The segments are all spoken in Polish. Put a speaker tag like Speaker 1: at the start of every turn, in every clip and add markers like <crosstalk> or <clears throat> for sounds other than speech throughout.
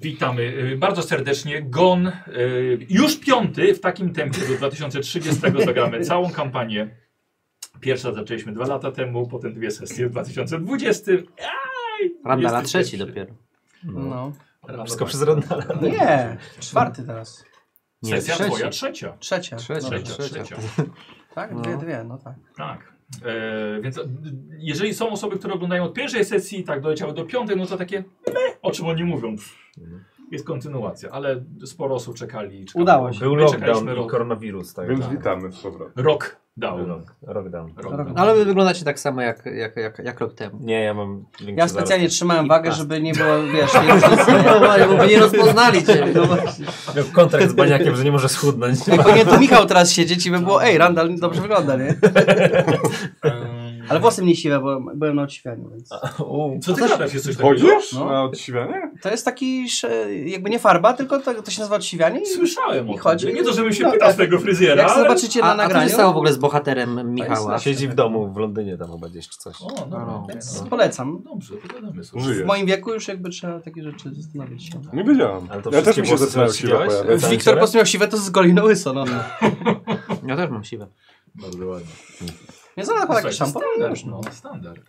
Speaker 1: Witamy y, bardzo serdecznie. Gon y, już piąty w takim tempie do 2030 zagramy całą kampanię. Pierwsza zaczęliśmy dwa lata temu, potem dwie sesje w 2020. Aj,
Speaker 2: Randala
Speaker 1: jesteś
Speaker 2: trzeci
Speaker 1: pierwszy.
Speaker 2: dopiero.
Speaker 3: No.
Speaker 1: Randala
Speaker 4: Wszystko
Speaker 1: tak.
Speaker 4: przez Randala.
Speaker 3: Nie, czwarty teraz.
Speaker 2: Nie,
Speaker 1: Sesja
Speaker 2: trzeci.
Speaker 1: twoja trzecia.
Speaker 3: Trzecia.
Speaker 2: Trzecia.
Speaker 3: Dobra.
Speaker 1: Trzecia,
Speaker 2: trzecia.
Speaker 1: trzecia.
Speaker 3: Tak,
Speaker 2: No.
Speaker 3: dwie, dwie, no tak.
Speaker 1: Tak. E, więc e, jeżeli są osoby, które oglądają od pierwszej sesji i tak doleciały do piątej, no to takie meh, o czym oni mówią. Pff, Jest kontynuacja, ale sporo osób czekali. czekało.
Speaker 3: Udało się.
Speaker 4: Był
Speaker 1: My
Speaker 4: lockdown
Speaker 1: czekaliśmy
Speaker 4: i
Speaker 1: rok.
Speaker 4: koronawirus. Tak.
Speaker 5: Więc
Speaker 1: Tak.
Speaker 5: witamy z powrotem.
Speaker 1: Rok
Speaker 3: tak.
Speaker 1: dał.
Speaker 4: Był lock- Lockdown.
Speaker 1: Rok
Speaker 3: Rok.
Speaker 1: dał.
Speaker 2: Ale wy wyglądacie tak samo jak, jak, jak, jak rok temu.
Speaker 4: Nie, ja mam większy
Speaker 3: Ja
Speaker 4: zarost.
Speaker 3: specjalnie trzymałem wagę,
Speaker 2: A.
Speaker 3: żeby nie było, wiesz, nie rozpoznawali,
Speaker 2: Bo wy nie rozpoznali cię.
Speaker 4: Miał kontrakt z baniakiem, że nie może <laughs> schudnąć.
Speaker 3: Jakby nie, to Michał teraz siedzieć i by było, ej, Randall dobrze wygląda, nie?
Speaker 1: Em,
Speaker 3: Ale włosy mnie siwe, bo byłem na odświaniu, więc...
Speaker 1: Co ty gadasz? Jest coś takiego?
Speaker 5: Chodzisz
Speaker 3: No.
Speaker 5: na odsiwianie?
Speaker 3: To jest taki, sz- jakby nie farba, tylko to, to się nazywa odsiwianie i
Speaker 1: Słyszałem o
Speaker 3: I
Speaker 1: tym.
Speaker 3: chodzi-
Speaker 1: Nie to, żebym się
Speaker 3: no,
Speaker 1: pytał
Speaker 3: tak.
Speaker 1: z tego fryzjera,
Speaker 3: jak
Speaker 1: ale...
Speaker 3: zobaczycie
Speaker 2: A,
Speaker 3: na
Speaker 2: a co się
Speaker 3: nagraniu,
Speaker 2: stało w ogóle z bohaterem Michała?
Speaker 3: nasz-
Speaker 4: Siedzi w domu w Londynie tam chyba gdzieś czy coś.
Speaker 1: O,
Speaker 2: No,
Speaker 1: no,
Speaker 2: no.
Speaker 3: więc polecam.
Speaker 1: Dobrze, pogadamy sobie.
Speaker 5: Żyje.
Speaker 3: W moim wieku już jakby trzeba takie rzeczy zastanowić się.
Speaker 5: Nie wiedziałem.
Speaker 4: Ale to
Speaker 5: ja też
Speaker 4: wszystkie
Speaker 5: mi się
Speaker 4: włosy
Speaker 5: zaczynałem
Speaker 4: sobie
Speaker 5: siła
Speaker 4: ściąłeś?
Speaker 5: pojawiać.
Speaker 4: Całe
Speaker 3: Wiktor po
Speaker 4: ciele?
Speaker 3: prostu miał siwe, to z goli na łyso, no. no.
Speaker 2: Ja też mam siwe.
Speaker 1: Bardzo ładnie.
Speaker 3: Nie znam nakłada jakiś szampon?
Speaker 1: standard, no, standard.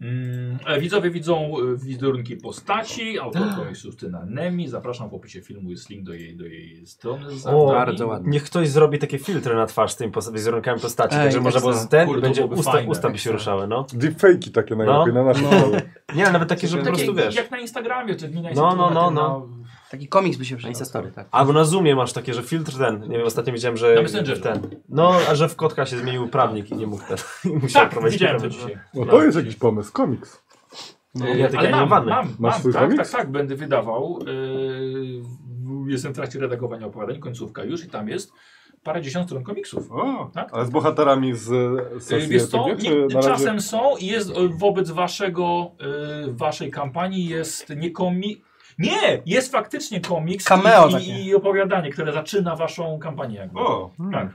Speaker 1: Mm, e, widzowie widzą e, wizerunki postaci, autorką jest Justyna Nemi. Zapraszam w opisie filmu, jest link do jej, do jej strony. z
Speaker 4: O,
Speaker 1: artami.
Speaker 2: bardzo ładnie.
Speaker 4: Niech ktoś zrobi takie filtry na twarz z tym posta- wizerunkami postaci,
Speaker 3: Ej,
Speaker 4: tak że
Speaker 3: tak
Speaker 4: można było
Speaker 3: samo.
Speaker 4: z ten
Speaker 1: Kurde,
Speaker 4: i
Speaker 1: to
Speaker 4: będzie
Speaker 1: byłoby
Speaker 4: usta,
Speaker 1: fajne.
Speaker 4: usta by się ruszały, no.
Speaker 5: Deepfake'i takie najlepiej na naszym kanale.
Speaker 4: Nie, ale nawet takie, że po
Speaker 1: Takie,
Speaker 4: prostu wiesz.
Speaker 1: Jak na Instagramie, to mina
Speaker 4: No, no, no,
Speaker 3: Taki komiks by się
Speaker 2: Na
Speaker 3: przydał.
Speaker 2: Instastory, tak.
Speaker 4: Albo na Zoomie masz takie, że filtr ten, nie wiem, ostatnio widziałem, że
Speaker 1: Na Messengerze.
Speaker 4: ten. No, a że w kotka się zmienił prawnik i nie mógł ten. <laughs> I musiał
Speaker 1: Tak,
Speaker 4: prowadzić
Speaker 1: widziałem to
Speaker 4: prawnik.
Speaker 1: dzisiaj. Tak.
Speaker 5: No to jest jakiś pomysł, komiks.
Speaker 4: No,
Speaker 1: E,
Speaker 4: ja taki
Speaker 1: ale mam, mam,
Speaker 4: animowany.
Speaker 1: mam,
Speaker 5: Masz swój
Speaker 1: tak, tak,
Speaker 5: komiks?
Speaker 1: tak, będę wydawał. E, w- jestem w trakcie redagowania opowiadań, końcówka już i tam jest parę dziesiąt stron komiksów.
Speaker 5: O,
Speaker 1: Tak?
Speaker 5: ale z bohaterami z e,
Speaker 1: Yy,
Speaker 5: sesji
Speaker 1: Wiesz co,
Speaker 5: RPG,
Speaker 1: nie-
Speaker 5: czy na razie...
Speaker 1: czasem są i jest e, wobec waszego, e, waszej kampanii jest nie komi... Nie! Jest faktycznie komiks
Speaker 3: Cameo
Speaker 1: i,
Speaker 3: takie.
Speaker 1: i, i opowiadanie, które zaczyna waszą kampanię. Jakby.
Speaker 5: O, Mm.
Speaker 1: Tak.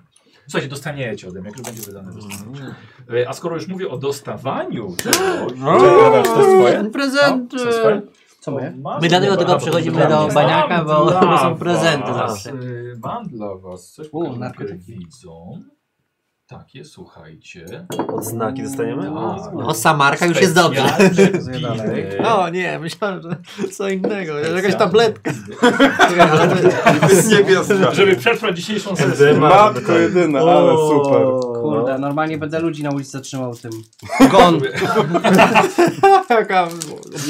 Speaker 1: Słuchajcie, dostaniecie ode mnie, jak już będzie wydane. dostaniecie. E, A skoro już mówię o dostawaniu
Speaker 5: Tak.
Speaker 1: czegoś,
Speaker 5: czy Adaś, to jest twoje?
Speaker 2: Prezent! e,
Speaker 1: to jest
Speaker 5: Eee,
Speaker 1: fajne.
Speaker 3: Co moje?
Speaker 1: Mam-
Speaker 2: My dlatego
Speaker 1: Dobra,
Speaker 2: tylko
Speaker 1: to
Speaker 2: przychodzimy
Speaker 1: mam
Speaker 2: do
Speaker 1: dla
Speaker 2: baniaka, bo- bo są
Speaker 1: was,
Speaker 2: prezenty zawsze.
Speaker 1: y, Mam dla was coś,
Speaker 3: U,
Speaker 1: pokażę, które
Speaker 3: narkotyki.
Speaker 1: widzą. Takie, słuchajcie.
Speaker 4: Odznaki dostaniemy?
Speaker 1: Tak.
Speaker 2: No, Samarka już jest dobrze. <laughs>
Speaker 1: No,
Speaker 2: No nie, myślałem, że co innego. Jakaś
Speaker 1: Specjalne. <laughs>
Speaker 2: tabletka. Ale to-
Speaker 5: Z niebiesca.
Speaker 1: Żeby przetrwać dzisiejszą
Speaker 5: <laughs>
Speaker 1: sesję.
Speaker 4: MDMA.
Speaker 5: Matko jedyna, ale super.
Speaker 3: Kurde, normalnie będę ludzi na ulicy zatrzymał tym. Gon.
Speaker 2: <laughs> Taka
Speaker 1: Tak,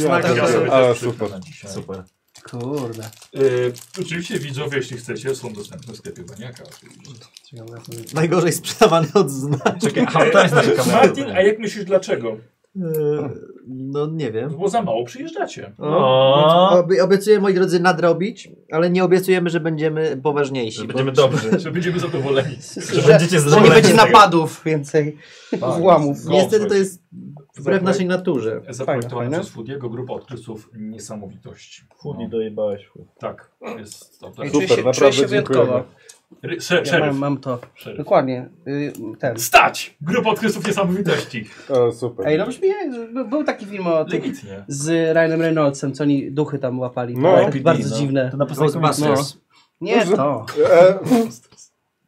Speaker 5: Ja,
Speaker 2: Taka-
Speaker 5: pierdolę, tak, ale super.
Speaker 4: Super.
Speaker 3: Kurde.
Speaker 1: Y, oczywiście widzowie, jeśli chcecie, są dostępne w sklepie Baniaka. oczywiście.
Speaker 3: Czekam, ja sobie-
Speaker 2: Najgorzej sprzedawany odznak.
Speaker 4: Czekaj, a to jest nasza kamera.
Speaker 1: Martin, a jak myślisz dlaczego?
Speaker 2: Eee, No nie wiem.
Speaker 1: Bo za mało przyjeżdżacie.
Speaker 4: O,
Speaker 2: Obie- obiecuję, moi drodzy, nadrobić, ale nie obiecujemy, że będziemy poważniejsi.
Speaker 4: że
Speaker 2: bo-
Speaker 4: będziemy dobrzy.
Speaker 1: Że będziemy zadowoleni.
Speaker 4: Że będziecie
Speaker 3: Że nie
Speaker 4: zadowoleni.
Speaker 3: będzie napadów więcej. Włamów.
Speaker 1: Gąb,
Speaker 2: Niestety to
Speaker 1: słuchajcie.
Speaker 2: jest wbrew naszej naturze.
Speaker 1: Zaprojektowany przez Foodiego grupa odkrywców niesamowitości. No,
Speaker 4: dojebałeś.
Speaker 1: tak, jest to tak.
Speaker 3: Ej, czuję
Speaker 5: Super,
Speaker 3: się-
Speaker 5: naprawdę
Speaker 3: czuję się
Speaker 5: dziękujemy.
Speaker 3: wyjątkowo.
Speaker 1: Ry- Szeryf,
Speaker 3: Ja
Speaker 1: szeryf,
Speaker 3: mam, mam to.
Speaker 1: szeryf.
Speaker 3: Dokładnie. Y, ten.
Speaker 1: Stać! Grupa odkrywców niesamowitości.
Speaker 5: Ale super.
Speaker 3: Ej, no brzmi, jak- by- był taki film o tych
Speaker 1: Legitnie.
Speaker 3: z Ryanem Reynoldsem, co oni duchy tam łapali.
Speaker 5: No,
Speaker 3: No,
Speaker 4: LPD,
Speaker 3: bardzo
Speaker 4: no.
Speaker 3: dziwne. No.
Speaker 4: To na podstawie
Speaker 2: Ghostbusters.
Speaker 3: Nie to.
Speaker 5: E,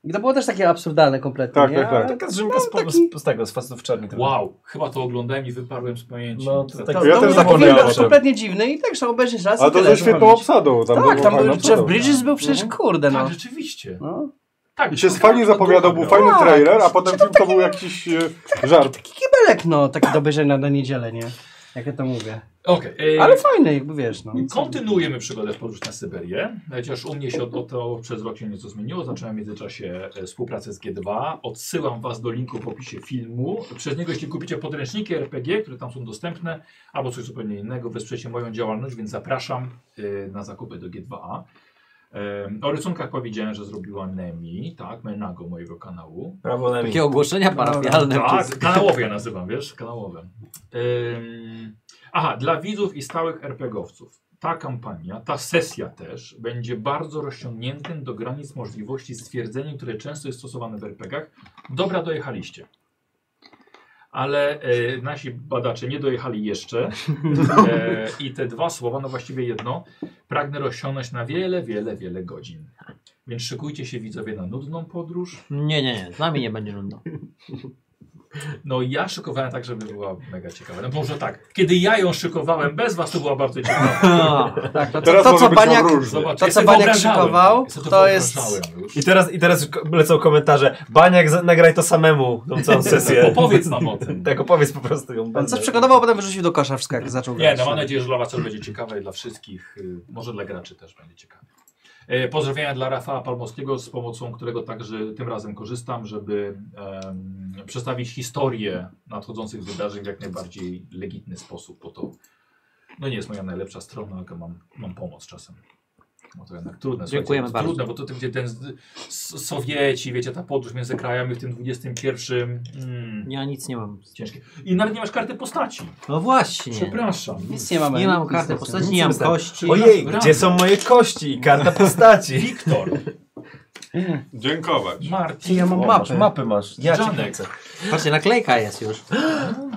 Speaker 3: I to było też takie absurdalne kompletnie.
Speaker 5: Tak,
Speaker 3: nie?
Speaker 5: tak, tak.
Speaker 3: Ale-
Speaker 4: Taka zrzymka z, po-
Speaker 3: taki-
Speaker 4: z, z tego, z facetów czarnych.
Speaker 1: Wow, chyba to oglądałem i wyparłem z pamięci.
Speaker 4: No, to tak-
Speaker 3: To,
Speaker 5: Ja
Speaker 3: to
Speaker 5: też
Speaker 3: był
Speaker 5: zapomniałem
Speaker 3: film
Speaker 5: o tym.
Speaker 3: kompletnie dziwny i tak trzeba obejrzeć raz
Speaker 5: a
Speaker 3: i
Speaker 5: to
Speaker 3: tyle.
Speaker 5: ze świetną
Speaker 3: zapomnieć.
Speaker 5: obsadą. Tam
Speaker 3: Tak,
Speaker 5: było
Speaker 3: tam
Speaker 5: fajna
Speaker 3: był
Speaker 5: obsada.
Speaker 3: Jeff Bridges był przecież kurde,
Speaker 1: Tak,
Speaker 3: no.
Speaker 1: rzeczywiście.
Speaker 3: no.
Speaker 1: Tak,
Speaker 5: I się fajnie zapowiadał, był fajny
Speaker 3: Tak.
Speaker 5: trailer, a potem film to był jakiś e, żart.
Speaker 3: Kibelek, no, taki do obejrzenia na niedzielę, nie? Jak ja to mówię.
Speaker 1: Okej, e,
Speaker 3: Ale fajny, jakby wiesz, no.
Speaker 1: Kontynuujemy przygodę w podróż na Syberię. Chociaż u mnie się o to przez rok się nieco zmieniło. Zacząłem w międzyczasie e, współpracę z G2. Odsyłam Was do linku w opisie filmu. Przez niego, jeśli kupicie podręczniki RPG, które tam są dostępne, albo coś zupełnie innego, wesprzecie moją działalność, więc zapraszam e, na zakupy do G2A. E, O rysunkach powiedziałem, że zrobiła Nemi, tak, Menago mojego kanału.
Speaker 4: Brawo, Nemi.
Speaker 2: Takie ogłoszenia parafialne.
Speaker 6: No,
Speaker 1: Tak,
Speaker 2: przez-
Speaker 1: kanałowe ja nazywam, wiesz, kanałowe. Ym, aha, dla widzów i stałych RPGowców. Ta kampania, ta sesja też będzie bardzo rozciągniętym do granic możliwości stwierdzeniem, które często jest stosowane w RPGach. Dobra, dojechaliście. ale e, nasi badacze nie dojechali jeszcze e, i te dwa słowa, no właściwie jedno, pragnę rozsiągnąć na wiele, wiele, wiele godzin. Więc szykujcie się widzowie na nudną podróż.
Speaker 6: Nie, nie, nie. Z nami nie będzie <laughs> nudno.
Speaker 1: No ja szykowałem tak, żeby była mega ciekawa. No może tak, kiedy ja ją szykowałem bez was, to była bardzo ciekawa.
Speaker 3: Tak, to,
Speaker 5: Teraz
Speaker 3: to,
Speaker 5: może
Speaker 3: co
Speaker 5: być nam
Speaker 3: Baniak,
Speaker 5: różnie.
Speaker 1: Zobacz,
Speaker 3: <laughs> To,
Speaker 1: ja
Speaker 3: co
Speaker 1: sobie
Speaker 3: Baniak
Speaker 1: wyobrażałem.
Speaker 3: szykował,
Speaker 1: Ja sobie
Speaker 3: to jest-
Speaker 1: wyobrażałem już.
Speaker 4: I teraz, I teraz k- lecą komentarze. Baniak, za- nagraj to samemu, tą całą sesję.
Speaker 1: Opowiedz nam o tym.
Speaker 4: Tak, opowiedz po prostu ją.
Speaker 3: on
Speaker 4: będę.
Speaker 3: co przygotował, potem wyrzucił do kosza wszystko, jak zaczął
Speaker 1: Nie,
Speaker 3: grać.
Speaker 1: no mam nadzieję, że dla Was też będzie ciekawe i dla wszystkich, y, może dla graczy też będzie ciekawe. E, Pozdrowienia dla Rafała Palmowskiego, z pomocą którego także tym razem korzystam, żeby em, przedstawić historię nadchodzących wydarzeń w jak najbardziej legitny sposób, bo to no nie jest moja najlepsza strona, ale mam, mam pomoc czasem. Bo to jednak trudne. słuchajcie,
Speaker 6: Dziękujemy
Speaker 1: to
Speaker 6: bardzo.
Speaker 1: Trudne, bo to, to gdzie ten z- s- Sowieci, wiecie, ta podróż między krajami w tym XXI. Mm,
Speaker 6: Ja nic nie mam.
Speaker 1: ciężkie. I nawet nie masz karty postaci.
Speaker 6: No właśnie.
Speaker 1: Przepraszam.
Speaker 3: Nic nie mamy.
Speaker 6: Nie mam
Speaker 3: nic
Speaker 6: karty
Speaker 3: nie
Speaker 6: postaci, nie mam kości.
Speaker 4: Ojej,
Speaker 1: Rany.
Speaker 4: gdzie są moje kości i karta postaci?
Speaker 1: Wiktor,
Speaker 5: Dziękować.
Speaker 1: Marcin,
Speaker 3: Ja mam
Speaker 4: O,
Speaker 3: mapę.
Speaker 4: Masz, mapy masz. Ja ci
Speaker 1: Janek.
Speaker 4: kręcę.
Speaker 6: Patrzcie, naklejka jest już.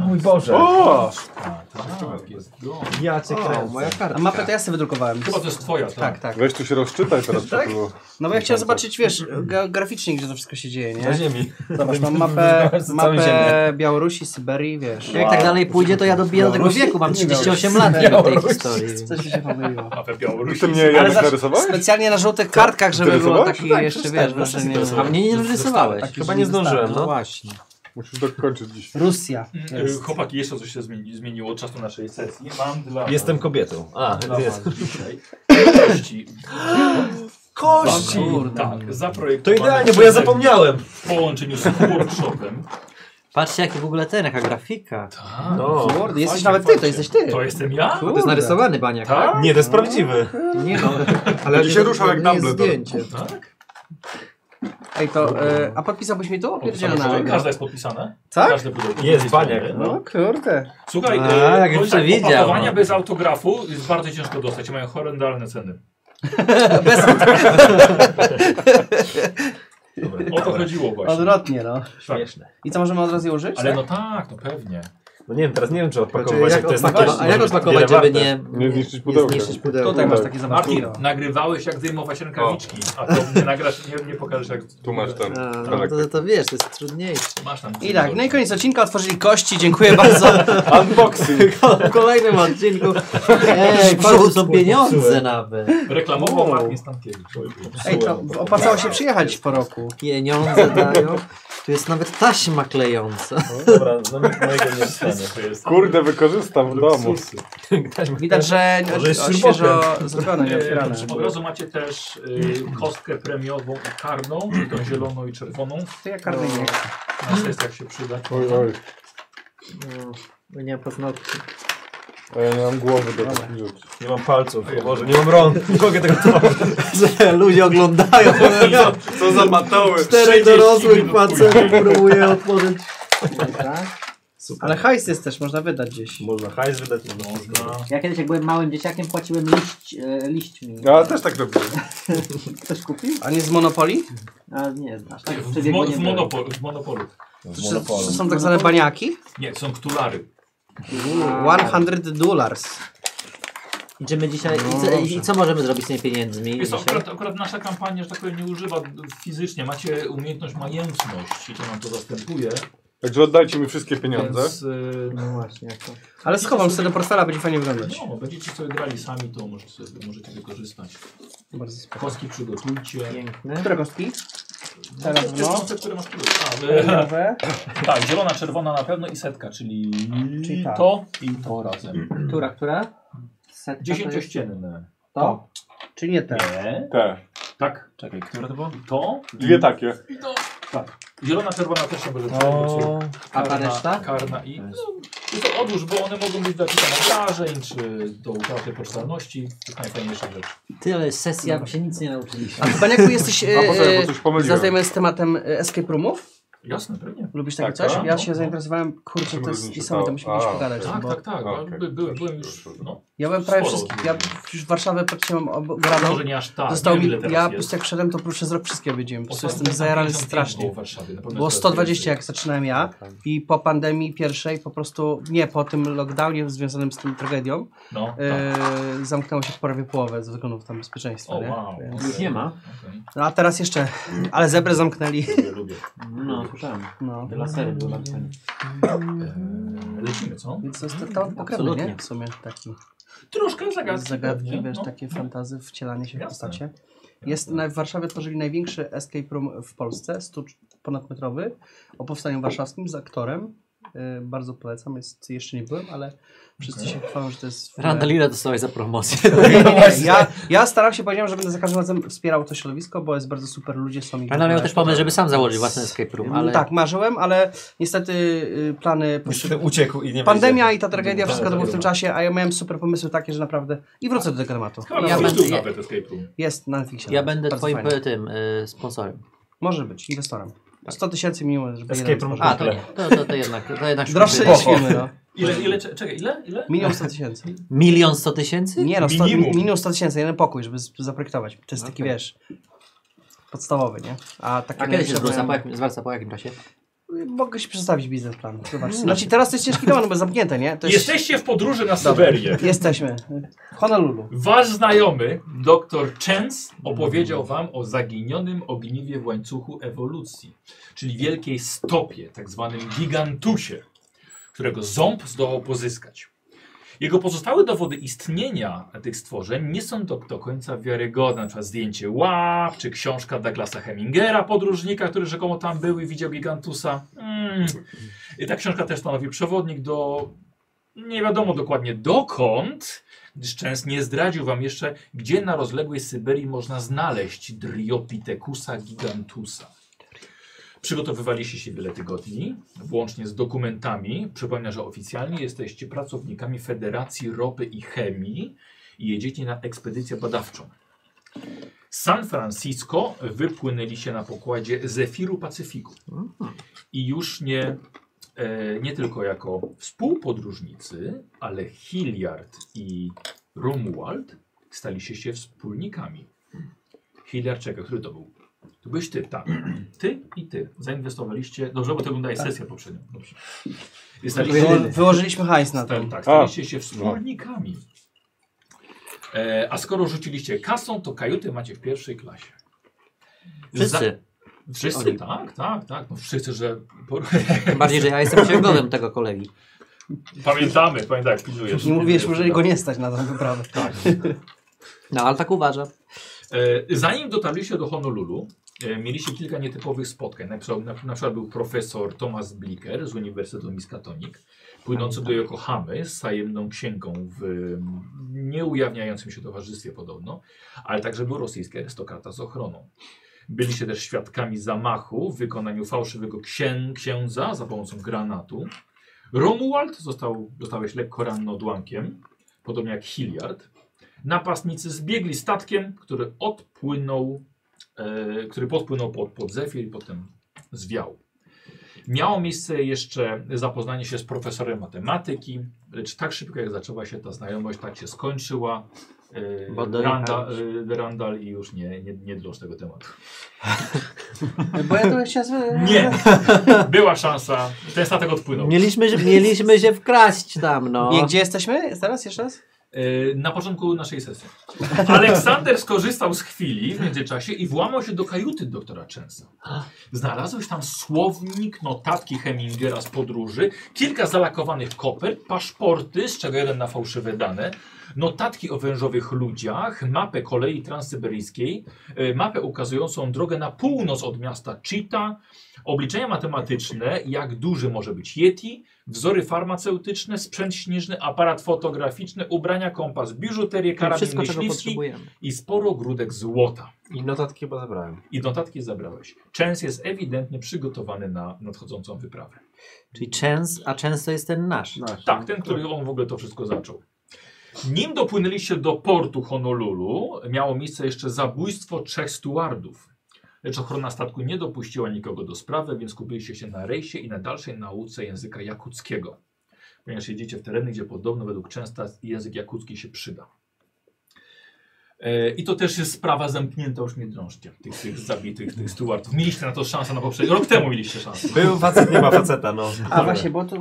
Speaker 4: Mój Boże.
Speaker 5: O!
Speaker 1: Tak, tak, jest go.
Speaker 4: Ja cię
Speaker 2: O,
Speaker 4: kręcę.
Speaker 2: moja kartka.
Speaker 3: A mapę to ja sobie wydrukowałem.
Speaker 1: Chyba to jest twoja, tak?
Speaker 3: Tak, tak.
Speaker 5: Weź tu się rozczytaj teraz.
Speaker 3: Tak?
Speaker 5: co było.
Speaker 3: No bo ja chciałem zobaczyć, wiesz, ge- graficznie, gdzie to wszystko się dzieje,
Speaker 4: Na
Speaker 3: nie?
Speaker 4: ziemi.
Speaker 3: Zobacz,
Speaker 6: <laughs>
Speaker 3: mam
Speaker 4: Wybrałem
Speaker 3: mapę,
Speaker 4: sobie całą ziemię.
Speaker 3: mapę Białorusi, Syberii, wiesz.
Speaker 6: Jak tak dalej pójdzie, to ja dobiję do tego wieku. Mam 38 lat
Speaker 4: Białoruś.
Speaker 6: w tej historii.
Speaker 3: Coś mi się pomyliło.
Speaker 1: Mapę Białorusi.
Speaker 5: Ty mnie Janek
Speaker 3: za-
Speaker 5: narysowałeś?
Speaker 3: Specjalnie na żółtych kartkach, żeby było
Speaker 5: Interesowałeś?
Speaker 3: taki
Speaker 4: Tak,
Speaker 3: jeszcze,
Speaker 4: przeczytałem,
Speaker 3: wiesz,
Speaker 4: właśnie
Speaker 3: wrażenie.
Speaker 6: A mnie nie narysowałeś.
Speaker 4: Tak, chyba nie zdążyłem,
Speaker 6: No
Speaker 4: no.
Speaker 6: właśnie.
Speaker 5: Musisz dokończyć dziś.
Speaker 3: Rosja.
Speaker 1: Mm, y, Chłopaki, jeszcze coś się zmieni, zmieniło od czasu naszej sesji. Mam dla
Speaker 4: Jestem kobietą. A,
Speaker 1: dla
Speaker 4: jest.
Speaker 1: was dzisiaj kości.
Speaker 4: Kości!
Speaker 1: Tak,
Speaker 4: To
Speaker 1: zaprojektowane.
Speaker 4: idealnie, bo ja zapomniałem.
Speaker 1: W połączeniu z workshopem.
Speaker 6: Patrzcie, jaki w ogóle ten, jaka grafika.
Speaker 1: Tak.
Speaker 4: No.
Speaker 3: Lord, jesteś
Speaker 1: Fajnie,
Speaker 3: nawet ty, to
Speaker 1: fajnie.
Speaker 3: jesteś ty.
Speaker 1: To jestem ja?
Speaker 6: To jest narysowany baniak.
Speaker 1: Tak?
Speaker 4: Nie, to jest prawdziwy.
Speaker 3: Nie no,
Speaker 5: Ale Będzie się ruszał jak
Speaker 2: to nie jest
Speaker 5: Dumbledore.
Speaker 2: zdjęcie.
Speaker 1: Tak?
Speaker 3: Ej, to, e, a podpisałbyś mi to? Opierdzielona.
Speaker 1: Każda jest podpisana?
Speaker 3: Tak?
Speaker 1: Każdy pudełko
Speaker 4: Jest,
Speaker 1: podpisane.
Speaker 4: Baniak,
Speaker 1: No.
Speaker 3: No kurde.
Speaker 1: Słuchaj,
Speaker 6: A,
Speaker 1: A,
Speaker 6: jak przewidział. no.
Speaker 1: opakowania bez autografu jest bardzo ciężko dostać. Mają horrendalne ceny.
Speaker 3: <laughs> Bez,
Speaker 1: O to chodziło właśnie.
Speaker 3: odwrotnie, no.
Speaker 1: Tak.
Speaker 3: I co, możemy od razu je użyć?
Speaker 1: Ale
Speaker 3: tak?
Speaker 1: no tak jak to pewnie.
Speaker 4: No nie wiem, teraz nie wiem, czy
Speaker 2: Znaczy,
Speaker 4: odpakowywać,
Speaker 2: jak
Speaker 4: jak to jest
Speaker 2: odpakować-
Speaker 4: takie...
Speaker 6: A jak
Speaker 4: może być
Speaker 6: odpakować,
Speaker 4: niewiele
Speaker 6: żeby
Speaker 4: warte.
Speaker 6: nie,
Speaker 5: Nie zniszczyć pudełka.
Speaker 6: Nie zniszczyć
Speaker 2: no,
Speaker 6: pudełka. No
Speaker 3: Tutaj masz
Speaker 5: tak.
Speaker 3: takie zabawki.
Speaker 1: Martin,
Speaker 3: no.
Speaker 1: nagrywałeś jak zdejmować rękawiczki, a to nie nagrasz, nie, nie pokażesz jak...
Speaker 5: Tu masz ten.
Speaker 2: A, no
Speaker 6: tak.
Speaker 5: Kolek.
Speaker 2: to, to wiesz, to jest trudniejsze.
Speaker 1: Masz tam.
Speaker 3: I tak, no i koniec odcinka, otworzyli kości, dziękuję bardzo.
Speaker 5: Unboxing.
Speaker 2: W kolejnym odcinku.
Speaker 6: <laughs> Ej,
Speaker 2: Paweł,
Speaker 6: patrz, są pieniądze nawet.
Speaker 1: Reklamował Martin Stankiewicz.
Speaker 3: Ej, to opłacało się przyjechać po roku.
Speaker 6: Pieniądze dają. Tu jest nawet taśma klejąca.
Speaker 4: Dobra, no mojego nie wstanie.
Speaker 1: To jest
Speaker 5: Kurde, wykorzystam w domu.
Speaker 1: luksusy.
Speaker 3: Widać, że
Speaker 4: Może jest
Speaker 3: o,
Speaker 4: śrubokręt.
Speaker 3: świeżo zrobione, No nie
Speaker 1: E,
Speaker 3: otwierane.
Speaker 1: Od razu macie też y, kostkę premiową i karną, czyli tą zieloną i czerwoną.
Speaker 3: To ja karny nie.
Speaker 1: Na sesjach się przyda.
Speaker 5: Oj, oj.
Speaker 2: No, nie mam paznokci.
Speaker 5: A ja nie mam głowy do takich rzeczy.
Speaker 4: Nie mam palców, o Boże, nie mam rąk, nie mogę tego tworzyć.
Speaker 2: <laughs> Że ludzie
Speaker 3: <laughs>
Speaker 2: oglądają.
Speaker 4: Co za matoły.
Speaker 2: Cztery
Speaker 1: 60
Speaker 2: dorosłych
Speaker 1: minut
Speaker 2: <laughs> facetów próbuje otworzyć.
Speaker 3: Ale hajs jest też, można wydać gdzieś.
Speaker 4: Można hajs wydać, no można.
Speaker 1: Można.
Speaker 7: Ja kiedyś jak byłem małym dzieciakiem płaciłem liść, e, liśćmi.
Speaker 5: Ja też tak robiłem.
Speaker 7: Ktoś kupił?
Speaker 3: A nie z Monopoli?
Speaker 7: A nie, aż tak
Speaker 1: W, mo
Speaker 7: przebiegło nie
Speaker 1: w,
Speaker 7: było.
Speaker 1: monopol, w monopolu.
Speaker 3: To czy, czy są tak zwane baniaki?
Speaker 1: Nie, są ktulary.
Speaker 3: 100 dollars.
Speaker 6: Idziemy dzisiaj. I co, i co możemy zrobić z tymi pieniędzmi?
Speaker 1: Jest
Speaker 6: dzisiaj?
Speaker 1: akurat, akurat nasza kampania, że tak powiem, nie używa fizycznie. Macie umiejętność majętność i to nam to zastępuje.
Speaker 5: Także oddajcie mi wszystkie pieniądze.
Speaker 1: Więc, y,
Speaker 2: No właśnie. jak to-
Speaker 3: Ale schowam sobie do portfela, będzie fajnie wyglądać.
Speaker 1: No, będziecie sobie grali sami, to możecie, sobie, możecie wykorzystać.
Speaker 3: Bardzo spoko.
Speaker 1: Kostki przygotujcie.
Speaker 6: Piękne.
Speaker 3: Które kostki?
Speaker 1: No,
Speaker 3: Teraz
Speaker 1: to jest
Speaker 3: no.
Speaker 1: koncept, który masz klucz. A, wy- <laughs>
Speaker 3: <clears throat>
Speaker 1: Tak, zielona, czerwona na pewno i setka, czyli,
Speaker 3: Czyli tak.
Speaker 1: to i to razem.
Speaker 7: Która, która? Setka to jest
Speaker 1: Dziesięciościenne.
Speaker 7: To?
Speaker 3: Czy nie te?
Speaker 1: Nie.
Speaker 5: Te.
Speaker 1: Tak. Czekaj, która to była? To.
Speaker 5: Dwie takie.
Speaker 1: I to. Tak. Zielona, czerwona też się będzie
Speaker 4: O,
Speaker 7: A ta
Speaker 1: Karna-
Speaker 7: reszta?
Speaker 1: Karna i... No, to odłóż, bo one mogą być dla Ciebie narażeń, czy do utraty poczytalności. To jest najfajniejsza rzecz.
Speaker 6: Tyle sesji, a my się nic nie
Speaker 1: <laughs>
Speaker 6: nauczyliśmy.
Speaker 3: A ty, Baniaku, jesteś... E,
Speaker 5: A poczekaj, bo
Speaker 3: e,
Speaker 5: coś pomyliłem.
Speaker 3: zaznajomiony z tematem e, escape roomów?
Speaker 1: Jasne, pewnie.
Speaker 3: Lubisz takie
Speaker 5: Taka?
Speaker 3: coś? Ja
Speaker 1: No,
Speaker 3: się
Speaker 1: no.
Speaker 3: zainteresowałem, kurczę, to jest
Speaker 5: Różnicy,
Speaker 3: niesamowite,
Speaker 5: tak.
Speaker 3: musimy gdzieś
Speaker 5: A,
Speaker 3: pogadać.
Speaker 5: okej.
Speaker 3: no
Speaker 1: Tak,
Speaker 3: Bo
Speaker 1: tak, tak.
Speaker 5: Okej.
Speaker 1: By, byłem, byłem już. No,
Speaker 3: ja byłem prawie
Speaker 1: Sporo
Speaker 3: wszystkich, ja już Warszawę praktycznie mam
Speaker 1: no,
Speaker 3: obraną.
Speaker 1: że nie aż tak.
Speaker 3: Został
Speaker 1: nie wiem,
Speaker 3: mi,
Speaker 1: ile teraz
Speaker 3: ja po
Speaker 1: jest.
Speaker 3: prostu jak wszedłem, to proszę zrobić wszystkie wiedziałem, po prostu
Speaker 1: Ostatnio
Speaker 3: jestem zajarany
Speaker 1: 55
Speaker 3: strasznie.
Speaker 1: było w Warszawie, na pewno
Speaker 3: Było
Speaker 1: jest
Speaker 3: 120
Speaker 1: więcej.
Speaker 3: jak zaczynałem ja i po pandemii pierwszej po prostu, nie, po tym lockdownie związanym z tą tragedią,
Speaker 1: No, tak.
Speaker 3: yy, zamknęło się prawie połowę ze względów tam bezpieczeństwa,
Speaker 1: O,
Speaker 3: nie?
Speaker 1: wow.
Speaker 3: Więc-
Speaker 1: Okej.
Speaker 6: Już nie ma.
Speaker 1: Okej.
Speaker 3: No a teraz jeszcze, ale zebrę zamknęli.
Speaker 1: Lubię, lubię.
Speaker 6: No, słyszałem.
Speaker 3: No,
Speaker 6: Te lasery były na pytanie.
Speaker 1: Eee, Lecimy, co?
Speaker 3: więc to jest to temat pokrewny,
Speaker 6: Absolutnie.
Speaker 3: nie? W sumie taki.
Speaker 1: Troszkę zagadki.
Speaker 3: Zagadki,
Speaker 1: pewnie,
Speaker 3: wiesz,
Speaker 1: no.
Speaker 3: takie fantazy, wcielanie się w
Speaker 1: Jasne.
Speaker 3: postacie. Jest, na, w Warszawie tworzyli największy escape room w Polsce, 100 ponadmetrowy, o powstaniu warszawskim z aktorem. Y, bardzo polecam, jest, jeszcze nie byłem, ale wszyscy się chwalą, że to jest... w ogóle-
Speaker 6: Randall, ile dostałeś za promocję?
Speaker 3: Nie, nie, nie. Ja, ja staram się, powiedziałem, że będę za każdym razem wspierał to środowisko, bo jest bardzo super, ludzie są i...
Speaker 6: Randall miał też pomysł, żeby sam założyć własny escape room, ale...
Speaker 3: Tak, marzyłem, ale niestety y, plany...
Speaker 4: Niestety uciekł i nie
Speaker 3: Pandemia
Speaker 4: będzie.
Speaker 3: i ta tragedia, wszystko to było w tym czasie, a ja miałem super pomysły takie, że naprawdę... I wrócę do tego tematu.
Speaker 1: Chyba
Speaker 6: Ja
Speaker 1: ja
Speaker 6: będę-
Speaker 1: będę,
Speaker 6: ja-
Speaker 1: nawet escape room.
Speaker 3: Jest na Netflixie.
Speaker 6: <laughs> Ja
Speaker 3: nawet.
Speaker 6: będę
Speaker 3: Bardzo
Speaker 6: twoim
Speaker 3: fajnie.
Speaker 6: tym y, sponsorem.
Speaker 3: Może być, inwestorem.
Speaker 6: Tak.
Speaker 3: 100 tysięcy minimum, żeby
Speaker 4: Escape
Speaker 3: jeden
Speaker 4: room.
Speaker 3: stworzył.
Speaker 6: A, to nie. To, to, to jednak, to jednak
Speaker 3: Droższe
Speaker 6: szkoda.
Speaker 3: niż filmy, no.
Speaker 1: Ile, ile, cze- czekaj, ile? ile?
Speaker 3: Minimum 100 tysięcy.
Speaker 6: Milion sto tysięcy?
Speaker 3: Nie no, 100,
Speaker 1: Minimum.
Speaker 3: minimum 100 tysięcy, jeden pokój, żeby z- zaprojektować. To jest taki, wiesz, podstawowy, nie? A, taki
Speaker 6: No tak.
Speaker 2: No
Speaker 6: A kiedy Tak, się
Speaker 3: najlepszy
Speaker 6: zwraca?
Speaker 3: miałem-
Speaker 6: Po jakim, zwraca po jakim czasie?
Speaker 3: Mogę się przedstawić biznesplan,
Speaker 1: Mm.
Speaker 3: zobacz. Znaczy teraz to jest ciężki temat, no bo zamknięte, nie? To jest...
Speaker 1: Jesteście w podróży na Syberię.
Speaker 3: Jesteśmy. W Honolulu.
Speaker 1: Wasz znajomy, dr Chens, opowiedział wam o zaginionym ogniwie w łańcuchu ewolucji, czyli wielkiej stopie, tak zwanym gigantusie, którego ząb zdołał pozyskać. Jego pozostałe dowody istnienia tych stworzeń nie są do, do końca wiarygodne, na przykład zdjęcie łap, czy książka Douglasa Hemingera, podróżnika, który rzekomo tam był i widział gigantusa. Mm. I ta książka też stanowi przewodnik do... Nie wiadomo dokładnie dokąd, gdyż Częst nie zdradził wam jeszcze, gdzie na rozległej Syberii można znaleźć Dryopithekusa gigantusa. Przygotowywaliście się wiele tygodni, włącznie z dokumentami. Przypomnę, że oficjalnie jesteście pracownikami Federacji Ropy i Chemii i jedziecie na ekspedycję badawczą. Z San Francisco wypłynęliście na pokładzie Zefiru Pacyfiku i już nie, e, nie tylko jako współpodróżnicy, ale Hilliard i Romuald staliście się wspólnikami. Hilliard czeka, który to był? To byłeś ty, tak. Ty i ty. Zainwestowaliście. Dobrze, bo to oglądałeś sesję poprzednią. Dobrze. I
Speaker 3: Wyło-
Speaker 1: Staliście,
Speaker 3: Wyłożyliśmy hajs na to.
Speaker 1: sta, tak, staliście się wspólnikami.
Speaker 3: No.
Speaker 1: E, a skoro rzuciliście kasą, to kajuty macie w pierwszej klasie. Za-
Speaker 6: Wszyscy.
Speaker 1: wszyscy
Speaker 6: Oni.
Speaker 1: tak, tak, tak. No wszyscy, że
Speaker 6: Tym bardziej, że ja <laughs> jestem księgowym tego kolegi.
Speaker 1: Pamiętamy, pamiętaj, pilnujesz.
Speaker 3: Nie
Speaker 1: Pilnujesz,
Speaker 3: mówiliśmy, że go
Speaker 1: tak.
Speaker 3: nie stać na tą wyprawę.
Speaker 6: No, ale tak uważa.
Speaker 1: E, Zanim dotarliście do Honolulu, e, mieliście kilka nietypowych spotkań. Na, przykład- na, na przykład był profesor Thomas Blicker z Uniwersytetu Miskatonic, płynący do Yokohamy z tajemną księgą w em, nieujawniającym się towarzystwie podobno, ale także był rosyjski arystokrata z ochroną. Byliście też świadkami zamachu w wykonaniu fałszywego księ księdza za pomocą granatu. Romuald został, zostałeś lekko ranny odłamkiem, podobnie jak Hilliard. Napastnicy zbiegli statkiem, który odpłynął, e, który podpłynął pod, pod Zefir i potem zwiał. Miało miejsce jeszcze zapoznanie się z profesorem matematyki, lecz tak szybko jak zaczęła się ta znajomość, tak się skończyła.
Speaker 6: Bo
Speaker 1: E,
Speaker 6: dojechałeś.
Speaker 1: Randa, e, Randall i już nie, nie, nie drąż tego tematu.
Speaker 3: Bo ja to się... z-
Speaker 1: Nie! <laughs> Była szansa. Ten statek odpłynął.
Speaker 6: Mieliśmy, że- mieliśmy się wkraść tam, no.
Speaker 3: Nie, gdzie jesteśmy? Teraz jeszcze raz?
Speaker 1: E, Na początku naszej sesji. Aleksander skorzystał z chwili w międzyczasie i włamał się do kajuty doktora Częsa. Znalazłeś tam słownik, notatki Hemingera z podróży, kilka zalakowanych kopert, paszporty, z czego jeden na fałszywe dane, notatki o wężowych ludziach, mapę kolei transsyberyjskiej, e, mapę ukazującą drogę na północ od miasta Cheetah, obliczenia matematyczne, jak duży może być Yeti, wzory farmaceutyczne, sprzęt śnieżny, aparat fotograficzny, ubrania, kompas, biżuterię, karabin
Speaker 6: Wszystko, czego
Speaker 1: myśliwski
Speaker 6: potrzebujemy.
Speaker 1: i sporo grudek złota.
Speaker 4: I notatki chyba zabrałem.
Speaker 1: I notatki zabrałeś. Częs jest ewidentnie przygotowany na nadchodzącą wyprawę.
Speaker 6: Czyli częs, a często jest ten nasz.
Speaker 4: No.
Speaker 1: Tak, ten, który on w ogóle to wszystko zaczął. Nim dopłynęliście do portu Honolulu, miało miejsce jeszcze zabójstwo trzech stewardów. Lecz ochrona statku nie dopuściła nikogo do sprawy, więc skupiliście się na rejsie i na dalszej nauce języka jakuckiego. Ponieważ jedziecie w tereny, gdzie podobno według Częsta język jakucki się przyda. E, I to też jest sprawa zamknięta, już nie drążcie tych, tych zabitych, tych stewardów. Mieliście na to szansę na poprzednim, rok temu mieliście szansę.
Speaker 4: Był facet, nie ma faceta, no.
Speaker 7: A właśnie, bo to...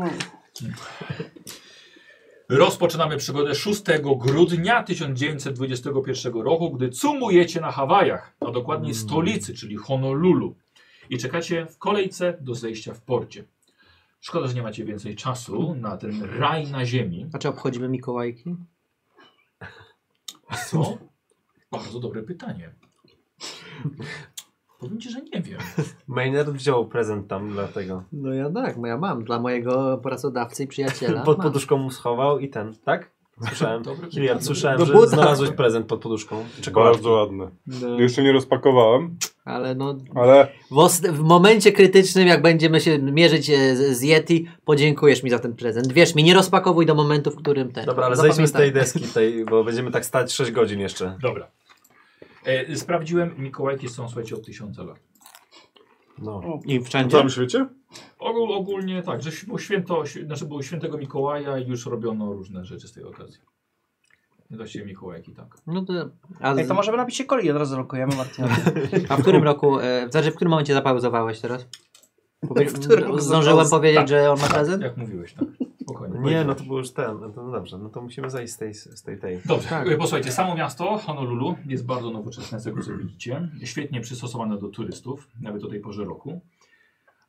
Speaker 1: Rozpoczynamy przygodę 6 grudnia 1921 roku, gdy cumujecie na Hawajach, a dokładniej stolicy, czyli Honolulu. I czekacie w kolejce do zejścia w porcie. Szkoda, że nie macie więcej czasu na ten raj na ziemi.
Speaker 2: A czy obchodzimy Mikołajki?
Speaker 1: Co? Bardzo dobre pytanie. Powiem ci, że nie wiem.
Speaker 4: Maynard wziął prezent tam dlatego.
Speaker 2: No ja tak, no ja mam. Dla mojego pracodawcy i przyjaciela.
Speaker 4: Pod
Speaker 2: mam.
Speaker 4: poduszką mu schował i ten, tak?
Speaker 3: <laughs>
Speaker 4: Słyszałem.
Speaker 1: Dobre pytanie.
Speaker 4: Kilian, słyszałem,
Speaker 2: Do
Speaker 4: że
Speaker 2: buta.
Speaker 4: znalazłeś prezent pod poduszką.
Speaker 5: Bardzo ładne.
Speaker 2: No,
Speaker 5: Jeszcze nie rozpakowałem,
Speaker 2: ale no,
Speaker 5: ale
Speaker 2: w, os- w momencie krytycznym, jak będziemy się mierzyć e, z, z Yeti, podziękujesz mi za ten prezent. Wierz mi, nie rozpakowuj do momentu, w którym ten. No,
Speaker 4: Dobra, ale
Speaker 2: Zapamiętaj.
Speaker 4: zejdźmy z tej deski, tej, bo będziemy tak stać 6 godzin jeszcze.
Speaker 1: Dobra. E, sprawdziłem, Mikołajki są, słuchajcie, od tysiąca lat.
Speaker 4: No.
Speaker 6: I
Speaker 5: w
Speaker 6: wszędzie.
Speaker 5: całym świecie?
Speaker 1: Ogól, ogólnie tak, że było święto, św- znaczy było świętego Mikołaja i już robiono różne rzeczy z tej okazji. Właściwie Mikołajki, tak.
Speaker 2: No to, a,
Speaker 3: Ej,
Speaker 2: z,
Speaker 3: to możemy napić się coli i od razu rokujemy Martina.
Speaker 1: <laughs>
Speaker 2: a w którym roku, e, znaczy w którym momencie zapauzowałeś teraz?
Speaker 4: <laughs>
Speaker 2: Powie-
Speaker 3: W którym
Speaker 2: m, Zdążyłem
Speaker 3: zapauza-
Speaker 2: powiedzieć, że on ma prezent?
Speaker 1: Jak mówiłeś, tak. Spokojnie.
Speaker 4: Nie, no to było już ten, no to dobrze, no to musimy zejść z tej, z tej, tej.
Speaker 1: Dobrze,
Speaker 2: Tak.
Speaker 1: e, posłuchajcie, samo miasto Honolulu jest bardzo nowoczesne, z tego co widzicie. Świetnie przystosowane do turystów, nawet o tej porze roku.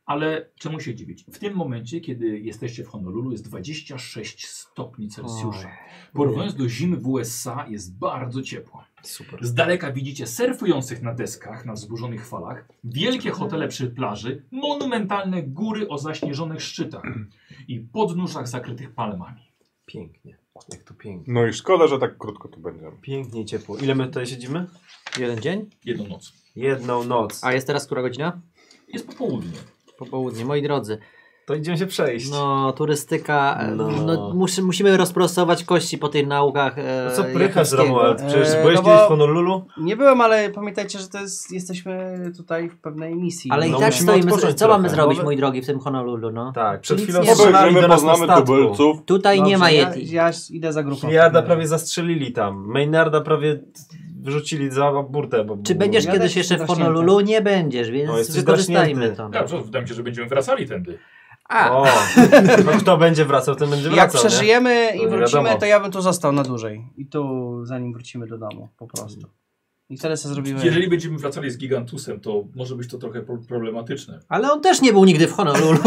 Speaker 1: Ale czemu się dziwić? W tym momencie, kiedy jesteście w Honolulu, jest 26 stopni Celsjusza. Porównując do zimy w USA, jest bardzo ciepło.
Speaker 4: Super.
Speaker 1: Z daleka widzicie surfujących na deskach, na wzburzonych falach, wielkie hotele przy plaży, monumentalne góry o zaśnieżonych szczytach i podnóżach zakrytych palmami.
Speaker 4: Pięknie. Jak tu pięknie.
Speaker 5: No i szkoda, że tak krótko tu będziemy.
Speaker 4: Pięknie i ciepło. Ile my tutaj siedzimy?
Speaker 2: Jeden dzień?
Speaker 1: Jedną noc.
Speaker 4: Jedną noc.
Speaker 2: A jest teraz która godzina?
Speaker 1: Jest popołudnie.
Speaker 2: Popołudnie, moi drodzy.
Speaker 4: To idziemy się przejść.
Speaker 2: No, turystyka. e,
Speaker 4: No.
Speaker 2: No. muszy, musimy rozprostować kości po tych naukach. E,
Speaker 4: No co prychasz,
Speaker 2: jakuskiego.
Speaker 4: Romuald? Przecież
Speaker 3: Eee,
Speaker 4: byłeś
Speaker 3: no bo-
Speaker 4: kiedyś w Honolulu?
Speaker 3: Nie byłem, ale pamiętajcie, że to jest, jesteśmy tutaj w pewnej misji.
Speaker 2: Ale
Speaker 4: No,
Speaker 2: i tak
Speaker 4: musimy
Speaker 2: stoimy. Co
Speaker 4: odpocząć
Speaker 2: mamy
Speaker 4: trochę.
Speaker 2: zrobić,
Speaker 4: Bo-
Speaker 2: mój drogi, w tym Honolulu? No?
Speaker 4: Tak, przed
Speaker 2: Nic
Speaker 4: chwilą
Speaker 2: nie ma.
Speaker 4: strzelali do
Speaker 5: Obejrzymy,
Speaker 4: nas na
Speaker 5: poznamy
Speaker 4: statku.
Speaker 5: tubylców.
Speaker 2: Tutaj
Speaker 3: Dobrze,
Speaker 2: nie ma
Speaker 3: ja,
Speaker 2: Yeti.
Speaker 3: ja idę za grupą.
Speaker 4: Kiliarda prawie zastrzelili tam. Maynarda prawie wyrzucili za burtę. Bo
Speaker 2: Czy będziesz
Speaker 3: Ja
Speaker 2: kiedyś
Speaker 3: też
Speaker 2: jeszcze w
Speaker 3: jestem
Speaker 2: Honolulu? Nie będziesz, więc
Speaker 4: No, jesteś
Speaker 2: wykorzystajmy
Speaker 4: draśnięty.
Speaker 2: to. no.
Speaker 1: Dobrze, wydaje mi się, że będziemy wracali tędy.
Speaker 2: A,
Speaker 4: O, no kto będzie wracał, ten będzie
Speaker 3: Jak
Speaker 4: wracał, nie?
Speaker 3: przeżyjemy
Speaker 4: To
Speaker 3: i
Speaker 4: nie
Speaker 3: wrócimy,
Speaker 4: wiadomo.
Speaker 3: to ja bym tu został na dłużej. I tu, zanim wrócimy do domu, po prostu. I wtedy sobie zrobimy...
Speaker 1: Jeżeli będziemy wracali z Gigantusem, to może być to trochę pro- problematyczne.
Speaker 2: ale on też nie był nigdy w
Speaker 4: <laughs>
Speaker 2: Honolulu.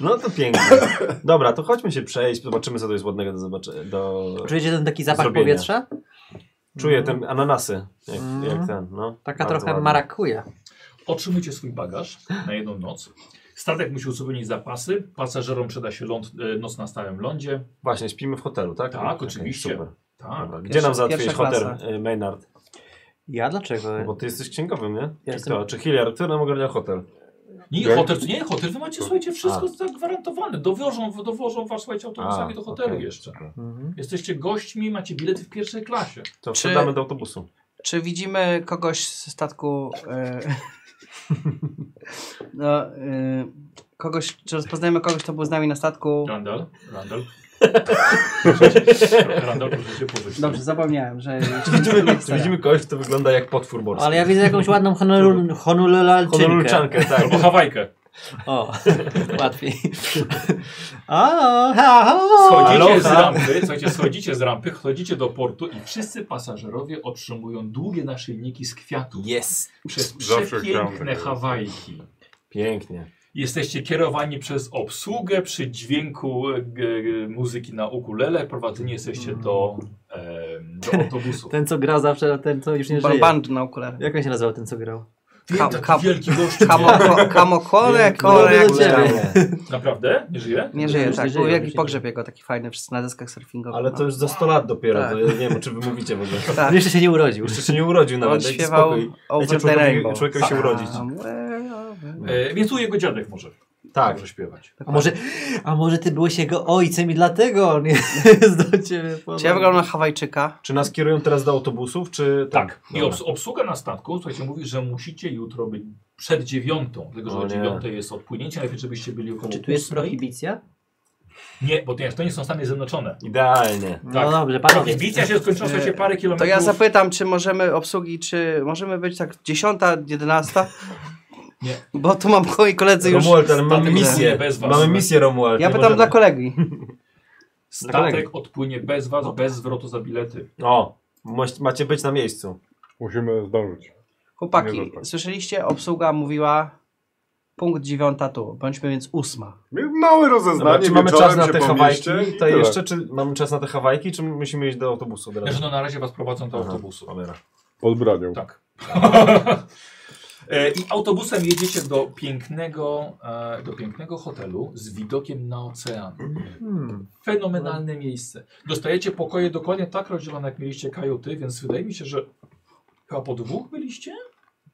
Speaker 4: No to pięknie. Dobra, to chodźmy się przejść, zobaczymy co tu jest ładnego do zobaczenia. Do...
Speaker 2: Czujecie ten taki zapach
Speaker 4: Zrobienia.
Speaker 2: powietrza?
Speaker 4: Czuję ten ananasy, jak,
Speaker 2: Mm.
Speaker 4: jak ten, no.
Speaker 2: Taka
Speaker 4: Bardzo
Speaker 2: trochę
Speaker 4: ładnie.
Speaker 2: marakuja.
Speaker 1: Otrzymujcie swój bagaż na jedną noc. Statek musi uzupełnić zapasy. Pasażerom przyda się ląd, e, noc na stałym lądzie.
Speaker 4: Właśnie, śpimy w hotelu, tak?
Speaker 1: Tak,
Speaker 4: Okej,
Speaker 1: oczywiście.
Speaker 4: Super.
Speaker 1: Tak.
Speaker 4: Dobra. Gdzie
Speaker 3: Pierwsza-
Speaker 4: nam załatwiłeś
Speaker 3: pierwsza
Speaker 4: hotel,
Speaker 3: klasa.
Speaker 4: y, Maynard?
Speaker 2: Ja dlaczego?
Speaker 4: Bo ty jesteś księgowym, nie? Czy
Speaker 2: jestem-
Speaker 4: kto? Czy Hilliard? Kto nam ogarnia hotel?
Speaker 1: Nie,
Speaker 5: Okej.
Speaker 1: hotel, nie, hotel, wy macie, słuchajcie, wszystko
Speaker 4: A.
Speaker 1: zagwarantowane. Dowożą, dowożą was, słuchajcie, autobusami
Speaker 4: A,
Speaker 1: do hotelu
Speaker 4: okej.
Speaker 1: jeszcze.
Speaker 2: Mhm.
Speaker 1: Jesteście gośćmi, macie bilety w pierwszej klasie.
Speaker 4: To
Speaker 3: Czy-
Speaker 4: wsiadamy do autobusu.
Speaker 3: Czy widzimy kogoś z statku... e, <laughs> no, e, kogoś, czy rozpoznajemy kogoś, kto był z nami na statku?
Speaker 1: Randall, Randall. <laughs> Randall, proszę się pożyczyć.
Speaker 3: Dobrze, zapomniałem,
Speaker 4: <laughs>
Speaker 3: że...
Speaker 4: <laughs> Czy widzimy, czy widzimy kogoś, kto wygląda jak potwór morski?
Speaker 2: Ale ja widzę jakąś ładną Honolulu- Honolulalczynkę.
Speaker 4: Honolulczankę, tak.
Speaker 1: Albo Hawajkę.
Speaker 2: O, <laughs> łatwiej. O, ha, ho.
Speaker 1: Schodzicie z
Speaker 4: Aloha.
Speaker 1: rampy, słuchajcie, schodzicie z rampy, chodzicie do portu i wszyscy pasażerowie otrzymują długie naszyjniki z kwiatów
Speaker 4: Yes.
Speaker 1: przez
Speaker 5: Zawsze chciałem
Speaker 1: przepiękne
Speaker 5: takiego.
Speaker 1: Hawajki.
Speaker 4: Pięknie.
Speaker 1: Jesteście kierowani przez obsługę przy dźwięku e, g- muzyki na ukulele, prowadzeni jesteście do,
Speaker 4: Mm.
Speaker 1: e, do autobusu.
Speaker 2: Ten co grał zawsze, ten co już nie żyje.
Speaker 3: Band na ukulele.
Speaker 2: Jak on się nazywał ten co grał?
Speaker 1: Ty,
Speaker 3: Kam-
Speaker 1: taki
Speaker 3: kam-
Speaker 1: wielki
Speaker 3: <laughs>
Speaker 1: gościu, nie?
Speaker 3: Kamoko- Kamokone, kore,
Speaker 4: no,
Speaker 2: Byłoby
Speaker 3: jak
Speaker 2: do ciebie.
Speaker 1: Naprawdę? Nie żyje?
Speaker 3: Nie
Speaker 2: Nie
Speaker 3: żyje,
Speaker 2: żyje,
Speaker 3: tak.
Speaker 2: nie
Speaker 3: Był
Speaker 2: żyje,
Speaker 3: jakiś
Speaker 2: nie
Speaker 3: pogrzeb jego, taki fajny, wszyscy na deskach surfingowych.
Speaker 4: Ale
Speaker 3: no.
Speaker 4: to już za 100 lat dopiero,
Speaker 3: Tak.
Speaker 4: to ja nie wiem, czy wy mówicie w ogóle.
Speaker 3: Tak.
Speaker 2: Jeszcze się nie urodził.
Speaker 4: Jeszcze się nie urodził
Speaker 3: On
Speaker 4: nawet, dajcie
Speaker 3: śpiewał Tak.
Speaker 4: spokój.
Speaker 3: Over
Speaker 4: Dajcie
Speaker 3: the
Speaker 4: człowiekowi-
Speaker 3: Rainbow.
Speaker 4: człowiekowi się urodzić.
Speaker 3: Somewhere over-
Speaker 1: E, więc tu jego dziadek może.
Speaker 4: Tak.
Speaker 1: Może śpiewać.
Speaker 2: A może, a może ty byłeś jego ojcem i dlatego on jest <laughs> do ciebie
Speaker 3: Czy ja wyglądam na Hawajczyka?
Speaker 4: Czy nas kierują teraz do autobusów, czy...
Speaker 1: Tak. I
Speaker 4: Dobra.
Speaker 1: obs obsługa na statku, słuchajcie, mówi, że musicie jutro być przed dziewiątą, dlatego że
Speaker 4: O
Speaker 1: o
Speaker 4: nie.
Speaker 1: dziewiątej jest odpłynięcie, najlepiej żebyście byli około
Speaker 6: Czy tu jest
Speaker 1: ósmej.
Speaker 6: prohibicja?
Speaker 1: Nie, bo to nie, to nie są Stany Zjednoczone.
Speaker 4: Idealnie.
Speaker 1: Tak.
Speaker 6: No dobrze, panowie.
Speaker 1: Prohibicja się skończyła, słuchajcie, parę
Speaker 3: To
Speaker 1: kilometrów.
Speaker 3: ja zapytam, czy możemy obsługi, czy możemy być tak 10,
Speaker 4: <laughs>
Speaker 3: 11?
Speaker 1: Nie.
Speaker 3: Bo tu mam moi koledzy już.
Speaker 4: Romuald, ale mamy
Speaker 1: statek
Speaker 4: misję.
Speaker 1: płynie bez was.
Speaker 4: Mamy misję, Romuald.
Speaker 3: Ja
Speaker 4: nie
Speaker 3: pytam dla
Speaker 4: możemy.
Speaker 3: kolegi.
Speaker 1: Statek odpłynie bez
Speaker 3: No.
Speaker 1: was, bez zwrotu za bilety.
Speaker 4: O, moś- macie być na miejscu.
Speaker 5: Musimy zdążyć. Nie
Speaker 3: Chłopaki,
Speaker 5: wiem, tak.
Speaker 3: słyszeliście? Obsługa mówiła punkt dziewiąta tu, bądźmy więc ósma.
Speaker 4: Dobra,
Speaker 5: Małe rozeznanie,
Speaker 4: czy mamy czas
Speaker 5: wieczorem
Speaker 4: na
Speaker 5: się
Speaker 4: te
Speaker 5: po
Speaker 4: Hawajki
Speaker 5: mieście i
Speaker 4: to
Speaker 5: tyle.
Speaker 4: jeszcze, czy mamy czas na te Hawajki, czy musimy iść do autobusu? od razu?
Speaker 1: Znaczy, no na razie was prowadzą do
Speaker 4: Aha,
Speaker 1: autobusu.
Speaker 4: Cholera.
Speaker 5: Pod branią.
Speaker 1: Tak. <laughs> E, I autobusem jedziecie do pięknego, e, do pięknego hotelu z widokiem na ocean.
Speaker 4: Hmm.
Speaker 1: Fenomenalne miejsce. Dostajecie pokoje dokładnie tak rozdzielone, jak mieliście kajuty, więc wydaje mi się, że chyba po dwóch byliście?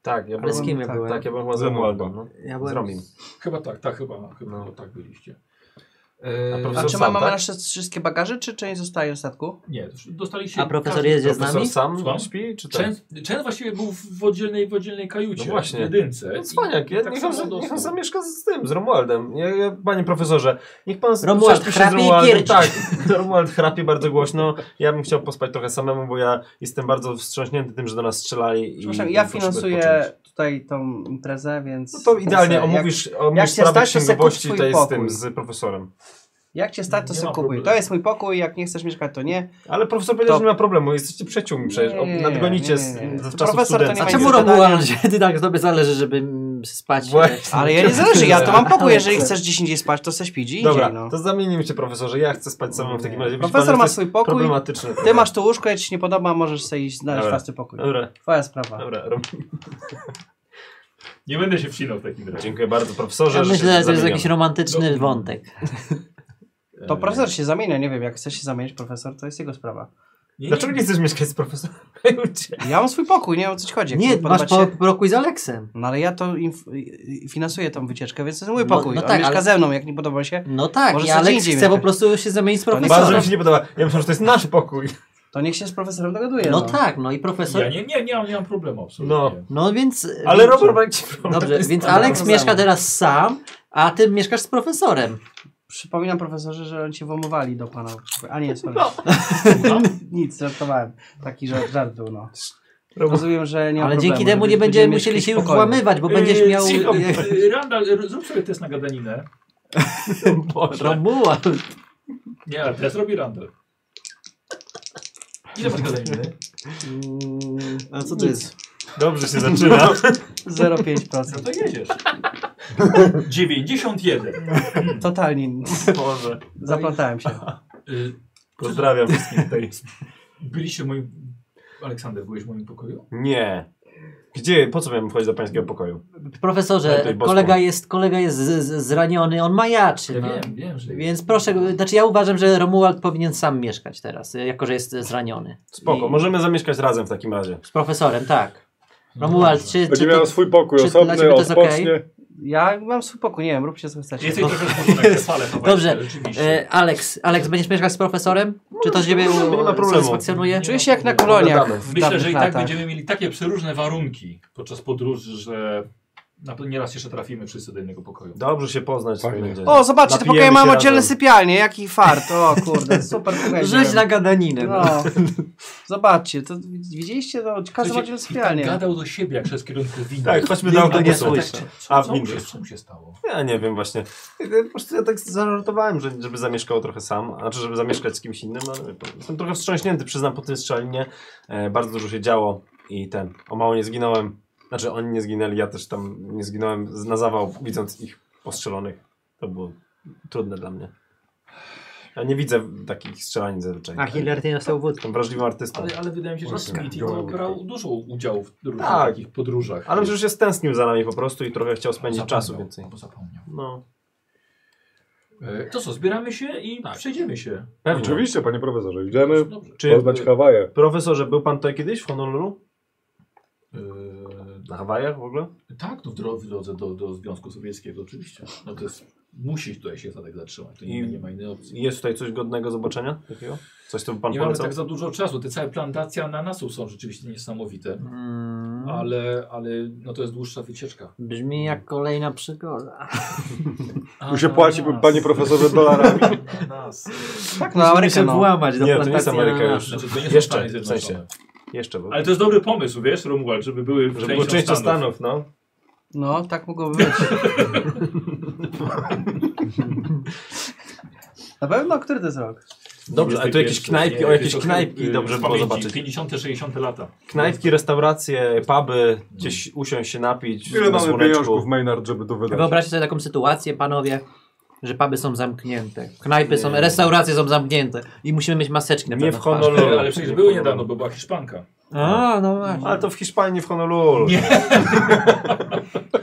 Speaker 4: Tak, ja
Speaker 2: Ale z
Speaker 4: byłem...
Speaker 2: kim ja
Speaker 3: Tak,
Speaker 2: byłem?
Speaker 4: Tak, ja byłem chyba z
Speaker 5: Ze mną
Speaker 4: Romualdą. No.
Speaker 2: Ja
Speaker 4: Z
Speaker 2: byłem...
Speaker 4: Romim.
Speaker 1: Chyba tak, tak, chyba, chyba
Speaker 4: No.
Speaker 1: tak byliście. E,
Speaker 4: A
Speaker 3: A
Speaker 4: profesor-
Speaker 3: czy
Speaker 4: Sam,
Speaker 3: mamy
Speaker 4: tak?
Speaker 3: nasze wszystkie bagaże, czy część zostaje w statku?
Speaker 1: Nie, dostaliście...
Speaker 2: A profesor jedzie z
Speaker 4: Profesor
Speaker 2: nami?
Speaker 4: sam
Speaker 1: Słucham?
Speaker 4: śpi, czy tak?
Speaker 1: Częst, Częst właściwie był w w oddzielnej, w oddzielnej kajucie,
Speaker 4: No właśnie.
Speaker 1: w jedynce. tak
Speaker 4: No
Speaker 3: tak
Speaker 4: cwaniak, ja, niech, on,
Speaker 1: samo
Speaker 4: niech
Speaker 1: dostał.
Speaker 4: on zamieszka z tym, z Romualdem. Ja, ja, panie profesorze, niech pan z-
Speaker 2: Romuald
Speaker 4: prześpi się
Speaker 2: chrapie i pierdzi.
Speaker 4: Tak, <laughs> Romuald chrapie bardzo głośno. Ja bym chciał pospać trochę samemu, bo ja jestem bardzo wstrząśnięty tym, że do nas strzelali.
Speaker 3: Przepraszam,
Speaker 4: i
Speaker 3: ja
Speaker 4: musimy odpocząć.
Speaker 3: finansuję tutaj tą imprezę, więc...
Speaker 4: No to idealnie
Speaker 3: więc, e,
Speaker 4: omówisz, omówisz
Speaker 3: jak się
Speaker 4: sprawę
Speaker 3: stać, to se kup
Speaker 4: księgowości
Speaker 3: swój
Speaker 4: tutaj z
Speaker 3: pokój.
Speaker 4: tym, z profesorem.
Speaker 3: Jak, jak cię stać, to
Speaker 1: Nie
Speaker 3: sobie
Speaker 1: ma
Speaker 3: kupuj.
Speaker 1: problemu.
Speaker 3: To jest mój pokój, jak nie chcesz mieszkać, to nie.
Speaker 4: Ale profesor powiedział,
Speaker 3: To-
Speaker 4: że nie ma problemu, jesteście przyjaciółmi przecież, o-
Speaker 3: Nie,
Speaker 4: nadgonicie z,
Speaker 3: nie, nie, nie.
Speaker 4: z
Speaker 3: Profesor to
Speaker 4: czasów
Speaker 3: nie
Speaker 4: studenckich.
Speaker 2: A
Speaker 3: ma
Speaker 2: czemu
Speaker 3: nic do
Speaker 2: Romuald, że ty tak sobie zależy, żeby mm, spać?
Speaker 4: Właśnie.
Speaker 3: Ale <laughs> ja nie zależy, ja
Speaker 2: <laughs>
Speaker 3: tu mam pokój, jeżeli chcesz gdzieś indziej spać, to se śpi gdzie indziej,
Speaker 4: Dobra,
Speaker 3: no.
Speaker 4: to zamienimy się profesorze, ja chcę spać samemu w takim razie. Widzi pan,
Speaker 3: Profesor ma
Speaker 4: jesteś
Speaker 3: swój pokój,
Speaker 4: Problematyczny.
Speaker 3: ty masz tu łóżko, jak ci się nie podoba, możesz sobie iść znaleźć
Speaker 4: Dobra.
Speaker 3: własny pokój.
Speaker 4: Dobra,
Speaker 3: Twoja sprawa.
Speaker 4: dobra, Rom-
Speaker 1: Nie będę się wcinał w takim razie.
Speaker 4: Dziękuję bardzo profesorze.
Speaker 2: Ja
Speaker 4: że
Speaker 2: myślę, że
Speaker 4: się
Speaker 2: to jest
Speaker 4: zamieniamy.
Speaker 2: jakiś romantyczny wątek.
Speaker 3: To profesor się zamienia, nie wiem, jak chce się zamienić profesor, to jest jego sprawa.
Speaker 1: Znaczy, Nie,
Speaker 4: Dlaczego nie chcesz mieszkać z profesorem? <laughs>
Speaker 3: Ja mam swój pokój, nie wiem o co ci chodzi. jak
Speaker 2: Nie,
Speaker 3: podoba
Speaker 2: masz
Speaker 3: ci
Speaker 2: po,
Speaker 3: się-
Speaker 2: pokój z Aleksem.
Speaker 3: No ale ja to inf- i- i finansuję tą wycieczkę, więc to jest mój
Speaker 2: No-
Speaker 3: pokój.
Speaker 2: no
Speaker 3: On
Speaker 2: tak,
Speaker 3: mieszka
Speaker 2: ale-
Speaker 3: ze mną, jak nie podoba się,
Speaker 2: No tak,
Speaker 3: Może
Speaker 2: i
Speaker 3: sobie gdzie
Speaker 2: Aleks
Speaker 3: indziej
Speaker 2: chce po
Speaker 3: mieszkać.
Speaker 2: prostu się zamienić z
Speaker 3: nie
Speaker 4: Bardzo mi
Speaker 2: profesorem.
Speaker 4: się nie podoba. Ja myślę, że to jest nasz pokój.
Speaker 3: to niech się z profesorem dogaduje.
Speaker 2: No tak, no i profesor...
Speaker 1: Ja nie, nie, nie, mam, nie mam problemu absolutnie.
Speaker 2: No więc... e,
Speaker 4: Ale Robert ma jakiś problem.
Speaker 2: Dobrze, więc Aleks mieszka teraz sam, a ty mieszkasz z profesorem.
Speaker 3: Przypominam profesorze, że oni cię womowali do pana. A nie, sorry. <laughs> No.
Speaker 1: Słucham?
Speaker 3: Nic, żartowałem. Taki żart, żart był, no.
Speaker 4: Robu-
Speaker 3: Rozumiem, że nie ma
Speaker 2: Ale
Speaker 3: problemu,
Speaker 2: dzięki temu nie
Speaker 3: więc
Speaker 2: będziemy
Speaker 3: mieć
Speaker 2: musieli
Speaker 3: jakiś
Speaker 2: się już
Speaker 3: spokój.
Speaker 2: włamywać, bo będziesz
Speaker 1: Yy,
Speaker 2: miał... <laughs> y,
Speaker 1: cicho.
Speaker 2: jak-
Speaker 1: Yy, Randall, r- zrób sobie test na gadaninę.
Speaker 2: No, Romuald.
Speaker 1: Nie, ale test robi Randall. Ile masz gadaniny?
Speaker 2: A co to jest?
Speaker 4: <laughs> Dobrze się zaczyna.
Speaker 3: 0,5%.
Speaker 1: No to <laughs> jedziesz. No. 91.
Speaker 3: Totalnie nic.
Speaker 4: Boże.
Speaker 3: Zaplątałem się.
Speaker 1: Yy,
Speaker 4: Pozdrawiam wszystkich tutaj.
Speaker 1: Byliście w moim... Aleksander, byłeś w moim pokoju?
Speaker 4: Nie. Gdzie? Po co miałem wchodzić do pańskiego pokoju? Ale to
Speaker 2: Profesorze,
Speaker 4: jest
Speaker 2: kolega
Speaker 4: boską.
Speaker 2: jest, kolega jest z, z, zraniony, on majaczy.
Speaker 1: Ja
Speaker 2: No.
Speaker 1: wiem, wiem, że...
Speaker 2: Więc proszę, znaczy ja uważam, że Romuald powinien sam mieszkać teraz, jako że jest zraniony.
Speaker 4: Spoko,
Speaker 2: I-
Speaker 4: możemy zamieszkać razem w takim razie.
Speaker 2: Z profesorem, tak.
Speaker 1: No
Speaker 2: Romuald, czy, czy
Speaker 5: Będzie
Speaker 2: ty,
Speaker 5: miał swój pokój
Speaker 2: czy dla ciebie to
Speaker 5: osobny,
Speaker 2: jest okej?
Speaker 5: odpocznie.
Speaker 3: Ja mam swój pokój, nie wiem, róbcie co chcecie.
Speaker 1: Jesteś trochę
Speaker 2: <laughs>
Speaker 1: zmuszony, jak te fale hawajskie,
Speaker 2: Dobrze.
Speaker 1: Rzeczywiście.
Speaker 2: e, Alex, Alex, będziesz mieszkać z profesorem? Czy to ciebie
Speaker 4: możemy, nie ma
Speaker 2: u,
Speaker 4: problemu.
Speaker 2: satysfakcjonuje?
Speaker 1: Nie.
Speaker 3: Czuję się jak na koloniach.
Speaker 4: Dogadamy.
Speaker 3: w
Speaker 1: Myślę,
Speaker 3: dawnych
Speaker 1: że i tak
Speaker 3: latach.
Speaker 1: będziemy mieli takie przeróżne warunki podczas podróży, że na pewno nieraz jeszcze trafimy wszyscy do innego pokoju.
Speaker 4: Dobrze się poznać.
Speaker 5: Fajnie.
Speaker 4: będzie.
Speaker 3: O, zobaczcie, te
Speaker 4: Napijemy
Speaker 3: pokoje
Speaker 4: się
Speaker 3: mamy
Speaker 4: razem.
Speaker 3: oddzielne sypialnie, jaki fart. O kurde, super pokoje.
Speaker 2: Żyć na gadaninę. No.
Speaker 3: No. Zobaczcie, to widzieliście, no, każdy ma
Speaker 1: Słuchajcie,
Speaker 3: oddzielne
Speaker 1: i tak
Speaker 3: sypialnie.
Speaker 1: gadał do siebie, jak szedł z kierunku windy.
Speaker 4: Tak, chodźmy do
Speaker 1: Dym,
Speaker 4: autobusu.
Speaker 1: a ja tak- Co,
Speaker 4: A,
Speaker 1: co, mu
Speaker 4: windy.
Speaker 1: się, co mu się stało?
Speaker 4: No, Ja nie wiem właśnie. Ja Po prostu ja tak zażartowałem, że, żeby zamieszkał trochę sam, znaczy żeby zamieszkać z kimś innym, ale to- jestem trochę wstrząśnięty, przyznam, po tej strzelinie. E, bardzo dużo się działo i ten, o mało nie zginąłem. Znaczy oni nie zginęli, ja też tam nie zginąłem z- na zawał, widząc ich postrzelonych. To było trudne dla mnie. Ja nie widzę takich strzelanin zazwyczaj.
Speaker 2: A Hillary nie dostał wódki.
Speaker 4: Jestem wrażliwym artystą.
Speaker 1: Ale, ale wydaje mi się, że
Speaker 4: Właśnie.
Speaker 1: Smitty to brał dużo udziału w różnych
Speaker 4: Tak.
Speaker 1: takich podróżach.
Speaker 4: Ale przecież się stęsknił za nami po prostu i trochę chciał spędzić
Speaker 1: Zapomniał,
Speaker 4: czasu więcej.
Speaker 1: Bo zapomniał.
Speaker 4: No,
Speaker 1: E, To co, zbieramy się i tak, przejdziemy się.
Speaker 4: pewnie.
Speaker 5: Oczywiście, panie profesorze, idziemy
Speaker 1: Dobrze.
Speaker 4: Czy,
Speaker 5: poznać Hawaje.
Speaker 4: profesorze, był pan tutaj kiedyś w Honolulu?
Speaker 1: E,
Speaker 4: Na Hawajach w ogóle?
Speaker 1: Tak, no w dro- w drodze do, do Związku Sowieckiego oczywiście. No to jest, musi tutaj się Zadek zatrzymać, to nie,
Speaker 4: I-
Speaker 1: nie ma innej opcji.
Speaker 4: Jest tutaj coś godnego zobaczenia takiego? Coś, co by pan
Speaker 1: Nie mamy
Speaker 4: polecał?
Speaker 1: tak za dużo czasu, te całe plantacje ananasów są rzeczywiście niesamowite,
Speaker 6: Mm,
Speaker 1: ale, ale no to jest dłuższa wycieczka.
Speaker 6: brzmi jak kolejna przygoda.
Speaker 5: Tu się płaci,
Speaker 1: Ananas.
Speaker 5: panie <laughs> profesorze, dolarami.
Speaker 1: Ananas.
Speaker 6: Tak,
Speaker 3: no, Amerykę,
Speaker 6: się
Speaker 3: no.
Speaker 6: włamać do
Speaker 4: Nie, to nie jest
Speaker 6: plantacji
Speaker 4: Ameryka
Speaker 6: ananasu.
Speaker 4: już.
Speaker 1: Znaczy, to nie
Speaker 4: Jeszcze,
Speaker 1: są Stany
Speaker 4: w
Speaker 1: Zjednoczone.
Speaker 4: sensie. Jeszcze, bo...
Speaker 1: Ale to jest dobry pomysł, wiesz, Romuald, żeby były
Speaker 4: żeby było częścią Stanów, no.
Speaker 3: No, tak mogłoby być. Na pewno, który to jest rok?
Speaker 4: Dobrze, ale tu jakieś knajpki, o jakieś knajpki dobrze by było zobaczyć.
Speaker 1: 50-60 lata.
Speaker 4: Knajpki, restauracje, puby, gdzieś
Speaker 1: Mm.
Speaker 4: usiąść się napić,
Speaker 5: Ile
Speaker 4: na
Speaker 5: mamy pieniążków
Speaker 4: słoneczku.
Speaker 5: Maynard, żeby to wydać?
Speaker 6: Wyobraźcie sobie taką sytuację, panowie, że puby są zamknięte, knajpy są, restauracje są zamknięte i musimy mieć maseczki na
Speaker 4: Nie w
Speaker 6: pewno twarzy.
Speaker 1: <laughs>
Speaker 4: Honolulu.
Speaker 1: Ale przecież były niedawno, bo była Hiszpanka.
Speaker 6: A, no właśnie.
Speaker 4: Ale to w Hiszpanii, nie w Honolulu.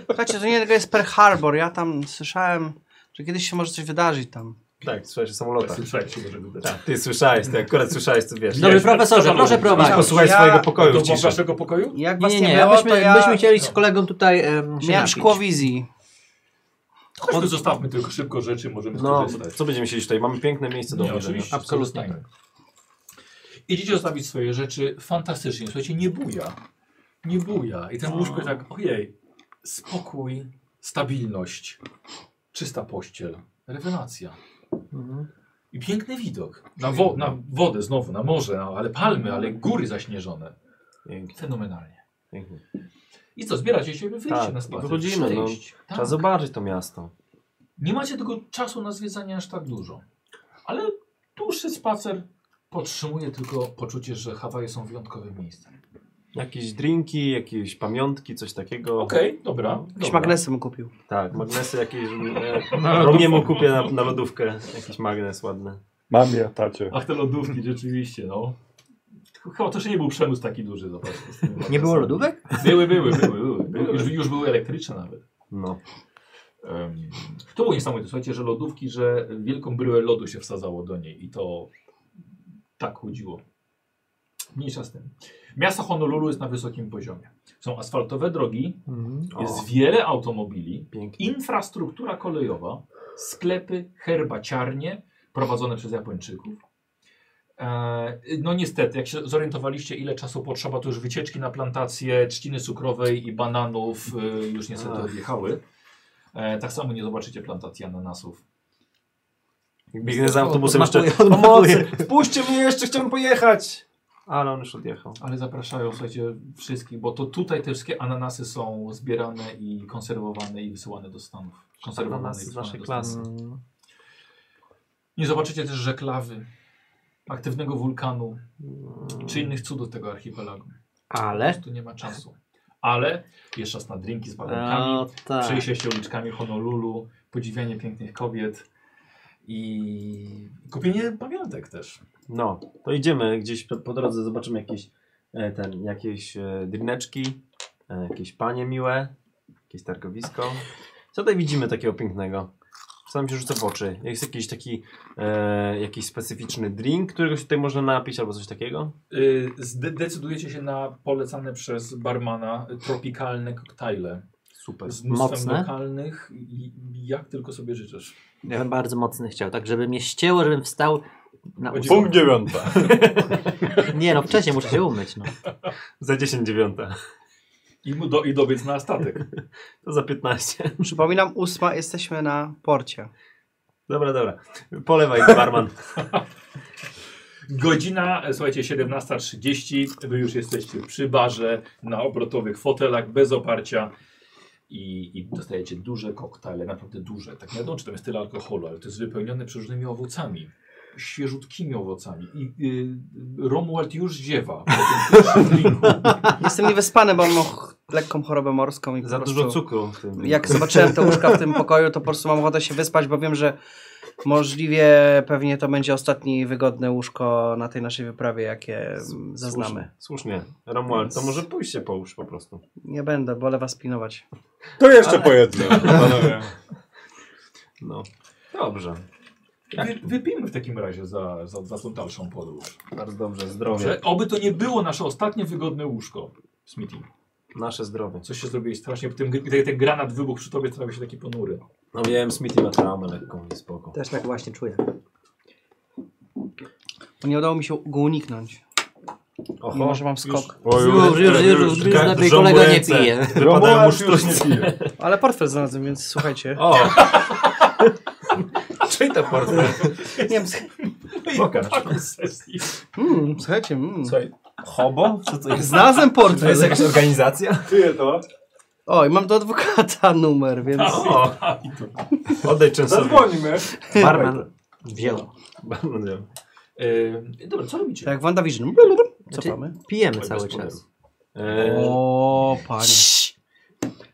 Speaker 3: Słuchajcie, to nie tylko jest Pearl Harbor. Ja tam słyszałem, że kiedyś się może coś wydarzyć tam.
Speaker 4: Tak, słyszałeś o samolotach.
Speaker 1: Słyszałeś się może Tak. wydać.
Speaker 4: Tak, ty słyszałeś, ty akurat słyszałeś, to wiesz.
Speaker 6: Dobry
Speaker 4: Idź,
Speaker 6: profesorze, proszę prowadzić.
Speaker 4: Posłuchaj
Speaker 3: Ja-
Speaker 4: swojego
Speaker 1: No, tak. To
Speaker 4: pokoju w
Speaker 1: było
Speaker 4: ciszy.
Speaker 1: waszego pokoju?
Speaker 3: Jak
Speaker 6: Nie,
Speaker 3: was
Speaker 6: nie,
Speaker 3: nie,
Speaker 6: nie,
Speaker 3: było,
Speaker 6: byśmy,
Speaker 3: to ja
Speaker 6: byśmy chcieli z kolegą tutaj em, się
Speaker 3: miałem
Speaker 6: napić.
Speaker 3: szkło wizji.
Speaker 1: To chodźmy, zostawmy tylko szybko rzeczy, możemy
Speaker 4: No,
Speaker 1: skorzystać.
Speaker 4: co będziemy siedzieć tutaj? Mamy piękne miejsce do no,
Speaker 1: Nie,
Speaker 4: obejrzenia.
Speaker 1: oczywiście. Absolutnie.
Speaker 4: tak.
Speaker 1: Idziecie zostawić swoje rzeczy fantastycznie. Słuchajcie, nie buja. Nie buja. I ten łóżko tak, ojej, spokój, stabilność, czysta pościel, rewelacja. I piękny widok. Na, wo na wodę znowu, na morze, no, ale palmy, ale góry zaśnieżone.
Speaker 4: Pięknie,
Speaker 1: Fenomenalnie.
Speaker 4: pięknie.
Speaker 1: I co, zbieracie się, wyjście
Speaker 4: Tak,
Speaker 1: na spacer.
Speaker 4: wychodzimy, no.
Speaker 1: Przyjść. Tak.
Speaker 4: Trzeba zobaczyć to miasto.
Speaker 1: Nie macie tego czasu na zwiedzanie aż tak dużo. Ale dłuższy spacer podtrzymuje tylko poczucie, że Hawaje są wyjątkowym miejscem.
Speaker 4: Jakieś drinki, jakieś pamiątki, coś takiego.
Speaker 1: Okej, dobra.
Speaker 3: Jakiś
Speaker 1: dobra.
Speaker 3: magnesy bym kupił.
Speaker 4: Tak, magnesy jakieś. e, Romiemu kupię na, na lodówkę jakiś magnes ładny.
Speaker 5: Mamie, tacie.
Speaker 1: Ach, te lodówki, rzeczywiście, no. Tylko Chyba też nie był przemysł taki duży, zobacz. z tymi
Speaker 6: Nie było
Speaker 1: magnesami.
Speaker 6: lodówek?
Speaker 1: Były, były, były. były, były. Już, już były elektryczne nawet.
Speaker 4: No.
Speaker 1: Em, to było niesamowite, słuchajcie, że lodówki, że wielką bryłę lodu się wsadzało do niej i to tak chodziło. Mniejsza z tym. Miasto Honolulu jest na wysokim poziomie. Są asfaltowe drogi,
Speaker 4: O,
Speaker 1: jest wiele automobili,
Speaker 4: pięknie.
Speaker 1: infrastruktura kolejowa, sklepy, herbaciarnie prowadzone przez Japończyków. E, No niestety, jak się zorientowaliście ile czasu potrzeba, to już wycieczki na plantacje trzciny cukrowej i bananów e, już niestety
Speaker 4: Ach.
Speaker 1: odjechały. E, Tak samo nie zobaczycie plantacji ananasów.
Speaker 4: Biegnę za autobusem jeszcze.
Speaker 6: Odmachuję, odmachuję.
Speaker 4: Pomocy! Wpuśćcie mnie jeszcze, chciałem pojechać! Ale on już odjechał.
Speaker 1: Ale zapraszają, słuchajcie, wszystkich, bo to tutaj te wszystkie ananasy są zbierane i konserwowane i wysyłane do Stanów. Konserwowane
Speaker 4: Ananas
Speaker 1: i
Speaker 4: z
Speaker 1: wysyłane
Speaker 4: naszej
Speaker 1: do
Speaker 4: klasy.
Speaker 1: Stanów. Nie zobaczycie też żeklawy, aktywnego wulkanu, czy
Speaker 6: Mm.
Speaker 1: innych cudów tego archipelagu.
Speaker 6: E?
Speaker 1: Po
Speaker 6: Ale...
Speaker 1: prostu nie ma czasu. Ale jest czas na drinki z warunkami,
Speaker 6: O, tak.
Speaker 1: przejście się uliczkami Honolulu, podziwianie pięknych kobiet i kupienie pamiątek też.
Speaker 4: No, to idziemy gdzieś po, po drodze, zobaczymy jakieś, e, ten, jakieś e, drineczki, e, jakieś panie miłe, jakieś targowisko. Co tutaj widzimy takiego pięknego? Co nam się rzuca w oczy? Jest jakiś taki, e, jakiś specyficzny drink, którego się tutaj można napić albo coś takiego?
Speaker 1: Yy, zdecydujecie się na polecane przez barmana tropikalne koktajle
Speaker 4: Super.
Speaker 1: z mnóstwem
Speaker 6: Mocne?
Speaker 1: lokalnych i i jak tylko sobie życzysz.
Speaker 6: Ja bym bardzo mocny chciał, tak żeby mnie ścięło, żebym wstał na
Speaker 1: Będzie-
Speaker 6: ósmą.
Speaker 4: Punkt dziewiąta.
Speaker 6: Nie no, wcześniej muszę się umyć, no.
Speaker 4: <laughs> za 10 dziewiąta.
Speaker 1: I, mu do, i dobiec na statek.
Speaker 4: To za 15.
Speaker 3: Przypominam, ósma, jesteśmy na porcie.
Speaker 4: <laughs> Dobra, dobra. Polewaj, barman.
Speaker 1: Godzina, e, słuchajcie, 17.30. Wy już jesteście przy barze, na obrotowych fotelach, bez oparcia. I, I dostajecie duże koktajle, naprawdę duże. Tak nie wiadomo, czy tam jest tyle alkoholu, ale to jest wypełnione przeróżnymi owocami. Świeżutkimi owocami. I y, Romuald już ziewa. po tym pierwszym <laughs> drinku.
Speaker 3: Jestem niewyspany, bo mam och- lekką chorobę morską i po
Speaker 4: Za
Speaker 3: prostu,
Speaker 4: dużo cukru w tym.
Speaker 3: Jak zobaczyłem te łóżka w tym pokoju, to po prostu mam ochotę się wyspać, bo wiem, że możliwie pewnie to będzie ostatnie wygodne łóżko na tej naszej wyprawie, jakie mm, zaznamy.
Speaker 4: Słusznie. Słusznie. Romuald, to może pójście po łóż po prostu.
Speaker 3: Nie będę, wolę was pilnować.
Speaker 5: To jeszcze pojednę, panowie.
Speaker 4: No. Dobrze.
Speaker 1: Wy, wypijmy w takim razie za, za, za tą dalszą podróż.
Speaker 4: Bardzo dobrze, zdrowie.
Speaker 1: Że, oby to nie było nasze ostatnie wygodne łóżko. Smithy.
Speaker 4: Nasze zdrowie.
Speaker 1: Coś się zrobiłeś strasznie, bo ten, ten, ten granat wybuchł przy tobie, zrobił się taki ponury.
Speaker 4: No wiem, Smithy ma traumę lekką, nie spoko.
Speaker 2: Też tak właśnie czuję.
Speaker 3: Bo nie udało mi się go uniknąć.
Speaker 4: Oho,
Speaker 3: Mimo, że mam skok.
Speaker 5: Oj,
Speaker 2: Już, już, już, już, już
Speaker 4: Ga-
Speaker 2: lepiej
Speaker 4: żonglujące.
Speaker 2: kolega nie pije.
Speaker 4: Wypadają mu
Speaker 5: Romuald już nie
Speaker 4: sztuczce.
Speaker 5: pije.
Speaker 3: Ale portfel znalazłem, więc słuchajcie.
Speaker 4: O! <laughs> Czyj to portfel?
Speaker 3: Nie
Speaker 4: <laughs>
Speaker 3: wiem, s-
Speaker 4: Pokaż.
Speaker 1: Taką sesję.
Speaker 3: mm, słuchajcie. Mm.
Speaker 4: Słuchaj, hobo? Co to jest?
Speaker 3: Znalazłem
Speaker 4: To jest
Speaker 3: portfel.
Speaker 4: jakaś organizacja?
Speaker 5: Czyje to?
Speaker 3: O, i mam do adwokata numer, więc...
Speaker 4: O! Oddaj częstowi.
Speaker 5: Zadzwonimy.
Speaker 2: Barman wzięła.
Speaker 4: Barman, nie wiem.
Speaker 1: Yy, dobra, co robicie?
Speaker 3: Tak, WandaVision.
Speaker 2: Znaczy,
Speaker 3: Cofamy.
Speaker 2: Pijemy
Speaker 4: Bez
Speaker 2: cały
Speaker 4: problemu.
Speaker 2: czas. E,
Speaker 4: Eee,
Speaker 3: O, panie.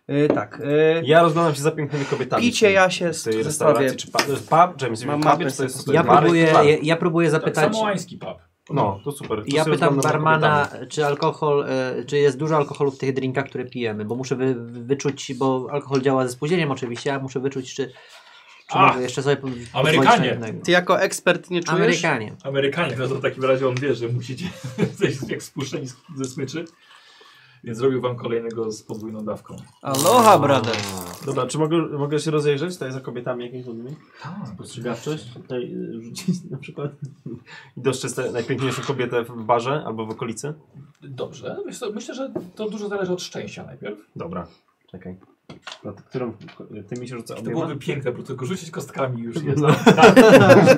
Speaker 3: Y, tak. Y,
Speaker 4: Ja rozglądam się za pięknymi kobietami.
Speaker 3: Picie ja się
Speaker 4: z
Speaker 3: zestawię.
Speaker 4: tej restauracji, czy pub, pub James,
Speaker 3: Mam
Speaker 4: Mam pubie,
Speaker 3: mapę
Speaker 4: czy to jest
Speaker 2: Ja
Speaker 4: bar?
Speaker 2: próbuję,
Speaker 4: Bar.
Speaker 2: ja, ja próbuję
Speaker 1: Tak,
Speaker 2: zapytać.
Speaker 1: samoański pub.
Speaker 4: No, to super. To
Speaker 2: Ja
Speaker 4: sobie
Speaker 2: pytam
Speaker 4: rozglądam za
Speaker 2: barmana,
Speaker 4: kobietami.
Speaker 2: czy alkohol, e, czy jest dużo alkoholu w tych drinkach, które pijemy, bo muszę wy, wyczuć, bo alkohol działa ze spóźnieniem oczywiście, a muszę wyczuć, czy, czy
Speaker 1: A,
Speaker 2: mogę jeszcze sobie po- pozwolić na
Speaker 1: Amerykanie.
Speaker 2: jednego.
Speaker 3: Ty jako ekspert nie czujesz?
Speaker 2: Amerykanie.
Speaker 1: Amerykanie, no to w takim razie on wie, że musicie <laughs> jesteście jak spuszczeni z- ze smyczy. Więc zrobił wam kolejnego z podwójną dawką.
Speaker 3: Aloha, brother.
Speaker 4: Dobra, czy mogę, mogę się rozejrzeć tutaj za kobietami jakimiś innymi?
Speaker 1: Tak.
Speaker 4: Spostrzegawczość? Tutaj y, rzucić na przykład. <laughs> I doszczę najpiękniejszą kobietę w barze albo w okolicy?
Speaker 1: Dobrze, wiesz co, myślę, że to dużo zależy od szczęścia najpierw.
Speaker 4: Dobra, czekaj. Nad którą ty mi się rzuca
Speaker 1: To
Speaker 4: obiema?
Speaker 1: byłoby piękne, bo tylko rzucić kostkami już jest. <laughs> No,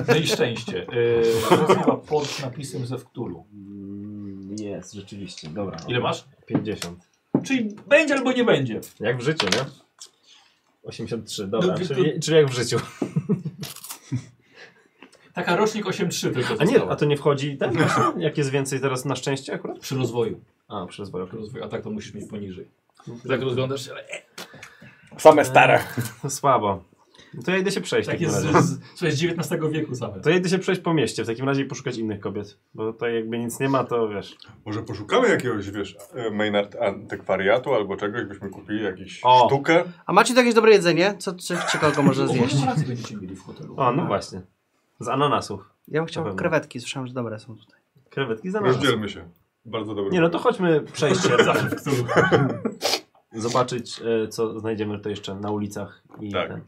Speaker 1: no i szczęście. Yy, rozmowa pod napisem ze wktulu.
Speaker 4: Mm, Jest, rzeczywiście. Dobra.
Speaker 1: Ile masz?
Speaker 4: 50.
Speaker 1: Czyli będzie albo nie będzie.
Speaker 4: Jak w życiu, nie? 83, dobra.
Speaker 1: No, ty-
Speaker 4: czyli, czyli jak w życiu.
Speaker 1: Taka rocznik 8.3 tylko
Speaker 4: A nie,
Speaker 1: została.
Speaker 4: a to nie wchodzi
Speaker 1: <laughs>
Speaker 4: ten? właśnie? Jak jest więcej teraz na szczęście akurat?
Speaker 1: Przy rozwoju.
Speaker 4: A, przy rozwoju.
Speaker 1: Przy rozwoju. A tak to musisz mieć poniżej. Tak rozglądasz się, ale
Speaker 5: <laughs> Same stare.
Speaker 4: <laughs> Słabo. No To ja idę się przejść.
Speaker 1: tak
Speaker 4: w takim
Speaker 1: jest
Speaker 4: razie.
Speaker 1: z, z, słuchaj, z XIX wieku same.
Speaker 4: To ja idę się przejść po mieście, w takim razie i poszukać innych kobiet. Bo tutaj jakby nic nie ma, to wiesz.
Speaker 5: Może poszukamy jakiegoś, wiesz, e, Maynard antykwariatu albo czegoś, byśmy kupili jakąś
Speaker 4: O.
Speaker 5: sztukę.
Speaker 3: A macie tu jakieś dobre jedzenie? Co co ciekawego można
Speaker 1: Ogólnie
Speaker 3: zjeść?
Speaker 1: kolację będziecie mieli w hotelu.
Speaker 4: O, no właśnie. Z ananasów.
Speaker 3: Ja bym chciał
Speaker 4: pewno.
Speaker 3: krewetki, słyszałem, że dobre są tutaj.
Speaker 4: Krewetki z ananasów.
Speaker 5: Rozdzielmy się. Bardzo dobry.
Speaker 4: Nie no, to chodźmy przejście.
Speaker 1: Zawsze Tak, w Cthulhu.
Speaker 4: Zobaczyć, e, co znajdziemy tutaj jeszcze na ulicach. I
Speaker 5: Tak.
Speaker 4: ten.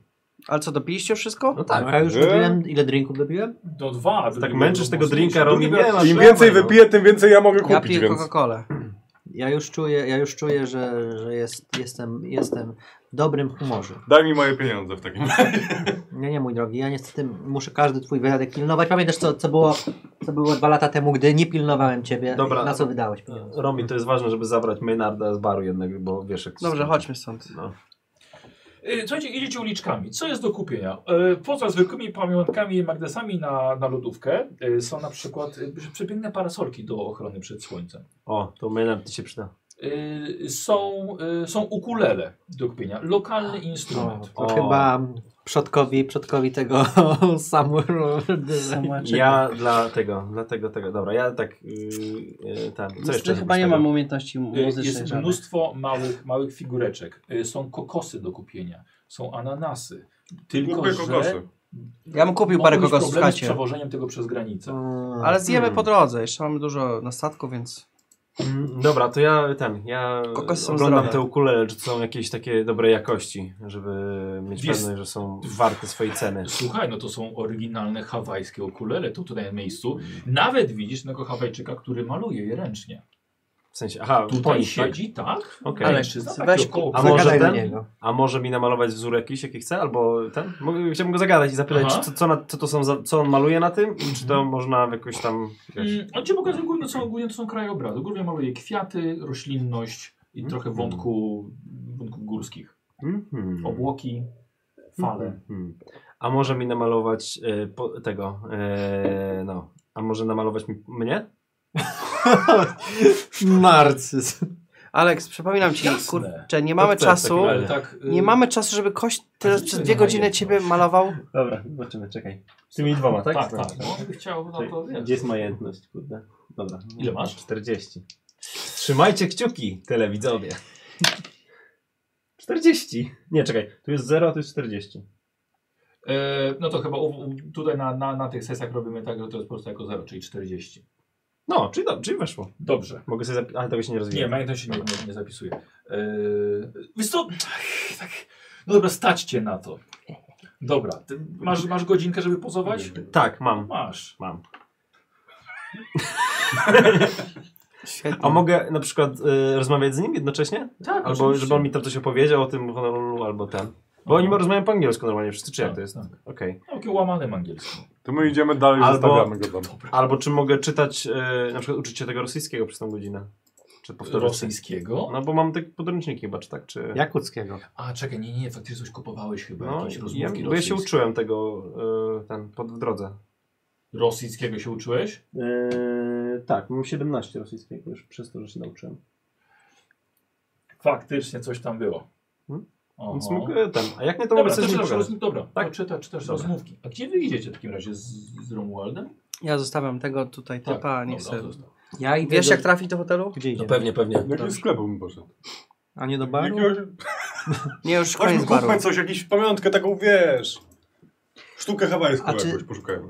Speaker 3: Ale co, dopiliście już wszystko?
Speaker 4: No
Speaker 6: A
Speaker 4: tak.
Speaker 6: ja już
Speaker 5: Nie?
Speaker 6: wypiłem, ile drinków wypiłem?
Speaker 1: Do dwa. a
Speaker 4: Tak
Speaker 1: drugi
Speaker 4: męczysz
Speaker 1: był
Speaker 4: tego drinka,
Speaker 1: mocniejszy.
Speaker 4: Romi,
Speaker 1: Drugi
Speaker 4: nie
Speaker 1: był-
Speaker 4: masz.
Speaker 5: Im więcej
Speaker 4: Dobra, no.
Speaker 5: wypiję, tym więcej ja mogę
Speaker 3: Ja
Speaker 5: kupić,
Speaker 3: piję
Speaker 5: więc...
Speaker 3: Coca-Colę.
Speaker 2: Ja już czuję, ja już czuję, że, że jest, jestem, jestem w dobrym humorze.
Speaker 5: Daj mi moje pieniądze w takim razie.
Speaker 2: Nie, nie, mój drogi, ja niestety muszę każdy twój wydatek pilnować. Pamiętasz, co, co, było, co było dwa lata temu, gdy nie pilnowałem ciebie,
Speaker 4: Dobra.
Speaker 2: na co wydałeś pieniądze.
Speaker 3: No,
Speaker 4: Romi, to jest ważne, żeby zabrać Maynarda z baru jednak, bo wiesz jak... to
Speaker 3: Dobrze,
Speaker 4: skończy.
Speaker 3: chodźmy stąd.
Speaker 4: No.
Speaker 1: Y, Słuchajcie, idziecie uliczkami. Co jest do kupienia? Y, Poza zwykłymi pamiątkami i magnesami na, na lodówkę y, są na przykład y, przepiękne parasolki do ochrony przed słońcem.
Speaker 4: O, to Maynard ci się przyda.
Speaker 1: Y, Są, y, są ukulele do kupienia. Lokalny instrument.
Speaker 2: To
Speaker 4: O.
Speaker 2: chyba przodkowi, przodkowi tego <laughs> samuru.
Speaker 3: Znaczy-
Speaker 4: Ja dla tego, dla tego, tego. Dobra, ja tak... Yy, yy, tam. Co jeszcze?
Speaker 3: Niestety No, chyba nie
Speaker 4: oprócz
Speaker 3: mam
Speaker 4: tego?
Speaker 3: umiejętności
Speaker 1: Y,
Speaker 3: muzycznych
Speaker 1: Jest
Speaker 3: żadnych.
Speaker 1: mnóstwo małych, małych figureczek. Y, Są kokosy do kupienia. Są ananasy. Tylko,
Speaker 5: Kupię
Speaker 1: że
Speaker 5: kokosy.
Speaker 3: Ja bym kupił
Speaker 1: mogą
Speaker 3: parę
Speaker 1: być
Speaker 3: kokosów,
Speaker 1: problemy z
Speaker 3: słuchajcie.
Speaker 1: przewożeniem tego przez granicę.
Speaker 3: Ale zjemy
Speaker 4: Hmm.
Speaker 3: po drodze, jeszcze mamy dużo na statku, więc...
Speaker 4: Mm, Dobra, to ja ten, ja
Speaker 3: Kokosy są
Speaker 4: oglądam
Speaker 3: zdrowe.
Speaker 4: te ukulele, czy są jakieś takie dobrej jakości, żeby mieć
Speaker 1: Jest-
Speaker 4: pewność, że są warte swojej ceny.
Speaker 1: Słuchaj, no to są oryginalne hawajskie okulele tu tutaj na miejscu. Nawet widzisz tego Hawajczyka, który maluje je ręcznie.
Speaker 4: W sensie, aha, po
Speaker 1: Tutaj
Speaker 4: nich, tak?
Speaker 1: siedzi, tak?
Speaker 4: Okej.
Speaker 1: Ale
Speaker 3: Ale
Speaker 1: mężczyzna taki
Speaker 3: weź-
Speaker 1: około...
Speaker 4: A może
Speaker 2: Zagadaj do
Speaker 4: ten?
Speaker 2: niego.
Speaker 4: A może mi namalować wzór jakiś, jaki chce? Albo ten? Mogę- Chciałbym go zagadać i zapytać,
Speaker 1: Aha.
Speaker 4: czy, co, co, na, co to są za, co on maluje na tym i czy to można w jakoś tam... Wiesz,
Speaker 1: Mm, On ci pokazuje głównie, co ogólnie to są krajobrazy. Głównie maluje kwiaty, roślinność i
Speaker 4: Mhm.
Speaker 1: trochę wątku, wątków górskich.
Speaker 4: mhm.
Speaker 1: Obłoki, fale.
Speaker 4: Mhm. A może mi namalować e, po, tego, e, no, a może namalować mi, mnie?
Speaker 2: Narcyz.
Speaker 3: Aleks, przypominam ci,
Speaker 1: Jasne.
Speaker 3: kurczę, nie mamy
Speaker 4: To chcę w
Speaker 3: czasu.
Speaker 4: takim razie.
Speaker 1: Ale tak... y,
Speaker 3: Nie mamy czasu, żeby kość teraz
Speaker 1: A
Speaker 3: przez
Speaker 1: co
Speaker 3: dwie
Speaker 1: na
Speaker 3: godziny
Speaker 1: jedno?
Speaker 3: ciebie malował.
Speaker 4: Dobra, zobaczymy, czekaj. Z tymi dwoma,
Speaker 1: Tak, tak. No, on by chciał, no to
Speaker 4: Czyli-
Speaker 1: wiesz.
Speaker 4: Gdzie jest moja jedność, kurde? Dobra.
Speaker 1: Ile masz?
Speaker 4: 40. Trzymajcie kciuki, telewidzowie. 40. Nie, czekaj. Tu jest 0, a tu jest 40.
Speaker 1: E, no to chyba u, u, tutaj na, na, na tych sesjach robimy tak, że to jest po prostu jako 0, czyli 40.
Speaker 4: No, czyli, do, czyli weszło.
Speaker 1: Dobrze.
Speaker 4: Mogę sobie zapisać, ale tego się nie rozwija.
Speaker 1: Nie, pamiętam się nie, nie, nie zapisuje. Yy, wiesz co? Tak, no dobra, stać cię na to. Dobra, ty masz, masz godzinkę, żeby pozować?
Speaker 4: Tak, mam.
Speaker 1: Masz.
Speaker 4: Mam.
Speaker 6: Świetnie.
Speaker 4: A mogę na przykład y, rozmawiać z nim jednocześnie?
Speaker 1: Tak,
Speaker 4: Albo żeby on mi tam coś opowiedział o tym honorulu albo ten. Bo oni rozmawiają po angielsku normalnie wszyscy, czy jak to jest?
Speaker 1: Tak.
Speaker 4: Okej.
Speaker 1: Taki łamany angielski.
Speaker 5: To my idziemy dalej,
Speaker 4: Albo-
Speaker 5: zostawiamy go tam.
Speaker 4: Albo czy mogę czytać, y, na przykład uczyć się tego rosyjskiego przez tą godzinę? Czy powtórzyć? sobie?
Speaker 1: Rosyjskiego?
Speaker 4: No bo mam te podręczniki chyba, czy tak, czy...
Speaker 6: Jakuckiego.
Speaker 1: A czekaj, nie, nie, faktycznie coś kupowałeś chyba,
Speaker 4: No,
Speaker 1: jakieś
Speaker 4: ja,
Speaker 1: rozmówki
Speaker 4: bo ja się
Speaker 1: rosyjskie.
Speaker 4: uczyłem tego, y, ten, pod, w drodze.
Speaker 1: Rosyjskiego się uczyłeś?
Speaker 4: tak, mam 17 rosyjskiego już przez to, że się nauczyłem.
Speaker 1: Faktycznie coś tam było.
Speaker 4: Hmm?
Speaker 1: Oho.
Speaker 4: Więc mogę ten, a jak nie to
Speaker 1: Dobra,
Speaker 4: mogę
Speaker 1: to
Speaker 4: sobie z nim
Speaker 1: czytasz,
Speaker 4: pogadać.
Speaker 1: roz... Dobra,
Speaker 4: Tak?
Speaker 1: to czyta, czytasz
Speaker 4: Dobra.
Speaker 1: rozmówki. A gdzie wy idziecie w takim razie z, z Romualdem?
Speaker 3: Ja zostawiam tego tutaj typa, nie
Speaker 1: Tak, dobra,
Speaker 3: chcę.
Speaker 1: zostaw.
Speaker 6: Ja i
Speaker 3: Wiesz jak trafić do hotelu?
Speaker 6: Gdzie
Speaker 1: No
Speaker 6: idzie?
Speaker 4: No pewnie, pewnie.
Speaker 5: Do jakiegoś sklepu bym poszedł.
Speaker 6: A nie do baru?
Speaker 5: Jakiegoś...
Speaker 3: Nie, już
Speaker 5: Chodźmy,
Speaker 3: koniec baru.
Speaker 5: kupmy coś, jakąś pamiątkę taką, wiesz... Sztukę hawajską
Speaker 2: A czy-
Speaker 5: jakąś poszukajmy.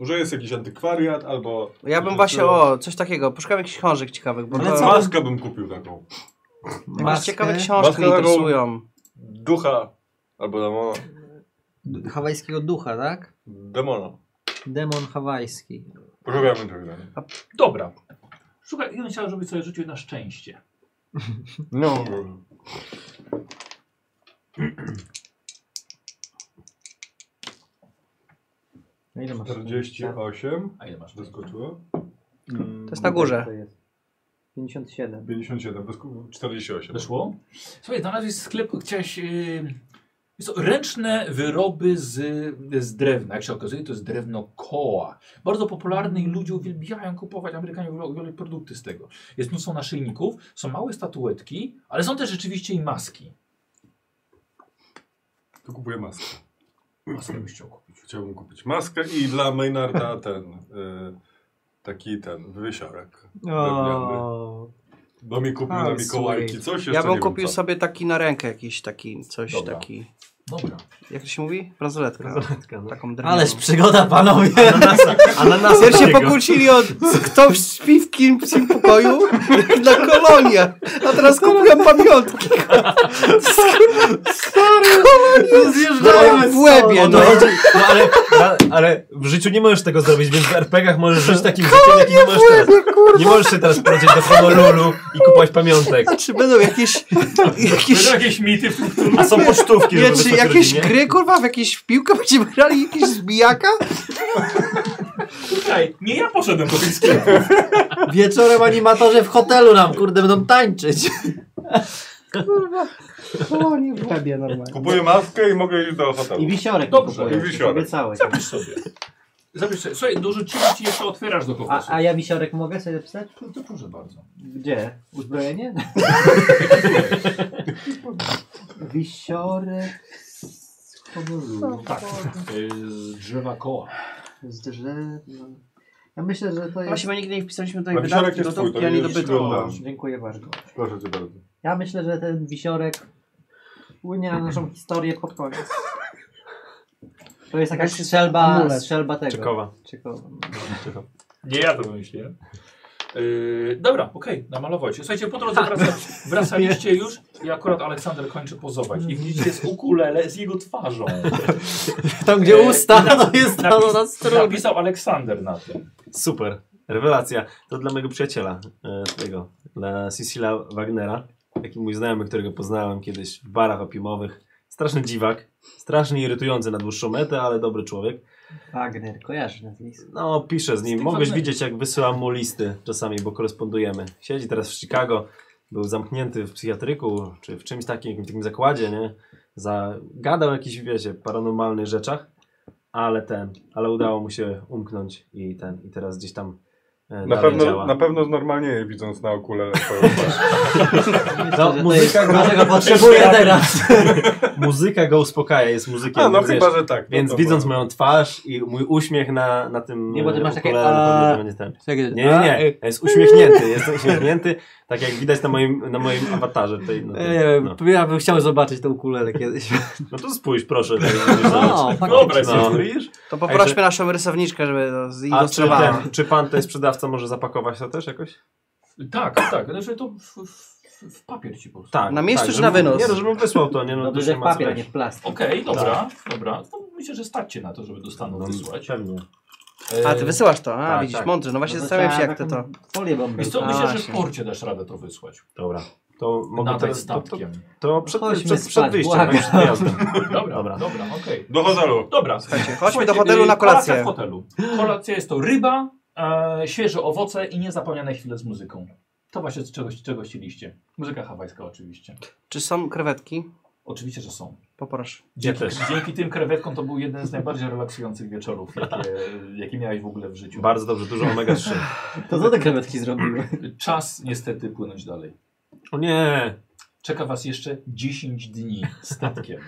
Speaker 5: Może jest jakiś antykwariat, albo...
Speaker 3: Ja bym właśnie, o, coś takiego, poszukam jakichś książek ciekawych, bo to,
Speaker 5: Maskę bym kupił taką.
Speaker 3: jakieś ciekawe książki
Speaker 5: Maskę taką-
Speaker 3: interesują.
Speaker 5: Ducha, albo demona.
Speaker 6: Hawajskiego ducha, tak?
Speaker 5: Demona.
Speaker 6: Demon hawajski.
Speaker 5: Poszukajmy tego.
Speaker 1: Dobra. Szukaj, ja bym chciał, żebyś sobie rzucił na szczęście.
Speaker 5: No.
Speaker 6: Na ile masz?
Speaker 5: 48.
Speaker 1: A ile masz?
Speaker 5: Doskoczyło.
Speaker 3: To jest na górze.
Speaker 7: To jest 57.
Speaker 5: 57, dosku- 48.
Speaker 1: Wyszło? Słuchaj, znalazłeś sklep, chciałeś... Yy... wiesz co, Ręczne wyroby z, z drewna. Jak się okazuje, to jest drewno koła. Bardzo popularne i ludzie uwielbiają kupować, Amerykanie uwielbiają produkty z tego. Jest mnóstwo naszyjników, są małe statuetki, ale są też rzeczywiście i maski.
Speaker 5: To kupuję maskę.
Speaker 1: Maskę byś chciał kupić.
Speaker 5: Chciałbym kupić maskę i dla Maynarda ten, y, taki ten wysiorek. drewniany.
Speaker 6: O,
Speaker 5: Bo mi kupił na
Speaker 6: Ale
Speaker 5: Mikołajki
Speaker 6: sweet.
Speaker 5: coś jeszcze
Speaker 3: Ja
Speaker 5: nie
Speaker 3: bym
Speaker 5: wiem
Speaker 3: kupił
Speaker 5: co.
Speaker 3: sobie taki na rękę jakiś taki, coś
Speaker 1: Dobra.
Speaker 3: taki,
Speaker 1: Dobra.
Speaker 3: jak to się mówi? Bransoletka.
Speaker 4: Zatka, no.
Speaker 3: Taką drewnianą.
Speaker 6: Ależ przygoda, panowie!
Speaker 2: <laughs>
Speaker 4: Ananasa
Speaker 3: Najpierw się
Speaker 4: takiego.
Speaker 3: pokłócili o kto śpi w kim w tym pokoju <laughs> na kolonie, a teraz kupują pamiątki. Zjeżdżają w łebie, no.
Speaker 4: No, ale, na- ale w życiu nie możesz tego zrobić, więc w RPG-ach możesz żyć takim życiem, jakim nie możesz teraz. Nie możesz się teraz prowadzić do Honolulu i kupować pamiątek.
Speaker 3: A czy będą jakieś, jakieś,
Speaker 1: jakieś mity w
Speaker 4: A są pocztówki,
Speaker 3: nie,
Speaker 4: żeby
Speaker 3: czy
Speaker 4: wysłać
Speaker 3: jakieś
Speaker 4: rodzinie.
Speaker 3: gry, kurwa, w jakieś piłkę będziemy grali, jakieś zbijaka?
Speaker 1: Słuchaj, nie ja poszedłem do tej sklepu.
Speaker 6: Wieczorem animatorzy w hotelu nam, kurde, będą tańczyć. <laughs>
Speaker 7: Kolonie w łebie normalnie.
Speaker 5: Kupuję maskę i mogę iść do hotelu.
Speaker 7: I wisiorek
Speaker 1: Dobrze,
Speaker 7: kupuję,
Speaker 5: i wisiorek.
Speaker 7: Obiecałeś.
Speaker 1: Zapisz sobie. Zapisz sobie. Słuchaj, dorzuciłem ci jeszcze otwierasz do kogoś. No
Speaker 7: A, a ja wisiorek mogę sobie wstać?
Speaker 1: To, to proszę bardzo.
Speaker 7: Gdzie? Uzbrojenie? Wisiorek z Honolulu.
Speaker 1: Tak. Y, Z drzewa koła.
Speaker 7: Z drzew. no. Ja myślę, że to jest...
Speaker 3: Właśnie, bo nigdy nie wpisaliśmy tutaj
Speaker 5: A wisiorek
Speaker 3: wydatki,
Speaker 5: jest twój,
Speaker 3: gotówki,
Speaker 5: to
Speaker 3: ani
Speaker 5: nie jest
Speaker 3: dobytku.
Speaker 5: ślubna.
Speaker 7: Dziękuję bardzo.
Speaker 5: Proszę cię bardzo.
Speaker 7: Ja myślę, że ten wisiorek wpłynie na naszą historię pod koniec. To jest jakaś
Speaker 3: Znaczy,
Speaker 7: strzelba,
Speaker 3: amulet.
Speaker 7: strzelba tego.
Speaker 4: Czekowa.
Speaker 7: Czekowa.
Speaker 1: Nie ja to wymyśliłem. Yy, dobra, okej, namalować. Słuchajcie, po drodze wraca, wracaliście już i akurat Aleksander kończy pozować. I widzicie jest ukulele z jego twarzą.
Speaker 6: Tam, gdzie
Speaker 1: Eee,
Speaker 6: usta, to jest tam
Speaker 1: napis-
Speaker 6: E, na strunie.
Speaker 1: Napisał Aleksander na tym.
Speaker 4: Super. Rewelacja. To dla mojego przyjaciela, e, tego, dla Cecilia Wagnera, taki mój znajomy, którego poznałem kiedyś w barach opiumowych. Straszny dziwak, strasznie irytujący na dłuższą metę, ale dobry człowiek.
Speaker 7: Wagner, kojarzy nazwisko.
Speaker 4: No, piszę z nim.
Speaker 1: Z
Speaker 4: Mogłeś
Speaker 1: tym
Speaker 4: widzieć, jak wysyłam mu listy czasami, bo korespondujemy. Siedzi teraz w Chicago, był zamknięty w psychiatryku, czy w czymś takim, jakimś takim zakładzie, nie? Za... Gadał o jakichś, wiecie, paranormalnych rzeczach, ale ten, ale udało mu się umknąć i ten, i teraz gdzieś tam e,
Speaker 5: Na
Speaker 4: dalej
Speaker 5: pewno,
Speaker 4: działa.
Speaker 5: na pewno znormalnieje widząc na okule twoją twarz.
Speaker 4: No, muzyka, go,
Speaker 6: Dlaczego potrzebuję teraz?
Speaker 4: muzyka go uspokaja, jest muzykiem.
Speaker 5: A no
Speaker 4: więc wiesz,
Speaker 5: chyba, że tak. No
Speaker 4: Więc
Speaker 5: to
Speaker 4: widząc
Speaker 5: może.
Speaker 4: moją twarz i mój uśmiech na, na tym.
Speaker 6: Nie, bo ty
Speaker 4: e,
Speaker 6: masz takie,
Speaker 4: ukulele, na pewno
Speaker 6: a- y-
Speaker 4: to będzie ten. Nie, nie, nie. Jest uśmiechnięty, jest uśmiechnięty, tak jak widać na moim, na moim awatarze. Tutaj, no,
Speaker 6: Ja e, nie wiem,
Speaker 4: no.
Speaker 6: ja bym chciał zobaczyć to ukulele kiedyś.
Speaker 4: no to spójrz, proszę.
Speaker 6: O,
Speaker 4: No,
Speaker 6: faktycznie.
Speaker 1: Dobra,
Speaker 4: no.
Speaker 1: no. widzisz?
Speaker 3: To poprośmy naszą rysowniczkę, żeby to
Speaker 4: A czy,
Speaker 3: zilustrowała.
Speaker 4: ten, czy pan ten sprzedawca sprzedawca może zapakować to też jakoś?
Speaker 1: Tak, tak. Znaczy to w, w, w papier ci po prostu.
Speaker 4: Tak.
Speaker 3: Na miejscu
Speaker 4: tak,
Speaker 3: czy
Speaker 4: żeby-
Speaker 3: na wynos?
Speaker 4: Nie, no, żebym wysłał to, nie no.
Speaker 6: No
Speaker 4: to już
Speaker 6: duże
Speaker 4: nie
Speaker 6: w
Speaker 4: ma co
Speaker 6: papier, a
Speaker 4: brać.
Speaker 6: nie w plastik.
Speaker 1: Okej, dobra, dobra. To myślę, że staćcie na to, żeby do
Speaker 4: No,
Speaker 1: Stanów wysłać.
Speaker 4: Pewnie.
Speaker 3: A, ty wysyłasz to, a
Speaker 4: tak,
Speaker 3: widzisz,
Speaker 4: tak.
Speaker 3: mądrze. No właśnie zastanawiam się, jak ty to...
Speaker 6: Folię bąbelkową.
Speaker 1: Wiesz co,
Speaker 3: A,
Speaker 1: myślę, że w
Speaker 3: właśnie.
Speaker 1: porcie dasz radę to wysłać.
Speaker 4: Dobra.
Speaker 6: No,
Speaker 4: To mogę
Speaker 1: Nadać
Speaker 4: teraz... To, to,
Speaker 1: statkiem.
Speaker 4: to przed,
Speaker 6: Chodźmy
Speaker 4: przed,
Speaker 6: spać,
Speaker 4: przed wyjściem,
Speaker 6: błagam.
Speaker 4: tak, przed wyjazdem.
Speaker 1: <laughs> Dobra, dobra,
Speaker 4: Dobra.
Speaker 1: okej.
Speaker 5: Do hotelu.
Speaker 1: Dobra.
Speaker 3: Słuchajcie, chodźmy
Speaker 1: Słuchajcie,
Speaker 3: do hotelu
Speaker 1: y,
Speaker 3: na
Speaker 1: Kolacja
Speaker 3: kolację.
Speaker 1: w hotelu. Kolacja jest to ryba, e, świeże owoce i niezapomniane chwile z muzyką. To właśnie z czegoś, czego chcieliście. Muzyka hawajska oczywiście.
Speaker 3: Czy są krewetki?
Speaker 1: Oczywiście, że są.
Speaker 3: Poproszę.
Speaker 4: Ja
Speaker 1: Dzięki,
Speaker 4: też.
Speaker 1: dzięki tym krewetkom to był jeden z najbardziej relaksujących wieczorów, jakie, <laughs> jakie miałeś w ogóle w życiu.
Speaker 4: Bardzo dobrze, dużo omega-3.
Speaker 6: To co te krewetki zrobiły?
Speaker 1: Czas niestety płynąć dalej.
Speaker 4: O nie!
Speaker 1: Czeka was jeszcze 10 dni statkiem.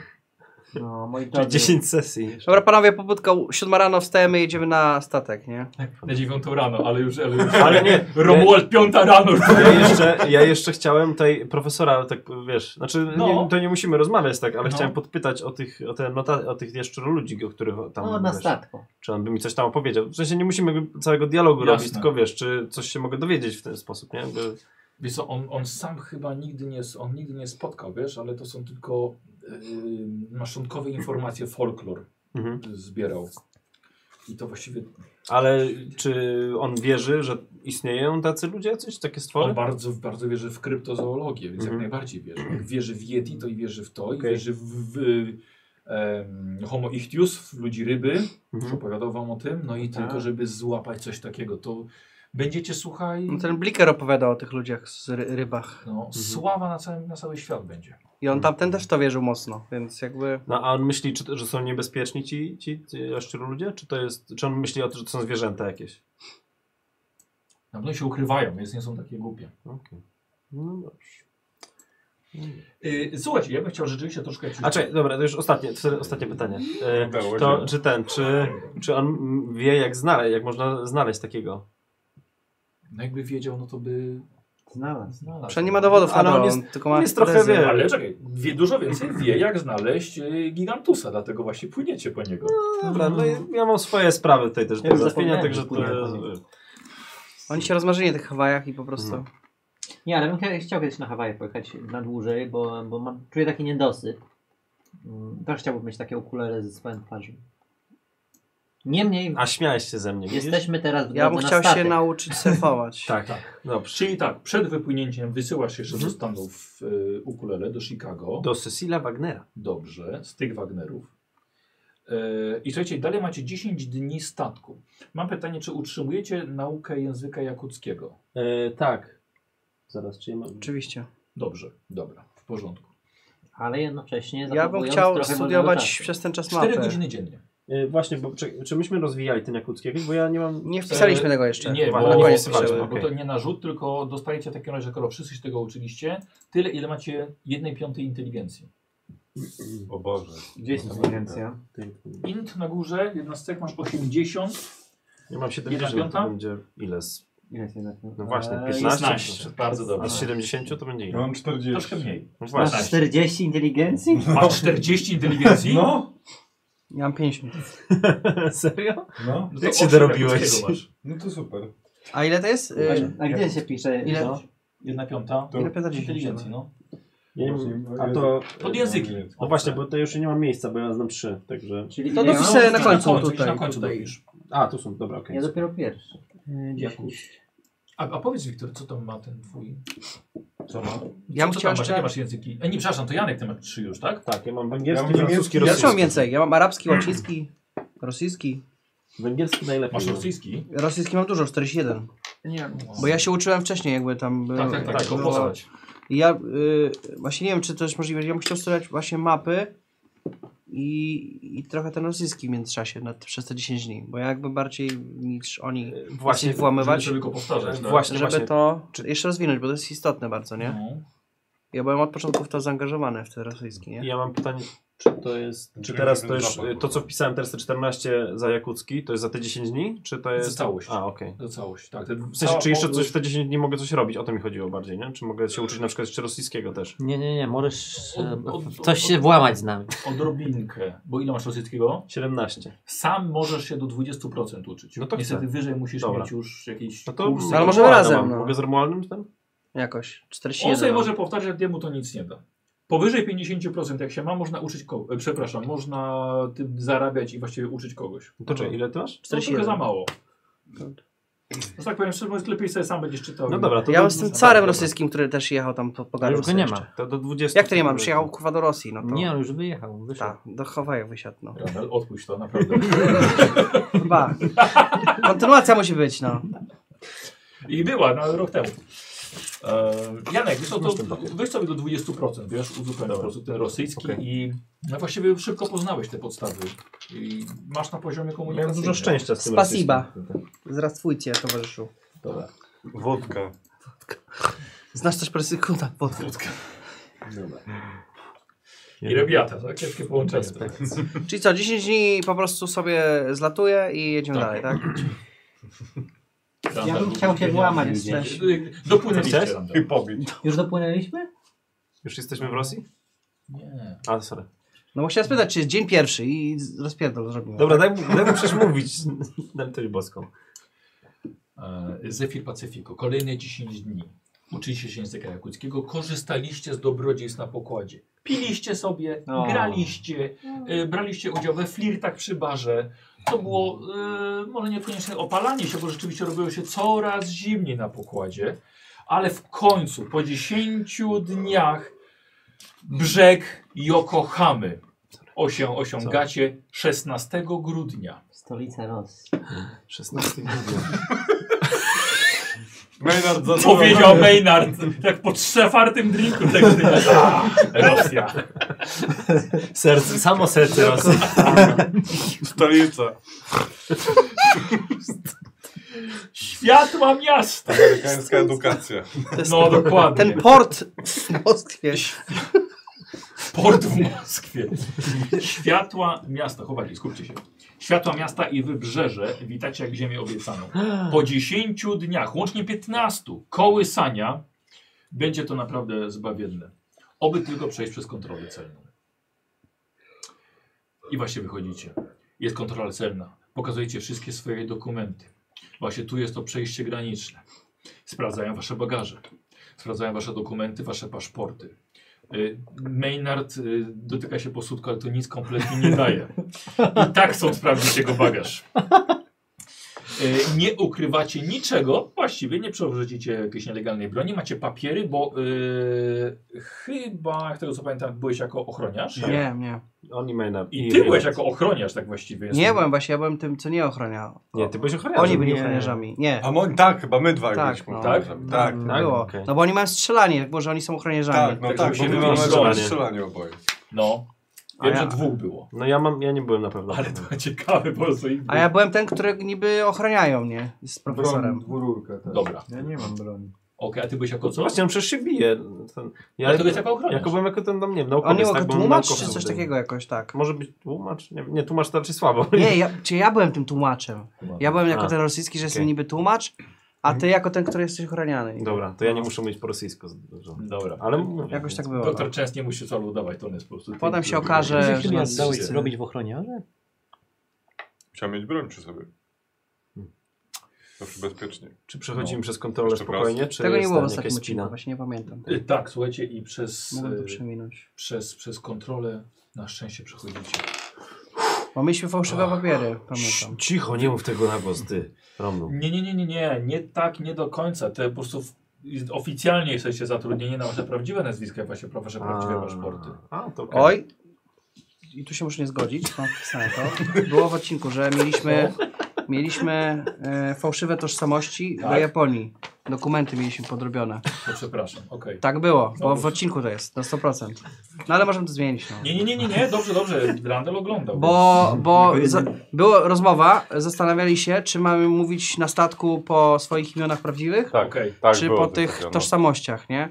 Speaker 7: No, moi
Speaker 4: Czyli
Speaker 7: drodzy.
Speaker 4: 10 sesji.
Speaker 3: Dobra, panowie, pobudka, siódma rano wstajemy, jedziemy na statek, nie?
Speaker 1: Na 9 rano, ale już... Ale, już,
Speaker 4: Ale nie,
Speaker 1: Romuald 5 rano. już
Speaker 4: Ja jeszcze, ja jeszcze chciałem tutaj profesora, tak wiesz, znaczy
Speaker 1: No.
Speaker 4: nie, to nie musimy rozmawiać tak, ale
Speaker 1: No.
Speaker 4: chciałem podpytać o tych, o te nota, o tych jeszcze ludzi, o których tam,
Speaker 6: No na
Speaker 4: wiesz,
Speaker 6: statku.
Speaker 4: czy on by mi coś tam opowiedział. W sensie nie musimy całego dialogu
Speaker 1: Jasne.
Speaker 4: robić, tylko wiesz, czy coś się mogę dowiedzieć w ten sposób, nie? Jakby,
Speaker 1: <laughs> Wiesz co, on, on sam chyba nigdy nie, s- on nigdy nie spotkał, wiesz, ale to są tylko yy, maszynkowe informacje, folklor
Speaker 4: mhm.
Speaker 1: zbierał. I to właściwie
Speaker 4: Ale czy on wierzy, że istnieją tacy ludzie, coś takie
Speaker 1: on
Speaker 4: stwory?
Speaker 1: bardzo, bardzo wierzy w kryptozoologię, więc
Speaker 4: Mhm.
Speaker 1: jak najbardziej wierzy. Jak wierzy w Yeti, to i wierzy w to, i
Speaker 4: Okej.
Speaker 1: wierzy w, w em, Homo ichtius, w ludzi ryby, już
Speaker 4: Mhm. Tak.
Speaker 1: opowiadał wam o tym, no i tylko żeby złapać coś takiego, to będziecie, słuchaj,
Speaker 3: No, Ten Bliker opowiadał o tych ludziach z ry rybach.
Speaker 1: no, sława na, całym, na cały świat będzie.
Speaker 3: I on tamten też to wierzył mocno, więc jakby...
Speaker 4: No a on myśli, czy, że są niebezpieczni ci, ci, ci jaszczur ludzie? Czy to jest, czy on myśli o tym, że to są zwierzęta jakieś?
Speaker 1: Na pewno się ukrywają, więc nie są takie głupie.
Speaker 4: Okej. No dobrze.
Speaker 1: Yy, słuchajcie, ja bym chciał rzeczywiście troszkę...
Speaker 4: A czekaj, dobra, to już ostatnie, to ostatnie pytanie. E,
Speaker 5: Udało
Speaker 4: to,
Speaker 5: się.
Speaker 4: czy ten, czy, czy on mm, wie jak znaleźć, jak można znaleźć takiego?
Speaker 1: No jakby wiedział, no to by
Speaker 6: Znalazł.
Speaker 1: znalazł.
Speaker 3: Przecież nie ma dowodów
Speaker 4: Ale
Speaker 3: na to,
Speaker 4: on jest-
Speaker 3: on tylko ma
Speaker 4: jest trochę
Speaker 3: tezy.
Speaker 4: wie-
Speaker 1: Ale czekaj, wie, dużo więcej wie, jak znaleźć y, gigantusa, dlatego właśnie płyniecie po niego.
Speaker 4: No dobra, no ja- ja mam swoje sprawy tutaj też do
Speaker 6: Hmm. już
Speaker 4: załatwienia,
Speaker 6: zapomniałem,
Speaker 4: także
Speaker 6: że
Speaker 4: to...
Speaker 6: płynę.
Speaker 3: Oni się rozmarzyli na tych Hawajach i po prostu...
Speaker 4: Mhm.
Speaker 6: Nie, ale bym chcia- chciał kiedyś na Hawaje pojechać na dłużej, bo, bo mam, czuję taki niedosyt. Mm, Też chciałbym mieć takie okulary ze swoją twarzą. Niemniej,
Speaker 4: A śmiałeś się ze mnie, widzisz?
Speaker 6: jesteśmy teraz w
Speaker 3: Ja bym
Speaker 6: drodze na
Speaker 3: chciał się
Speaker 6: statek.
Speaker 3: nauczyć surfować.
Speaker 4: <laughs> Tak,
Speaker 1: Tak.
Speaker 4: dobrze.
Speaker 1: Czyli tak, przed wypłynięciem wysyłasz jeszcze do
Speaker 4: Mhm.
Speaker 1: Stanów y, ukulele, do Chicago.
Speaker 4: Do Cecilia Wagnera.
Speaker 1: Dobrze, z tych Wagnerów. Y, I słuchajcie, dalej macie 10 dni statku. Mam pytanie, czy utrzymujecie naukę języka jakuckiego?
Speaker 4: E, tak. Zaraz, czy ja mam...
Speaker 3: Oczywiście.
Speaker 1: Dobrze, dobra, w porządku.
Speaker 6: Ale jednocześnie
Speaker 3: Ja bym
Speaker 6: zachowując
Speaker 3: chciał
Speaker 6: trochę
Speaker 3: studiować
Speaker 6: wolnego czasu.
Speaker 3: przez ten czas
Speaker 1: 4
Speaker 3: mapę.
Speaker 1: godziny dziennie.
Speaker 4: E, właśnie, bo czy, czy myśmy rozwijali ten Jakuckiego? Bo ja nie mam...
Speaker 3: Nie wpisaliśmy tego jeszcze.
Speaker 1: Nie, bo,
Speaker 4: Dobra,
Speaker 3: na
Speaker 1: bo,
Speaker 3: koniec
Speaker 4: nie wpisaliśmy.
Speaker 3: wpisałem.
Speaker 1: bo to
Speaker 4: okej.
Speaker 1: nie narzut, tylko dostajecie w takim razie, skoro wszyscy się tego uczyliście, tyle ile macie jednej piątej inteligencji.
Speaker 5: O Boże. No
Speaker 7: Gdzie jest inteligencja?
Speaker 1: Int na górze, jedna z cech masz 80.
Speaker 4: Ja
Speaker 1: Jedna
Speaker 4: mam 70,
Speaker 1: piąta?
Speaker 4: to będzie ile? Z,
Speaker 7: Ile jest jednak?
Speaker 6: E,
Speaker 4: no właśnie,
Speaker 7: Eee,
Speaker 4: 15.
Speaker 1: 16. Bardzo
Speaker 4: A
Speaker 1: dobrze.
Speaker 4: z 70 to będzie
Speaker 5: Ja
Speaker 4: ile?
Speaker 5: mam 40.
Speaker 1: Troszkę mniej.
Speaker 4: No właśnie.
Speaker 6: Masz 40 inteligencji?
Speaker 1: Masz 40 inteligencji?
Speaker 5: No,
Speaker 3: Ja mam 50.
Speaker 4: <laughs> Serio?
Speaker 5: no.
Speaker 1: No to
Speaker 4: Jak się
Speaker 1: osiem
Speaker 4: dorobiłeś?
Speaker 1: jakuckiego masz.
Speaker 5: No to super.
Speaker 3: A ile to jest? Y,
Speaker 6: A gdzie się pisze? No,
Speaker 3: Ile?
Speaker 6: to?
Speaker 1: Jedna piąta.
Speaker 5: To-
Speaker 3: Ile pięta
Speaker 1: Inteligencji, no.
Speaker 4: Ja nie
Speaker 5: Właśnie,
Speaker 4: wiem,
Speaker 5: bo
Speaker 4: a
Speaker 5: ja-
Speaker 4: to...
Speaker 1: Pod językiem.
Speaker 5: Nie,
Speaker 4: No właśnie, bo to już nie mam miejsca, bo ja znam trzy, także...
Speaker 6: Czyli
Speaker 3: To
Speaker 6: ja,
Speaker 3: dopisz
Speaker 1: tak. No,
Speaker 3: sobie na
Speaker 1: czyli
Speaker 3: końcu
Speaker 1: czyli
Speaker 3: tutaj,
Speaker 1: Na końcu
Speaker 3: tutaj.
Speaker 1: dopisz.
Speaker 4: A, tu są, dobra, okej.
Speaker 6: ja dopiero pierwszy.
Speaker 1: A, a powiedz Wiktor, co tam ma ten twój? Co ma?
Speaker 3: Ja bym
Speaker 1: co
Speaker 3: chciał
Speaker 1: tam masz? Jakie
Speaker 3: jeszcze...
Speaker 1: masz języki? E, nie, przepraszam, to Janek, ty masz trzy już, tak?
Speaker 4: Tak, ja mam
Speaker 5: Ja
Speaker 4: węgierski,
Speaker 5: mam
Speaker 4: francuski,
Speaker 5: niemiecki,
Speaker 3: Ja
Speaker 4: rosyjski.
Speaker 3: trzymam więcej. Ja mam arabski, łaciński, rosyjski.
Speaker 4: Węgierski najlepiej.
Speaker 1: Masz
Speaker 4: no.
Speaker 1: rosyjski?
Speaker 3: Rosyjski mam dużo, 41.
Speaker 7: Nie,
Speaker 3: Bo ja się uczyłem wcześniej, jakby tam było.
Speaker 1: Tak, tak, tak,
Speaker 4: tak,
Speaker 1: jako
Speaker 4: no.
Speaker 1: postać.
Speaker 3: I Ja y, właśnie nie wiem, czy to jest możliwe. Ja bym chciał studiować właśnie mapy i, i trochę ten rosyjski w międzyczasie na, przez te 10 dni. Bo ja jakby bardziej niż oni,
Speaker 4: E, Właśnie,
Speaker 3: Chcesz włamywać?
Speaker 1: Żeby tylko powtarzać, tak?
Speaker 4: Właśnie,
Speaker 3: żeby
Speaker 4: właśnie.
Speaker 3: to jeszcze rozwinąć, bo to jest istotne bardzo, nie?
Speaker 1: No.
Speaker 3: Ja byłem od początku w to zaangażowany w te rosyjskie, nie?
Speaker 4: Ja mam pytanie, czy to jest. Czy
Speaker 5: Czyli
Speaker 4: teraz
Speaker 5: ten
Speaker 4: to już.
Speaker 5: zapach.
Speaker 4: To co wpisałem teraz te 14 za Jakucki, to jest za te 10 dni? Czy to jest.
Speaker 1: całość.
Speaker 4: A, okej.
Speaker 1: Za całość, tak.
Speaker 4: W sensie, czy jeszcze coś w te 10 dni mogę coś robić? O to mi chodziło bardziej, nie? Czy mogę się uczyć na przykład jeszcze rosyjskiego też?
Speaker 2: Nie, nie, nie, możesz e,
Speaker 1: Od- od-
Speaker 2: coś się
Speaker 1: od-
Speaker 2: włamać z nami.
Speaker 1: Odrobinkę, bo ile masz rosyjskiego?
Speaker 4: 17.
Speaker 1: Sam możesz się do 20% uczyć.
Speaker 4: No to
Speaker 1: Niestety wyżej musisz
Speaker 4: Dobra.
Speaker 1: mieć już jakieś
Speaker 4: No to.
Speaker 1: kursy.
Speaker 3: Ale możemy
Speaker 4: Romualda
Speaker 3: razem,
Speaker 4: mam.
Speaker 3: no.
Speaker 4: Mogę z Romualdem ten?
Speaker 3: Jakoś.
Speaker 1: On
Speaker 3: 41.
Speaker 1: sobie może powtarzać, jemu to nic nie da. Powyżej 50% jak się ma, można uczyć kogoś. Przepraszam, można tym zarabiać i właściwie uczyć kogoś.
Speaker 4: To czekaj, ile ty masz?
Speaker 1: To trochę
Speaker 3: 41.
Speaker 1: za mało. No tak powiem szczerze, mówiąc, lepiej sobie sam będziesz czytał.
Speaker 4: No dobra, to.
Speaker 3: Ja
Speaker 4: do- No.
Speaker 3: jestem carem rosyjskim, który też jechał tam po, po
Speaker 2: Ale już go
Speaker 3: Garusy
Speaker 2: nie
Speaker 3: jeszcze.
Speaker 2: ma.
Speaker 4: To do 20.
Speaker 3: Jak to nie mam? Przyjechał kurwa do Rosji, no to...
Speaker 2: Nie, on już wyjechał. Wyszedł.
Speaker 3: Ta, do Hawaju wysiadł, no.
Speaker 1: Ranel, odpuść to, naprawdę.
Speaker 3: Chyba. Kontynuacja musi być, no.
Speaker 1: <laughs> I była, no, rok temu. E, Janek, wiesz, co, to, weź sobie do 20%, wiesz, uzupełnij po prostu ten rosyjski
Speaker 4: Okej.
Speaker 1: i no, właściwie szybko poznałeś te podstawy. I masz na poziomie
Speaker 4: Miałem
Speaker 1: komunikacji.
Speaker 4: dużo szczęścia z tym.
Speaker 3: Spasiba.
Speaker 4: rosyjskim.
Speaker 3: Zrastwujcie, towarzyszu.
Speaker 1: Dobra.
Speaker 5: Wodka.
Speaker 3: Znasz też prosykunda pod wódkę.
Speaker 1: I rebiata, tak? Ciężkie połączenie.
Speaker 3: Czyli co, 10 dni po prostu sobie zlatuję i jedziemy
Speaker 1: Tak.
Speaker 3: dalej, tak?
Speaker 6: Ja bym chciał się włamać gdzieś.
Speaker 1: Dopłynęliście.
Speaker 4: Chciałeś?
Speaker 5: I
Speaker 1: Randall.
Speaker 5: pobić.
Speaker 6: Już dopłynęliśmy?
Speaker 4: Już jesteśmy w Rosji?
Speaker 1: Nie.
Speaker 4: A, sorry.
Speaker 3: No bo chciałem spytać, czy jest dzień pierwszy i z- rozpierdol zrobimy.
Speaker 4: Dobra, daj mu, daj mu przecież mówić. <laughs> Daj mi to boską.
Speaker 1: E, Zefir Pacyfico. Kolejne 10 dni. Uczyliście się języka jakuckiego, korzystaliście z dobrodziejstw na pokładzie. Piliście sobie,
Speaker 6: O.
Speaker 1: graliście, e, braliście udział we flirtach przy barze. To było e, może niekoniecznie opalanie się, bo rzeczywiście robiło się coraz zimniej na pokładzie. Ale w końcu, po 10 dniach, brzeg Yokohamy osią, osiągacie 16 grudnia.
Speaker 6: Stolica Rosji.
Speaker 4: <laughs> 16 grudnia.
Speaker 5: Maynard zaczął.
Speaker 1: Powiedział Maynard, jak po czwartym drinku tego dnia. A, Rosja.
Speaker 4: Serce, samo serce Rosji.
Speaker 5: Stolica.
Speaker 1: Światła miasta.
Speaker 5: Amerykańska edukacja.
Speaker 1: No dokładnie.
Speaker 3: Ten port w Moskwie.
Speaker 1: port w Moskwie. Światła miasta, chłopaki, skupcie się. Światła miasta i wybrzeże witacie jak ziemię obiecaną. Po 10 dniach, łącznie 15 kołysania, będzie to naprawdę zbawienne. Oby tylko przejść przez kontrolę celną. I właśnie wychodzicie. Jest kontrola celna. Pokazujecie wszystkie swoje dokumenty. Właśnie tu jest to przejście graniczne. Sprawdzają wasze bagaże. Sprawdzają wasze dokumenty, wasze paszporty. Y, Maynard y, dotyka się posudku, ale to nic kompletnie nie daje. I tak chcą sprawdzić jego bagaż. Y, Nie ukrywacie niczego, właściwie nie przewożycie jakiejś nielegalnej broni, macie papiery, bo y, chyba, jak tego co pamiętam, byłeś jako ochroniarz.
Speaker 3: Nie, nie.
Speaker 4: Oni Maynard.
Speaker 1: I ty byłeś jako ochroniarz tak właściwie.
Speaker 3: Nie byłem właśnie, ja byłem tym, co nie ochroniał.
Speaker 4: Nie, ty byłeś ochroniarzem.
Speaker 3: Oni byli
Speaker 4: Nie.
Speaker 3: ochroniarzami. Nie.
Speaker 5: A mon, tak, chyba my dwa
Speaker 3: Tak,
Speaker 5: byliśmy
Speaker 3: no.
Speaker 5: ochroniarzami. Tak,
Speaker 3: No,
Speaker 5: tak.
Speaker 4: tak,
Speaker 3: było.
Speaker 4: okej.
Speaker 3: No bo oni mają strzelanie, bo że oni są ochroniarzami.
Speaker 5: Tak, no
Speaker 1: tak,
Speaker 5: tak,
Speaker 1: żeby
Speaker 5: bo my
Speaker 1: się
Speaker 5: mamy
Speaker 4: wymienić.
Speaker 5: strzelanie oboje.
Speaker 1: No, wiem,
Speaker 3: A ja-
Speaker 1: że dwóch było. <laughs>
Speaker 4: No ja mam, ja nie byłem na pewno.
Speaker 1: Ale to ciekawe, po prostu ich
Speaker 3: A ja byłem ten, który niby ochraniają mnie z profesorem.
Speaker 5: dwururka. Tak.
Speaker 1: Dobra,
Speaker 7: Ja nie mam broni.
Speaker 1: okej, a ty byłeś
Speaker 3: No
Speaker 1: jako co?
Speaker 4: Właśnie, on przecież się bije. Ten, ja,
Speaker 1: Ale to jest jako ochroniarz.
Speaker 4: Jako byłem jako ten, tam, nie wiem,
Speaker 3: On
Speaker 4: naukowiec.
Speaker 3: nie
Speaker 4: tak,
Speaker 3: mógł
Speaker 4: bo mam
Speaker 3: tłumaczyć czy
Speaker 4: naukowców
Speaker 3: coś
Speaker 4: tutaj.
Speaker 3: takiego jakoś tak.
Speaker 4: Może być tłumacz? Nie, nie tłumacz to raczej słabo.
Speaker 3: Nie, ja, czy ja byłem tym tłumaczem? Ja byłem jako
Speaker 4: A,
Speaker 3: ten rosyjski, że jestem
Speaker 4: okej.
Speaker 3: niby tłumacz, a ty jako ten, który jesteś ochraniany.
Speaker 4: <laughs> Dobra, to ja nie muszę mówić po rosyjsku. z- dużo.
Speaker 1: Dobra.
Speaker 4: Ale mówię.
Speaker 3: Jakoś tak było.
Speaker 1: Doktor Częst nie musi wcale udawać, to on jest po prostu...
Speaker 3: Potem się
Speaker 1: Tylko-
Speaker 3: okaże, że
Speaker 1: Chyba
Speaker 3: nas
Speaker 1: zdałeś
Speaker 3: wszyscy-
Speaker 1: zrobić
Speaker 6: w ochroniarze?
Speaker 5: Chciałem mieć broń przy sobie. Zawsze bezpiecznie.
Speaker 4: Czy przechodzimy
Speaker 1: No.
Speaker 4: przez kontrolę
Speaker 5: Jeszcze
Speaker 4: spokojnie, czy
Speaker 3: Tego nie
Speaker 4: jest
Speaker 3: było w
Speaker 4: tam
Speaker 3: ostatnim
Speaker 4: jakaś
Speaker 3: odcinku,
Speaker 4: spina?
Speaker 3: właśnie nie pamiętam.
Speaker 1: Y, Tak, słuchajcie, i przez,
Speaker 3: Mogłem to
Speaker 1: y,
Speaker 3: przeminąć.
Speaker 1: przez, przez kontrolę na szczęście przechodzicie.
Speaker 3: Bo mieliśmy fałszywe papiery,
Speaker 4: Cii-
Speaker 3: pamiętam.
Speaker 4: Cicho, nie mów tego na głos, ty. Romlu.
Speaker 1: Nie, nie, nie, nie, nie, nie tak, nie do końca. Te po prostu w, oficjalnie jesteście zatrudnieni na wasze prawdziwe nazwiska, jak właśnie wasze prawdziwe paszporty.
Speaker 4: A, to okej.
Speaker 3: Oj! I tu się muszę nie zgodzić, mam wpisane to. Było w odcinku, że mieliśmy, mieliśmy e, fałszywe tożsamości do
Speaker 1: Tak.
Speaker 3: Japonii. Dokumenty mieliśmy podrobione.
Speaker 1: No przepraszam, okej.
Speaker 3: Tak było, bo
Speaker 1: Znowu.
Speaker 3: w odcinku to jest, na 100%. No ale możemy to zmienić. No.
Speaker 1: Nie, nie, nie, nie, nie, dobrze, dobrze, Randall oglądał.
Speaker 3: Bo, bo za, była rozmowa, zastanawiali się, czy mamy mówić na statku po swoich imionach prawdziwych,
Speaker 5: Tak,
Speaker 1: Okej.
Speaker 5: tak
Speaker 3: czy
Speaker 5: było
Speaker 3: po
Speaker 5: coś
Speaker 3: tych
Speaker 5: takiego, no.
Speaker 3: tożsamościach, nie?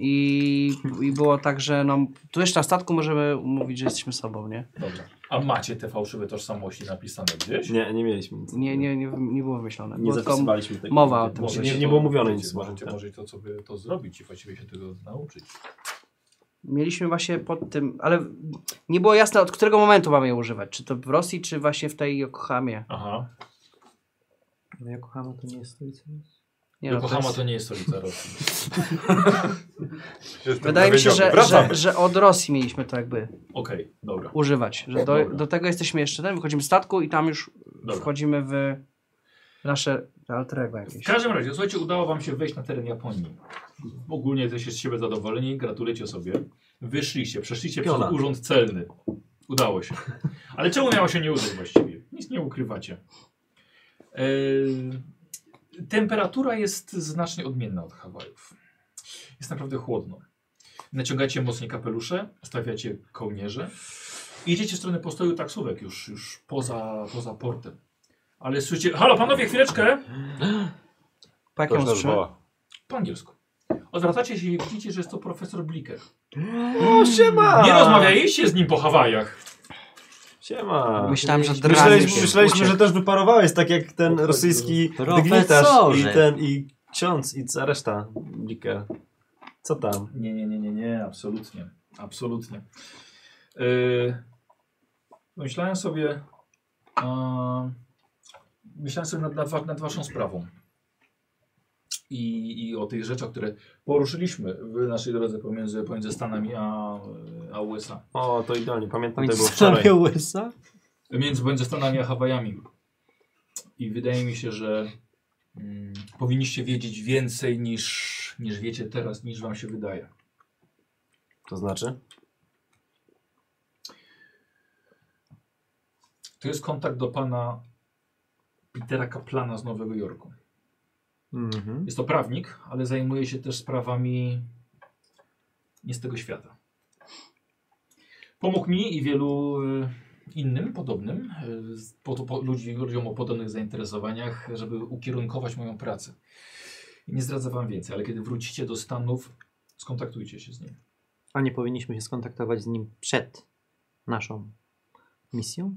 Speaker 3: I, I było tak, że no, tu jeszcze na statku możemy mówić, że jesteśmy sobą, nie?
Speaker 1: Dobra. A macie te fałszywe tożsamości napisane gdzieś?
Speaker 4: Nie, nie mieliśmy nic.
Speaker 3: Nie, nie, nie, nie było wymyślone.
Speaker 4: Nie
Speaker 3: Było tylko-
Speaker 4: zapisywaliśmy tego.
Speaker 3: mowa o tym.
Speaker 1: Może
Speaker 4: Nie,
Speaker 1: się
Speaker 4: nie
Speaker 1: to
Speaker 4: było mówione
Speaker 1: nauczyć,
Speaker 4: nic.
Speaker 1: Możecie,
Speaker 4: tak.
Speaker 1: możecie to sobie to zrobić i właściwie się tego nauczyć.
Speaker 3: Mieliśmy właśnie pod tym, ale nie było jasne od którego momentu mamy je używać. Czy to w Rosji, czy właśnie w tej Yokohamie.
Speaker 1: Aha.
Speaker 6: No Yokohama to nie jest stolica.
Speaker 3: Nie, no, to
Speaker 1: Yokohama
Speaker 3: jest-
Speaker 1: to nie jest stolica Rosji.
Speaker 5: Jestem
Speaker 3: Wydaje mi się,
Speaker 5: dowiedziony.
Speaker 3: że,
Speaker 5: Wracam.
Speaker 3: że, że od Rosji mieliśmy to jakby
Speaker 1: Okej, dobra.
Speaker 3: używać. Że do,
Speaker 1: Dobra.
Speaker 3: do tego jesteśmy jeszcze ten, wychodzimy z statku i tam już
Speaker 1: Dobra.
Speaker 3: wchodzimy w nasze alterego
Speaker 1: W
Speaker 3: jakieś.
Speaker 1: każdym razie, słuchajcie, udało wam się wejść na teren Japonii. Ogólnie jesteście z siebie zadowoleni, gratulujecie sobie. Wyszliście, przeszliście
Speaker 4: Piona.
Speaker 1: przez urząd celny. Udało się. Ale czemu miało się nie udać właściwie? Nic nie ukrywacie. Eee, temperatura jest znacznie odmienna od Hawajów. Jest naprawdę chłodno. Naciągacie mocniej kapelusze, stawiacie kołnierze i idziecie w stronę postoju taksówek już, już poza, poza portem. Ale słyszycie, halo panowie, chwileczkę!
Speaker 3: Po jakim
Speaker 4: To już
Speaker 3: usłyszałem?
Speaker 4: woła.
Speaker 1: Po angielsku. Odwracacie się i widzicie, że jest to profesor Bliker.
Speaker 4: O, siema!
Speaker 1: Nie rozmawialiście z nim po Hawajach.
Speaker 4: Siema.
Speaker 3: Myślałem, że dranie
Speaker 4: Myśleliśmy,
Speaker 3: się.
Speaker 4: myśleliśmy że też wyparowałeś, tak jak ten rosyjski
Speaker 2: Profesorze.
Speaker 4: dygnitarz i ten, i ksiądz, i ca reszta. Bliker. Co tam?
Speaker 1: Nie, nie, nie, nie, nie, absolutnie. Absolutnie. Yy, myślałem sobie. a, myślałem sobie nad, nad, wa- nad waszą sprawą. I, I o tych rzeczach, które poruszyliśmy w naszej drodze pomiędzy, pomiędzy Stanami a, a USA.
Speaker 4: O, to idealnie, pamiętam, to
Speaker 2: Pamiętasz
Speaker 4: było wczoraj.
Speaker 2: stronę USA?
Speaker 1: Między będzie Stanami a Hawajami. I wydaje mi się, że mm, powinniście wiedzieć więcej niż, niż wiecie teraz, niż wam się wydaje.
Speaker 4: To znaczy?
Speaker 1: To jest kontakt do pana Petera Kaplana z Nowego Jorku.
Speaker 4: Mhm.
Speaker 1: Jest to prawnik, ale zajmuje się też sprawami nie z tego świata. Pomógł mi i wielu y, innym podobnym, y, z- po, po, ludzi, ludziom o podobnych zainteresowaniach, żeby ukierunkować moją pracę. I Nie zdradzę wam więcej, ale kiedy wrócicie do Stanów, skontaktujcie się z nim.
Speaker 2: A nie powinniśmy się skontaktować z nim przed naszą misją?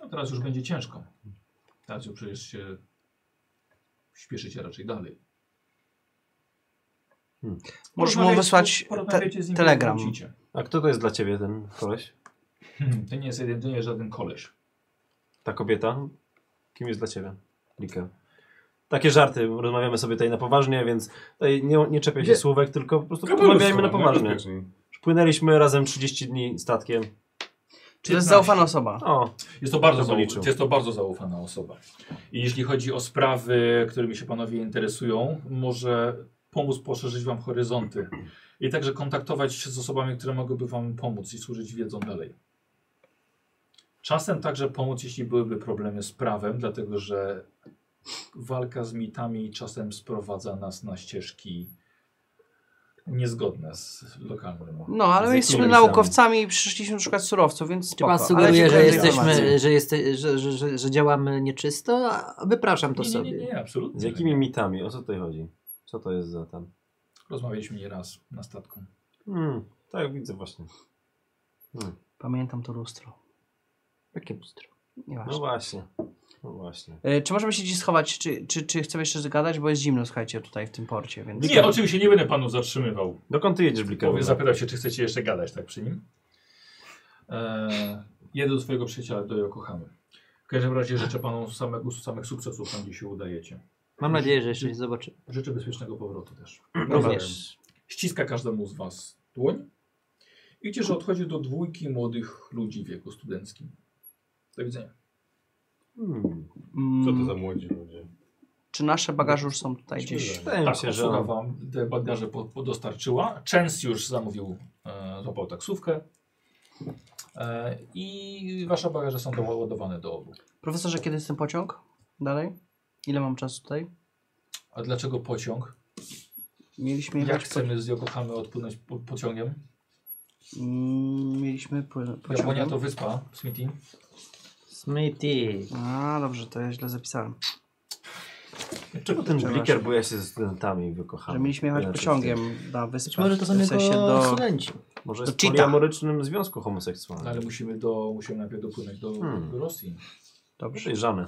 Speaker 1: No teraz już będzie ciężko. Teraz już przecież się śpieszycie raczej dalej.
Speaker 3: Możesz mu
Speaker 1: Porozmawiać-
Speaker 3: wysłać
Speaker 1: Hmm. porozmawiacie
Speaker 3: te,
Speaker 1: z nim, kiedy
Speaker 3: telegram.
Speaker 1: wrócicie.
Speaker 4: A kto to jest dla ciebie ten koleś?
Speaker 1: Hmm, to nie jest jedynie żaden koleś.
Speaker 4: Ta kobieta? Kim jest dla ciebie? Bliker. Takie żarty, rozmawiamy sobie tutaj na poważnie, więc tutaj nie, nie czepiaj się
Speaker 6: Gdzie-
Speaker 4: słówek, tylko po prostu
Speaker 5: Kapelusz,
Speaker 4: rozmawiajmy na
Speaker 5: no,
Speaker 4: poważnie.
Speaker 5: najbezpieczniej.
Speaker 4: Płynęliśmy razem 30 dni statkiem.
Speaker 3: Czy to jest zaufana osoba?
Speaker 4: O,
Speaker 1: Jest to bardzo,
Speaker 4: To policzył.
Speaker 1: zau- jest to bardzo zaufana osoba. I jeśli chodzi o sprawy, którymi się panowie interesują, może pomóc poszerzyć wam horyzonty. I także kontaktować się z osobami, które mogłyby wam pomóc i służyć wiedzą dalej. Czasem także pomóc, jeśli byłyby problemy z prawem, dlatego że walka z mitami czasem sprowadza nas na ścieżki niezgodne z lokalnym.
Speaker 3: No, ale my
Speaker 4: Z
Speaker 3: jesteśmy
Speaker 4: jakimiś tam-
Speaker 3: naukowcami i przyszliśmy szukać surowców, więc
Speaker 2: Czy pan
Speaker 3: spoko. ale
Speaker 2: sugeruje, że
Speaker 3: dziękuję za informację.
Speaker 2: jesteśmy, że, jeste, że, że, że, że działamy nieczysto? A Wypraszam to
Speaker 1: Nie, nie,
Speaker 2: sobie.
Speaker 1: nie, nie, absolutnie.
Speaker 4: z jakimi mitami? O co tutaj chodzi? Co to jest za tam?
Speaker 1: Rozmawialiśmy nieraz na statku.
Speaker 4: Hmm, tak, widzę właśnie.
Speaker 3: Pamiętam to lustro.
Speaker 2: Jakie bzdro.
Speaker 4: No
Speaker 3: Nieważne.
Speaker 4: właśnie. No właśnie.
Speaker 3: E, Czy możemy się dziś schować, czy, czy, czy chcemy jeszcze zagadać, bo jest zimno, słuchajcie, tutaj w tym porcie, więc...
Speaker 1: Nie, oczywiście nie będę panu zatrzymywał.
Speaker 4: Dokąd ty jedziesz, Bliker?
Speaker 1: Powie, zapytał się, czy chcecie jeszcze gadać tak przy nim. Eee, jedę do swojego przyjaciela, do Yokohamy. W każdym razie życzę panu samego, samych sukcesów tam, gdzie się udajecie.
Speaker 2: Mam nadzieję, że jeszcze się zobaczymy.
Speaker 1: Życzę bezpiecznego powrotu też.
Speaker 2: Również.
Speaker 1: Ściska każdemu z was dłoń. I Widzicie, że odchodzi do dwójki młodych ludzi w wieku studenckim. Do widzenia.
Speaker 4: Hmm.
Speaker 3: Mm,
Speaker 5: Co to za młodzi ludzie?
Speaker 3: Czy nasze bagaże już są tutaj gdzieś?
Speaker 4: Wydaje mi
Speaker 1: Tak,
Speaker 4: się, no że
Speaker 1: obsługa
Speaker 4: on...
Speaker 1: wam te bagaże po- podostarczyła. Częst już zamówił, e, złapał taksówkę. E, I wasze bagaże są doładowane do obu.
Speaker 3: Profesorze, kiedy jest ten pociąg? Dalej? Ile mam czasu tutaj?
Speaker 1: A dlaczego pociąg?
Speaker 3: Mieliśmy
Speaker 1: Jak
Speaker 3: jechać... Po...
Speaker 1: chcemy z Yokohamy odpłynąć po, pociągiem?
Speaker 3: Mm, mieliśmy pły...
Speaker 1: Japonia
Speaker 3: pociągiem.
Speaker 1: to wyspa, Smithy.
Speaker 2: Smithy.
Speaker 3: A, dobrze, to ja źle zapisałem.
Speaker 4: Czego ten
Speaker 3: Przepraszam.
Speaker 4: bliker buja się ze studentami wykochany?
Speaker 3: Że mieliśmy jechać
Speaker 4: Inaczej
Speaker 3: pociągiem na wyspę.
Speaker 6: Być może to są
Speaker 3: w sensie
Speaker 6: jego
Speaker 3: do...
Speaker 6: studenci.
Speaker 4: Może
Speaker 3: To
Speaker 4: jest w
Speaker 3: cheetah.
Speaker 4: poliamorycznym związku
Speaker 1: No, ale
Speaker 4: homoseksualnym.
Speaker 1: musimy, do, musimy najpierw dopłynąć do,
Speaker 4: Hmm.
Speaker 1: do Rosji.
Speaker 3: Dobrze.
Speaker 4: Przyjrzane.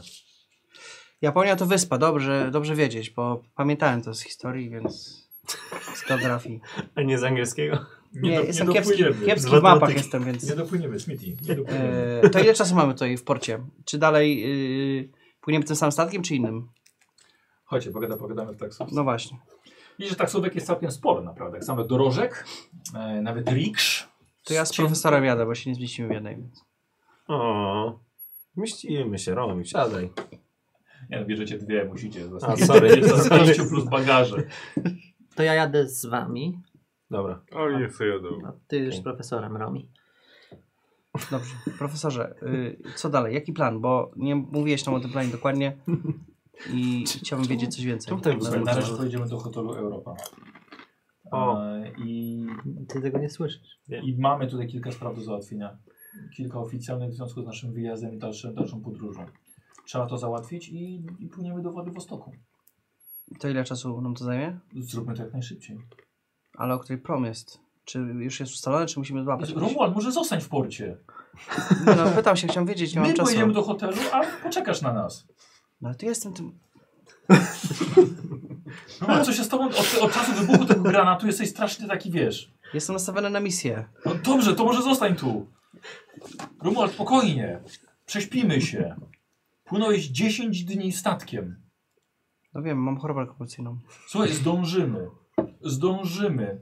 Speaker 3: Japonia to wyspa, dobrze, dobrze wiedzieć, bo pamiętałem to z historii, więc z geografii.
Speaker 4: A nie z angielskiego?
Speaker 3: Nie,
Speaker 1: do-
Speaker 3: jestem
Speaker 1: nie
Speaker 3: kiepski,
Speaker 1: dopłyniemy.
Speaker 3: kiepski
Speaker 4: Z
Speaker 3: w mapach
Speaker 4: matematyki.
Speaker 3: jestem, więc...
Speaker 1: Nie dopłyniemy, Smithy. Nie dopłyniemy.
Speaker 3: E, to ile czasu mamy tutaj w porcie? Czy dalej yy, płyniemy tym samym statkiem, czy innym?
Speaker 1: Chodźcie, pogada, pogadamy w taksówce.
Speaker 3: No właśnie.
Speaker 1: I że taksówek jest całkiem sporo naprawdę. Jak Same dorożek, e, nawet riksz.
Speaker 3: To ja z profesorem jadę, bo się nie zmieścimy w jednej. Więc.
Speaker 4: O, mieścimy się, Romi, siadaj.
Speaker 1: Nie no, bierzecie dwie, musicie.
Speaker 4: A, sorry.
Speaker 1: Zostawcie plus bagaże.
Speaker 6: To ja jadę z wami,
Speaker 4: Dobra.
Speaker 5: O, nie chcę jadą. <laughs>
Speaker 6: a ty już z
Speaker 4: Okej.
Speaker 6: profesorem Romi.
Speaker 3: Dobrze. Profesorze, y, co dalej? Jaki plan? Bo nie mówiłeś nam o tym planie dokładnie i chciałbym wiedzieć coś więcej.
Speaker 4: czemu tak
Speaker 1: Słuchaj,
Speaker 4: Dobra.
Speaker 1: na razie pojedziemy do hotelu Europa.
Speaker 4: O.
Speaker 1: E, I,
Speaker 6: Ty tego nie słyszysz.
Speaker 1: I mamy tutaj kilka spraw do załatwienia. Kilka oficjalnych w związku z naszym wyjazdem i dalszym, dalszą podróżą. Trzeba to załatwić i, i płyniemy do Władywostoku.
Speaker 3: To ile czasu nam to zajmie?
Speaker 1: Zróbmy to jak najszybciej.
Speaker 3: Ale o której prom jest? Czy już jest ustalone, czy musimy złapać?
Speaker 1: Romuald, może zostań w porcie.
Speaker 3: Nie no, pytam się, chciałem wiedzieć, nie mam
Speaker 1: My
Speaker 3: czasu.
Speaker 1: pojedziemy do hotelu, a poczekasz na nas.
Speaker 3: No ale to jestem tym...
Speaker 1: No co się z tobą od, od czasu wybuchu tego granatu jesteś strasznie taki, wiesz.
Speaker 3: Jestem nastawiony na misję.
Speaker 1: No dobrze, to może zostań tu. Romuald, spokojnie. Prześpimy się. Płynąłeś 10 dni statkiem.
Speaker 3: No wiem, mam chorobę kompulsyjną.
Speaker 1: Słuchaj, zdążymy. Zdążymy.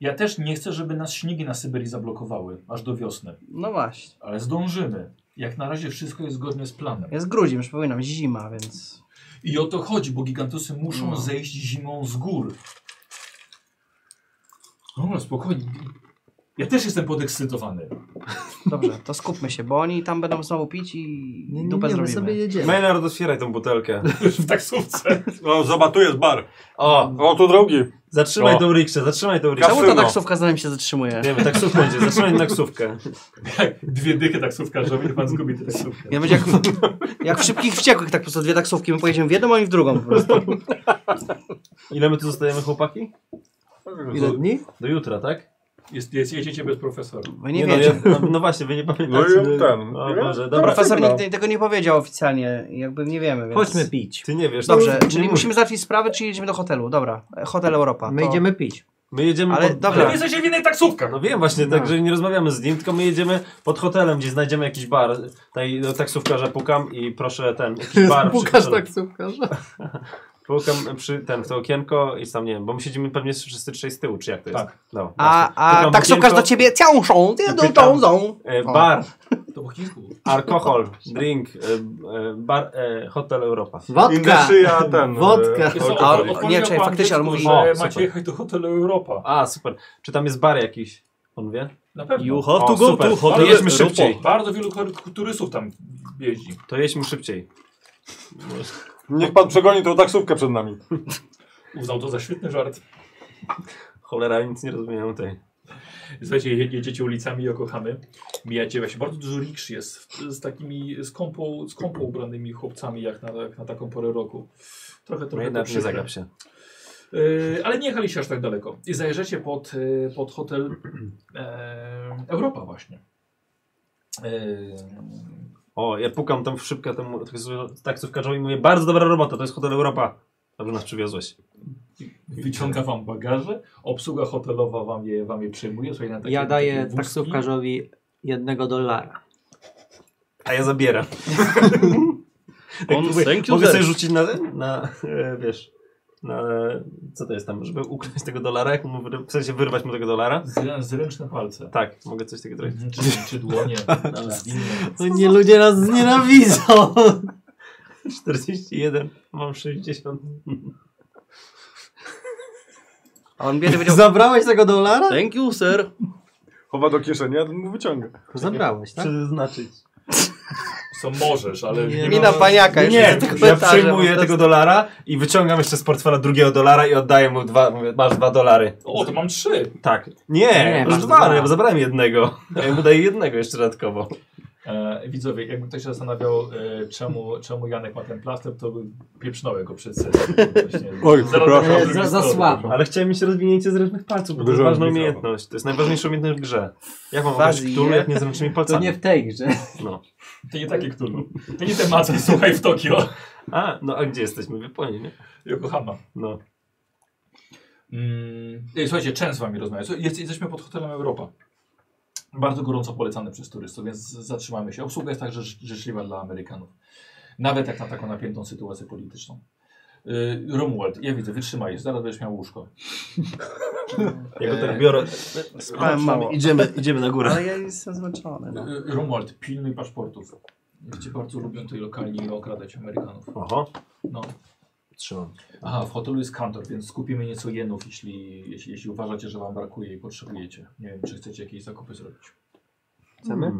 Speaker 1: Ja też nie chcę, żeby nas śnigi na Syberii zablokowały aż do wiosny,
Speaker 3: No właśnie.
Speaker 1: ale zdążymy. Jak na razie wszystko jest zgodnie z planem.
Speaker 3: Jest grudzień, już przypominam, zima, więc...
Speaker 1: I o to chodzi, bo gigantusy muszą
Speaker 3: No.
Speaker 1: zejść zimą z gór. No, spokojnie. Ja też jestem podekscytowany. <laughs>
Speaker 3: Dobrze, to skupmy się, bo oni tam będą znowu pić i dupę
Speaker 6: my
Speaker 3: zrobimy.
Speaker 6: sobie jedziemy.
Speaker 4: Maynard, otwieraj tą butelkę.
Speaker 1: w taksówce.
Speaker 5: O, zobacz, tu No, jest bar.
Speaker 4: O,
Speaker 3: <laughs>
Speaker 5: O, tu drogi.
Speaker 4: zatrzymaj
Speaker 5: O.
Speaker 4: tą rikszę, zatrzymaj tą rikszę.
Speaker 3: Czemu tak ta
Speaker 5: Kasyno.
Speaker 3: taksówka za nami się zatrzymuje?
Speaker 4: Nie wiem, taksówką będzie, zatrzymaj taksówkę.
Speaker 1: Dwie dychy taksówkarzowi, pan zgubi tę taksówkę.
Speaker 3: Ja będzie jak w, jak w szybkich wściekłych, tak po prostu dwie taksówki, my pojedziemy w jedną, a oni w drugą po prostu.
Speaker 4: Ile my tu zostajemy, chłopaki?
Speaker 6: Ile dni?
Speaker 4: Do jutra, tak?
Speaker 1: Jest, jest, jedziecie bez profesora.
Speaker 3: Wy nie,
Speaker 4: no,
Speaker 3: wiecie.
Speaker 4: ja- no, no właśnie, wy nie pamiętacie.
Speaker 5: No i ten.
Speaker 4: O Boże, dobra.
Speaker 3: Profesor
Speaker 4: dobra.
Speaker 3: nigdy tego nie powiedział oficjalnie, jakby nie wiemy, więc...
Speaker 6: Chodźmy pić.
Speaker 4: Ty nie wiesz.
Speaker 3: Dobrze,
Speaker 4: no,
Speaker 3: czyli
Speaker 4: nie
Speaker 3: musimy załatwić sprawę, czy jedziemy do hotelu, dobra. e, Hotel Europa.
Speaker 6: My
Speaker 3: to-
Speaker 6: idziemy pić.
Speaker 4: mów. My jedziemy
Speaker 3: Ale
Speaker 4: pod...
Speaker 3: dobra.
Speaker 1: Ale wy jesteście w innej taksówkach.
Speaker 4: No wiem właśnie, tak, że nie rozmawiamy z nim, tylko my jedziemy pod hotelem, gdzie znajdziemy jakiś bar. Taj, do taksówkarza pukam i proszę
Speaker 3: <laughs>
Speaker 4: ten, jakiś bar. przy-
Speaker 6: tak
Speaker 7: Pukasz
Speaker 3: tak-
Speaker 7: taksówkarza.
Speaker 4: Pukam przy ten, w to okienko i tam nie wiem, bo my siedzimy pewnie wszyscy trzej z tyłu, czy jak to jest.
Speaker 1: Tak.
Speaker 4: No,
Speaker 3: A,
Speaker 4: właśnie. Pukam
Speaker 3: a
Speaker 4: w
Speaker 3: taksówkarz do
Speaker 4: okienko,
Speaker 3: ciebie ciążą, ty do
Speaker 4: pytam.
Speaker 3: tą zą.
Speaker 4: e,
Speaker 3: O.
Speaker 4: Bar,
Speaker 1: To po chińsku.
Speaker 3: <laughs>
Speaker 4: alkohol, drink, e, e, bar, e, hotel Europa.
Speaker 6: Wodka!
Speaker 5: Indyszyja, ten.
Speaker 6: Wodka.
Speaker 5: e,
Speaker 1: Są-
Speaker 5: alkohol.
Speaker 1: on- on powiedział
Speaker 3: czekaj,
Speaker 1: po
Speaker 3: faktycznie, ale
Speaker 1: angielsku,
Speaker 3: mówi-
Speaker 1: że
Speaker 4: O,
Speaker 1: macie
Speaker 4: super.
Speaker 1: jechać do hotelu Europa.
Speaker 4: A, super. Czy tam jest bar jakiś? On wie?
Speaker 1: Na pewno.
Speaker 4: have to go to hotel
Speaker 1: Bardzo-
Speaker 4: Jedźmy szybciej.
Speaker 1: Bardzo wielu tur- turystów tam jeździ.
Speaker 4: To jedźmy szybciej.
Speaker 5: Niech pan przegoni tą taksówkę przed nami.
Speaker 1: Uznał to za świetny żart.
Speaker 4: Cholera, nic nie rozumiałem tej.
Speaker 1: Słuchajcie, je- jedziecie ulicami Yokohamy, mijacie właśnie bardzo dużo riksz jest w- z takimi skąpo, skąpo ubranymi chłopcami jak na, jak na taką porę roku. Trochę, trochę to
Speaker 4: Maynard, No nie
Speaker 1: przykre.
Speaker 4: zagap się.
Speaker 1: Yy, ale nie jechaliście aż tak daleko. I zajeżdżacie pod, yy, pod hotel yy, Europa właśnie. Yy,
Speaker 4: O, ja pukam tam w szybkę temu taksówka- taksówkarzowi i mówię, bardzo dobra robota, to jest Hotel Europa. Dobrze nas przywiozłeś.
Speaker 1: wyciąga wam bagaże, obsługa hotelowa wam je, wam je przyjmuje. Słuchaj, na takie,
Speaker 6: Ja daję
Speaker 1: takie wózki.
Speaker 6: taksówkarzowi jednego dolara.
Speaker 4: A ja zabieram. On,
Speaker 3: thank you,
Speaker 4: mogę
Speaker 3: sir.
Speaker 4: sobie rzucić na ten? Na, e, wiesz, na, co to jest tam, żeby ukraść tego dolara, jak mu, wyr- w sensie wyrwać mu tego dolara?
Speaker 1: Zrę- Zręczne palce.
Speaker 4: Tak, mogę coś takiego zrobić. <laughs>
Speaker 1: Mhm, Czy, czy
Speaker 6: <laughs>
Speaker 1: dłonie,
Speaker 6: Tak.
Speaker 1: czy zwinne.
Speaker 6: No nie, ludzie nas znienawidzą.
Speaker 4: 41, mam 60.
Speaker 3: A on biedny powiedział,
Speaker 6: Zabrałeś tego dolara?
Speaker 3: thank you, sir.
Speaker 5: Chowa do kieszeni, a ten mu wyciąga.
Speaker 6: Zabrałeś, tak?
Speaker 4: Przeznaczyć.
Speaker 1: Co możesz, ale
Speaker 6: Nie,
Speaker 1: ma-
Speaker 6: no.
Speaker 3: Mina paniaka. już
Speaker 4: Nie,
Speaker 3: jest w
Speaker 4: ja
Speaker 3: komentarze,
Speaker 4: przejmuję
Speaker 3: bo to
Speaker 4: tego dolara i wyciągam jeszcze z portfela drugiego dolara i oddaję mu dwa, mówię, masz dwa dolary.
Speaker 1: O, to mam trzy.
Speaker 4: Tak.
Speaker 6: Nie,
Speaker 4: Nie,
Speaker 6: masz
Speaker 4: masz dwa,
Speaker 6: dwa.
Speaker 4: no ja zabrałem jednego. Ja mu daję jednego jeszcze dodatkowo.
Speaker 1: E, widzowie, jakby ktoś się zastanawiał, e, czemu, czemu Janek ma ten plaster, to by pieprznąłem go przed sesją. Właśnie.
Speaker 5: Oj, przepraszam.
Speaker 1: drugi
Speaker 6: Za- za
Speaker 1: stopy.
Speaker 6: słabo.
Speaker 4: Ale chciałem mieć rozwinięcie zręcznych palców, bo to jest
Speaker 5: Dużo
Speaker 4: ważna
Speaker 5: mi brakowało.
Speaker 4: umiejętność. To jest najważniejsza umiejętność w grze. Jak mam
Speaker 3: Fazi
Speaker 4: obrać który,
Speaker 3: je.
Speaker 4: jak nie zręcznymi
Speaker 6: To
Speaker 4: palcami?
Speaker 6: nie w tej grze.
Speaker 4: No.
Speaker 1: To nie takie Cthulhu. To nie te macki, słuchaj, w Tokio.
Speaker 4: A, no a gdzie jesteśmy? W Japonii, nie?
Speaker 1: Yokohama.
Speaker 4: No.
Speaker 1: Mm, ej, słuchajcie, Częs z wami rozmawia. Słuchaj, Jest, jesteśmy pod hotelem Europa. Bardzo gorąco polecany przez turystów, więc z- zatrzymamy się. Obsługa jest także życz- życzliwa dla Amerykanów. Nawet jak na taką napiętą sytuację polityczną. Y, Romuald, ja widzę, wytrzymaj, zaraz będziesz miał łóżko.
Speaker 4: Ja go
Speaker 1: Eee.
Speaker 4: tak biorę.
Speaker 3: Spałem mało.
Speaker 4: Idziemy, idziemy na górę.
Speaker 3: Ale ja jestem zmęczony. No.
Speaker 1: Y, Romuald, pilnuj paszportów. Ci bardzo lubią tutaj lokalni okradać Amerykanów.
Speaker 4: Oho,
Speaker 1: No.
Speaker 4: trzymam.
Speaker 1: Aha, w hotelu jest kantor, więc skupimy nieco jenów, jeśli, jeśli, jeśli uważacie, że wam brakuje i potrzebujecie. Nie wiem, czy chcecie jakieś zakupy zrobić.
Speaker 4: Chcemy?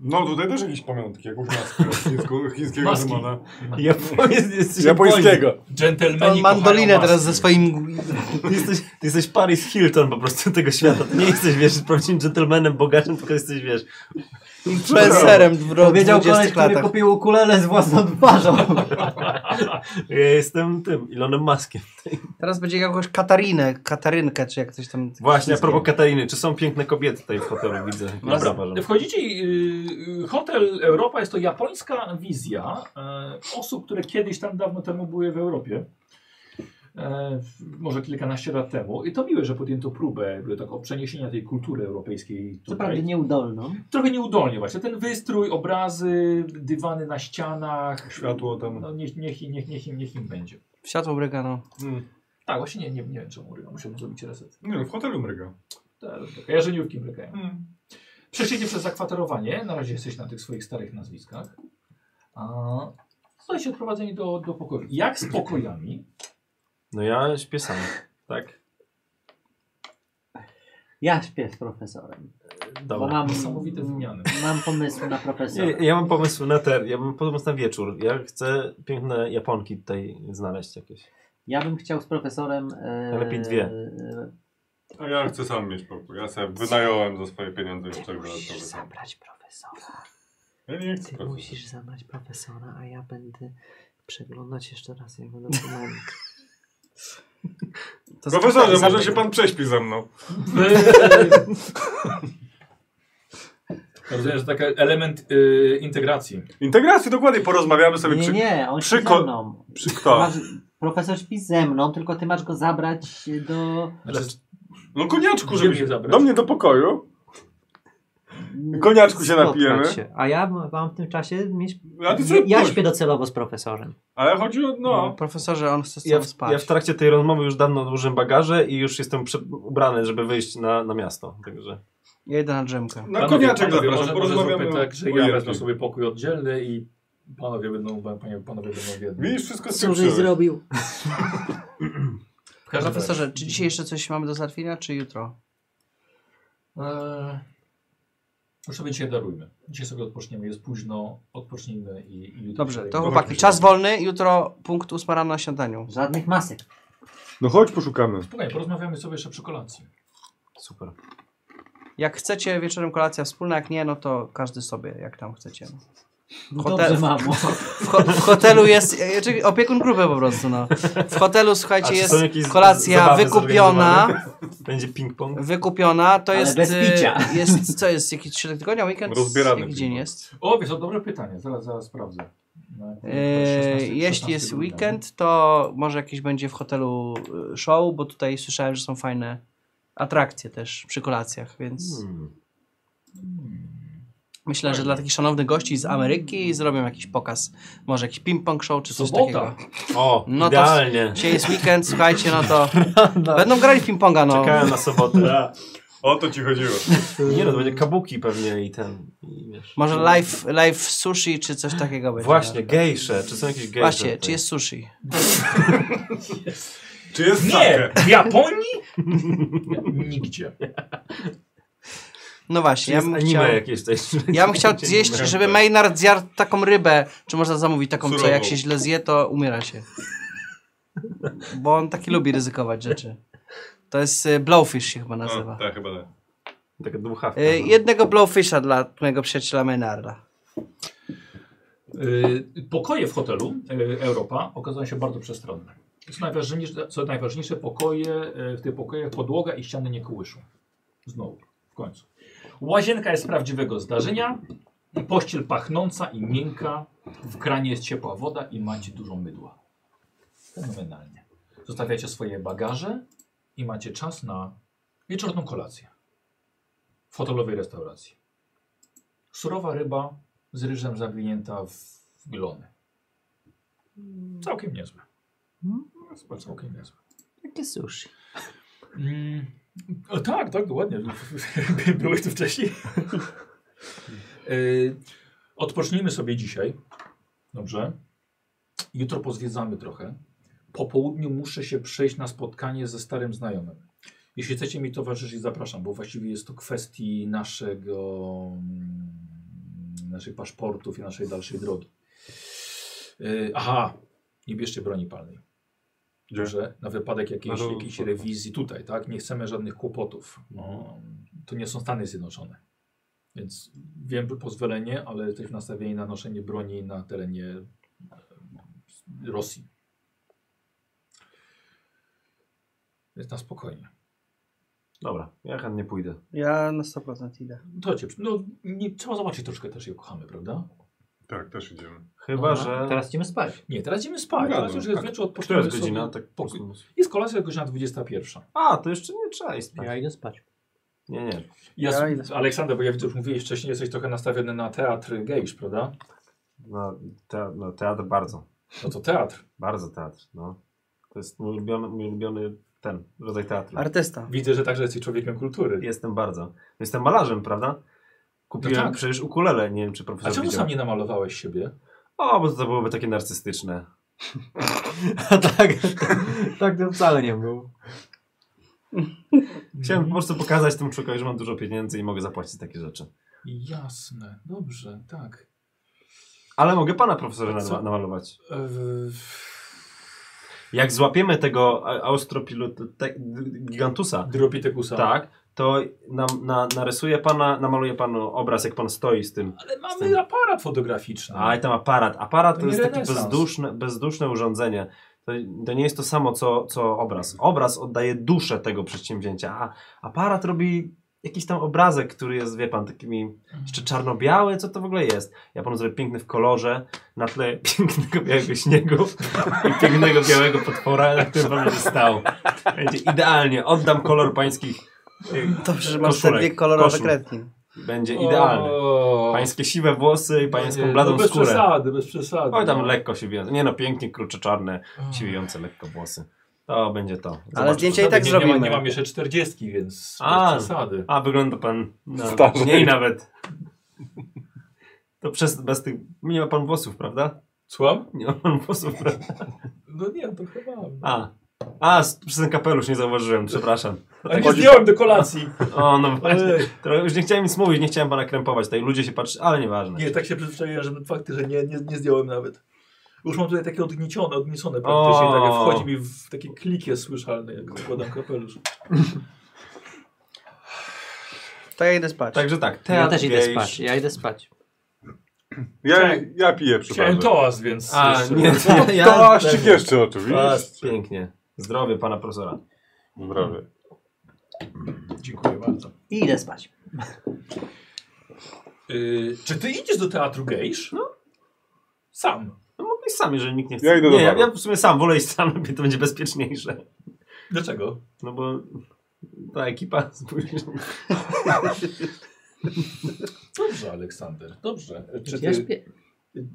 Speaker 5: No tutaj też jakieś pamiątki, jakąś maskę chińską, chińskiego
Speaker 1: Maski.
Speaker 5: demona.
Speaker 4: Japońs- jesteś
Speaker 5: Japońskiego.
Speaker 1: Dżentelmeni
Speaker 3: On mandolinę
Speaker 1: kochają
Speaker 3: teraz
Speaker 1: maski.
Speaker 3: ze swoim...
Speaker 4: Japończyk. Ty jesteś, ty jesteś Paris Hilton po prostu tego świata. Ty nie jesteś, wiesz, prawdziwym gentlemanem, bogaczem, tylko jesteś, wiesz...
Speaker 3: influencerem w ro-
Speaker 6: Powiedział koleś,
Speaker 3: 20
Speaker 6: który
Speaker 3: latach.
Speaker 6: kupił ukulele z własną twarzą.
Speaker 4: Ja jestem tym, Ilonem Maskiem.
Speaker 3: Teraz będzie jakąś Katarinę, Katarynkę, czy jak coś tam...
Speaker 4: Właśnie, a propos Katariny, czy są piękne kobiety tutaj w hotelu? Widzę. Dobra, uważam.
Speaker 1: Wchodzicie i y, y, hotel Europa jest to japońska wizja y, osób, które kiedyś tam dawno temu były w Europie. E, może kilkanaście lat temu. I to miłe, że podjęto próbę jakby, tak, o przeniesienia tej kultury europejskiej
Speaker 6: Co prawda
Speaker 1: tutaj.
Speaker 6: nieudolną.
Speaker 1: Trochę nieudolnie właśnie. Ten wystrój, obrazy, dywany na ścianach.
Speaker 5: Światło tam.
Speaker 1: No niech, niech, niech, niech, im, niech im będzie.
Speaker 3: Światło no. Bregano.
Speaker 5: Mm.
Speaker 1: Tak, właśnie nie, nie, nie wiem czemu ryga. Musiałbym zrobić reset.
Speaker 5: Nie, no, w hotelu mryga.
Speaker 1: Te- te- Ja żeniówki brykają.
Speaker 5: Mm.
Speaker 1: Przejdziecie przez zakwaterowanie. Na razie jesteś na tych swoich starych nazwiskach. A zostajecie odprowadzeni do, do pokoju. Jak z pokojami?
Speaker 4: No ja śpię sam, tak?
Speaker 6: Ja śpię z profesorem. Bo
Speaker 4: Dobra.
Speaker 6: mam,
Speaker 1: Niesamowite wymiany.
Speaker 6: mam pomysł na profesora.
Speaker 4: Ja, ja mam pomysł na ter, ja mam pomysł na wieczór. Ja chcę piękne Japonki tutaj znaleźć jakieś.
Speaker 6: Ja bym chciał z profesorem... E,
Speaker 4: Lepiej dwie.
Speaker 6: E,
Speaker 5: A ja chcę sam mieć pokój. Ja sobie wynająłem za swoje pieniądze jeszcze
Speaker 2: Musisz
Speaker 5: dodatkowe. sam.
Speaker 2: zabrać profesora.
Speaker 5: Ja nie chcę.
Speaker 2: Ty musisz zabrać profesora, a ja będę przeglądać jeszcze raz jego dokumenty.
Speaker 3: To
Speaker 5: Profesorze,
Speaker 3: zapytaj-
Speaker 5: może się pan prześpi ze mną.
Speaker 1: <laughs> Rozumiem, że taki element y, integracji.
Speaker 5: Integracji dokładnie porozmawiamy sobie
Speaker 6: nie,
Speaker 5: przy,
Speaker 6: nie, on śpi
Speaker 5: przyko-
Speaker 6: ze mną.
Speaker 5: przy
Speaker 6: Ty
Speaker 5: kto.
Speaker 6: Masz, profesor śpi ze mną, tylko ty masz go zabrać do...
Speaker 1: Znaczy,
Speaker 5: No koniaczku,
Speaker 1: Gdzie
Speaker 5: żebyś
Speaker 1: mnie zabrać?
Speaker 5: do mnie do pokoju. Koniaczku się
Speaker 2: Spotkać
Speaker 5: napijemy.
Speaker 2: się. A ja m- mam w tym czasie mieć...
Speaker 5: A ty sobie
Speaker 2: Ja
Speaker 5: pójdź.
Speaker 2: śpię docelowo z profesorem.
Speaker 5: Ale chodzi o
Speaker 3: No,
Speaker 5: no.
Speaker 3: profesorze, on chce z
Speaker 4: Ja
Speaker 3: tobą
Speaker 4: w,
Speaker 3: spać.
Speaker 4: ja w trakcie tej rozmowy już dawno odłożyłem bagaże i już jestem prze, ubrany, żeby wyjść na, na miasto. Także
Speaker 3: Ja idę na drzemkę.
Speaker 5: Na koniaczek
Speaker 1: panowie,
Speaker 5: zapraszam,
Speaker 1: może, może
Speaker 5: porozmawiamy
Speaker 1: zróbmy
Speaker 5: o
Speaker 1: tak, że ja
Speaker 5: ujęciu.
Speaker 1: wezmę sobie pokój oddzielny i panowie będą, panowie, panowie będą w jednym.
Speaker 5: Widzisz, wszystko
Speaker 6: Co żeś
Speaker 5: skończyłeś.
Speaker 1: W
Speaker 6: zrobił?
Speaker 1: każdym razie-
Speaker 3: Profesorze, czy dzisiaj jeszcze coś mamy do załatwienia, czy jutro?
Speaker 1: Eee, Już sobie dzisiaj darujmy. Dzisiaj sobie odpoczniemy, jest późno, odpocznijmy i, i jutro
Speaker 3: Dobrze,
Speaker 1: się
Speaker 3: to
Speaker 1: zajmiemy.
Speaker 3: chłopaki, czas wolny, jutro punkt ósma rano na śniadaniu.
Speaker 6: Żadnych masek.
Speaker 5: No chodź, poszukamy.
Speaker 1: Spokojnie, porozmawiamy sobie jeszcze przy kolacji.
Speaker 4: super.
Speaker 3: Jak chcecie, wieczorem kolacja wspólna, jak nie, no to każdy sobie, jak tam chcecie.
Speaker 6: No
Speaker 3: Hotel-
Speaker 6: dobrze,
Speaker 3: <laughs>
Speaker 6: mamo.
Speaker 3: W, ho w hotelu jest, e, czyli opiekun grupy po prostu, no. W hotelu,
Speaker 4: A
Speaker 3: słuchajcie,
Speaker 4: czy
Speaker 3: jest
Speaker 4: są jakieś
Speaker 3: kolacja
Speaker 4: zabawy
Speaker 3: wykupiona,
Speaker 4: zorganizowane? <laughs> Będzie ping-pong.
Speaker 3: wykupiona, to
Speaker 6: Ale
Speaker 3: jest,
Speaker 6: bez
Speaker 3: e,
Speaker 6: picia.
Speaker 3: jest, co jest, jakiś środek tygodnia, weekend,
Speaker 5: Rozbierany
Speaker 3: jaki dzień
Speaker 5: piwo.
Speaker 3: jest?
Speaker 1: O, wiesz, to dobre pytanie, zaraz, zaraz sprawdzę. No, jak-
Speaker 3: E,
Speaker 1: 16,
Speaker 3: jeśli
Speaker 1: 16
Speaker 3: jest
Speaker 1: grudnia,
Speaker 3: weekend, to może jakieś będzie w hotelu e, show, bo tutaj słyszałem, że są fajne atrakcje też przy kolacjach, więc...
Speaker 4: Hmm.
Speaker 3: Myślę, że dla takich szanownych gości z Ameryki zrobią jakiś pokaz. Może jakiś ping-pong show czy coś
Speaker 1: Sobota.
Speaker 3: takiego.
Speaker 4: O,
Speaker 3: No to-
Speaker 4: idealnie.
Speaker 3: Dzisiaj jest
Speaker 4: <laughs>
Speaker 3: weekend, słuchajcie, no to będą grali w ping-ponga, no.
Speaker 4: Czekałem na sobotę.
Speaker 5: O to ci chodziło.
Speaker 4: Nie no, to będzie kabuki pewnie i ten. I wiesz.
Speaker 3: Może live, live sushi czy coś takiego będzie.
Speaker 4: Właśnie, gejsze. Czy są jakieś gejsze?
Speaker 3: Właśnie,
Speaker 4: tutaj?
Speaker 3: czy jest sushi?
Speaker 5: Czy jest
Speaker 1: Nie!
Speaker 5: sake?
Speaker 1: W Japonii? <laughs> Nigdzie.
Speaker 3: No
Speaker 4: Czy
Speaker 3: właśnie, ja
Speaker 4: jest
Speaker 3: bym
Speaker 4: anime
Speaker 3: chciał...
Speaker 4: <laughs> jakieś tutaj?
Speaker 3: Ja <laughs> bym chciał zjeść,
Speaker 5: Rybę.
Speaker 3: żeby Maynard zjadł taką rybę, czy można zamówić taką, co
Speaker 5: Surową.
Speaker 3: jak się źle zje, to umiera się. Bo on taki lubi ryzykować rzeczy. To jest y, blowfish się chyba
Speaker 5: O,
Speaker 3: nazywa.
Speaker 5: No, tak, chyba tak.
Speaker 4: Taka dmuchawka.
Speaker 3: e,
Speaker 4: no.
Speaker 3: Y, Jednego blowfisha dla mojego przyjaciela Maynarda.
Speaker 1: Y, Pokoje w hotelu y, Europa okazały się bardzo przestronne. Co najważniejsze, co najważniejsze pokoje, y, w tych pokojach podłoga i ściany nie kołyszą. Znowu, w końcu. Łazienka jest z prawdziwego zdarzenia. Pościel pachnąca i miękka. W kranie jest ciepła woda i macie dużo mydła. Fenomenalnie. Zostawiacie swoje bagaże i macie czas na wieczorną kolację. W hotelowej restauracji. Surowa ryba z ryżem zawinięta w glony. Całkiem niezłe. Chyba całkiem niezłe.
Speaker 2: Takie sushi.
Speaker 1: Mm, o, tak, tak, ładnie. <laughs> Byłeś tu <laughs> wcześniej. Y, Odpocznijmy sobie dzisiaj. Dobrze. Jutro pozwiedzamy trochę. Po południu muszę się przejść na spotkanie ze starym znajomym. Jeśli chcecie mi towarzyszyć, zapraszam, bo właściwie jest to kwestii naszego, mm, naszych paszportów i naszej dalszej drogi. Y, aha, nie bierzcie broni palnej.
Speaker 5: Gdzie?
Speaker 1: Że na wypadek jakiejś,
Speaker 5: No to-
Speaker 1: jakiejś rewizji tutaj, tak? Nie chcemy żadnych kłopotów. No, to nie są Stany Zjednoczone. Więc wiem pozwolenie, ale jesteśmy nastawieni na noszenie broni na terenie e, Rosji. Więc na spokojnie.
Speaker 4: Dobra, ja chętnie pójdę.
Speaker 3: Ja na 100% idę.
Speaker 1: To cię, no, nie, trzeba zobaczyć troszkę też, jak kochamy, prawda?
Speaker 5: Tak, też idziemy.
Speaker 4: Chyba,
Speaker 6: Dobra,
Speaker 4: że...
Speaker 6: Teraz idziemy spać.
Speaker 1: Nie, teraz idziemy spać.
Speaker 5: Zgadzam,
Speaker 1: teraz już jest
Speaker 5: tak.
Speaker 1: wieczór,
Speaker 4: Która
Speaker 1: odpoczniemy
Speaker 4: jest godzina?
Speaker 1: sobie.
Speaker 4: Tak
Speaker 1: po-
Speaker 4: plus minus.
Speaker 1: Jest kolacja godzina 21.
Speaker 4: A, to jeszcze nie trzeba iść spać.
Speaker 6: Ja idę spać. <laughs>
Speaker 4: Nie, nie.
Speaker 1: Ja,
Speaker 3: Ja idę spać.
Speaker 1: Aleksander, bo ja widzę, już mówiłeś wcześniej, jesteś trochę nastawiony na teatr gejsz, prawda?
Speaker 4: No, te, no, teatr bardzo.
Speaker 1: No to teatr.
Speaker 4: Bardzo teatr, no. To jest mój ulubiony, mój ulubiony ten, rodzaj teatru.
Speaker 3: Artysta.
Speaker 1: Widzę, że także jesteś człowiekiem kultury.
Speaker 4: Jestem bardzo. Jestem malarzem, prawda? Kupiłem
Speaker 1: No tak.
Speaker 4: przecież ukulele, nie wiem czy
Speaker 1: A
Speaker 4: profesor
Speaker 1: czemu
Speaker 4: widział.
Speaker 1: sam nie namalowałeś siebie?
Speaker 4: O, bo to byłoby takie narcystyczne.
Speaker 2: A tak, tak to wcale nie było.
Speaker 4: Chciałem
Speaker 1: Mhm. No
Speaker 4: po prostu pokazać temu człowiekowi, że mam dużo pieniędzy i mogę zapłacić takie rzeczy.
Speaker 1: Jasne, dobrze, tak.
Speaker 4: Ale mogę pana profesora
Speaker 1: A co?
Speaker 4: nam- namalować.
Speaker 1: E, w-
Speaker 4: Jak złapiemy tego a- austropilot- te- gigantusa,
Speaker 1: Dropitekusa.
Speaker 4: tak, to nam, na, narysuje pana, namaluje panu obraz, jak pan stoi z tym.
Speaker 1: Ale
Speaker 4: Z tym-
Speaker 1: mamy aparat fotograficzny.
Speaker 4: A i tam aparat. Aparat to,
Speaker 1: To nie
Speaker 4: jest takie
Speaker 1: renesans.
Speaker 4: bezduszne, bezduszne urządzenie. To, to nie jest to samo, co, co obraz. Obraz oddaje duszę tego przedsięwzięcia, a aparat robi jakiś tam obrazek, który jest, wie pan, takimi
Speaker 1: Mhm.
Speaker 4: jeszcze czarno-biały, co to w ogóle jest? Ja panu zrobię piękny w kolorze, na tle <laughs> pięknego białego śniegu i pięknego białego potwora, na którym pan będzie stał. Będzie idealnie, oddam kolor pańskich y,
Speaker 3: Dobrze, że masz te
Speaker 4: koszulek,
Speaker 3: dwie kolorowe
Speaker 4: koszul.
Speaker 3: kretki.
Speaker 4: Będzie
Speaker 1: O,
Speaker 4: idealny. Pańskie siwe włosy i
Speaker 1: nie,
Speaker 4: pańską
Speaker 1: no
Speaker 4: bladą
Speaker 1: bez
Speaker 4: skórę.
Speaker 1: przesady, bez przesady.
Speaker 4: Oj, tam
Speaker 1: no.
Speaker 4: lekko się wiąże. Nie no, pięknie, krucze czarne,
Speaker 1: Ach.
Speaker 4: siwiejące lekko włosy. To będzie to.
Speaker 3: Ale
Speaker 4: Zobaczysz.
Speaker 3: zdjęcia i tak
Speaker 1: nie, nie, ma,
Speaker 3: zrobimy.
Speaker 1: nie mam jeszcze 40, więc
Speaker 4: A.
Speaker 1: bez przesady.
Speaker 4: A, wygląda pan no,
Speaker 5: Starzej.
Speaker 4: mniej nawet. To przez, bez tych... Nie ma pan włosów, prawda?
Speaker 1: Słucham?
Speaker 4: Nie ma pan włosów, prawda?
Speaker 1: No nie, to chyba.
Speaker 4: A. A, s- przez ten kapelusz nie zauważyłem, przepraszam. Tak
Speaker 1: Ale nie zdjąłem do kolacji.
Speaker 4: O, no właśnie.
Speaker 1: Ej,
Speaker 4: Trochę, już nie chciałem nic mówić, nie chciałem pana krępować. Tutaj ludzie się patrzy, ale nieważne.
Speaker 1: nie, tak się przyzwyczaiłem, że fakty, że nie, nie, nie zdjąłem nawet. Już mam tutaj takie odgniecione, odniesione praktycznie.
Speaker 4: O.
Speaker 1: Tak jak wchodzi mi w takie klikie słyszalne, jak układam kapelusz.
Speaker 3: To ja idę spać.
Speaker 4: Także tak, teatr
Speaker 2: Ja też idę
Speaker 4: gejś.
Speaker 2: spać. Ja idę spać.
Speaker 5: Ja, ja piję przy
Speaker 1: Chciałem
Speaker 5: barze.
Speaker 1: toast, więc.
Speaker 4: A,
Speaker 1: jeszcze-
Speaker 4: nie,
Speaker 1: <laughs>
Speaker 4: nie, ja...
Speaker 5: Toaszczyk jeszcze
Speaker 4: A,
Speaker 5: oczywiście.
Speaker 4: pięknie. Zdrowie pana profesora.
Speaker 5: Zdrowie.
Speaker 1: Dziękuję bardzo.
Speaker 6: I idę spać.
Speaker 1: Y, czy ty idziesz do teatru gejsz? No. Sam.
Speaker 4: No mogę iść sam, jeżeli nikt nie chce.
Speaker 5: Ja idę do
Speaker 4: nie, ja,
Speaker 5: baru.
Speaker 4: ja w sumie sam wolę iść <laughs> sam, lepiej to będzie bezpieczniejsze.
Speaker 1: Dlaczego?
Speaker 4: No bo ta ekipa <laughs> spójrz.
Speaker 1: Dobrze, Aleksander, dobrze. Czy
Speaker 6: Ja
Speaker 1: ty
Speaker 6: śpię.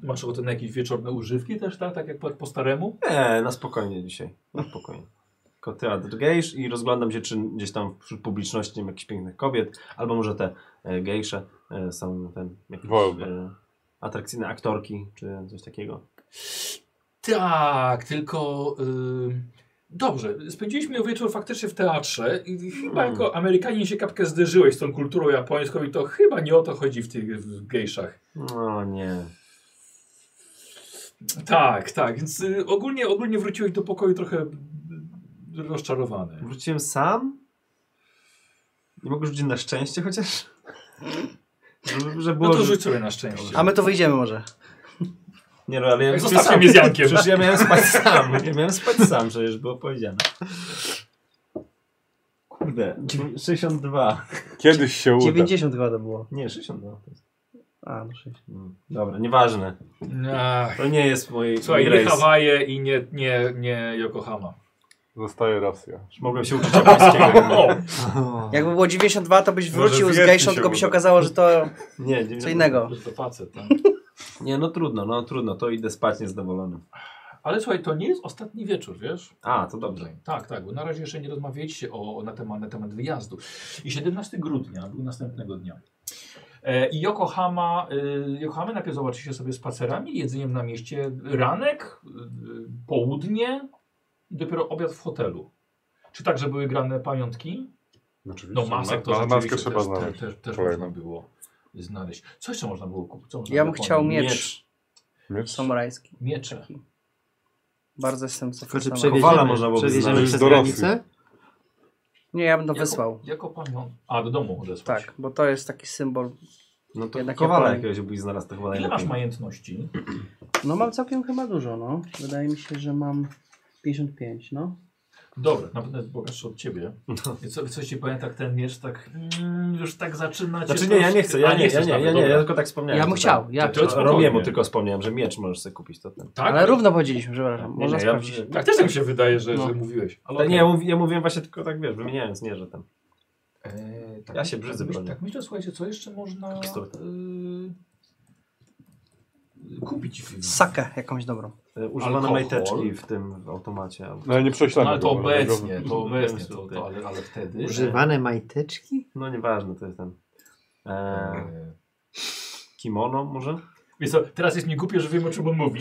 Speaker 1: masz ochotę na jakieś wieczorne używki też, tak? Tak jak po, po staremu?
Speaker 4: Nie, na spokojnie dzisiaj. Na spokojnie. Tylko teatr gejsz i rozglądam się, czy gdzieś tam wśród publiczności nie ma jakichś pięknych kobiet, albo może te e, gejsze e, są ten, jakieś
Speaker 5: Wolne.
Speaker 4: e, atrakcyjne aktorki, czy coś takiego.
Speaker 1: Tak, tylko... y, Dobrze, spędziliśmy wieczór faktycznie w teatrze i chyba
Speaker 4: Mm.
Speaker 1: jako Amerykanie się kapkę zderzyłeś z tą kulturą japońską i to chyba nie o to chodzi w tych w gejszach.
Speaker 4: No nie.
Speaker 1: Tak, tak, więc y, ogólnie, ogólnie wróciłeś do pokoju trochę y, rozczarowany.
Speaker 4: Wróciłem sam? Nie mogę rzucić na szczęście chociaż? <laughs> Żeby, że było,
Speaker 1: No to
Speaker 4: że-
Speaker 1: rzuć sobie na szczęście.
Speaker 3: A my to wyjdziemy może.
Speaker 4: Nie no, ale ja
Speaker 1: Zostawcie mnie z Jankiem.
Speaker 4: Przecież ja miałem spać sam. Ja miałem spać sam, przecież było powiedziane. Kurde, 62.
Speaker 5: Kiedyś się uda.
Speaker 3: 92 to było.
Speaker 4: Nie, 62. to jest.
Speaker 3: A, no sześć.
Speaker 4: Mm, Dobra, nieważne.
Speaker 1: Ach,
Speaker 4: To nie jest mój,
Speaker 1: Słuchaj,
Speaker 4: mój
Speaker 1: nie
Speaker 4: rejs.
Speaker 1: Hawaje i nie, nie, nie Yokohama.
Speaker 5: Zostaje Rosja.
Speaker 4: Mogłem się uczyć japońskiego.
Speaker 1: O,
Speaker 3: Jakby było 92, to byś
Speaker 5: Może
Speaker 3: wrócił z
Speaker 5: zjedźmy
Speaker 3: gejszą,
Speaker 5: się
Speaker 3: tylko by się
Speaker 5: uda.
Speaker 3: okazało, że to
Speaker 4: Nie, nie
Speaker 3: co innego.
Speaker 1: to facet. tak.
Speaker 4: Nie, no trudno, no trudno. To idę spać niezadowolony.
Speaker 1: Ale słuchaj, to nie jest ostatni wieczór, wiesz?
Speaker 4: A, to dobrze.
Speaker 1: Tak, tak, bo na razie jeszcze nie rozmawialiście o, na, temat, na temat wyjazdu. I 17 grudnia był następnego dnia. E, I Yokohama, y, Yokohama najpierw zobaczycie sobie spacerami, jedzeniem na mieście ranek, y, południe i dopiero obiad w hotelu. Czy także były grane pamiątki?
Speaker 5: Oczywiście.
Speaker 1: No masek
Speaker 5: Ma-
Speaker 1: to
Speaker 5: maskę
Speaker 1: rzeczywiście
Speaker 5: trzeba
Speaker 1: też, tak.
Speaker 5: znaleźć.
Speaker 1: też, też, też
Speaker 5: Kolejną.
Speaker 1: można było znaleźć. Co jeszcze można było kupić? Co można
Speaker 3: Ja bym
Speaker 1: było kupić?
Speaker 3: chciał miecz,
Speaker 5: Miecz?
Speaker 3: samurajski.
Speaker 1: Miecze.
Speaker 3: Bardzo jestem za
Speaker 2: Tylko czy
Speaker 3: samuraj.
Speaker 4: Kowala
Speaker 2: znaczy, przewieziemy,
Speaker 4: można byłoby
Speaker 2: przewieziemy
Speaker 5: znaleźć.
Speaker 2: przez
Speaker 5: Dorosłych.
Speaker 2: granicę?
Speaker 3: Nie, ja bym to
Speaker 1: Jako-
Speaker 3: No, wysłał.
Speaker 1: Jako pamiąt. A, do domu odesłać.
Speaker 3: Tak, bo to jest taki symbol.
Speaker 4: No to
Speaker 3: Jednak
Speaker 4: kowala
Speaker 3: Japonia.
Speaker 4: jakiegoś byś znalazł, to chyba
Speaker 1: Ile masz
Speaker 4: najlepiej.
Speaker 1: majętności?
Speaker 3: No mam całkiem chyba dużo, no. Wydaje mi się, że mam 55, no.
Speaker 1: Dobra, na pewno jest bogatszy od ciebie.
Speaker 4: No.
Speaker 1: I co, coś ci powiem, tak ten miecz tak mm, już tak zaczyna cię
Speaker 4: Znaczy nie, ja nie
Speaker 1: troszkę-
Speaker 4: chcę,
Speaker 1: A,
Speaker 4: ja nie, ja
Speaker 1: chcesz
Speaker 4: nie,
Speaker 1: nawet,
Speaker 4: ja nie, ja
Speaker 1: dobra.
Speaker 4: tylko tak wspomniałem.
Speaker 3: Ja bym
Speaker 4: to
Speaker 3: chciał,
Speaker 4: tak.
Speaker 3: ja.
Speaker 1: To- to-
Speaker 4: To Romiemu tylko wspomniałem, że miecz możesz sobie kupić to ten.
Speaker 1: Tak,
Speaker 3: Ale równo powiedzieliśmy, przepraszam.
Speaker 4: Nie,
Speaker 3: Można
Speaker 4: nie, ja-
Speaker 3: sprawdzić.
Speaker 1: tak też tak mi się wydaje, że,
Speaker 3: No.
Speaker 1: że mówiłeś. Ale
Speaker 4: Ale
Speaker 1: okej.
Speaker 4: nie, ja, mów, ja mówiłem właśnie tylko tak, wiesz, wymieniając, nie, że tam.
Speaker 1: E, tak,
Speaker 4: Ja się brzydzę
Speaker 1: tak, myśl-
Speaker 4: bronią.
Speaker 1: Tak myślę, słuchajcie, co jeszcze można
Speaker 4: Pistolet.
Speaker 1: y, kupić w
Speaker 3: Sakę jakąś dobrą.
Speaker 4: e, Używane
Speaker 1: Alkohol.
Speaker 4: majteczki w tym w automacie. albo-
Speaker 5: No ale nie
Speaker 1: No,
Speaker 5: prześladuj.
Speaker 1: ale to
Speaker 5: go, może tego-
Speaker 1: obecnie, to obecnie, to, to, ale, ale wtedy...
Speaker 2: Używane <laughs> majteczki?
Speaker 4: No nieważne, to jest ten. E,
Speaker 1: E,
Speaker 4: kimono może?
Speaker 1: Wiesz co, teraz jest mi głupio, że wiem o czym on <laughs> mówi.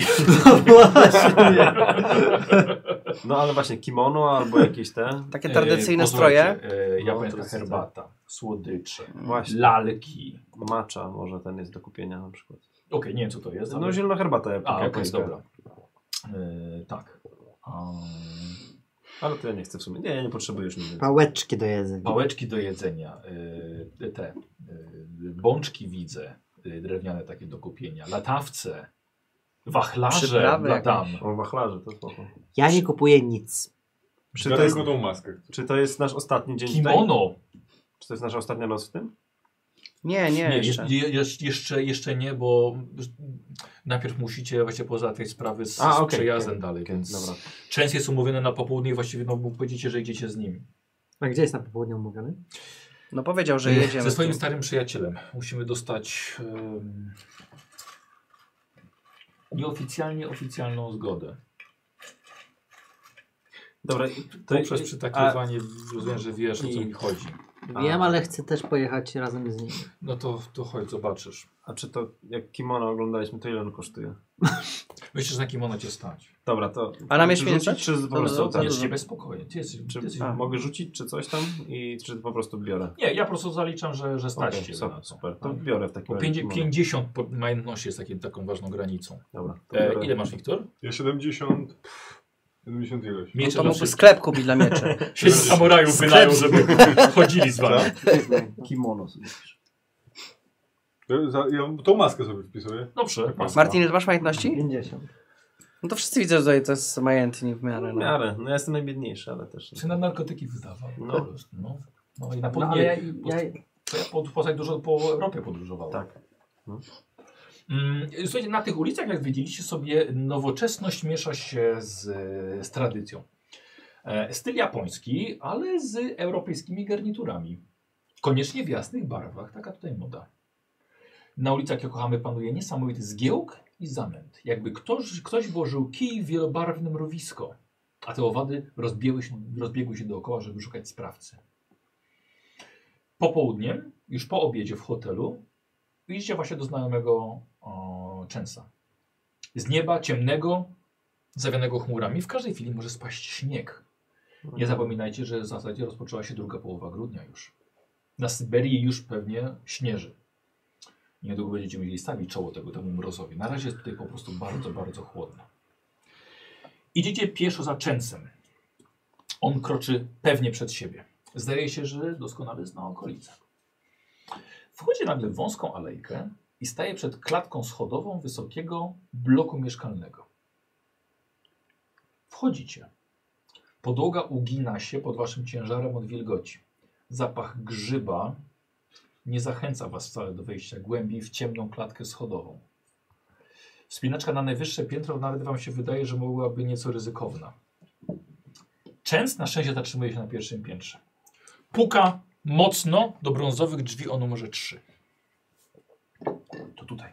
Speaker 4: No ale właśnie kimono albo jakieś te.
Speaker 3: Takie tradycyjne
Speaker 1: E,
Speaker 3: stroje.
Speaker 1: posłuchajcie, e,
Speaker 4: No,
Speaker 1: Japońska
Speaker 4: tradycyjne.
Speaker 1: herbata, słodycze,
Speaker 4: Właśnie.
Speaker 1: lalki.
Speaker 4: Macza może ten jest do kupienia na przykład.
Speaker 1: Okej, nie wiem co to jest, ale...
Speaker 4: No zielona herbata jak-
Speaker 1: A, okej,
Speaker 4: japońska.
Speaker 1: dobra. E, tak. Um,
Speaker 4: Ale to ja nie chcę w sumie. Nie, ja nie potrzebuję już nigdy.
Speaker 2: Pałeczki do jedzenia.
Speaker 1: pałeczki do jedzenia, e, te e, bączki widzę, e, drewniane takie do kupienia, latawce, wachlarze
Speaker 3: Przyprawy
Speaker 1: dla dam.
Speaker 3: jakieś.
Speaker 4: O wachlarze to spoko.
Speaker 2: Ja nie kupuję nic.
Speaker 4: Czy to, jest,
Speaker 5: Dlatego tą maskę.
Speaker 4: czy to jest nasz ostatni dzień tutaj?
Speaker 1: Kimono.
Speaker 4: Czy to jest nasza ostatnia noc w tym?
Speaker 3: Nie, nie,
Speaker 1: Nie,
Speaker 3: jeszcze.
Speaker 1: je, je, jeszcze, jeszcze nie, bo najpierw musicie właśnie poza tej sprawy z,
Speaker 4: A,
Speaker 1: z
Speaker 4: okej,
Speaker 1: przejazdem
Speaker 4: okej,
Speaker 1: dalej,
Speaker 4: okej,
Speaker 1: więc
Speaker 4: dobra.
Speaker 1: część jest umówione na popołudnie i właściwie no, powiedzicie, że idziecie z nim.
Speaker 2: A gdzie jest na popołudniu umówiony?
Speaker 3: No powiedział, że
Speaker 1: Nie,
Speaker 3: jedziemy.
Speaker 1: Ze swoim
Speaker 3: tu.
Speaker 1: starym przyjacielem. Musimy dostać em, nieoficjalnie oficjalną zgodę.
Speaker 4: Dobra,
Speaker 1: To
Speaker 4: to
Speaker 1: Poprzez przytakiwanie rozumiem, że wiesz o co
Speaker 4: i-
Speaker 1: mi chodzi.
Speaker 4: Wiem,
Speaker 2: Wiem,
Speaker 4: ale
Speaker 2: ale chcę też pojechać razem z nim.
Speaker 1: No to, to chodź, zobaczysz.
Speaker 4: A czy to jak kimono oglądaliśmy, to ile on kosztuje?
Speaker 1: Myślisz, że na kimono cię stać.
Speaker 4: Dobra, to.
Speaker 3: A na
Speaker 4: czy
Speaker 3: miesiąc
Speaker 4: rzucić,
Speaker 3: więcej?
Speaker 4: czy po
Speaker 3: Dobrze,
Speaker 4: prostu.
Speaker 3: dobrze.
Speaker 1: Nie,
Speaker 4: tak?
Speaker 1: ciebie spokojnie. Ty jesteś, ty
Speaker 4: Czy
Speaker 1: jesteś...
Speaker 3: A.
Speaker 4: mogę rzucić, czy coś tam? I czy po prostu biorę?
Speaker 1: Nie, ja po prostu zaliczam, że, że stać
Speaker 4: Okej,
Speaker 1: cię
Speaker 4: super,
Speaker 1: na to.
Speaker 4: super. To biorę w takim
Speaker 1: Bo
Speaker 4: razie.
Speaker 1: pięć-
Speaker 4: kimono.
Speaker 1: 50 po- majętności jest takim, taką ważną granicą.
Speaker 4: Dobra, No to
Speaker 1: E,
Speaker 4: <laughs> biorę.
Speaker 1: ile masz, Wiktor?
Speaker 5: Ja 70... pff, 70 ileś. Tak,
Speaker 3: No
Speaker 1: Miecze
Speaker 3: to
Speaker 1: dla
Speaker 3: mógłby
Speaker 1: wszystkich.
Speaker 3: sklep kupić dla mieczy.
Speaker 1: Się z samurajów wydają, żeby
Speaker 5: <laughs>
Speaker 1: chodzili z wami.
Speaker 4: Kimono sobie.
Speaker 5: Ja, za- ja tą maskę sobie wpisuję.
Speaker 4: No.
Speaker 1: Dobrze.
Speaker 3: Martin, ile masz majątności?
Speaker 6: 50.
Speaker 3: No to wszyscy widzą, że tutaj to jest majętni w miarę.
Speaker 4: W
Speaker 3: No.
Speaker 4: miarę. No ja jestem najbiedniejszy, ale też.
Speaker 1: Czy no- na narkotyki wydawał?
Speaker 4: No.
Speaker 1: Po prostu, No. No i na
Speaker 6: No,
Speaker 1: podnie,
Speaker 6: ale ja, ja,
Speaker 1: To ja pod, poza dużo po Europie podróżowałem.
Speaker 4: Tak. No.
Speaker 1: Mm, słuchajcie, na tych ulicach, jak widzieliście sobie, nowoczesność miesza się z, z tradycją. E, styl japoński, ale z europejskimi garniturami. Koniecznie w jasnych barwach, taka tutaj moda. Na ulicach Yokohamy panuje niesamowity zgiełk i zamęt. Jakby ktoś, ktoś włożył kij w wielobarwne mrowisko, a te owady rozbiegły się, rozbiegły się dookoła, żeby szukać sprawcy. Popołudniem, już po obiedzie w hotelu, idziecie właśnie do znajomego o, Częsa. Z nieba ciemnego, zawianego chmurami, w każdej chwili może spaść śnieg. Nie zapominajcie, że w zasadzie rozpoczęła się druga połowa grudnia już. Na Syberii już pewnie śnieży. Niedługo będziecie mieli stawić czoło tego temu mrozowi. Na razie jest tutaj po prostu bardzo, bardzo chłodno. Idziecie pieszo za Częsem. On kroczy pewnie przed siebie. Zdaje się, że doskonale zna okolice. Wchodzi nagle w wąską alejkę i i staje przed klatką schodową wysokiego bloku mieszkalnego. Wchodzicie. Podłoga ugina się pod waszym ciężarem od wilgoci. Zapach grzyba nie zachęca was wcale do wejścia głębiej w ciemną klatkę schodową. Wspinaczka na najwyższe piętro nawet wam się wydaje, że mogłaby nieco ryzykowna. Częst na szczęście zatrzymuje się na pierwszym piętrze. Puka mocno do brązowych drzwi o numerze 3. To tutaj.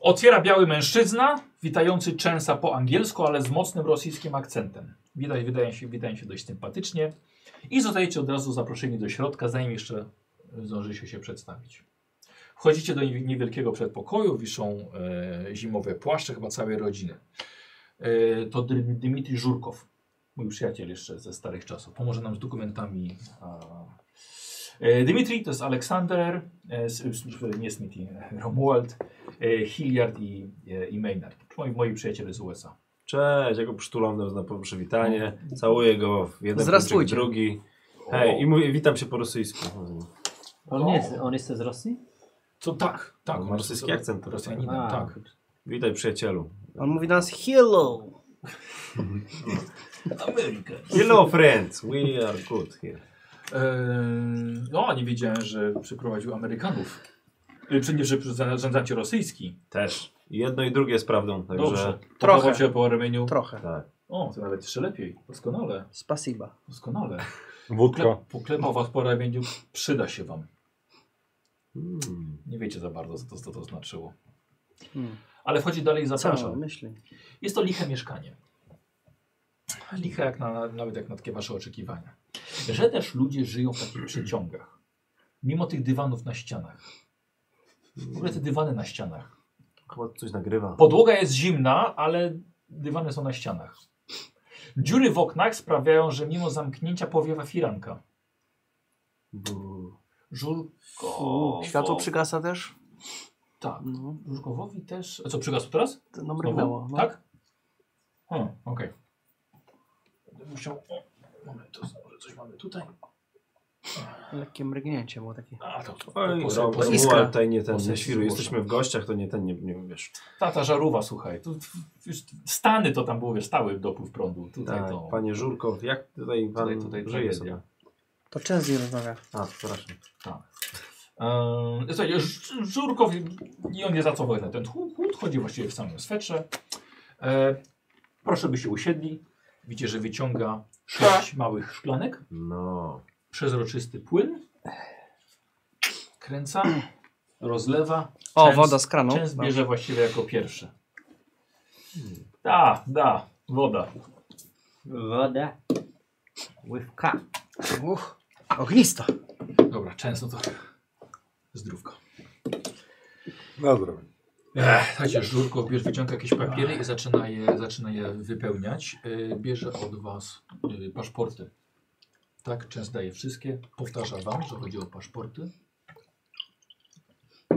Speaker 1: Otwiera biały mężczyzna, witający Częsa po angielsku, ale z mocnym rosyjskim akcentem. Widać, wydaje się, wydaje się dość sympatycznie. I zostajecie od razu zaproszeni do środka, zanim jeszcze zdążycie się przedstawić. Wchodzicie do nie- niewielkiego przedpokoju, wiszą e, zimowe płaszcze chyba całej rodziny. E, to Dy- Dmitrij Żurkow, mój przyjaciel jeszcze ze starych czasów. Pomoże nam z dokumentami. A... E, Dmitrij to jest Aleksander, e, s- s- nie Smithy, Romuald, e, Hilliard i, e, i Maynard. Moi, moi przyjaciele z USA.
Speaker 4: Cześć, ja go przytulam na- na przywitanie,
Speaker 1: No.
Speaker 4: całuję go w jeden
Speaker 3: Zdrastujcie.
Speaker 4: Zrastujcie. drugi. Hej, i mówię, witam się po rosyjsku.
Speaker 6: On, nie jest, on jest z Rosji?
Speaker 1: Co tak, tak.
Speaker 4: Ma rosyjski akcent.
Speaker 1: Rosjaninem,
Speaker 6: A.
Speaker 1: tak.
Speaker 4: Witaj przyjacielu.
Speaker 3: On mówi do nas hello.
Speaker 1: Amerykę.
Speaker 4: Hello friends, we are good here.
Speaker 1: Eee, E, no, nie wiedziałem, że przyprowadził Amerykanów. Eee, Czy nie, że zarządzacie rosyjski?
Speaker 4: Też. Jedno i drugie jest prawdą, także...
Speaker 1: Dobrze.
Speaker 3: Trochę.
Speaker 1: Trochę. się po ramieniu.
Speaker 3: Trochę.
Speaker 4: Tak.
Speaker 1: O, to nawet jeszcze lepiej. Doskonale,
Speaker 3: Spasiba.
Speaker 1: doskonale.
Speaker 5: Wódka.
Speaker 1: Pokle poklepał was po ramieniu, przyda się wam.
Speaker 4: Mm.
Speaker 1: Nie wiecie za bardzo, co to, co to znaczyło.
Speaker 3: Hmm.
Speaker 1: Ale wchodzi dalej i
Speaker 3: Co on
Speaker 1: zapraszam.
Speaker 3: myśli?
Speaker 1: Jest to liche mieszkanie. Liche jak na, nawet jak na takie wasze oczekiwania. Że też ludzie żyją w takich przeciągach. Mimo tych dywanów na ścianach. W ogóle te dywany na ścianach.
Speaker 4: Chyba coś nagrywa.
Speaker 1: Podłoga jest zimna, ale dywany są na ścianach. Dziury w oknach sprawiają, że mimo zamknięcia powiewa firanka.
Speaker 4: Bu-
Speaker 1: Żurko.
Speaker 3: Światło przygasa też?
Speaker 1: Tak.
Speaker 3: No,
Speaker 1: Żurkowowi też. A co, przygasł teraz?
Speaker 3: to no
Speaker 1: Znowu?
Speaker 3: mrygnęło. No.
Speaker 1: Tak? O, okej. Będę musiał. O, mamy to, może coś mamy tutaj.
Speaker 3: Lekkie mrygnięcie było takie.
Speaker 1: A, to, to,
Speaker 4: Oj,
Speaker 1: to,
Speaker 4: no,
Speaker 1: to,
Speaker 4: to
Speaker 3: iskra.
Speaker 4: była Tutaj nie ten,
Speaker 1: Poseł
Speaker 4: nie świru.
Speaker 1: złoża.
Speaker 4: Jesteśmy w gościach, to nie ten, nie, nie wiesz.
Speaker 1: ta, ta żarówa, słuchaj. Tu, już stany to tam było, wiesz, stały dopływ prądu. Tutaj
Speaker 4: Tak,
Speaker 1: to.
Speaker 4: panie Żurko, jak tutaj pan
Speaker 1: Tutaj, tutaj
Speaker 4: żyje
Speaker 1: tragedia.
Speaker 4: sobie?
Speaker 3: To często nie rozmawia.
Speaker 4: A, przepraszam.
Speaker 1: Eee, Słuchaj, Ż- Żurkow i on nie zacował na ten chłód, chłód, chodzi właściwie w samym swetrze. E, proszę by się usiedli. Widzicie, że wyciąga sześć małych szklanek,
Speaker 4: No.
Speaker 1: przezroczysty płyn. Kręca, rozlewa.
Speaker 3: O,
Speaker 1: Częst-
Speaker 3: woda z kranu. No.
Speaker 1: Częst bierze właściwie jako pierwszy. Da, da, woda.
Speaker 6: Woda. Ływka.
Speaker 3: Uch, ognisto.
Speaker 1: Dobra, często to zdrówko.
Speaker 5: Na zdrowie.
Speaker 1: Ech, słuchajcie, żurko bierz, wyciąga jakieś papiery i zaczyna je, zaczyna je wypełniać. Y, bierze od was y, paszporty. Tak, często daje wszystkie. Powtarza wam, że chodzi o paszporty.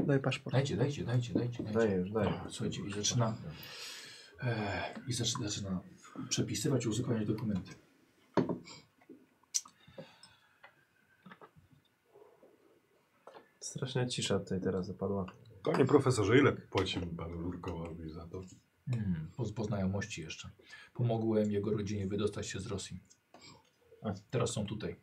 Speaker 3: Daj paszport.
Speaker 1: Dajcie, dajcie, dajcie, dajcie. dajcie.
Speaker 4: Dajesz, dajesz.
Speaker 1: Dobra, Słuchajcie, i zaczyna, e, i zaczyna, zaczyna przepisywać, uzupełniać dokumenty.
Speaker 4: Straszna cisza tutaj teraz zapadła.
Speaker 5: Panie profesorze, ile płacimy panu Rurkowowi za to?
Speaker 1: Hmm, po, po znajomości jeszcze. Pomogłem jego rodzinie wydostać się z Rosji. A teraz są tutaj.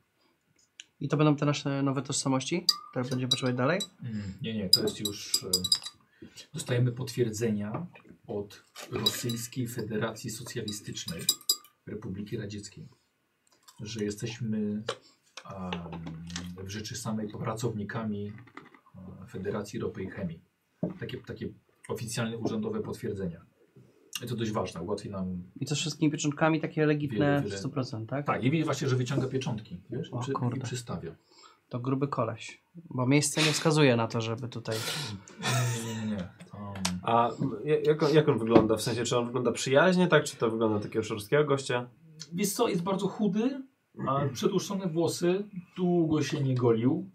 Speaker 3: I to będą te nasze nowe tożsamości, które będziemy potrzebować dalej?
Speaker 1: Mm, Nie, nie, to jest już. e, Dostajemy potwierdzenia od Rosyjskiej Federacji Socjalistycznej Republiki Radzieckiej, że jesteśmy em, w rzeczy samej pracownikami e, Federacji Ropy i Chemii. Takie, takie oficjalne, urzędowe potwierdzenia. I to dość ważne, ułatwi nam.
Speaker 3: I to z wszystkimi pieczątkami takie legitne
Speaker 1: Wiele, wiele.
Speaker 3: w 100%, tak?
Speaker 1: Tak, i widzę właśnie, że wyciąga pieczątki wiesz, i,
Speaker 3: O
Speaker 1: przy, i
Speaker 3: kurde.
Speaker 1: przystawia.
Speaker 3: To gruby koleś. Bo miejsce nie wskazuje na to, żeby tutaj...
Speaker 1: Nie, nie, nie. nie. Tam...
Speaker 4: A ja- jak on, jak on wygląda? W sensie, czy on wygląda przyjaźnie, tak? Czy to wygląda takiego szorstkiego gościa?
Speaker 1: Wiesz co, jest bardzo chudy, a przetłuszczone włosy, długo się nie golił,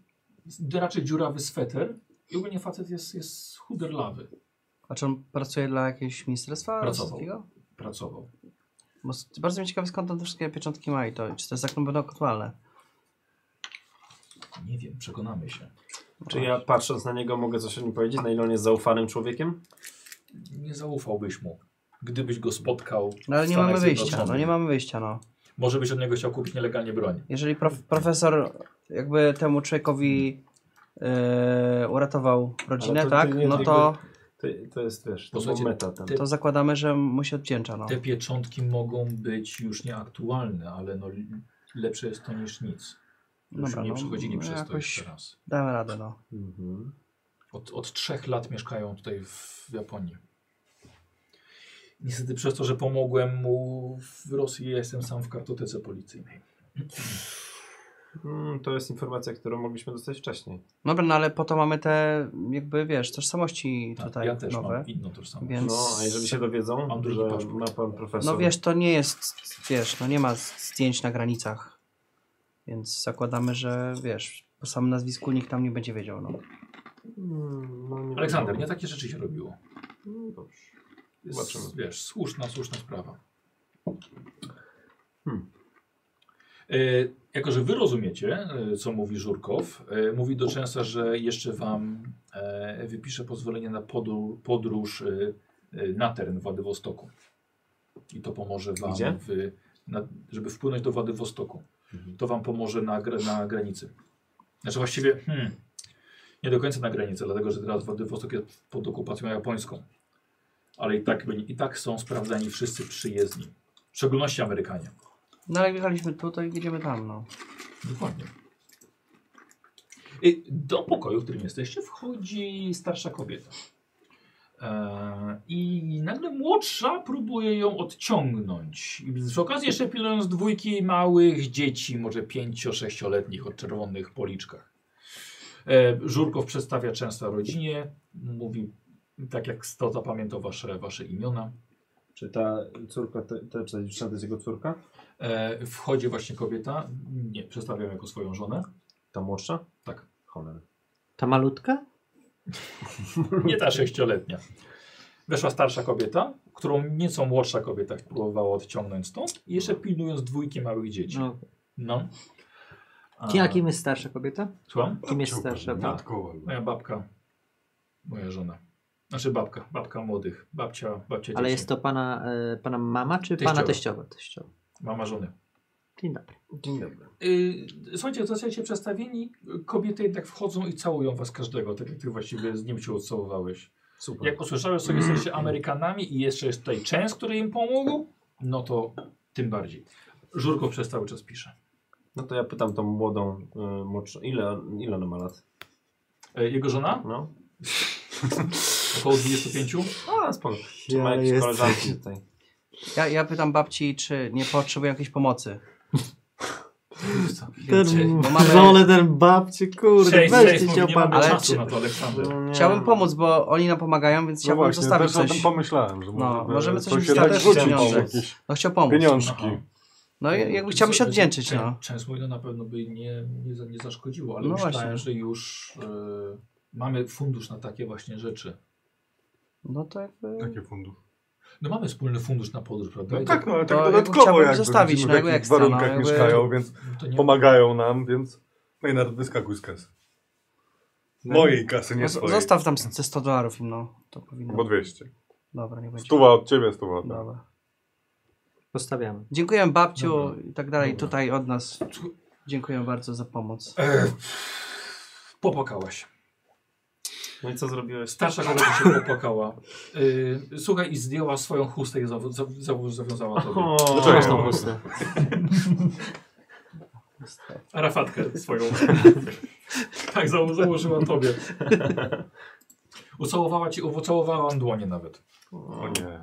Speaker 1: d- raczej dziurawy sweter i ogólnie facet jest, jest chuderlawy,
Speaker 3: A czy on pracuje dla jakiegoś ministerstwa
Speaker 1: Pracował.
Speaker 3: rosyjskiego?
Speaker 1: pracował.
Speaker 3: Bo s- bardzo mnie ciekawi, skąd on te wszystkie pieczątki ma i to, czy to jest tak naprawdę aktualne.
Speaker 1: Nie wiem, przekonamy się.
Speaker 4: Czy ja patrząc na niego mogę coś o nim powiedzieć? Na ile on jest zaufanym człowiekiem?
Speaker 1: Nie zaufałbyś mu, gdybyś go spotkał.
Speaker 3: No ale
Speaker 1: w
Speaker 3: nie
Speaker 1: Stanach
Speaker 3: mamy wyjścia, no
Speaker 1: Zjednoczonych.
Speaker 3: nie mamy wyjścia, no.
Speaker 1: Może byś od niego chciał kupić nielegalnie broń.
Speaker 3: Jeżeli prof, profesor jakby temu człowiekowi e, uratował rodzinę,
Speaker 4: Ale to
Speaker 3: tak,
Speaker 4: nie-
Speaker 3: no
Speaker 4: to
Speaker 3: to,
Speaker 4: To, to jest, wiesz, to
Speaker 1: Posłuchajcie,
Speaker 4: był meta tam. tak?
Speaker 1: ty-
Speaker 3: to zakładamy, że mu się odcięcza, no.
Speaker 1: Te pieczątki mogą być już nieaktualne, ale no, l- lepsze jest to niż nic. Już
Speaker 3: Dobra,
Speaker 1: nie
Speaker 3: no,
Speaker 1: przechodzili
Speaker 3: no
Speaker 1: przez to
Speaker 3: jakoś-
Speaker 1: jeszcze raz.
Speaker 3: Damy radę, no.
Speaker 4: Mhm.
Speaker 1: Od, od trzech lat mieszkają tutaj w Japonii. Niestety przez to, że pomogłem mu w Rosji, ja jestem sam w kartotece policyjnej.
Speaker 4: Mm, to jest informacja, którą mogliśmy dostać wcześniej.
Speaker 3: Dobra, no ale po to mamy te jakby, wiesz, tożsamości
Speaker 1: Tak,
Speaker 3: tutaj
Speaker 1: ja też
Speaker 3: nowe.
Speaker 1: mam inną tożsamość.
Speaker 3: Więc...
Speaker 4: No, a jeżeli się dowiedzą,
Speaker 1: Mam drugi
Speaker 4: że
Speaker 1: paszport.
Speaker 4: ma pan profesor...
Speaker 3: No wiesz, to nie jest, wiesz, no nie ma zdjęć na granicach. Więc zakładamy, że wiesz, po samym nazwisku nikt tam nie będzie wiedział, no.
Speaker 4: Mm, no, nie
Speaker 1: Aleksander, nie
Speaker 4: wiadomo.
Speaker 1: takie rzeczy się robiło.
Speaker 4: No dobrze.
Speaker 1: Jest,
Speaker 4: Zobaczymy.
Speaker 1: Wiesz, słuszna, słuszna sprawa.
Speaker 4: Hmm.
Speaker 1: E, jako, że wy rozumiecie, e, co mówi Żurkow, e, mówi do Częsa, że jeszcze wam e, wypisze pozwolenie na podru, podróż e, e, na teren Władywostoku. I to pomoże wam,
Speaker 4: Gdzie?
Speaker 1: w, na, żeby wpłynąć do Władywostoku.
Speaker 4: Mhm.
Speaker 1: To wam pomoże na, gra- na granicy. Znaczy właściwie hmm, nie do końca na granicy, dlatego że teraz Władywostok jest pod okupacją japońską. Ale i tak, byli- i tak są sprawdzani wszyscy przyjezdni. W szczególności Amerykanie.
Speaker 3: No ale jak jechaliśmy tu, to jedziemy tam, no.
Speaker 1: Dokładnie. I do pokoju, w którym jesteście, wchodzi starsza kobieta. Eee, I nagle młodsza próbuje ją odciągnąć. I Przy okazji jeszcze pilnując dwójki małych dzieci, może pięcio-sześcioletnich o czerwonych policzkach. Eee, Żurkow przedstawia często rodzinie, mówi tak jak to zapamiętał wasze, wasze imiona.
Speaker 4: Czy ta córka, ta, ta, czy ta dziewczyna to jest jego córka?
Speaker 1: Eee, Wchodzi właśnie kobieta, nie, przedstawia ją jako swoją żonę.
Speaker 4: Ta młodsza?
Speaker 1: Tak.
Speaker 4: Cholera.
Speaker 2: Ta malutka?
Speaker 1: Nie ta sześcioletnia. Weszła starsza kobieta, którą nieco młodsza kobieta próbowała odciągnąć stąd i jeszcze pilnując dwójki małych dzieci.
Speaker 6: No.
Speaker 1: No. A,
Speaker 6: Kim, a kim jest starsza kobieta?
Speaker 1: Słucham?
Speaker 6: Kim jest starsza?
Speaker 2: no.
Speaker 5: Matko,
Speaker 1: Moja babka, moja żona. Znaczy babka, babka młodych, babcia, babcia
Speaker 6: Ale
Speaker 1: dzieci.
Speaker 6: jest to pana, e, pana mama czy pana
Speaker 1: Teściowa.
Speaker 6: teściowa? Teściowa.
Speaker 1: Mama żony.
Speaker 6: Dzień dobry.
Speaker 4: Dzień dobry.
Speaker 1: Yy, słuchajcie, zostajecie przedstawieni, kobiety jednak wchodzą i całują was każdego, tak jak ty właściwie z nim się odcałowałeś.
Speaker 4: Super.
Speaker 1: Jak usłyszałem, że jesteście Amerykanami i jeszcze jest tutaj Częs, który im pomógł, no to tym bardziej. Żurko przez cały czas pisze.
Speaker 4: No to ja pytam tą młodą, y, młodszą, ile, ile ona ma lat?
Speaker 1: E, Jego żona?
Speaker 4: No.
Speaker 1: Około 25?
Speaker 4: A, spoko. Czy ma
Speaker 2: Ja
Speaker 4: jakieś
Speaker 2: jest-
Speaker 4: koleżanki tutaj?
Speaker 3: Ja, ja pytam babci, czy nie potrzebuje jakiejś pomocy.
Speaker 2: Ten
Speaker 3: Bo mamy-
Speaker 2: żonę, ten babcie, kurde,
Speaker 1: Cześć,
Speaker 2: weźcie
Speaker 1: cześć,
Speaker 2: się
Speaker 1: nie mamy
Speaker 2: opanować.
Speaker 3: ale
Speaker 1: czasu
Speaker 3: czy-
Speaker 1: na to, Aleksander.
Speaker 4: No Nie.
Speaker 1: Mm.
Speaker 3: Chciałbym pomóc, bo oni nam pomagają,
Speaker 1: No
Speaker 3: więc chciałbym
Speaker 5: No właśnie,
Speaker 3: zostawić
Speaker 5: też o tym
Speaker 3: coś.
Speaker 5: pomyślałem, że
Speaker 3: No,
Speaker 5: może
Speaker 3: możemy coś
Speaker 5: to się
Speaker 3: wstać,
Speaker 5: tak rzuci
Speaker 3: pieniądze.
Speaker 5: jakieś
Speaker 3: No chciał pomóc.
Speaker 5: pieniążki.
Speaker 1: Aha.
Speaker 3: No i jakby chciałbym się odwdzięczyć, no.
Speaker 1: Częs mój no na pewno by nie, nie, za- nie zaszkodziło, ale
Speaker 3: No
Speaker 1: myślałem,
Speaker 3: właśnie.
Speaker 1: że już e, mamy fundusz na takie właśnie rzeczy.
Speaker 3: No to
Speaker 1: Tak,
Speaker 3: jakby...
Speaker 5: Takie fundusze.
Speaker 1: No mamy wspólny fundusz na podróż, prawda?
Speaker 5: No
Speaker 1: I
Speaker 5: tak, no ale tak
Speaker 3: to
Speaker 5: dodatkowo
Speaker 3: chciałbym
Speaker 5: jakby
Speaker 3: zostawić,
Speaker 5: widzimy,
Speaker 3: no,
Speaker 5: w
Speaker 3: jakby
Speaker 5: jakich
Speaker 3: ekstra, no,
Speaker 5: warunkach
Speaker 3: jakby-
Speaker 5: mieszkają, więc
Speaker 3: no.
Speaker 1: to nie...
Speaker 5: pomagają nam, więc No Maynard wyskakuj z kasy. Mojej kasy, nie
Speaker 3: No,
Speaker 5: swojej.
Speaker 3: zostaw tam te 100 dolarów im, no. To powinno...
Speaker 5: Bo 200.
Speaker 3: Dobra, nie będzie.
Speaker 5: Stuwa od ciebie, stuwa od mnie.
Speaker 3: Dobra.
Speaker 6: Postawiamy.
Speaker 3: Dziękuję babciu
Speaker 1: Dobra.
Speaker 3: i tak dalej
Speaker 1: Dobra.
Speaker 3: tutaj od nas. Dziękuję bardzo za pomoc.
Speaker 1: E, popłakałaś.
Speaker 4: No i co zrobiłeś?
Speaker 1: Starsza kobieta się popłakała. Yy, słuchaj, i zdjęła swoją chustę i zaw- zaw- zaw- zawiązała tobie.
Speaker 4: O,
Speaker 3: No.
Speaker 5: Dlaczego?
Speaker 6: Masz tą chustę.
Speaker 1: Arafatkę swoją. tak, zało- założyła tobie. Ucałowała ci, ucałowałam dłonie nawet.
Speaker 5: O nie.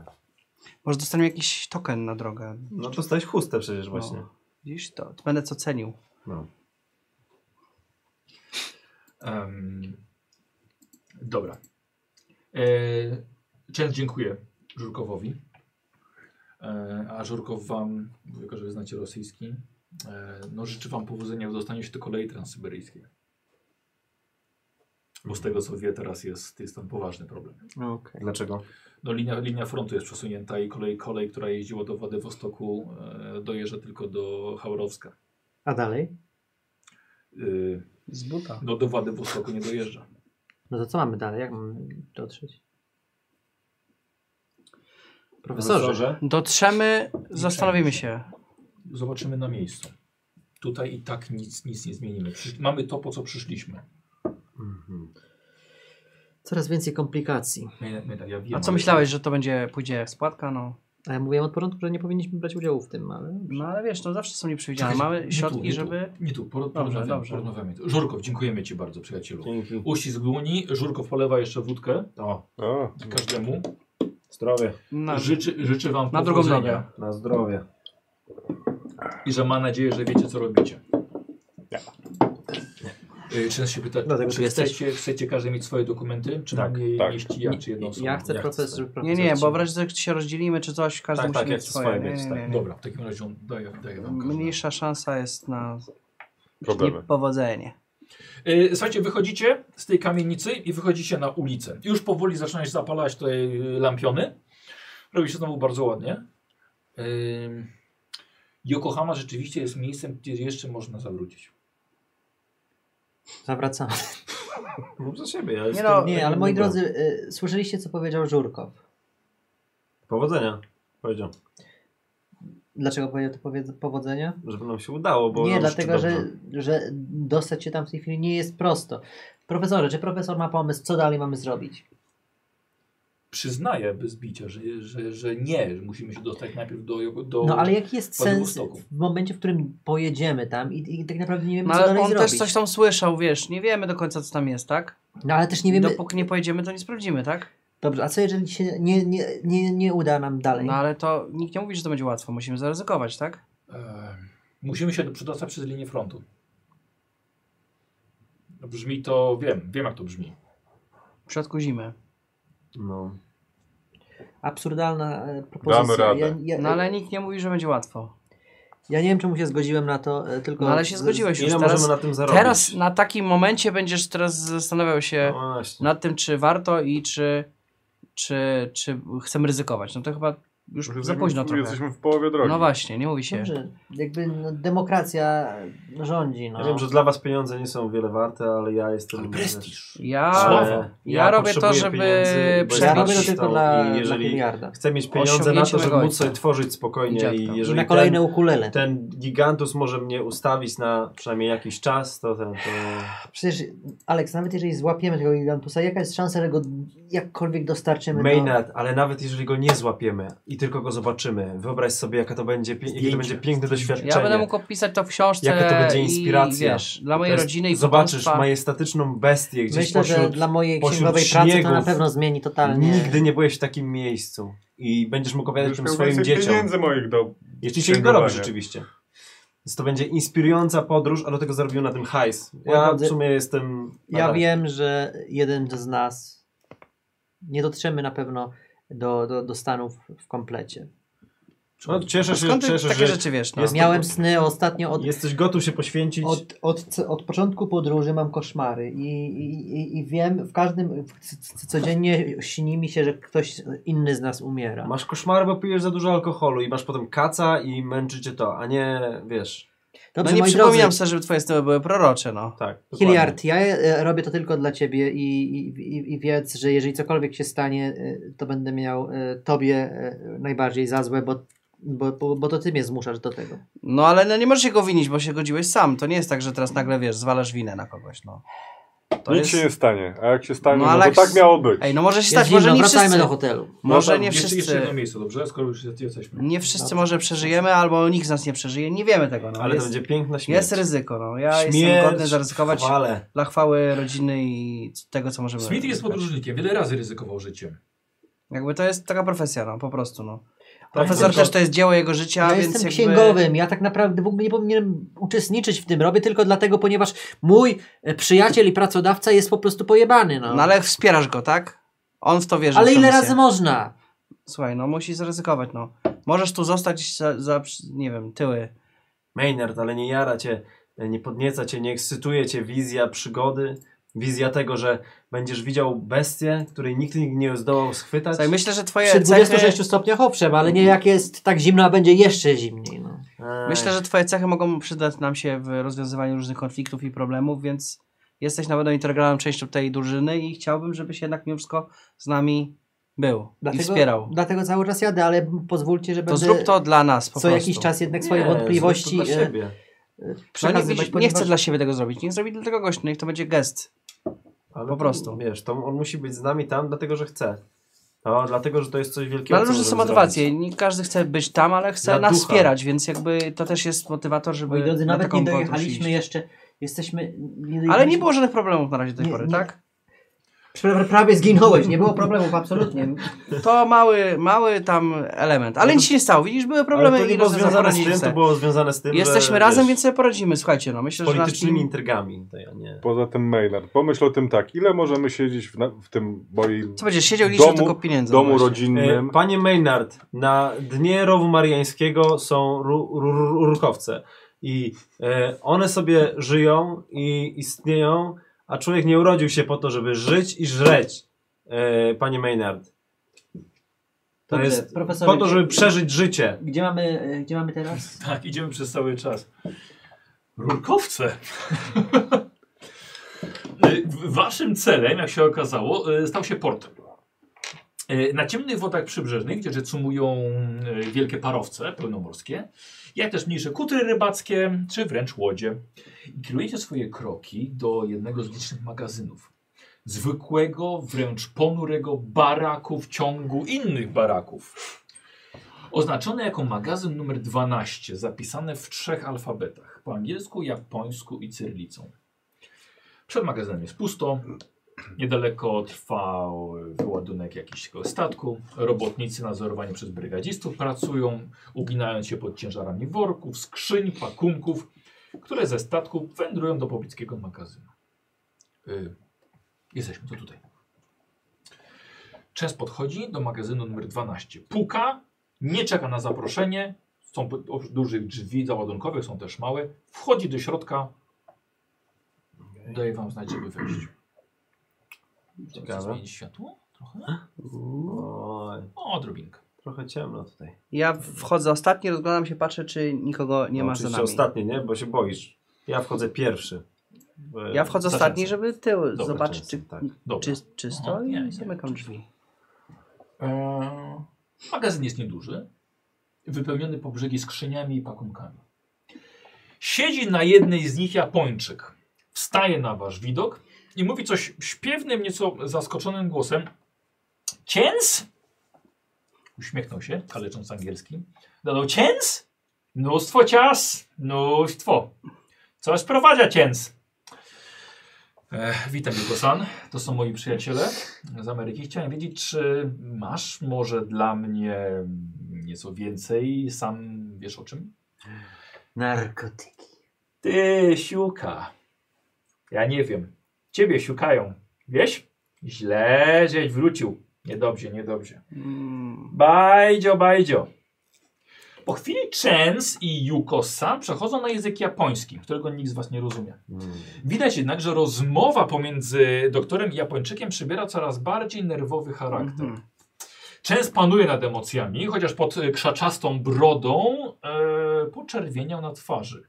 Speaker 3: Może dostaniemy jakiś token na drogę.
Speaker 4: No dostałeś chustę przecież właśnie.
Speaker 3: No. Widzisz, to, to będę co cenił.
Speaker 4: No.
Speaker 1: Em, dobra. E, Często dziękuję Żurkowowi. E, a Żurkow wam, jako że wy znacie rosyjski, e, no życzę wam powodzenia w dostaniu się do kolei transsyberyjskiej. Bo z tego co wie teraz jest, jest tam poważny problem.
Speaker 6: No, okej.
Speaker 4: Dlaczego?
Speaker 1: No, linia, linia frontu jest przesunięta i kolej, kolej która jeździła do Władywostoku e, dojeżdża tylko do Chałrowska.
Speaker 6: A dalej?
Speaker 1: Y,
Speaker 3: Z buta.
Speaker 1: No do Władywostoku nie dojeżdża.
Speaker 8: No to co mamy dalej? Jak mamy dotrzeć? Profesorze.
Speaker 4: Profesorze.
Speaker 3: Dotrzemy, zastanowimy się.
Speaker 1: Zobaczymy na miejscu. Tutaj i tak nic, nic nie zmienimy. Przysz- Mamy to, po co przyszliśmy.
Speaker 4: Mhm.
Speaker 8: Coraz więcej komplikacji.
Speaker 1: My, my, tak, ja wiem,
Speaker 3: A co
Speaker 1: ale-
Speaker 3: myślałeś, że to będzie, pójdzie spłatka? No,
Speaker 8: A ja mówiłem od początku, że nie powinniśmy brać udziału w tym, ale...
Speaker 3: no ale wiesz, to zawsze są nieprzewidziane.
Speaker 1: Czekaj,
Speaker 3: Mamy
Speaker 1: nie tu, nie
Speaker 3: środki,
Speaker 1: tu.
Speaker 3: żeby...
Speaker 1: Nie tu, por-
Speaker 3: Dobrze,
Speaker 1: porozmawiamy.
Speaker 3: dobrze.
Speaker 1: porozmawiamy. Żurkow, dziękujemy Ci bardzo, przyjacielu.
Speaker 4: Dzięki.
Speaker 1: Uścisk dłoni, Żurkow polewa jeszcze wódkę
Speaker 4: O, o,
Speaker 1: każdemu.
Speaker 4: zdrowie.
Speaker 3: Na,
Speaker 1: Życzy, życzy Wam
Speaker 3: na drugą
Speaker 1: powodzenia
Speaker 3: nogę.
Speaker 4: Na zdrowie.
Speaker 1: I że ma nadzieję, że wiecie, co robicie. Y, Często się pyta,
Speaker 8: Dlatego
Speaker 1: czy
Speaker 8: tu jesteś.
Speaker 1: chcecie, chcecie każdy mieć swoje dokumenty, czy tak,
Speaker 4: Tak,
Speaker 1: mam je
Speaker 5: tak.
Speaker 1: mieści ja, czy jedną osobę?
Speaker 8: Ja chcę
Speaker 4: Ja chcę
Speaker 8: profesor...
Speaker 4: swoje.
Speaker 3: Nie,
Speaker 8: profesor
Speaker 3: nie, bo
Speaker 8: Cim.
Speaker 3: w razie, jak się rozdzielimy czy coś, każdy
Speaker 4: Tak,
Speaker 3: musi
Speaker 4: tak,
Speaker 3: mieć
Speaker 4: jak
Speaker 3: swoje.
Speaker 4: swoje
Speaker 3: nie,
Speaker 4: mieć,
Speaker 3: nie,
Speaker 4: tak.
Speaker 3: nie, nie.
Speaker 1: Dobra, w takim razie on daje, daje Wam każdą.
Speaker 3: Mniejsza szansa jest na
Speaker 5: Problemy.
Speaker 3: niepowodzenie.
Speaker 1: Y, Słuchajcie, wychodzicie z tej kamienicy i wychodzicie na ulicę. Już powoli zaczynają się zapalać te y, lampiony. Robi się znowu bardzo ładnie. Ym, Yokohama rzeczywiście jest miejscem, gdzie jeszcze można zawrócić.
Speaker 3: <laughs>
Speaker 8: Zawracamy.
Speaker 4: Mów za siebie, ja jestem...
Speaker 3: no,
Speaker 2: Nie, ale moi
Speaker 4: Dobra.
Speaker 2: drodzy, y, słyszeliście co powiedział Żurkow.
Speaker 4: Powodzenia. Powiedział,
Speaker 2: Dlaczego powiedział to powiedz- powodzenia?
Speaker 4: żeby nam się udało, bo
Speaker 2: nie,
Speaker 4: nam
Speaker 2: dlatego,
Speaker 4: życzy
Speaker 2: że,
Speaker 4: dobrze.
Speaker 2: że dostać się tam w tej chwili nie jest prosto. Profesorze, czy profesor ma pomysł, co dalej mamy zrobić?
Speaker 1: Przyznaję bez bicia, że, że, że nie, że musimy się dostać najpierw do... Yoko- do
Speaker 2: No ale jaki jest
Speaker 1: Padł
Speaker 2: sens
Speaker 1: Wostoku.
Speaker 2: w momencie, w którym pojedziemy tam i, i tak naprawdę nie wiemy,
Speaker 3: No
Speaker 2: co
Speaker 3: ale
Speaker 2: dalej
Speaker 3: on
Speaker 2: zrobić?
Speaker 3: też coś tam słyszał, wiesz, nie wiemy do końca co tam jest, tak?
Speaker 2: No ale też nie wiemy...
Speaker 3: Dopóki nie pojedziemy, to nie sprawdzimy, tak?
Speaker 2: Dobrze, a co jeżeli się nie, nie, nie, nie uda nam dalej?
Speaker 3: No ale to nikt nie mówi, że to będzie łatwo, musimy zaryzykować, tak?
Speaker 1: E, musimy się przedostać przez linię frontu. No, Brzmi to, wiem, wiem jak to brzmi.
Speaker 3: W środku zimy.
Speaker 4: No.
Speaker 2: Absurdalna e, propozycja.
Speaker 5: Damy radę.
Speaker 2: Ja, ja,
Speaker 3: No ale nikt nie mówi, że będzie łatwo.
Speaker 2: ja nie wiem, czemu się zgodziłem na to, e, tylko...
Speaker 3: No ale się
Speaker 2: z-
Speaker 3: zgodziłeś już
Speaker 4: Ile możemy
Speaker 3: teraz.
Speaker 4: na tym zarobić?
Speaker 3: Teraz na takim momencie będziesz teraz zastanawiał
Speaker 4: No
Speaker 3: się
Speaker 4: właśnie.
Speaker 3: nad tym, czy warto i czy, czy, czy chcemy ryzykować. No to chyba już za późno trochę.
Speaker 5: Jesteśmy w połowie drogi.
Speaker 3: No właśnie, nie mówi się.
Speaker 2: Dobrze, jakby no, demokracja rządzi, no.
Speaker 4: Ja wiem, że dla was pieniądze nie są wiele warte, ale ja jestem...
Speaker 1: Ale prestiż.
Speaker 3: Ja,
Speaker 1: Sława.
Speaker 4: Ale
Speaker 3: Ja robię to,
Speaker 4: potrzebuję
Speaker 3: żeby
Speaker 4: pieniędzy, bo
Speaker 2: ja
Speaker 3: przebić
Speaker 2: robię to
Speaker 4: jestem
Speaker 2: tylko
Speaker 4: artystą
Speaker 2: dla,
Speaker 4: i
Speaker 2: dla
Speaker 4: Jeżeli
Speaker 2: miliarda.
Speaker 4: chcę mieć pieniądze na to,
Speaker 3: Osiągnięcie
Speaker 4: żeby
Speaker 3: mego
Speaker 4: móc sobie
Speaker 3: ojca.
Speaker 4: tworzyć spokojnie
Speaker 3: I dziadka.
Speaker 4: i
Speaker 2: I
Speaker 4: jeżeli
Speaker 2: na kolejne ukulele.
Speaker 4: ten, ten gigantus może mnie ustawić na przynajmniej jakiś czas, to ten... To...
Speaker 2: Przecież, Aleks, nawet jeżeli złapiemy tego gigantusa, jaka jest szansa, że go jakkolwiek dostarczymy
Speaker 4: Maynard, ale nawet jeżeli go nie złapiemy i tylko go zobaczymy, wyobraź sobie, jaka to będzie, pie- jakie to
Speaker 1: Zdjęcie.
Speaker 4: będzie piękne doświadczenie.
Speaker 3: ja będę mógł opisać to w książce.
Speaker 4: Jaka to będzie
Speaker 3: i,
Speaker 4: inspiracja.
Speaker 3: wiesz, dla
Speaker 4: To
Speaker 3: mojej
Speaker 4: jest-
Speaker 3: rodziny i
Speaker 4: Zobaczysz
Speaker 3: potomstwa.
Speaker 4: majestatyczną bestię
Speaker 2: do...
Speaker 4: gdzieś
Speaker 2: Myślę, że
Speaker 4: pośród...
Speaker 2: dla mojej
Speaker 4: pośród
Speaker 2: księgowej pracy to na
Speaker 4: śniegów.
Speaker 2: pewno zmieni totalnie.
Speaker 4: Nigdy nie byłeś w takim miejscu i będziesz mógł opowiadać tym
Speaker 5: Będziesz miał
Speaker 4: swoim
Speaker 5: więcej
Speaker 4: dzieciom.
Speaker 5: pieniędzy moich no. do...
Speaker 4: Jeśli się ich
Speaker 5: Księgowanie.
Speaker 4: dorobi rzeczywiście. Więc to będzie inspirująca podróż, a do tego zarobił na tym hajs.
Speaker 2: Moi
Speaker 4: Ja w
Speaker 2: drodzy,
Speaker 4: sumie jestem...
Speaker 2: Ja wiem, że jeden z nas nie dotrzemy na pewno do, do, do Stanów w komplecie.
Speaker 4: No, cieszę się,
Speaker 3: Skąd ty
Speaker 4: cieszę,
Speaker 3: takie
Speaker 4: że
Speaker 3: rzeczy wiesz? No?
Speaker 4: jest-
Speaker 2: Miałem sny ostatnio od,
Speaker 4: jesteś gotów się poświęcić.
Speaker 2: od, od, c- od początku podróży mam koszmary i, i, i- i wiem, w każdym, w, c- c- codziennie śni mi się, że ktoś inny z nas
Speaker 3: No
Speaker 2: umiera.
Speaker 4: Masz koszmary, bo pijesz za dużo alkoholu i masz potem kaca i męczy cię to, a nie, wiesz,
Speaker 2: Dobrze,
Speaker 3: no nie
Speaker 2: moi
Speaker 3: przypominam
Speaker 2: drodzy,
Speaker 3: sobie, żeby twoje sny były prorocze, no.
Speaker 4: tak. dokładnie.
Speaker 2: Hilliard, ja e, robię to tylko dla ciebie i, i, i- i wiedz, że jeżeli cokolwiek się stanie, e, to będę miał e, tobie e, najbardziej za złe, bo, bo, bo, bo to ty mnie zmuszasz do tego.
Speaker 3: No ale no, nie możesz się go winić, bo się godziłeś sam. To nie jest tak, że teraz nagle, wiesz, zwalasz winę na kogoś, no. To
Speaker 5: Nic
Speaker 3: jest...
Speaker 5: się nie stanie, a jak się stanie,
Speaker 3: No,
Speaker 5: no,
Speaker 3: Aleks-
Speaker 5: to tak miało być.
Speaker 3: Ej, no może
Speaker 2: Jest
Speaker 3: się stać, może
Speaker 2: zimno,
Speaker 3: nie
Speaker 2: wracajmy
Speaker 3: wszyscy.
Speaker 2: do hotelu.
Speaker 4: No
Speaker 3: Może
Speaker 1: Dobra,
Speaker 3: nie
Speaker 1: jeszcze- Jeszcze
Speaker 3: wszyscy.
Speaker 1: jedno miejsce, dobrze? Skoro już jesteśmy.
Speaker 3: Nie wszyscy może przeżyjemy, albo nikt z nas nie przeżyje. Nie wiemy tego, no.
Speaker 4: Ale to
Speaker 3: jest,
Speaker 4: będzie piękna śmierć.
Speaker 3: jest ryzyko, no. Ja jestem
Speaker 4: Śmierć,
Speaker 3: godny zaryzykować
Speaker 4: Chwale.
Speaker 3: dla chwały rodziny i tego, co możemy
Speaker 1: Smith jest podróżnikiem, wiele razy ryzykował życiem.
Speaker 3: Jakby to jest taka profesja, no, po prostu, no.
Speaker 4: Tak,
Speaker 3: Profesor
Speaker 4: tylko-
Speaker 3: też to jest dzieło jego życia,
Speaker 6: No,
Speaker 2: Ja
Speaker 3: więc
Speaker 2: no jestem
Speaker 3: jakby...
Speaker 2: księgowym, ja tak naprawdę w ogóle nie powinienem uczestniczyć w tym. Robię tylko dlatego, ponieważ mój e, przyjaciel i pracodawca jest po prostu pojebany. No.
Speaker 3: No ale wspierasz go, tak? On w to wierzy.
Speaker 2: Ale
Speaker 3: w tę
Speaker 2: ile
Speaker 3: misję.
Speaker 2: razy można?
Speaker 3: Słuchaj, no musisz zaryzykować, no. Możesz tu zostać za, za nie wiem, tyły.
Speaker 4: Maynard, ale nie jara cię, nie podnieca cię, nie ekscytuje cię wizja przygody, wizja tego, że będziesz widział bestię, której nikt nigdy nie zdołał schwytać.
Speaker 3: Słuchaj, myślę, że twoje
Speaker 2: Przy
Speaker 3: No cechy... Mhm.
Speaker 2: 26 stopniach owszem, ale nie jak jest tak zimno, a będzie jeszcze zimniej. No.
Speaker 4: Eee,
Speaker 3: Myślę, że twoje cechy mogą przydać nam się w rozwiązywaniu różnych konfliktów i problemów, więc jesteś na pewno integralną częścią tej drużyny i chciałbym, żebyś jednak mimo wszystko z nami był i wspierał.
Speaker 6: dlatego cały czas jadę, ale pozwólcie, że
Speaker 3: To zrób to dla nas po
Speaker 6: co
Speaker 3: prostu.
Speaker 6: jakiś czas jednak
Speaker 4: nie,
Speaker 6: swoje wątpliwości
Speaker 4: zrób to dla
Speaker 6: e,
Speaker 4: siebie.
Speaker 3: No nie,
Speaker 6: przekazywać,
Speaker 3: nie, nie
Speaker 6: ponieważ-
Speaker 3: chcę dla siebie tego zrobić. Niech zrobi dla tego gość, niech to będzie gest.
Speaker 4: Ale
Speaker 3: po prostu.
Speaker 4: Wiesz, to on musi być z nami tam, dlatego że chce. No, dlatego, że to jest coś wielkiego.
Speaker 3: No, ale
Speaker 4: co
Speaker 3: ludzie są
Speaker 4: możemy
Speaker 3: motywacje.
Speaker 4: zrobić.
Speaker 3: Nie każdy chce być tam, ale chce
Speaker 4: Dla
Speaker 3: nas
Speaker 4: ducha.
Speaker 3: wspierać, więc jakby to też jest motywator, żeby
Speaker 6: Moi drodzy,
Speaker 3: na
Speaker 6: nawet
Speaker 3: taką
Speaker 6: nie
Speaker 3: podróż
Speaker 6: dojechaliśmy
Speaker 3: iść.
Speaker 6: jeszcze. Jesteśmy.
Speaker 3: Ale nie
Speaker 6: dojechaliśmy-
Speaker 3: było żadnych problemów na razie do tej
Speaker 6: Nie,
Speaker 3: pory,
Speaker 6: nie.
Speaker 3: tak?
Speaker 6: Pra- Prawie zginąłeś, nie było problemów, absolutnie.
Speaker 3: To mały, mały tam element. Ale nic się nie stało. Widzisz, były problemy
Speaker 4: No ale to nie
Speaker 3: i
Speaker 4: było
Speaker 3: rozwiązane
Speaker 4: związane z tym,
Speaker 3: poradziliśmy
Speaker 4: to
Speaker 3: sobie.
Speaker 4: było związane z tym,
Speaker 3: Jesteśmy
Speaker 4: że,
Speaker 3: razem,
Speaker 4: wiesz,
Speaker 3: więc sobie poradzimy. Słuchajcie, no myślę, że nasz
Speaker 4: politycznymi
Speaker 3: team...
Speaker 4: intrygami. Tutaj, a nie.
Speaker 5: Poza tym Maynard, pomyśl o tym tak, ile możemy siedzieć w, na, w tym moim
Speaker 3: Co będziesz siedział i liczył
Speaker 5: Domu-
Speaker 3: tylko pieniędzy. no
Speaker 5: domu
Speaker 3: właśnie.
Speaker 5: rodzinnym?
Speaker 4: E, Panie Maynard, na dnie rowu mariańskiego są ru, ru, ru, rurkowce. I e, one sobie żyją i istnieją, a człowiek nie urodził się po to, żeby żyć i żreć. E, panie Maynard. To
Speaker 6: Dobrze,
Speaker 4: jest
Speaker 6: profesorze,
Speaker 4: po to, żeby przeżyć życie.
Speaker 6: Gdzie mamy, e, gdzie mamy teraz?
Speaker 1: Tak, idziemy przez cały czas. Rurkowce. <laughs> Y, w- Waszym celem, jak się okazało, y, stał się port. Y, Na ciemnych wodach przybrzeżnych, gdzie rzecumują y, wielkie parowce pełnomorskie, jak też mniejsze kutry rybackie, czy wręcz łodzie. I kierujecie swoje kroki do jednego z licznych magazynów. Zwykłego, wręcz ponurego baraku w ciągu innych baraków. Oznaczone jako magazyn numer 12, zapisane w trzech alfabetach: po angielsku, japońsku i cyrylicą. Przed magazynem jest pusto. Niedaleko trwał wyładunek jakiegoś statku. Robotnicy nadzorowani przez brygadzistów pracują, uginając się pod ciężarami worków, skrzyń, pakunków, które ze statku wędrują do pobliskiego magazynu. Y, jesteśmy to tutaj. Częst podchodzi do magazynu numer 12. Puka, nie czeka na zaproszenie. Są po- oprócz dużych drzwi załadunkowych, są też małe. Wchodzi do środka. Daję wam znać, żeby wejść. Chcesz
Speaker 4: Ciekawe.
Speaker 1: zmienić światło? Trochę?
Speaker 4: Oj,
Speaker 1: O, odrobinkę.
Speaker 4: trochę ciemno tutaj.
Speaker 3: Ja wchodzę ostatni, rozglądam się, patrzę, czy nikogo nie
Speaker 4: No,
Speaker 3: ma za
Speaker 4: Oczywiście
Speaker 3: nami.
Speaker 4: ostatnie, nie? Bo się boisz. Ja wchodzę pierwszy. Bo-
Speaker 3: Ja wchodzę
Speaker 4: Za
Speaker 3: ostatni,
Speaker 4: często.
Speaker 3: żeby tył zobaczyć,
Speaker 4: często,
Speaker 3: czy,
Speaker 4: tak.
Speaker 1: Dobra.
Speaker 3: czy, czysto
Speaker 1: Aha,
Speaker 3: i
Speaker 1: nie, nie.
Speaker 3: zamykam drzwi.
Speaker 1: Eee, Magazyn jest nieduży, wypełniony po brzegi skrzyniami i pakunkami. Siedzi na jednej z nich Japończyk. Wstaje na wasz widok i mówi coś śpiewnym, nieco zaskoczonym głosem. Ciens? Uśmiechnął się, kalecząc angielski. Dodał ciens? Mnóstwo cias, mnóstwo. Co sprowadza ciens? E, witam, Jugo-san. To są moi przyjaciele z Ameryki. Chciałem wiedzieć, czy masz może dla mnie nieco więcej? Sam wiesz o czym?
Speaker 6: Narkotyki.
Speaker 1: Ty, siuka. Ja nie wiem. Ciebie siukają. Wiesz? Źle, żeś wrócił. Niedobrze, niedobrze.
Speaker 3: Mm,
Speaker 1: Bajdzio, bajdzio. Po chwili Chens i Yuko-san przechodzą na język japoński, którego nikt z was nie rozumie.
Speaker 4: Mm.
Speaker 1: Widać jednak, że rozmowa pomiędzy doktorem i Japończykiem przybiera coraz bardziej nerwowy charakter.
Speaker 3: mhm.
Speaker 1: Częst panuje nad emocjami, chociaż pod e, krzaczastą brodą e, poczerwieniał na twarzy.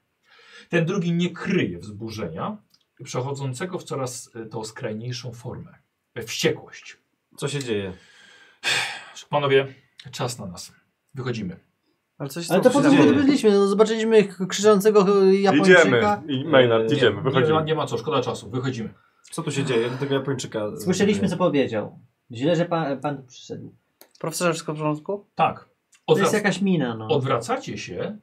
Speaker 1: Ten drugi nie kryje wzburzenia, przechodzącego w coraz e, to skrajniejszą formę. E, wściekłość.
Speaker 4: Co się dzieje?
Speaker 1: Panowie, czas na nas. Wychodzimy.
Speaker 3: Ale coś
Speaker 6: Ale to po
Speaker 4: co
Speaker 6: tym
Speaker 4: się dzieje?
Speaker 6: byliśmy, no, zobaczyliśmy k- krzyczącego e,
Speaker 5: Idziemy,
Speaker 6: Japończyka.
Speaker 5: I Maynard,
Speaker 4: Nie,
Speaker 5: idziemy,
Speaker 1: Nie, ma-
Speaker 5: wychodzimy.
Speaker 1: nie ma co, szkoda czasu. Wychodzimy.
Speaker 4: Co tu się dzieje? Do tego Japończyka.
Speaker 6: Słyszeliśmy, co powiedział. Źle, że pan, pan tu przyszedł.
Speaker 3: Profesorze, wszystko w porządku?
Speaker 1: Tak.
Speaker 6: To jest
Speaker 1: Odwrac
Speaker 6: jakaś mina, no.
Speaker 1: odwracacie się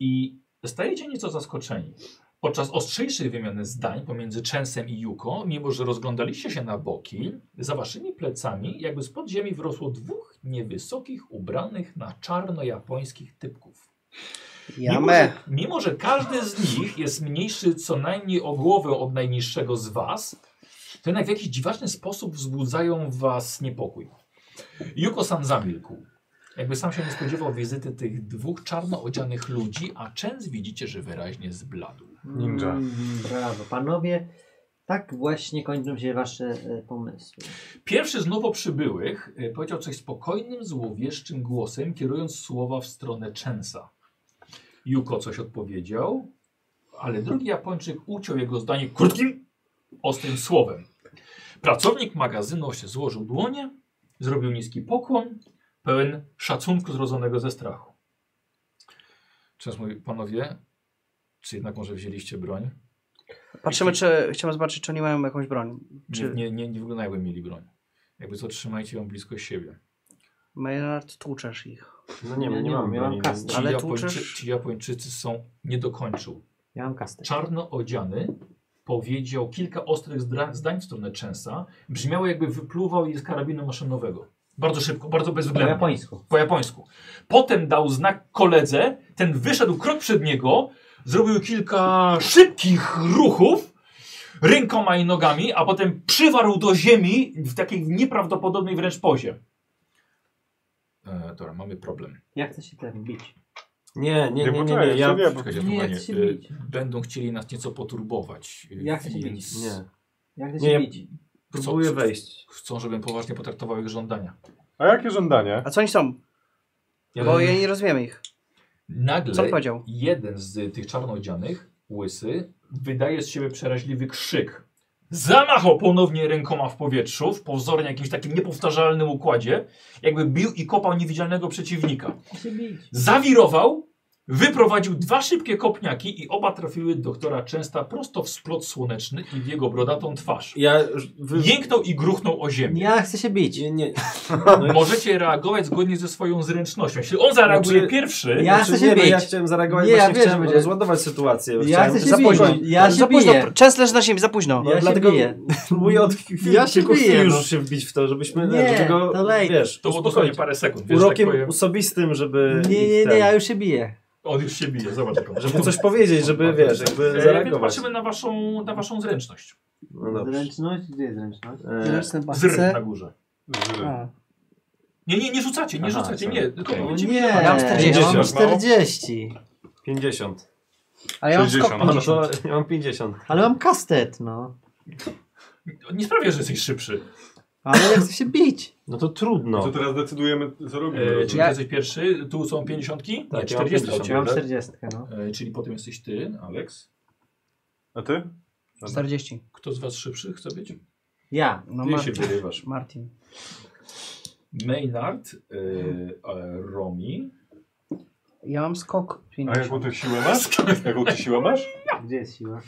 Speaker 1: i stajecie nieco zaskoczeni. Podczas ostrzejszej wymiany zdań pomiędzy Częsem i Juko, mimo że rozglądaliście się na boki, za waszymi plecami jakby spod ziemi wyrosło dwóch niewysokich, ubranych na czarno japońskich typków. Mimo że, mimo, że każdy z nich jest mniejszy co najmniej o głowę od najniższego z was, to jednak w jakiś dziwaczny sposób wzbudzają w was niepokój. Juko sam zamilkł. Jakby sam się nie spodziewał wizyty tych dwóch czarno odzianych ludzi, a Częs widzicie, że wyraźnie zbladł.
Speaker 5: Ninja.
Speaker 6: Mm, brawo, panowie. Tak właśnie kończą się wasze e, pomysły.
Speaker 1: Pierwszy z nowo przybyłych y, powiedział coś spokojnym, złowieszczym głosem, kierując słowa w stronę Częsa. Juko coś odpowiedział, ale drugi Japończyk uciął jego zdanie krótkim, ostrym słowem. Pracownik magazynu się złożył dłonie, zrobił niski pokłon, pełen szacunku zrodzonego ze strachu. Czas mówi, panowie, czy jednak może wzięliście broń?
Speaker 3: Patrzymy, czy chciałem zobaczyć, czy oni mają jakąś broń.
Speaker 1: Czy...
Speaker 3: Czy-
Speaker 1: Nie, nie, nie wygląda jakby mieli broń. Jakby co, trzymajcie ją blisko siebie.
Speaker 3: Maynard, tłuczesz ich.
Speaker 4: No nie, nie,
Speaker 6: Ja
Speaker 4: nie
Speaker 6: nie
Speaker 4: mam
Speaker 6: mam, ja mam
Speaker 4: broni.
Speaker 6: kastę.
Speaker 1: Ci,
Speaker 3: Ale
Speaker 1: Japończy,
Speaker 3: tłuczesz-
Speaker 1: ci Japończycy są, nie dokończył.
Speaker 6: Ja mam kastę.
Speaker 1: Czarno odziany powiedział kilka ostrych zdra- zdań w stronę Częsa. Brzmiało jakby wypluwał jej z karabinu maszynowego. Bardzo szybko, bardzo
Speaker 6: Po
Speaker 1: bezwzględnie.
Speaker 6: japońsku.
Speaker 1: po japońsku. Potem dał znak koledze, ten wyszedł krok przed niego, zrobił kilka szybkich ruchów rękoma i nogami, a potem przywarł do ziemi w takiej nieprawdopodobnej wręcz pozie. E, dobra, mamy problem.
Speaker 6: Ja chcę się tam bić.
Speaker 4: Nie, nie, nie, nie, nie,
Speaker 5: poczekaj,
Speaker 4: ja...
Speaker 5: nie, bo-
Speaker 1: Czekajcie,
Speaker 6: Nie, ja
Speaker 1: kochanie,
Speaker 6: chcę się
Speaker 1: e,
Speaker 6: bić.
Speaker 1: będą chcieli nas nieco poturbować. e,
Speaker 6: Ja chcę się
Speaker 1: więc
Speaker 4: Nie,
Speaker 6: Ja chcę
Speaker 4: Nie,
Speaker 6: się
Speaker 4: ja-
Speaker 6: bić.
Speaker 4: próbuję
Speaker 1: Chcą-
Speaker 4: wejść.
Speaker 1: Chcą, żebym poważnie potraktował ich żądania.
Speaker 5: A jakie żądanie?
Speaker 3: A co oni są?
Speaker 1: Ja
Speaker 3: Bo
Speaker 1: bym-
Speaker 3: ja nie rozumiem ich.
Speaker 1: Nagle
Speaker 3: Co on powiedział?
Speaker 1: jeden z tych czarnodzianych, łysy, wydaje z siebie przeraźliwy krzyk. Zamachał ponownie rękoma w powietrzu, w pozornie jakimś takim niepowtarzalnym układzie, jakby bił i kopał niewidzialnego przeciwnika.
Speaker 6: Chcę się bić.
Speaker 1: Zawirował, wyprowadził dwa szybkie kopniaki i oba trafiły doktora Częsta prosto w splot słoneczny i w jego brodatą twarz.
Speaker 4: Ja... już Wy...
Speaker 1: Jęknął i gruchnął o ziemię.
Speaker 2: Ja chcę się bić.
Speaker 4: Nie, nie. No.
Speaker 1: Możecie reagować zgodnie ze swoją zręcznością. Jeśli on zareaguje
Speaker 4: Znaczy-
Speaker 1: pierwszy,
Speaker 2: Ja
Speaker 4: Znaczy,
Speaker 2: chcę się
Speaker 4: nie, no ja
Speaker 2: bić.
Speaker 4: chciałem zareagować,
Speaker 2: Nie, ja
Speaker 4: właśnie
Speaker 2: wiem, że
Speaker 4: chciałem
Speaker 2: będzie-
Speaker 4: rozładować sytuację.
Speaker 2: Ja
Speaker 4: chciałem
Speaker 2: chcę się
Speaker 4: za
Speaker 2: bić.
Speaker 4: późno.
Speaker 2: Ja się
Speaker 3: za późno,
Speaker 2: biję.
Speaker 3: Częs leży na ziemi, za późno.
Speaker 4: No,
Speaker 2: Ja się
Speaker 4: dlatego
Speaker 2: biję.
Speaker 4: próbuję od chwili
Speaker 2: Ja się
Speaker 4: kilku chwil
Speaker 2: biję, no.
Speaker 4: już się wbić w to, żebyśmy
Speaker 2: Nie,
Speaker 4: żeby go,
Speaker 2: to late.
Speaker 4: wiesz,
Speaker 1: to było
Speaker 4: uspokoić.
Speaker 1: dosłownie parę sekund. Wiesz,
Speaker 4: Urokiem
Speaker 1: tak powiem,
Speaker 4: osobistym, żeby...
Speaker 2: Nie,
Speaker 4: ich
Speaker 2: nie, nie,
Speaker 4: E, ten-
Speaker 2: ja już się biję.
Speaker 1: on już się bije, zobacz. jak on-
Speaker 4: Żeby coś powiedzieć, żeby, wiesz, jakby
Speaker 1: E, więc
Speaker 4: zareagować.
Speaker 1: patrzymy na waszą, na waszą zręczność.
Speaker 4: No dobrze.
Speaker 6: Zręczność? Gdzie jest zręczność?
Speaker 4: E,
Speaker 3: Zresztą
Speaker 1: Zryw
Speaker 3: patrzę.
Speaker 1: na górze.
Speaker 5: Że-
Speaker 3: A.
Speaker 1: Nie, nie, nie rzucacie, nie
Speaker 4: Aha,
Speaker 1: rzucacie,
Speaker 4: sorry.
Speaker 1: Znaczy, nie. no, Tylko
Speaker 4: Okej.
Speaker 1: mówicie
Speaker 2: Nie,
Speaker 1: mi
Speaker 2: ja mam 40. Ja mam
Speaker 5: 50, mało?
Speaker 2: 40.
Speaker 4: 50.
Speaker 3: Ale ja mam skok
Speaker 5: 60.
Speaker 4: A, no
Speaker 3: 50.
Speaker 4: to <laughs> ja mam 50.
Speaker 2: Ale mam kastet, no.
Speaker 1: Nie sprawia, że jesteś szybszy.
Speaker 2: Ale ja chcę się bić.
Speaker 4: No to trudno.
Speaker 5: Co teraz decydujemy, co robimy?
Speaker 1: E,
Speaker 5: rozumiem?
Speaker 1: czyli ty jesteś pierwszy, tu są 50,
Speaker 4: Tak,
Speaker 1: nie,
Speaker 4: ja mam
Speaker 1: 40 od
Speaker 4: 50.
Speaker 1: ciebie.
Speaker 6: Mam 40, no.
Speaker 1: E, czyli potem jesteś ty, Alex.
Speaker 5: A ty?
Speaker 3: 40.
Speaker 1: Kto z was szybszy chce być?
Speaker 6: Ja.
Speaker 3: No
Speaker 1: Ty się
Speaker 3: Martin.
Speaker 1: wyrywasz.
Speaker 3: Martin.
Speaker 1: Maynard, e, e, Romi.
Speaker 3: Ja mam skok
Speaker 5: A jaką
Speaker 3: 50.
Speaker 5: ty <laughs> siłę masz? Jaką ty siłę masz?
Speaker 6: Gdzie jest siła?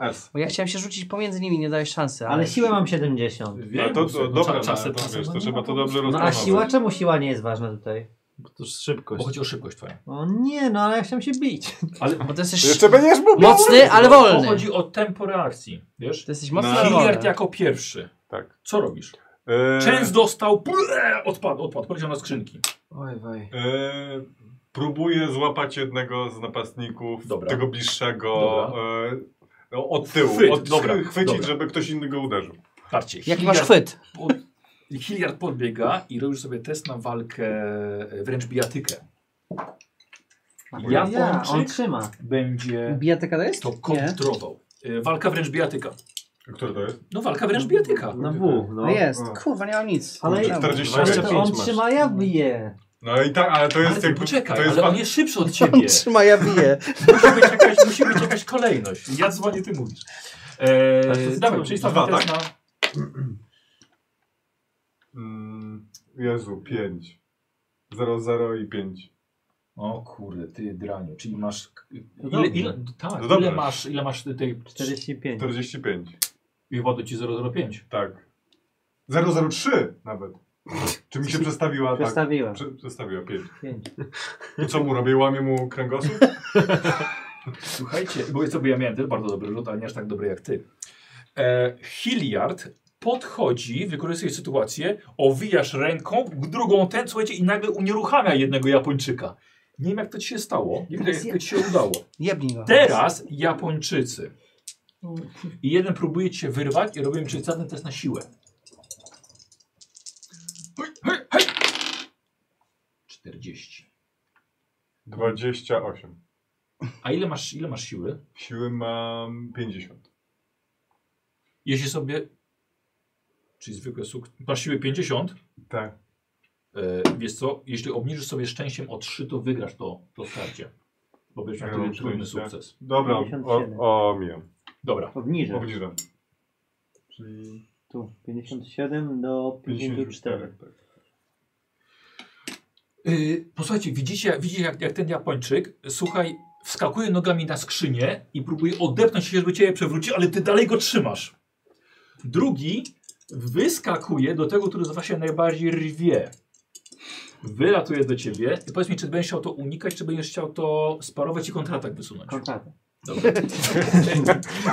Speaker 5: S.
Speaker 3: Bo ja chciałem się rzucić pomiędzy nimi, nie dałeś szansy.
Speaker 6: Ale siłę mam 70.
Speaker 5: A No to, to dobra,
Speaker 1: czasy, czasy,
Speaker 5: no, to, wiesz,
Speaker 1: no,
Speaker 5: to
Speaker 1: no,
Speaker 5: trzeba to
Speaker 1: no,
Speaker 5: dobrze
Speaker 6: No a
Speaker 5: rozpoznać.
Speaker 6: siła? Czemu siła nie jest ważna tutaj?
Speaker 4: Bo to już
Speaker 1: Bo
Speaker 4: szybkość.
Speaker 1: chodzi o szybkość twoją.
Speaker 6: O nie, no ale ja chciałem się bić.
Speaker 1: Ale
Speaker 3: Bo ty jesteś
Speaker 5: Jeszcze będziesz mógł.
Speaker 3: mocny, ale
Speaker 1: To
Speaker 3: wolny.
Speaker 1: chodzi o tempo reakcji, wiesz?
Speaker 3: Ty jesteś mocny,
Speaker 5: No.
Speaker 3: ale wolny.
Speaker 1: Hilliard jako pierwszy.
Speaker 5: Tak.
Speaker 1: Co robisz?
Speaker 5: E,
Speaker 1: Częst dostał, ple, odpadł, odpadł, poleciał na skrzynki.
Speaker 4: Oj, wej.
Speaker 5: e, próbuję złapać jednego z napastników,
Speaker 1: Dobra.
Speaker 5: tego bliższego,
Speaker 1: Dobra.
Speaker 5: e, no, od tyłu,
Speaker 1: Chwyt,
Speaker 5: od,
Speaker 1: dobra,
Speaker 5: chwycić,
Speaker 1: dobra.
Speaker 5: żeby ktoś inny go uderzył.
Speaker 1: Tarcie.
Speaker 3: Jaki masz chwyt?
Speaker 1: Pod, Hilliard podbiega i robisz sobie test na walkę, e, wręcz bijatykę.
Speaker 6: Ja, on
Speaker 1: Japończyk
Speaker 6: trzyma.
Speaker 1: będzie
Speaker 3: Bijatyka to jest?
Speaker 1: to
Speaker 3: Nie.
Speaker 1: kontrował. E, Walka wręcz bijatyka.
Speaker 5: Który to jest?
Speaker 1: No walka wręcz bijatyka.
Speaker 4: Na W, no.
Speaker 3: No jest. Kurwa, nie mam nic.
Speaker 6: Ale-
Speaker 3: Czemu?
Speaker 5: 45.
Speaker 6: Ale to
Speaker 4: 25
Speaker 6: on
Speaker 4: masz.
Speaker 6: trzyma, ja biję.
Speaker 5: No i tak, ale to
Speaker 1: Ale
Speaker 5: jest
Speaker 1: ty
Speaker 5: jakby-
Speaker 1: poczekaj,
Speaker 5: to jest
Speaker 1: ale on
Speaker 5: wa-
Speaker 1: jest szybszy od
Speaker 3: <laughs>
Speaker 1: ciebie.
Speaker 3: Trzyma, ja biję.
Speaker 1: Musi być jakaś, musi być jakaś kolejność. Ja dzwonię, ty mówisz.
Speaker 4: Ale to
Speaker 1: E,
Speaker 4: jest
Speaker 1: Dawaj,
Speaker 4: co?
Speaker 1: czyli
Speaker 5: Dwa,
Speaker 1: stawiam test na...
Speaker 5: Mm, Jezu, 5. 0, 0 i 5.
Speaker 1: O kurde, ty draniu, czyli masz... Ile,
Speaker 6: dobrze.
Speaker 1: ile, tak,
Speaker 5: No dobrze.
Speaker 1: ile masz, ile masz tej...
Speaker 6: 45.
Speaker 5: 45.
Speaker 1: I wody ci 005.
Speaker 5: Tak. 003 nawet. Czy mi się przestawiła? Tak.
Speaker 6: Przestawiłem.
Speaker 5: Prze przestawiła 5.
Speaker 6: Pięć.
Speaker 5: To co mu robię? Łamię mu kręgosłup?
Speaker 1: Słuchajcie, bo sobie ja miałem też bardzo dobry rzut, ale nie aż tak dobry jak ty. E, Hilliard podchodzi, wykorzystuje sytuację, owijasz ręką, drugą ten, słuchajcie, i nagle unieruchamia jednego Japończyka. Nie wiem, jak to ci się stało, nie wiem, jak to ci się udało.
Speaker 3: Jebnij go. No,
Speaker 1: Teraz Japończycy. I jeden próbuje cię wyrwać i robię im przesadny test na siłę. Hej, hej, hej. 40.
Speaker 5: 28.
Speaker 1: A ile masz, ile masz siły?
Speaker 5: Siły mam 50.
Speaker 1: Jeśli sobie. Czyli zwykłe suk. Masz siły 50.
Speaker 5: Tak.
Speaker 1: E, wiesz co? Jeśli obniżysz sobie szczęściem o 3, to wygrasz to, to starcie. Bo byś miał
Speaker 5: Ja
Speaker 1: ja
Speaker 5: mam
Speaker 1: trudny
Speaker 5: szczęście.
Speaker 1: sukces.
Speaker 5: Dobra,
Speaker 6: 57.
Speaker 5: o, omijam.
Speaker 1: Dobra.
Speaker 6: Obniżę.
Speaker 5: Obniżam. Czyli
Speaker 6: Tu 57 do 54.
Speaker 5: 54. Tak.
Speaker 1: Yy, posłuchajcie, widzicie, widzicie jak, jak ten Japończyk, słuchaj, wskakuje nogami na skrzynię i próbuje odepnąć się, żeby ciebie przewrócić, ale ty dalej go trzymasz. Drugi wyskakuje do tego, który z was się najbardziej rwie. Wylatuje do ciebie i powiedz mi, czy będziesz chciał to unikać, czy będziesz chciał to sparować i kontratak wysunąć.
Speaker 6: Kontrata.
Speaker 1: Dobra.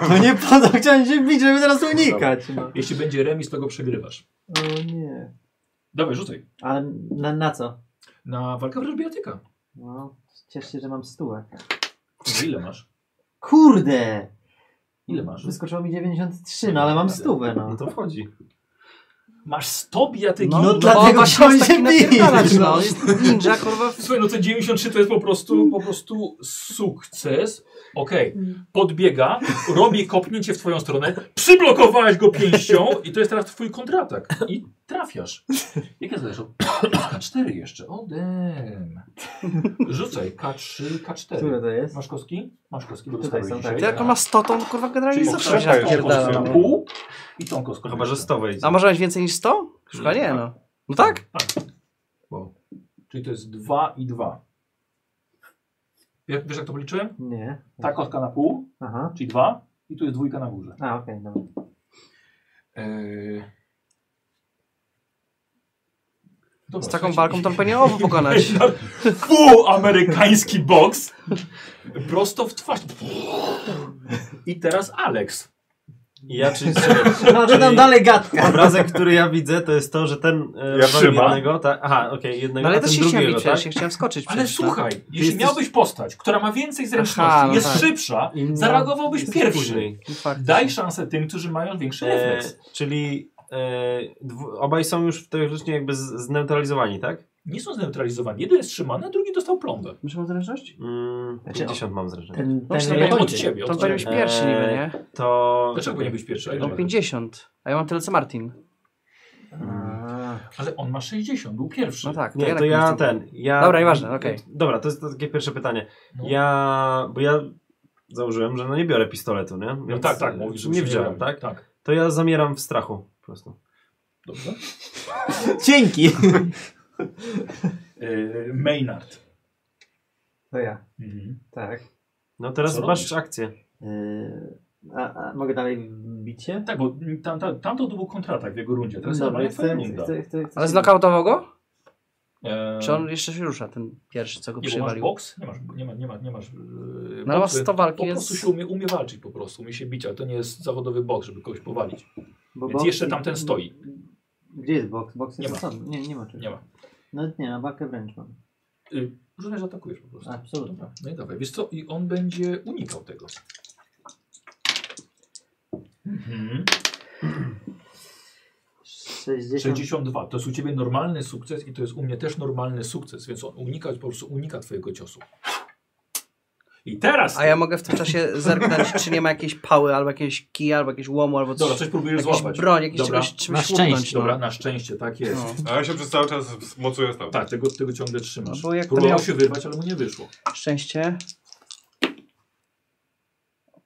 Speaker 2: No nie po to chciałem się bić, żeby teraz unikać. No.
Speaker 1: <laughs> Jeśli będzie remis, to go przegrywasz.
Speaker 6: O No nie.
Speaker 1: Dawaj, rzucaj.
Speaker 6: Ale na, na co?
Speaker 1: Na walkę wręcz bijatyka.
Speaker 6: No, ciesz się, że mam stułę.
Speaker 1: Ile masz?
Speaker 6: Kurde!
Speaker 1: Ile masz?
Speaker 6: Wyskoczyło mi 93, no ale mam stówę, no.
Speaker 4: No to wchodzi.
Speaker 1: Masz 100 bijatyki.
Speaker 2: No, dlatego chciałem się bić.
Speaker 3: No, jest ninja, kurwa.
Speaker 1: Słuchaj, no te 93 to jest po prostu, po prostu sukces. Okej, podbiega, robi kopnięcie w twoją stronę, przyblokowałeś go pięścią i to jest teraz twój kontratak. I trafiasz. Jakie zadajesz? O, K4 jeszcze, o dem. Rzucaj, K3, K4.
Speaker 6: Które to jest?
Speaker 1: Masz kostki? Masz kostki, bo
Speaker 6: Tutaj są,
Speaker 1: dostałeś
Speaker 6: tak.
Speaker 1: dzisiaj.
Speaker 3: Jak on ma 100, to on kurwa generalnie
Speaker 1: Czyli
Speaker 5: Jest
Speaker 3: zawsze
Speaker 5: zawsze
Speaker 3: się
Speaker 5: taka
Speaker 1: tą kostkę na
Speaker 3: zapierdala.
Speaker 5: jest.
Speaker 3: no.
Speaker 1: pół i tą kostkę.
Speaker 4: Chyba, że
Speaker 1: jeszcze.
Speaker 4: stowej.
Speaker 3: A może mieć więcej niż 100? Chyba nie, no. No tak?
Speaker 1: Czyli to jest 2 i 2. Wiesz jak to policzyłem?
Speaker 6: Nie.
Speaker 1: Ta kostka na pół,
Speaker 6: Aha.
Speaker 1: czyli 2 i tu jest dwójka na górze.
Speaker 6: A, okej, dobra.
Speaker 1: Eee. Dobra,
Speaker 3: Z taką
Speaker 1: słuchajcie,
Speaker 3: walką
Speaker 1: <laughs>
Speaker 3: to pewnie obu pokonać.
Speaker 1: Fu, amerykański boks! Prosto w twarz. I teraz Alex.
Speaker 4: I ja czyli strzelę.
Speaker 6: No, że tam dalej gadka.
Speaker 4: Obrazek, który ja widzę, to jest to, że ten e,
Speaker 5: Ja
Speaker 4: rozwalił
Speaker 5: trzyma.
Speaker 4: jednego, tak? Aha, okej, jednego,
Speaker 3: No ale
Speaker 4: a ten
Speaker 3: też się chciałem
Speaker 4: drugiego,
Speaker 3: bić, przecież
Speaker 4: tak?
Speaker 3: się chciałem skoczyć.
Speaker 1: Ale
Speaker 3: przecież, no.
Speaker 1: słuchaj, jeśli
Speaker 4: jesteś-
Speaker 1: miałbyś postać, która ma więcej zręczności,
Speaker 3: Aha, no
Speaker 1: jest
Speaker 3: tak.
Speaker 1: szybsza,
Speaker 4: I no,
Speaker 1: zareagowałbyś
Speaker 4: jesteś
Speaker 1: pierwszy.
Speaker 4: później.
Speaker 3: No fakt.
Speaker 1: Daj szansę tym, którzy mają większy
Speaker 4: E,
Speaker 1: refleks.
Speaker 4: czyli e, dwu, obaj są już teoretycznie jakby z- zneutralizowani, tak?
Speaker 1: Nie są zneutralizowani. Jeden jest trzymany, a drugi dostał plombę.
Speaker 3: Muszę mam zależność?
Speaker 4: Mm,
Speaker 6: Znaczy,
Speaker 4: 50 mam zręczenie.
Speaker 6: Ten,
Speaker 3: No,
Speaker 6: ten
Speaker 3: czekaj,
Speaker 6: Japończyk.
Speaker 1: Od ciebie,
Speaker 3: To
Speaker 1: od
Speaker 3: powinien
Speaker 1: ciebie.
Speaker 3: być pierwszy niby,
Speaker 4: Eee,
Speaker 3: nie?
Speaker 4: To...
Speaker 1: Dlaczego powinien być pierwszy?
Speaker 3: No 50. A ja mam tyle co Martin.
Speaker 6: A,
Speaker 1: Ale on ma 60, był pierwszy.
Speaker 3: No tak.
Speaker 4: Nie, to
Speaker 3: tak
Speaker 4: ja
Speaker 3: jestem.
Speaker 4: ten, ja... E,
Speaker 3: Dobra, nieważne, okej.
Speaker 4: Dobra, to jest to takie pierwsze pytanie.
Speaker 1: No.
Speaker 4: Ja... bo ja założyłem, że no nie biorę pistoletu, nie?
Speaker 1: No
Speaker 4: Więc,
Speaker 1: tak, tak.
Speaker 4: e,
Speaker 1: mówisz, że
Speaker 4: Nie
Speaker 1: się
Speaker 4: wziąłem,
Speaker 1: robi.
Speaker 4: tak?
Speaker 1: Tak.
Speaker 4: To ja zamieram w strachu po prostu.
Speaker 1: Dobrze.
Speaker 2: Dzięki.
Speaker 1: Yy, Maynard.
Speaker 6: to ja.
Speaker 3: Mhm.
Speaker 6: Tak.
Speaker 4: No teraz
Speaker 1: Co
Speaker 4: masz akcję.
Speaker 6: Yy, a, a mogę dalej bić się?
Speaker 1: Tak, bo tam, tam, tamto to był kontratak w jego rundzie. Teraz
Speaker 3: No
Speaker 6: Dobra,
Speaker 1: normalnie
Speaker 6: chcę,
Speaker 1: twoja
Speaker 6: chcę,
Speaker 1: runda.
Speaker 6: chcę, chcę, chcę
Speaker 3: Ale
Speaker 6: się-
Speaker 3: znokautował go?
Speaker 1: Eee,
Speaker 3: Czy on jeszcze się rusza, ten pierwszy, co go
Speaker 1: nie, bo masz
Speaker 3: przywalił?
Speaker 1: boks? Nie masz, nie ma, nie ma, nie masz yy,
Speaker 3: No ale masz
Speaker 1: boksy.
Speaker 3: 100 walki,
Speaker 1: Po prostu
Speaker 3: więc...
Speaker 1: się umie, umie walczyć po prostu, umie się bić, ale to nie jest zawodowy boks, żeby kogoś powalić.
Speaker 6: bo
Speaker 1: Więc
Speaker 6: boks-
Speaker 1: jeszcze tamten stoi.
Speaker 6: Gdzie jest boks? Boks
Speaker 1: Nie
Speaker 6: jest
Speaker 1: ma.
Speaker 6: osobny. Nie, nie ma czegoś.
Speaker 1: Nie ma.
Speaker 6: No nie, mam walkę wręcz mam.
Speaker 1: Yy, Różne, że atakujesz po prostu.
Speaker 6: Absolutnie.
Speaker 1: Dobra, no i dawaj. Wiesz co, i on będzie unikał tego. Mhm.
Speaker 6: 60.
Speaker 1: 62. To jest u ciebie normalny sukces i to jest u mnie też normalny sukces, więc on unika, po prostu unika twojego ciosu. I teraz...
Speaker 3: A ja mogę w tym czasie <laughs> zerknąć, czy nie ma jakiejś pały, albo jakiejś kija, albo jakiegoś łomu, albo
Speaker 1: Dobra,
Speaker 3: coś.
Speaker 1: coś próbujesz
Speaker 3: Jakiejś
Speaker 1: złapać.
Speaker 3: broń, jakiegoś
Speaker 1: Dobra.
Speaker 3: czegoś,
Speaker 2: Na
Speaker 3: czymś
Speaker 2: szczęście,
Speaker 3: łupnąć,
Speaker 1: Dobra,
Speaker 3: no.
Speaker 1: na szczęście, tak jest.
Speaker 3: no.
Speaker 5: A ja się przez cały czas mocuję stał.
Speaker 1: Tak, tego, tego ciągle trzymasz.
Speaker 3: No bo jak to
Speaker 1: Próbował
Speaker 3: miał-
Speaker 1: się wyrwać, ale mu nie wyszło.
Speaker 3: No, Szczęście.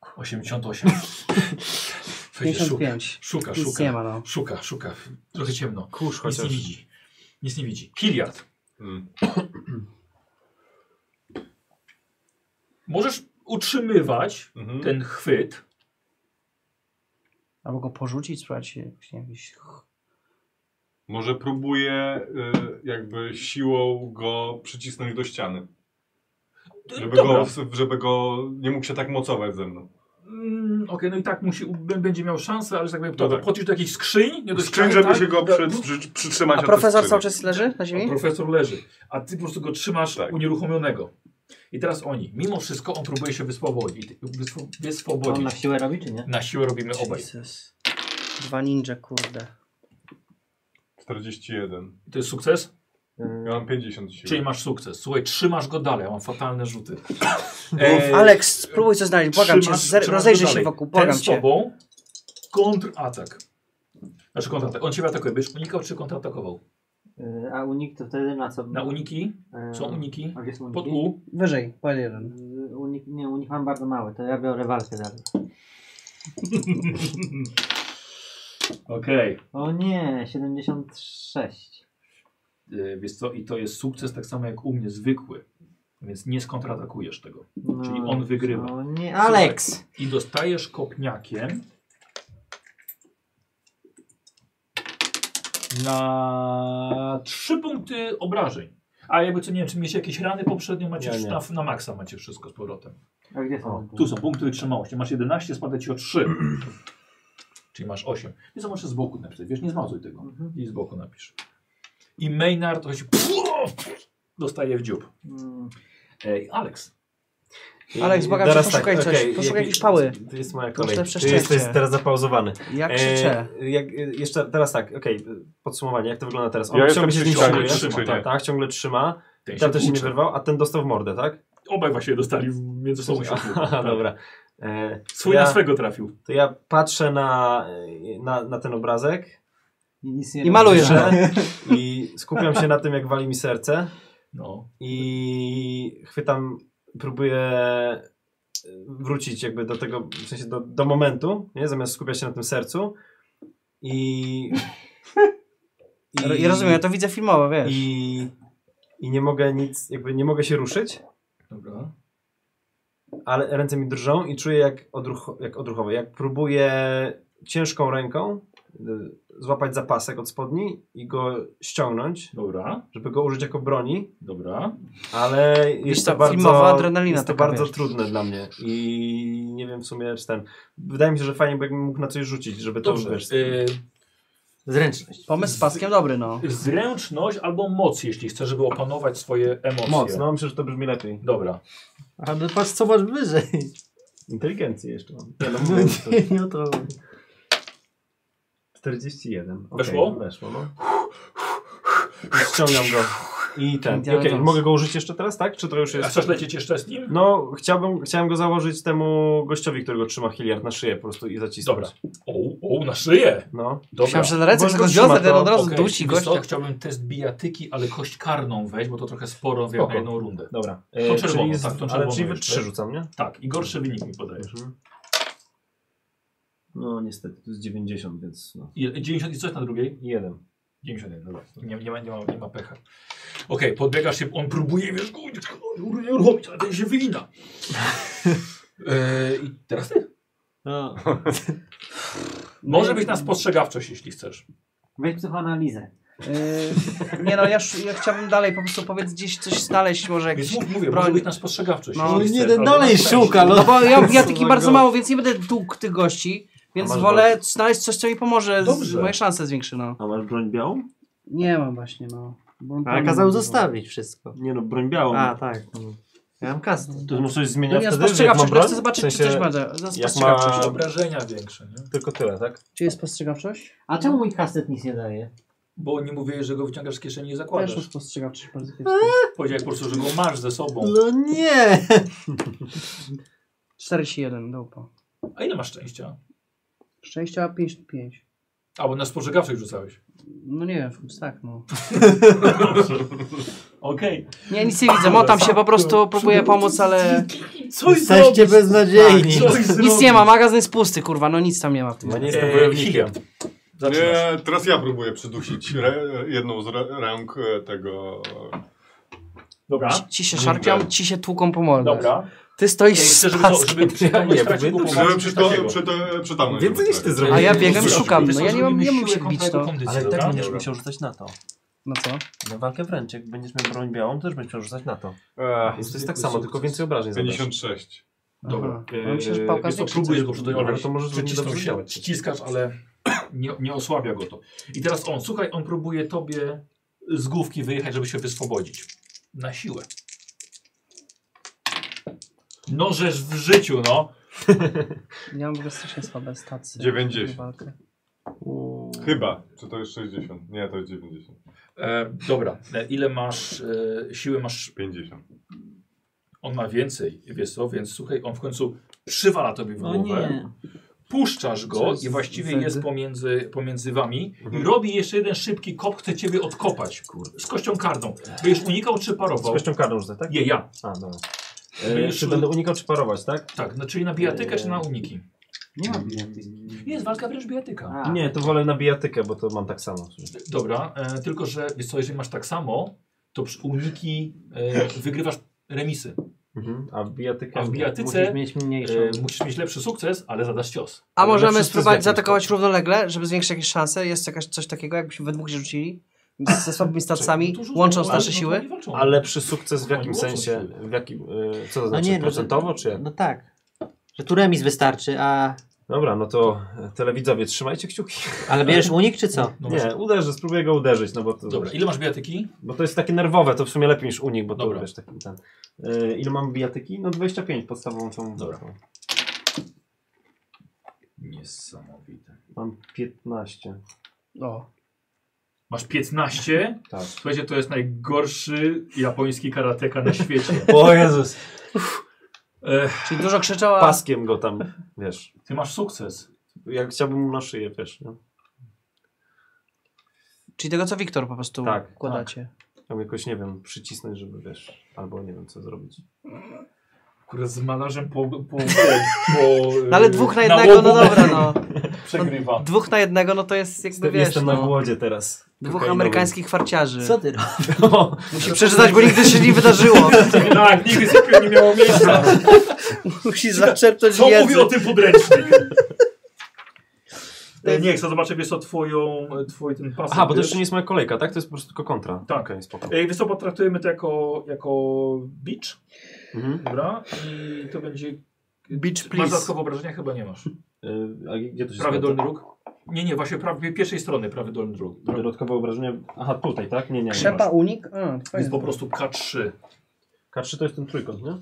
Speaker 3: <laughs>
Speaker 1: 88. Przecież szuka,
Speaker 3: 55.
Speaker 1: szuka,
Speaker 3: Nic nie
Speaker 1: szuka,
Speaker 3: ma, no.
Speaker 1: szuka, szuka. Trochę ciemno.
Speaker 4: Kurz
Speaker 1: Nic nie
Speaker 4: chociaż.
Speaker 1: widzi. Nic nie widzi. Kiliard.
Speaker 5: Mm.
Speaker 1: Możesz utrzymywać
Speaker 5: Mhm.
Speaker 1: ten chwyt,
Speaker 3: Albo go porzucić, spróbować się jakoś, nie wiem, jakiś...
Speaker 5: Może próbuję y, jakby siłą go przycisnąć do ściany.
Speaker 1: D-
Speaker 5: Żeby
Speaker 1: dobra.
Speaker 5: go, żeby go nie mógł się tak mocować ze mną.
Speaker 1: Mm, Okej, no i tak musi, b- będzie miał szansę, ale że tak powiem, to
Speaker 5: No tak.
Speaker 1: podchodzisz do jakiejś skrzyń, nie do
Speaker 5: Skrzyn,
Speaker 1: ściany,
Speaker 5: żeby
Speaker 1: tak?
Speaker 5: się go
Speaker 1: Da-
Speaker 5: przy, przy, przytrzymać.
Speaker 3: A
Speaker 5: od tej
Speaker 3: profesor
Speaker 5: skrzyni.
Speaker 3: cały czas leży na
Speaker 1: A
Speaker 3: ziemi?
Speaker 1: profesor leży, a ty po prostu go trzymasz
Speaker 5: Tak.
Speaker 1: unieruchomionego. I teraz oni, mimo wszystko on próbuje się wyswobodzić. wyswo-
Speaker 6: To on na
Speaker 1: wyswobodzić.
Speaker 6: siłę robi, czy nie?
Speaker 1: Na siłę robimy obaj.
Speaker 3: Jesus. Dwa ninja, kurde.
Speaker 5: 41.
Speaker 1: To jest sukces?
Speaker 6: Mm.
Speaker 5: Ja mam 50 sił.
Speaker 1: Czyli masz sukces. Słuchaj, trzymasz go dalej, ja mam fatalne rzuty.
Speaker 3: Alex, spróbuj coś znaleźć, błagam
Speaker 1: trzymasz-
Speaker 3: cię, zer-
Speaker 1: trzymasz
Speaker 3: rozejrzyj
Speaker 1: go
Speaker 3: się
Speaker 1: dalej.
Speaker 3: wokół,
Speaker 1: Ten
Speaker 3: błagam
Speaker 1: z
Speaker 3: cię.
Speaker 1: tobą kontratak. Znaczy kontratak. On ciebie atakuje. Byś unikał czy kontratakował?
Speaker 6: Yy, A unik to wtedy na co?
Speaker 1: Na uniki?
Speaker 6: Yy,
Speaker 1: Są uniki?
Speaker 6: A gdzie są uniki?
Speaker 1: Pod U?
Speaker 3: Wyżej, pan jeden.
Speaker 6: Yy, nie, nie, u nich mam bardzo małe, to ja biorę walkę dalej.
Speaker 1: Okej.
Speaker 6: O nie, 76.
Speaker 1: Okay. E, Wiesz co, i to jest sukces tak samo jak u mnie, zwykły. Więc nie skontratakujesz tego.
Speaker 6: No,
Speaker 1: Czyli on wygrywa.
Speaker 6: O nie,
Speaker 1: Słuchaj.
Speaker 6: Alex!
Speaker 1: I dostajesz kopniakiem na trzy punkty obrażeń. A jakby co, nie wiem, czy mieliście jakieś rany poprzednio, macie
Speaker 4: Ja nie.
Speaker 1: sztaf na maksa, macie wszystko z powrotem.
Speaker 6: A gdzie
Speaker 1: O,
Speaker 6: są?
Speaker 1: tu są punkty wytrzymałości. Masz 11, spada ci o 3. Czyli masz 8. Nie co, możesz z boku napisać. Wiesz, nie zmazuj tego.
Speaker 6: Mhm.
Speaker 1: I z boku napisz. I Maynard to się dostaje w dziób.
Speaker 6: Mm,
Speaker 1: Ej, Alex.
Speaker 4: I-
Speaker 3: Alex,
Speaker 4: i
Speaker 3: błagam cię,
Speaker 4: teraz tak,
Speaker 3: poszukaj coś,
Speaker 4: okej,
Speaker 3: poszukaj
Speaker 4: jak-
Speaker 3: jakiejś pały.
Speaker 4: To jest moja
Speaker 3: Proszę
Speaker 4: kolej. Ty
Speaker 3: przeszczęście.
Speaker 4: jesteś teraz zapauzowany.
Speaker 3: Ja
Speaker 4: E,
Speaker 3: krzyczę.
Speaker 4: jak, e, jeszcze teraz tak, okej, podsumowanie, jak to wygląda teraz?
Speaker 5: Ja jestem
Speaker 4: ciągle się z nim
Speaker 5: przyciągnięty,
Speaker 4: siłuje,
Speaker 5: czy nie?
Speaker 4: tak, tak, ciągle trzyma.
Speaker 1: Ten
Speaker 4: Ten też się nie
Speaker 1: tłucze.
Speaker 4: wyrwał, a ten dostał w mordę, tak?
Speaker 1: Obaj właśnie dostali w- między sobą
Speaker 4: <laughs>
Speaker 1: się. tłuką.
Speaker 4: Aha,
Speaker 1: Tak.
Speaker 4: dobra. E, to,
Speaker 1: Swój na
Speaker 4: ja,
Speaker 1: swego trafił.
Speaker 4: to ja patrzę na, e, na, na ten obrazek <laughs>
Speaker 6: I nic nie
Speaker 2: I
Speaker 6: robię.
Speaker 2: malujesz.
Speaker 4: że, i skupiam się na tym, jak wali mi serce
Speaker 1: No.
Speaker 4: i chwytam, próbuję e, wrócić jakby do tego, w sensie do, do momentu, nie? Zamiast skupiać się na tym sercu i...
Speaker 3: I, rozumiem, ja to widzę filmowo, wiesz.
Speaker 4: I, I nie mogę nic, jakby nie mogę się ruszyć,
Speaker 1: Dobra.
Speaker 4: ale ręce mi drżą i czuję jak, odruch, jak odruchowo, jak próbuję ciężką ręką y, złapać za pasek od spodni i go ściągnąć,
Speaker 1: Dobra.
Speaker 4: żeby go użyć jako broni,
Speaker 1: Dobra.
Speaker 4: ale jest
Speaker 3: ta
Speaker 4: to bardzo,
Speaker 3: filmowa adrenalina
Speaker 4: jest to
Speaker 3: taka,
Speaker 4: bardzo
Speaker 3: wiesz.
Speaker 4: trudne dla mnie i nie wiem w sumie czy ten, wydaje mi się, że fajnie bym mógł na coś rzucić, żeby to
Speaker 1: Dobrze.
Speaker 4: wiesz,
Speaker 1: Y,
Speaker 2: Zręczność.
Speaker 3: Pomysł z paskiem dobry, no.
Speaker 1: e, Zręczność albo moc, jeśli chcesz, żeby opanować swoje emocje.
Speaker 4: moc, no myślę, że to brzmi lepiej.
Speaker 1: Dobra.
Speaker 2: A no patrz co masz wyżej.
Speaker 4: Inteligencję jeszcze mam. Nie, <laughs> no,
Speaker 2: No
Speaker 4: mówię, że to-
Speaker 2: nie, no to...
Speaker 4: 41. Okej,
Speaker 1: Weszło?
Speaker 4: Weszło, no. I ściągam go. I ten. I
Speaker 3: Indiana
Speaker 4: okej,
Speaker 3: Jones.
Speaker 4: mogę go użyć jeszcze teraz, tak? Czy to już
Speaker 1: A
Speaker 4: jest...
Speaker 1: chcesz lecieć jeszcze z nim?
Speaker 4: No, chciałbym, chciałem go założyć temu gościowi, którego trzyma Hilliard na szyję po prostu i zacisnąć.
Speaker 1: Dobra. O, o, na szyję.
Speaker 4: No.
Speaker 1: Dobra.
Speaker 3: Myślałem, że na ręce
Speaker 4: Bo
Speaker 3: go
Speaker 4: już trzyma
Speaker 3: związek, ten
Speaker 4: to,
Speaker 3: od razu
Speaker 1: Okej,
Speaker 3: dusi
Speaker 1: wiesz
Speaker 3: gościa.
Speaker 1: co, chciałbym test bijatyki, ale kość karną weź, bo to trochę sporo jak
Speaker 4: Spoko.
Speaker 1: na jedną rundę.
Speaker 4: Dobra.
Speaker 1: To czerwoną,
Speaker 4: czyli
Speaker 1: tak, to
Speaker 4: ale
Speaker 1: czerwoną
Speaker 4: czyli wy
Speaker 1: jeszcze.
Speaker 4: trzy rzucam, nie?
Speaker 1: Tak, i gorszy wynik mi podajesz.
Speaker 4: Mhm. No niestety, to jest 90, więc no.
Speaker 1: I- 90 i coś na drugiej?
Speaker 4: Jeden.
Speaker 1: 91, dobra. Nie, nie, ma, nie, ma, nie ma pecha. No, Okej, podbiegasz się, on próbuje, wiesz, go no, nie uruchomić, ale ten się wygina. Eee, I teraz ty.
Speaker 2: No.
Speaker 1: Może być na spostrzegawczość, jeśli chcesz.
Speaker 6: Weź psychoanalizę.
Speaker 3: Y, nie no, ja, sz- ja chciałbym dalej po prostu powiedz gdzieś coś znaleźć, może
Speaker 1: Więc
Speaker 3: jakiś...
Speaker 1: mów, mówię,
Speaker 3: broń.
Speaker 1: może być na spostrzegawczość.
Speaker 3: No,
Speaker 1: jeśli
Speaker 3: nie,
Speaker 1: chcesz, ale na szczęście.
Speaker 3: No bo ja bijatyki
Speaker 4: Co
Speaker 3: bardzo
Speaker 4: za
Speaker 3: mało, więc nie będę dług tych gości, więc
Speaker 4: masz
Speaker 3: wolę znaleźć coś, co mi pomoże, z,
Speaker 1: Dobrze.
Speaker 3: moje szanse zwiększy, no.
Speaker 4: A masz broń białą?
Speaker 3: Nie mam właśnie, no. Bo on
Speaker 2: Ale
Speaker 3: tam-
Speaker 2: kazał zostawić wszystko.
Speaker 4: Nie no, broń białą.
Speaker 2: A, tak. Ja mam kasę.
Speaker 4: To może coś
Speaker 3: No
Speaker 4: zmienia
Speaker 3: nie,
Speaker 4: wtedy, jak ma
Speaker 3: spostrzegawczość,
Speaker 4: broń?
Speaker 3: ja chcę zobaczyć,
Speaker 4: W sensie,
Speaker 3: czy coś będzie.
Speaker 4: jak ma...
Speaker 1: Oczywiście Obrażenia większe, nie?
Speaker 4: Tylko tyle, tak?
Speaker 3: Czy jest spostrzegawczość?
Speaker 6: A czemu mój kaset nic nie daje?
Speaker 1: Bo nie mówiłeś, że go wyciągasz z kieszeni i
Speaker 3: Też mam
Speaker 1: zakładasz.
Speaker 3: spostrzegawczość bardzo
Speaker 1: Powiedziałeś po prostu, że go masz ze sobą.
Speaker 2: No nie!
Speaker 3: 41, dupa.
Speaker 1: A ile masz szczęścia?
Speaker 3: Szczęścia 5 5.
Speaker 1: Albo na spostrzegawczość rzucałeś.
Speaker 3: No nie wiem, w- tak no.
Speaker 5: <laughs>
Speaker 1: Okej.
Speaker 3: Nie, nic nie widzę, motam się po prostu, próbuję pomóc, ale
Speaker 1: Coś
Speaker 2: Jesteście
Speaker 1: zrobić. Tak,
Speaker 2: beznadziejni.
Speaker 1: Coś
Speaker 3: nic
Speaker 1: zrobić.
Speaker 3: nie ma, magazyn jest pusty, kurwa, no nic tam nie ma w tym.
Speaker 4: Ja nie
Speaker 1: Eee,
Speaker 4: jestem wojownikiem.
Speaker 1: Hilliard. Zaczynasz.
Speaker 5: Nie, teraz ja próbuję przydusić re, jedną z re, rąk e, tego...
Speaker 1: Dobra.
Speaker 3: Ci- Ci się szarpią, ci się tłuką po mordę.
Speaker 1: Dobra.
Speaker 3: Ty
Speaker 1: Ej,
Speaker 3: stoisz
Speaker 1: Chcę,
Speaker 3: z
Speaker 1: żeby, to,
Speaker 3: paskiem.
Speaker 1: żeby przytomność
Speaker 4: nie,
Speaker 1: stracił
Speaker 4: powiem-
Speaker 1: głową,
Speaker 5: Żeby
Speaker 1: coś
Speaker 5: przyto,
Speaker 1: takiego.
Speaker 5: przyto, przytomność.
Speaker 4: Więcej niż ty
Speaker 3: A
Speaker 4: zrobiłeś.
Speaker 3: ja biegam i
Speaker 1: Dobra.
Speaker 3: szukam, no
Speaker 1: Wiesz co,
Speaker 3: ja nie mam,
Speaker 1: zrobimy
Speaker 3: nie mam się
Speaker 1: siłę
Speaker 3: bić,
Speaker 1: kontra jego
Speaker 3: no.
Speaker 1: kondycję,
Speaker 4: Ale i tak
Speaker 1: dobra?
Speaker 4: będziesz
Speaker 1: Dobra.
Speaker 4: musiał rzucać na to.
Speaker 3: No co?
Speaker 4: Na walkę wręcz. Jak będziesz miał broń białą, też będziesz miał rzucać na to.
Speaker 5: E,
Speaker 4: Więc to jest tak samo, tylko więcej obrażeń zadasz.
Speaker 5: 56.
Speaker 1: Dobra.
Speaker 3: Aha. No myślę, że
Speaker 1: Eee,
Speaker 3: pałka
Speaker 1: wiesz co,
Speaker 3: zwiększy
Speaker 1: próbujesz
Speaker 3: coś.
Speaker 1: go przytulić,
Speaker 4: Ale
Speaker 1: ale
Speaker 4: to może zrobić
Speaker 1: przycisnął
Speaker 4: dobrze
Speaker 1: się,
Speaker 4: działać.
Speaker 1: ściskasz, ale <clears throat> nie, nie osłabia go to. I teraz on, słuchaj, on próbuje tobie z główki wyjechać, żeby się wyswobodzić. Na siłę. No żeż w życiu, no.
Speaker 3: Ja mam w ogóle strasznie słabe stacje.
Speaker 5: 90.
Speaker 3: Walkę.
Speaker 5: Chyba. Czy to jest 60? Nie, to jest 90.
Speaker 1: E, dobra, e, ile masz e, siły, masz
Speaker 5: 50.
Speaker 1: On ma więcej, wiesz co, więc słuchaj, on w końcu przywala tobie w głowę, puszczasz
Speaker 3: Co
Speaker 1: go
Speaker 3: jest
Speaker 1: i właściwie
Speaker 3: wtedy?
Speaker 1: jest pomiędzy, pomiędzy wami i
Speaker 5: Mhm.
Speaker 1: robi jeszcze jeden szybki kop, chce ciebie odkopać z kością karną. Będziesz unikał czy
Speaker 4: Z
Speaker 1: parował?
Speaker 4: kością karną rzucę, tak?
Speaker 1: Nie, ja.
Speaker 4: A, dobra. E, czy będę unikał, czy parować, tak?
Speaker 1: Tak, no, czyli na bijatykę czy na uniki?
Speaker 6: Nie ma
Speaker 1: Jest walka wręcz bijatyka.
Speaker 6: A,
Speaker 4: Nie, to wolę na bijatykę, bo to mam tak samo.
Speaker 1: Dobra, e, tylko że wiesz co, jeżeli masz tak samo, to przy uniki e, wygrywasz remisy.
Speaker 4: Mhm. A bijatyka...
Speaker 1: A w bijatyce
Speaker 2: Musisz mieć mniejszą.
Speaker 1: e, musisz mieć lepszy sukces, ale zadasz cios.
Speaker 3: A
Speaker 4: Ale
Speaker 3: możemy
Speaker 4: wszyscy
Speaker 3: spróbować
Speaker 4: zgadniemy.
Speaker 3: zaatakować równolegle, żeby zwiększyć jakieś szanse? Jest jakaś coś takiego, jakbyśmy we dwóch się rzucili? Ze słabymi stacjami,
Speaker 1: To rzucą,
Speaker 3: łącząc
Speaker 1: ale
Speaker 3: nasze
Speaker 1: no to
Speaker 3: siły?
Speaker 1: nie walczą.
Speaker 4: Ale przy sukces w
Speaker 1: Oni
Speaker 4: jakim
Speaker 1: łączą
Speaker 4: sensie? W jakim, e, co to znaczy?
Speaker 6: nie, no to-
Speaker 4: procentowo, czy jak?
Speaker 6: No tak. Że tu remis wystarczy, a...
Speaker 4: Dobra, no to e, telewidzowie, trzymajcie kciuki.
Speaker 6: Ale bierzesz unik czy co?
Speaker 1: No właśnie.
Speaker 4: Nie, uderzę, spróbuję go uderzyć, no bo to,
Speaker 1: Dobra, ile masz bijatyki?
Speaker 4: bo to jest takie nerwowe, to w sumie lepiej niż unik, bo
Speaker 1: Dobra.
Speaker 4: to wiesz, taki ten... E, ile mam bijatyki? No 25, podstawową tą...
Speaker 1: Dobra.
Speaker 4: tą.
Speaker 1: Niesamowite.
Speaker 4: Mam
Speaker 1: <laughs>
Speaker 4: 15.
Speaker 3: O,
Speaker 1: Masz 15.
Speaker 4: Tak.
Speaker 1: Słuchajcie, to jest najgorszy japoński karateka na świecie.
Speaker 4: O Jezus!
Speaker 1: E,
Speaker 3: czyli dużo krzyczała.
Speaker 4: Paskiem go tam, wiesz.
Speaker 1: ty masz sukces.
Speaker 4: Jak chciałbym mu na szyję, wiesz. No.
Speaker 3: Czyli tego, co Wiktor po prostu
Speaker 4: Tak,
Speaker 3: układacie.
Speaker 4: Tam jakoś, nie wiem, przycisnąć, żeby wiesz. Albo nie wiem, co zrobić.
Speaker 1: Kurde, z malarzem po... po, po,
Speaker 3: <laughs>
Speaker 1: po
Speaker 3: No ale
Speaker 1: e,
Speaker 3: dwóch na
Speaker 1: na
Speaker 3: jednego, no
Speaker 1: łobu
Speaker 3: dobra,
Speaker 1: <laughs>
Speaker 3: no.
Speaker 1: Przegrywa.
Speaker 3: Dwóch na jednego, no to jest jakby,
Speaker 4: Jestem,
Speaker 3: wiesz,
Speaker 4: jestem na
Speaker 3: no,
Speaker 4: głodzie teraz.
Speaker 3: dwóch
Speaker 4: kokainowym.
Speaker 3: amerykańskich farciarzy.
Speaker 6: Co ty robisz?
Speaker 4: <laughs> O,
Speaker 3: Musi przeczytać, bo nigdy się nie <laughs> wydarzyło.
Speaker 1: tak, nigdy sypiu nie miało
Speaker 3: <laughs>
Speaker 1: miejsca.
Speaker 3: Musi zaczerpnąć
Speaker 1: Co mówi o
Speaker 3: wiedzę.
Speaker 1: tym podręcznik? E, Nie, chcę zobaczyć, wiesz co, twoją, e, twój ten pas.
Speaker 4: Aha, bo to jeszcze nie jest moja kolejka, tak? E, To jest po prostu tylko kontra.
Speaker 1: Tak.
Speaker 4: Okej, spoko.
Speaker 1: Ej, wiesz co, potraktujemy to jako, jako beach,
Speaker 4: Mhm.
Speaker 1: dobra? I to będzie...
Speaker 3: Beach,
Speaker 1: Masz
Speaker 3: please.
Speaker 1: dodatkowe obrażenia? Chyba nie masz.
Speaker 4: Y, a gdzie to się
Speaker 1: Prawy
Speaker 4: składa?
Speaker 1: dolny róg? Nie, nie, właśnie prawy, pierwszej strony prawy dolny róg.
Speaker 4: Dodatkowe obrażenie. Aha, tutaj, tak? Nie, nie. nie
Speaker 3: Krzepa,
Speaker 4: masz.
Speaker 3: unik? A,
Speaker 1: Jest
Speaker 3: fajnie.
Speaker 1: po prostu K3.
Speaker 4: K3 to jest ten trójkąt, nie?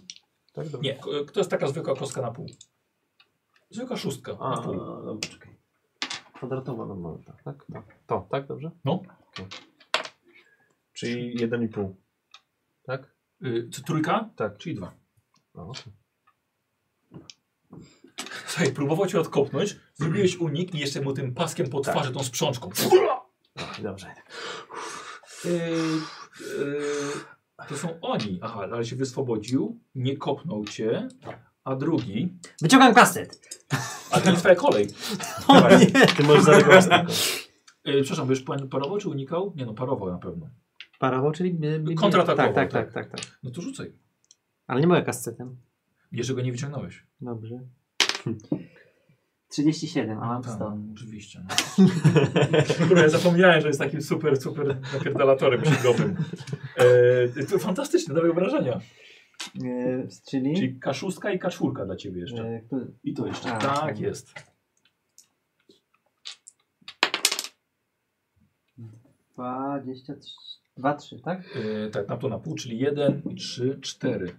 Speaker 4: Tak, dobra.
Speaker 1: Nie, k- to jest taka zwykła kostka na pół. Zwykła szóstka
Speaker 4: A,
Speaker 1: na pół.
Speaker 4: dobra, czekaj. Kwadratowa normalna, tak? tak? To, to, tak, dobrze?
Speaker 1: No.
Speaker 4: Okej. Czyli 1,5. Tak?
Speaker 1: Y, czy trójka?
Speaker 4: Tak.
Speaker 1: Czyli dwa.
Speaker 4: No, okej.
Speaker 1: Słuchaj, próbował cię odkopnąć, zrobiłeś unik i jeszcze mu tym paskiem po
Speaker 4: Tak.
Speaker 1: twarzy, tą sprzączką.
Speaker 4: <laughs> Dobrze. Y,
Speaker 1: Yy, yy, to są oni. Aha, ale się wyswobodził, nie kopnął cię, a drugi...
Speaker 6: Wyciągam kaset.
Speaker 1: A to jest twoja kolej.
Speaker 4: Dawaj, Ty możesz zareagować tylko.
Speaker 1: Yy, przepraszam, byś pan parował czy unikał? Nie no, parował na pewno.
Speaker 6: Parował, czyli... by- by-
Speaker 1: Kontratakował,
Speaker 6: Tak, tak, tak, tak, tak.
Speaker 1: No to rzucaj.
Speaker 6: Ale nie moja kasetem.
Speaker 1: Jeżeli go nie wyciągnąłeś.
Speaker 6: Dobrze. 37, a mam
Speaker 1: Tak,
Speaker 6: 100.
Speaker 1: oczywiście. No. Kurde, ja zapomniałem, że jest takim super, super napierdalatorem księgowym. E, to fantastyczne, nowe wrażenia.
Speaker 6: E, czyli...
Speaker 1: Czyli kaszustka i kaczwórka dla ciebie jeszcze.
Speaker 6: E, kto-
Speaker 1: I to jeszcze.
Speaker 6: A,
Speaker 1: tak
Speaker 6: tak.
Speaker 1: jest.
Speaker 6: Dwadzieścia trz- dwa, trzy, tak?
Speaker 1: E, tak, na to na pół, czyli 1, 3, 4.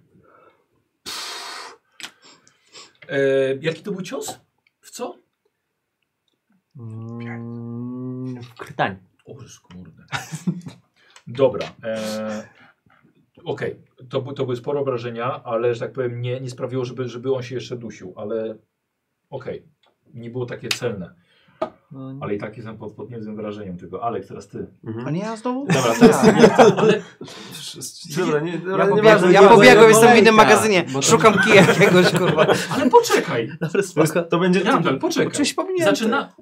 Speaker 1: E, jaki to był cios? W co?
Speaker 6: Mm, w krytaniu.
Speaker 1: O, już kurde. Dobra. E, Okej, to, by- to były sporo obrażenia, ale że tak powiem, nie, nie sprawiło, żeby, żeby on się jeszcze dusił, ale okej, nie było takie celne.
Speaker 6: No, nie.
Speaker 1: Ale i tak jestem pod, pod niezłym wrażeniem tego. Aleks, teraz ty.
Speaker 3: A
Speaker 4: Mhm.
Speaker 3: nie ja znowu? Tak.
Speaker 4: Dobra, teraz...
Speaker 1: Ale
Speaker 4: Dobra, nie, dobra,
Speaker 2: Ja
Speaker 4: nie
Speaker 2: pobiegłem,
Speaker 4: ma-
Speaker 2: ja
Speaker 4: nie ma-
Speaker 2: pobiegłem.
Speaker 3: Pobiegłem, jestem w innym
Speaker 2: kolejka,
Speaker 3: magazynie.
Speaker 2: bo to-
Speaker 3: Szukam kija jakiegoś, kurwa.
Speaker 1: Ale poczekaj!
Speaker 4: To, jest, to będzie...
Speaker 1: Randall, poczekaj.
Speaker 3: Oczywiście pominięty.
Speaker 1: Zaczyna.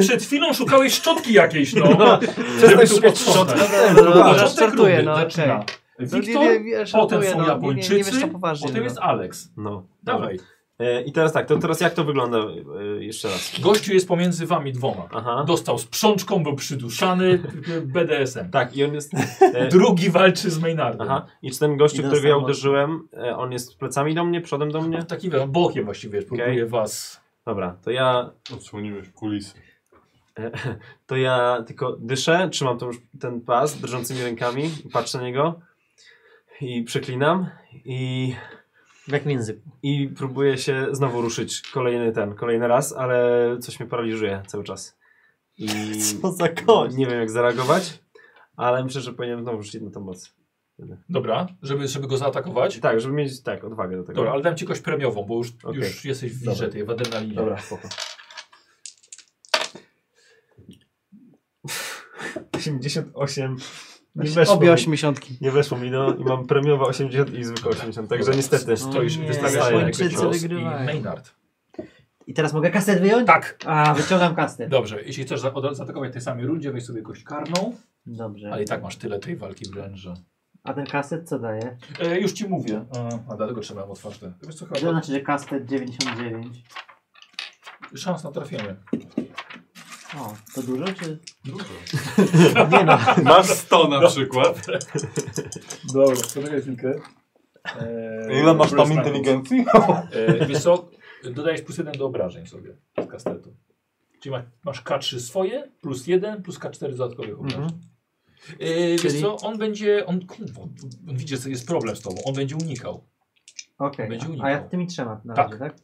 Speaker 1: Przed chwilą szukałeś szczotki jakiejś, no.
Speaker 4: Przestań
Speaker 1: tu
Speaker 4: szukać
Speaker 1: posprzątać.
Speaker 4: szczotki.
Speaker 3: No, no,
Speaker 1: Początek
Speaker 3: no, żartuję,
Speaker 1: rundy
Speaker 3: no,
Speaker 1: zaczyna.
Speaker 3: okej. No,
Speaker 1: Wiktor,
Speaker 3: nie, nie,
Speaker 1: potem
Speaker 3: żartuję,
Speaker 1: są
Speaker 3: no, nie,
Speaker 1: Japończycy,
Speaker 3: nie, nie wiesz, to poważnie,
Speaker 1: potem
Speaker 3: no.
Speaker 1: jest Aleks.
Speaker 4: No, dobra.
Speaker 1: Dawaj.
Speaker 4: E, I teraz tak, to teraz jak to wygląda e, jeszcze raz?
Speaker 1: Gościu jest pomiędzy wami dwoma.
Speaker 4: Aha.
Speaker 1: Dostał sprzączką, był przyduszany <laughs> p- BDSM.
Speaker 4: Tak, i on jest... E,
Speaker 1: Drugi walczy z Maynardem.
Speaker 4: aha. I czy ten gościu,
Speaker 6: I
Speaker 4: którego ja
Speaker 6: dostał-
Speaker 4: uderzyłem, e, on jest plecami do mnie, przodem do mnie?
Speaker 1: Taki wiesz, bokiem właściwie próbuje was.
Speaker 4: Dobra, to ja,
Speaker 5: Odsłoniłeś kulisy.
Speaker 4: to ja tylko dyszę, trzymam tą, już- ten pas drżącymi rękami, patrzę na niego i przeklinam i,
Speaker 6: W jakim języku?
Speaker 4: i próbuję się znowu ruszyć kolejny ten, kolejny raz, ale coś mnie paraliżuje cały czas. I no,
Speaker 6: Co za kość?
Speaker 4: nie wiem jak zareagować, ale myślę, że powinienem znowu rzucić na tą moc.
Speaker 1: Dobra, żeby, żeby go zaatakować.
Speaker 4: Tak, żeby mieć tak, odwagę do tego.
Speaker 1: Dobra, ale dam ci kość premiową, bo już,
Speaker 4: Okej.
Speaker 1: już jesteś w wirze
Speaker 4: Dobra.
Speaker 1: tej, w adrenalinie.
Speaker 4: Dobra, spoko. 88 Nie weszło,
Speaker 3: Obie
Speaker 4: mi,
Speaker 3: osiemdziesiątki.
Speaker 4: nie weszło mi, no i mam premiowe 80 i zwykłe 80, także niestety.
Speaker 1: Stoisz,
Speaker 2: nie,
Speaker 1: wystawiasz
Speaker 4: Słończycy
Speaker 1: rękę cios i
Speaker 2: wygrywają.
Speaker 1: Maynard.
Speaker 6: I teraz mogę kastet wyjąć?
Speaker 1: Tak,
Speaker 6: A, wyciągam kastet.
Speaker 1: dobrze. Jeśli chcesz za- od- zaatakować w tej samej rundzie, weź sobie kość karną,
Speaker 6: Dobrze.
Speaker 1: ale i tak masz tyle tej walki wręcz, że...
Speaker 6: A ten kastet co daje?
Speaker 1: E, już ci mówię. A, a dlatego trzymałem otwarte. Wiesz co,
Speaker 6: To
Speaker 1: chyba
Speaker 6: znaczy, że kastet 99.
Speaker 1: szans na trafienie.
Speaker 6: O, to dużo czy...
Speaker 5: Masz 100 na przykład.
Speaker 1: Dobra, poczekaj chwilkę. E,
Speaker 5: Ile masz tam
Speaker 1: wrestling.
Speaker 5: inteligencji?
Speaker 1: E, wiesz co, dodajesz plus jeden do obrażeń sobie z kastetu. Czyli masz, masz K3 swoje, plus jeden, plus K4 dodatkowych
Speaker 5: Mhm.
Speaker 1: obrażeń. E, wiesz
Speaker 2: Czyli-
Speaker 1: co, on będzie, on, kurwa, on widzi, że jest problem z tobą, on będzie unikał.
Speaker 6: Okej,
Speaker 1: Będzie
Speaker 6: a, a ja
Speaker 1: unikał.
Speaker 6: tymi trzema na
Speaker 1: Tak.
Speaker 6: razie, tak?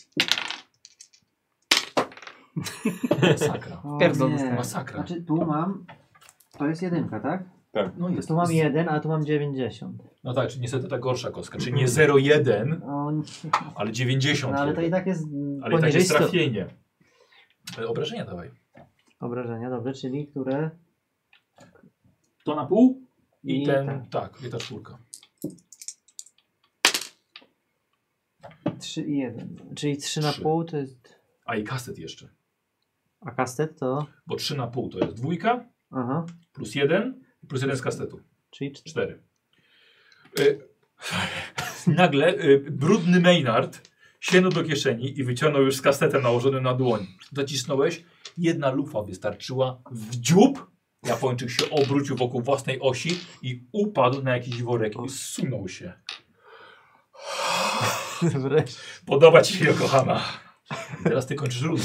Speaker 1: Masakra.
Speaker 6: O,
Speaker 3: Pierdol
Speaker 6: nie.
Speaker 3: dostałem.
Speaker 1: Masakra.
Speaker 6: Znaczy, tu mam... To jest jedynka, tak?
Speaker 1: No, jest.
Speaker 6: Tu mam jeden, a tu mam 90.
Speaker 1: no tak, czyli niestety ta gorsza kostka, czyli nie 0,1,
Speaker 6: O,
Speaker 1: ale 90.
Speaker 6: no, ale to i tak jest mm,
Speaker 1: ale i tak
Speaker 6: poniżej
Speaker 1: jest
Speaker 6: 100.
Speaker 1: trafienie. E, Obrażenia dawaj.
Speaker 6: Obrażenia, dobrze, czyli które...
Speaker 1: To na pół i,
Speaker 6: I
Speaker 1: ten,
Speaker 6: tak.
Speaker 1: tak, i ta czwórka.
Speaker 6: 3 i 1. Czyli 3 na
Speaker 1: Trzy.
Speaker 6: pół to jest...
Speaker 1: A i kastet jeszcze,
Speaker 6: A kastet to...
Speaker 1: bo 3 na pół to jest dwójka,
Speaker 6: Aha,
Speaker 1: plus jeden, plus jeden z kastetu.
Speaker 6: czyli 4.
Speaker 1: Cztery. Y, <laughs> nagle y, brudny Maynard sięgnął do kieszeni i wyciągnął już z kastetem nałożonym na dłoń. Zacisnąłeś, jedna lufa wystarczyła w dziób. Japończyk się obrócił wokół własnej osi i upadł na jakiś worek i zsunął się.
Speaker 2: Wreszcie.
Speaker 1: Podoba ci się, kochana. I teraz ty kończysz rundę.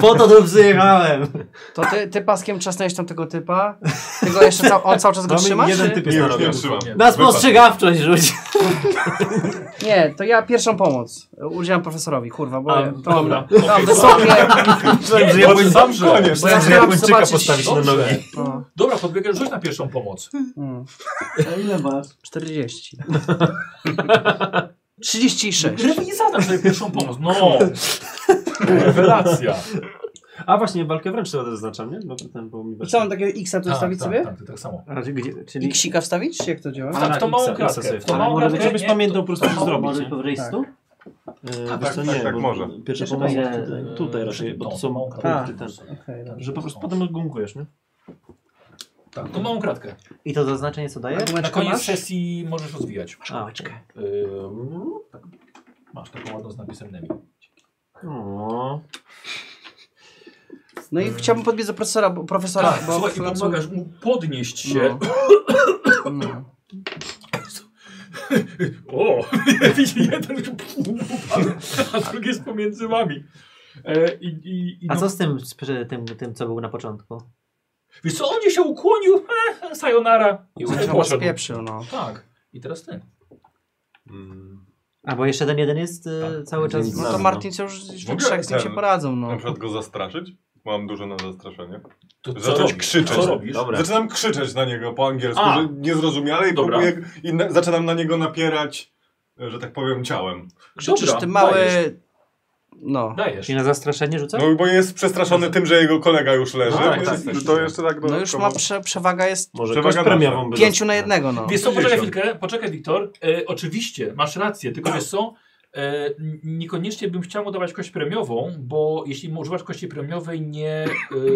Speaker 2: Po to tu przyjechałem.
Speaker 3: To ty, ty paskiem trzasnęłeś tamtego typa? Ty go jeszcze cał, on cały czas go
Speaker 4: Mamy
Speaker 3: trzymasz?
Speaker 4: jeden
Speaker 3: czy-
Speaker 4: typ
Speaker 5: Nie,
Speaker 4: jest na
Speaker 5: już nie
Speaker 4: rogu.
Speaker 5: trzymam.
Speaker 1: Nie.
Speaker 2: Na spostrzegawczość rzuć.
Speaker 3: Nie, to ja pierwszą pomoc udziałam profesorowi, kurwa, bo
Speaker 4: A,
Speaker 3: ja, to mam
Speaker 1: Dobra.
Speaker 3: na...
Speaker 1: okej,
Speaker 3: Tam wysoko.
Speaker 4: Myślałem, że
Speaker 1: Nie,
Speaker 4: ja
Speaker 1: dobrze,
Speaker 4: bym
Speaker 1: dobrze.
Speaker 4: koniec.
Speaker 3: Bo ja
Speaker 4: Myślałem, że
Speaker 3: chciałam
Speaker 4: ja bym cieka
Speaker 3: zobaczyć-
Speaker 4: postawić na
Speaker 1: Dobrze.
Speaker 4: nogi.
Speaker 3: O,
Speaker 1: Dobra, podbiegaj, rzuć na pierwszą pomoc.
Speaker 3: mm,
Speaker 6: A ile masz? <laughs>
Speaker 3: 40. 36.
Speaker 1: Rewizata sobie pierwszą pomoc. No! Rewelacja.
Speaker 4: A właśnie, walkę wręcz sobie zaznaczam, nie? Bo ten był mi
Speaker 3: I co, mam takiego X-a tu wstawić
Speaker 1: tak,
Speaker 3: sobie?
Speaker 1: Tak, ty tak samo.
Speaker 6: A, czy gdzie, czyli...
Speaker 3: X-ika wstawić, czy jak to działa?
Speaker 1: Tak,
Speaker 4: na
Speaker 1: w tą
Speaker 4: Xa-
Speaker 1: małą
Speaker 4: Xa
Speaker 1: kratkę.
Speaker 4: sobie
Speaker 1: W tą
Speaker 4: wstawiam.
Speaker 1: małą
Speaker 6: Ale może
Speaker 1: kratkę.
Speaker 4: Żebyś
Speaker 1: nie,
Speaker 4: pamiętał po prostu co
Speaker 6: O,
Speaker 4: zrobić.
Speaker 6: może być
Speaker 4: nie?
Speaker 6: powyżej
Speaker 3: Tak.
Speaker 6: 100?
Speaker 4: E,
Speaker 1: Tak,
Speaker 4: wiesz
Speaker 1: tak,
Speaker 4: co,
Speaker 5: tak,
Speaker 4: nie,
Speaker 5: tak,
Speaker 4: bo
Speaker 5: może.
Speaker 4: Pierwsza
Speaker 1: Żeby
Speaker 4: pomoc
Speaker 6: nie-
Speaker 4: tutaj, E, tutaj raczej, bo to są
Speaker 1: małą
Speaker 4: punkty.
Speaker 1: No, kratkę. No,
Speaker 4: ten.
Speaker 3: Okej, dobra.
Speaker 4: Że po prostu potem odgunkujesz, nie?
Speaker 1: Tak, tą małą kratkę.
Speaker 2: I to zaznaczenie co daje?
Speaker 1: Na
Speaker 3: Argumentkę
Speaker 1: koniec
Speaker 3: masz?
Speaker 1: sesji możesz rozwijać.
Speaker 2: A,
Speaker 1: Yy, tak. Masz taką ładną z napisem Nemi.
Speaker 4: O,
Speaker 3: No i chciałbym podbiec do profesora, bo, profesora,
Speaker 1: Tak,
Speaker 3: bo
Speaker 1: słuchaj, i
Speaker 3: końcu-
Speaker 1: pomagasz mu podnieść się.
Speaker 3: No. No.
Speaker 1: O! <laughs> Jeden upadł, <laughs> a drugi jest pomiędzy wami. E, i, i, i
Speaker 2: A
Speaker 1: no-
Speaker 2: co z tym, z przy- tym, tym co był na początku?
Speaker 1: Wiesz co, on gdzieś się ukłonił, e, sayonara. I
Speaker 3: Że
Speaker 1: sobie
Speaker 3: was
Speaker 1: poszedł.
Speaker 3: pieprzył, no.
Speaker 1: Tak. I teraz ty.
Speaker 2: A bo jeszcze ten jeden jest y,
Speaker 1: Tak.
Speaker 2: cały czas.
Speaker 4: Jest.
Speaker 3: No to
Speaker 4: Znam,
Speaker 3: Martin już już
Speaker 5: W ogóle
Speaker 3: trzech z nim się
Speaker 5: ten-
Speaker 3: poradzą,
Speaker 5: Na
Speaker 3: no.
Speaker 5: przykład go zastraszyć? Mam dużo na zastraszenie.
Speaker 1: To
Speaker 5: Zacząć krzyczeć.
Speaker 1: Co robisz?
Speaker 4: Dobra.
Speaker 5: Zaczynam krzyczeć na niego po angielsku,
Speaker 1: A.
Speaker 5: że niezrozumiale i,
Speaker 1: Dobra.
Speaker 5: próbuję, i na, zaczynam na niego napierać, e, że tak powiem, ciałem.
Speaker 3: Krzyczysz
Speaker 1: Dobra,
Speaker 3: ty mały...
Speaker 1: dajesz.
Speaker 3: No.
Speaker 1: Dajesz.
Speaker 2: Czyli na zastraszenie rzuca?
Speaker 5: No bo jest przestraszony tym, że jego kolega już leży.
Speaker 4: No tak, tak,
Speaker 5: I
Speaker 4: tak.
Speaker 5: to jeszcze tak
Speaker 3: No już ma
Speaker 5: dodatkowo.
Speaker 3: prze, przewaga jest
Speaker 4: może
Speaker 5: Przewaga
Speaker 4: jakąś premiową by
Speaker 3: pięciu na
Speaker 4: dostał.
Speaker 3: jednego, no.
Speaker 1: Wiesz co, poczekaj
Speaker 5: 50.
Speaker 1: chwilkę, poczekaj Wiktor. E, oczywiście, masz rację, tylko wiesz co, e, n- niekoniecznie bym chciał mu dawać kość premiową, bo jeśli mu używasz kości premiowej, nie, e,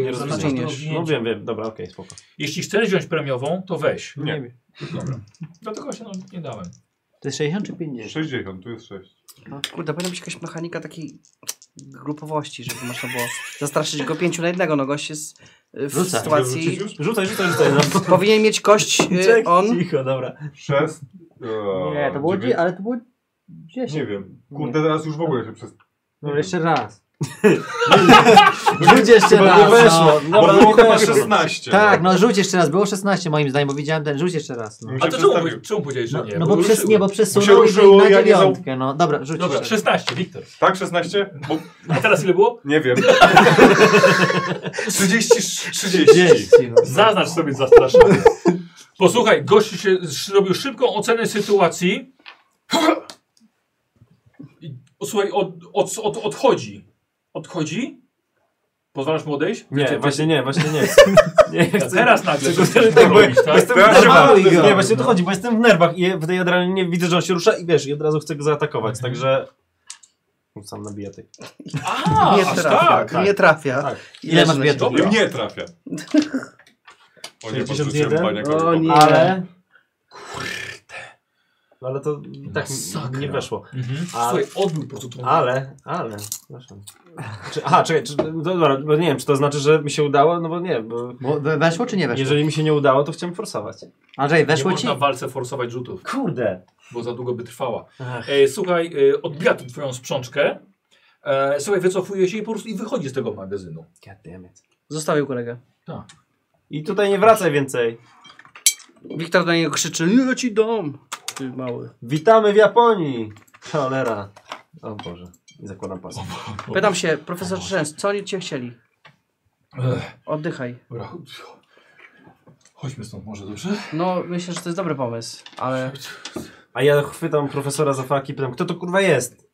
Speaker 4: Nie
Speaker 1: zaznaczasz
Speaker 3: rozwiniesz.
Speaker 1: tego
Speaker 4: No
Speaker 1: zdjęcia.
Speaker 4: wiem, wiem, dobra, okej, spoko.
Speaker 1: Jeśli chcesz wziąć premiową, to weź.
Speaker 5: Nie.
Speaker 1: Dobra. Dlatego się no, nie dałem.
Speaker 6: To jest 60 czy 50?
Speaker 5: 60, tu jest 6.
Speaker 3: Kurde, powinna być jakaś mechanika takiej grupowości, żeby można było zastraszyć go pięciu na jednego. No gość jest y, w
Speaker 2: Rzucaj.
Speaker 3: sytuacji...
Speaker 4: Rzucaj, rzucaj, rzucaj. No.
Speaker 3: Powinien mieć kość y,
Speaker 4: Czekaj,
Speaker 3: on.
Speaker 4: Cicho, dobra.
Speaker 5: 6.
Speaker 6: Nie, to było 10, ale to było 10.
Speaker 5: Nie wiem. Kurde, teraz już w ogóle się przez...
Speaker 6: Dobra, No, jeszcze raz. <laughs>
Speaker 2: Rzuć jeszcze
Speaker 4: Bo nie
Speaker 2: raz.
Speaker 4: weszło.
Speaker 2: No.
Speaker 5: No,
Speaker 4: Dobra,
Speaker 5: bo było
Speaker 4: no,
Speaker 5: chyba
Speaker 4: chyba
Speaker 5: 16.
Speaker 2: Tak, no rzuć jeszcze raz. Było 16 moim zdaniem, bo widziałem ten. Rzuć jeszcze raz. No,
Speaker 5: Mi się
Speaker 1: A to czemu,
Speaker 5: przestawił.
Speaker 1: czemu powiedziałeś, że
Speaker 2: no,
Speaker 1: nie?
Speaker 2: no bo przez nie, bo przesunął
Speaker 5: Musiał
Speaker 2: i
Speaker 5: żyło,
Speaker 2: na
Speaker 5: ja nie za-
Speaker 2: dziewiątkę. No dobra, rzuć
Speaker 1: Dobra,
Speaker 2: jeszcze.
Speaker 1: 16, Wiktor.
Speaker 5: Tak, 16? Bo
Speaker 1: A teraz ile było?
Speaker 5: nie wiem. 30, 30.
Speaker 2: 30, no.
Speaker 1: Zaznacz sobie zastraszenie. Posłuchaj, gość się sz- robił szybką ocenę sytuacji. I, słuchaj, od, od, od, odchodzi. Odchodzi. Pozwalasz mu odejść?
Speaker 4: Nie,
Speaker 1: Czy-
Speaker 4: właśnie nie, właśnie nie. <laughs> nie
Speaker 1: Ja teraz nagle
Speaker 4: chcę go
Speaker 1: chcesz
Speaker 4: tak, bo,
Speaker 1: robić,
Speaker 4: bo
Speaker 1: tak?
Speaker 4: jestem
Speaker 5: Ja
Speaker 4: w
Speaker 5: się
Speaker 4: nerwach.
Speaker 5: mam, to jest
Speaker 4: Nie,
Speaker 5: ja.
Speaker 4: właśnie o to chodzi, bo jestem w nerwach i w tej adrenalinie widzę, że on się rusza i wiesz, i od razu chcę go zaatakować, także... Sam nabija tej.
Speaker 1: A,
Speaker 3: nie
Speaker 1: aż
Speaker 3: trafia.
Speaker 1: tak.
Speaker 4: tak.
Speaker 3: Nie trafia.
Speaker 4: Tak.
Speaker 2: Ile masz
Speaker 3: Leży na
Speaker 2: biedru?
Speaker 5: I mnie trafia. O
Speaker 4: 61?
Speaker 5: nie, podrzuciłem baniaka.
Speaker 3: O nie.
Speaker 4: Ale... No ale to tak
Speaker 1: Masakra.
Speaker 4: nie weszło.
Speaker 1: Mhm.
Speaker 4: A-
Speaker 1: Słuchaj, odbił po prostu tą...
Speaker 4: Ale, ale, przepraszam. Czy, aha, czekaj, czy, no dobra, bo nie wiem, czy to znaczy, że mi się udało, no bo nie, bo
Speaker 2: Bo we- weszło czy nie weszło?
Speaker 4: jeżeli mi się nie udało, to chciałem forsować.
Speaker 2: Andrzej,
Speaker 1: nie
Speaker 2: weszło ci?
Speaker 1: można w walce forsować rzutów,
Speaker 4: Kurde.
Speaker 1: bo za długo by trwała.
Speaker 4: Ach,
Speaker 1: E, słuchaj, e, odbija tu twoją sprzączkę. E, słuchaj, wycofuje się i po prostu i wychodzi z tego magazynu.
Speaker 4: goddammit.
Speaker 3: Zostawił kolegę.
Speaker 4: I tutaj nie wracaj więcej.
Speaker 3: Wiktor do niego krzyczy, nie ci dom. Ty mały.
Speaker 4: Witamy w Japonii. Cholera. O Boże. I zakładam pas.
Speaker 3: Pytam się, profesor Częs, co oni cię chcieli?
Speaker 1: Ech,
Speaker 3: Oddychaj.
Speaker 1: dobra. Chodźmy stąd może, dobrze?
Speaker 3: No, myślę, że to jest dobry pomysł, ale
Speaker 4: A ja chwytam profesora za faki i pytam, kto to kurwa jest?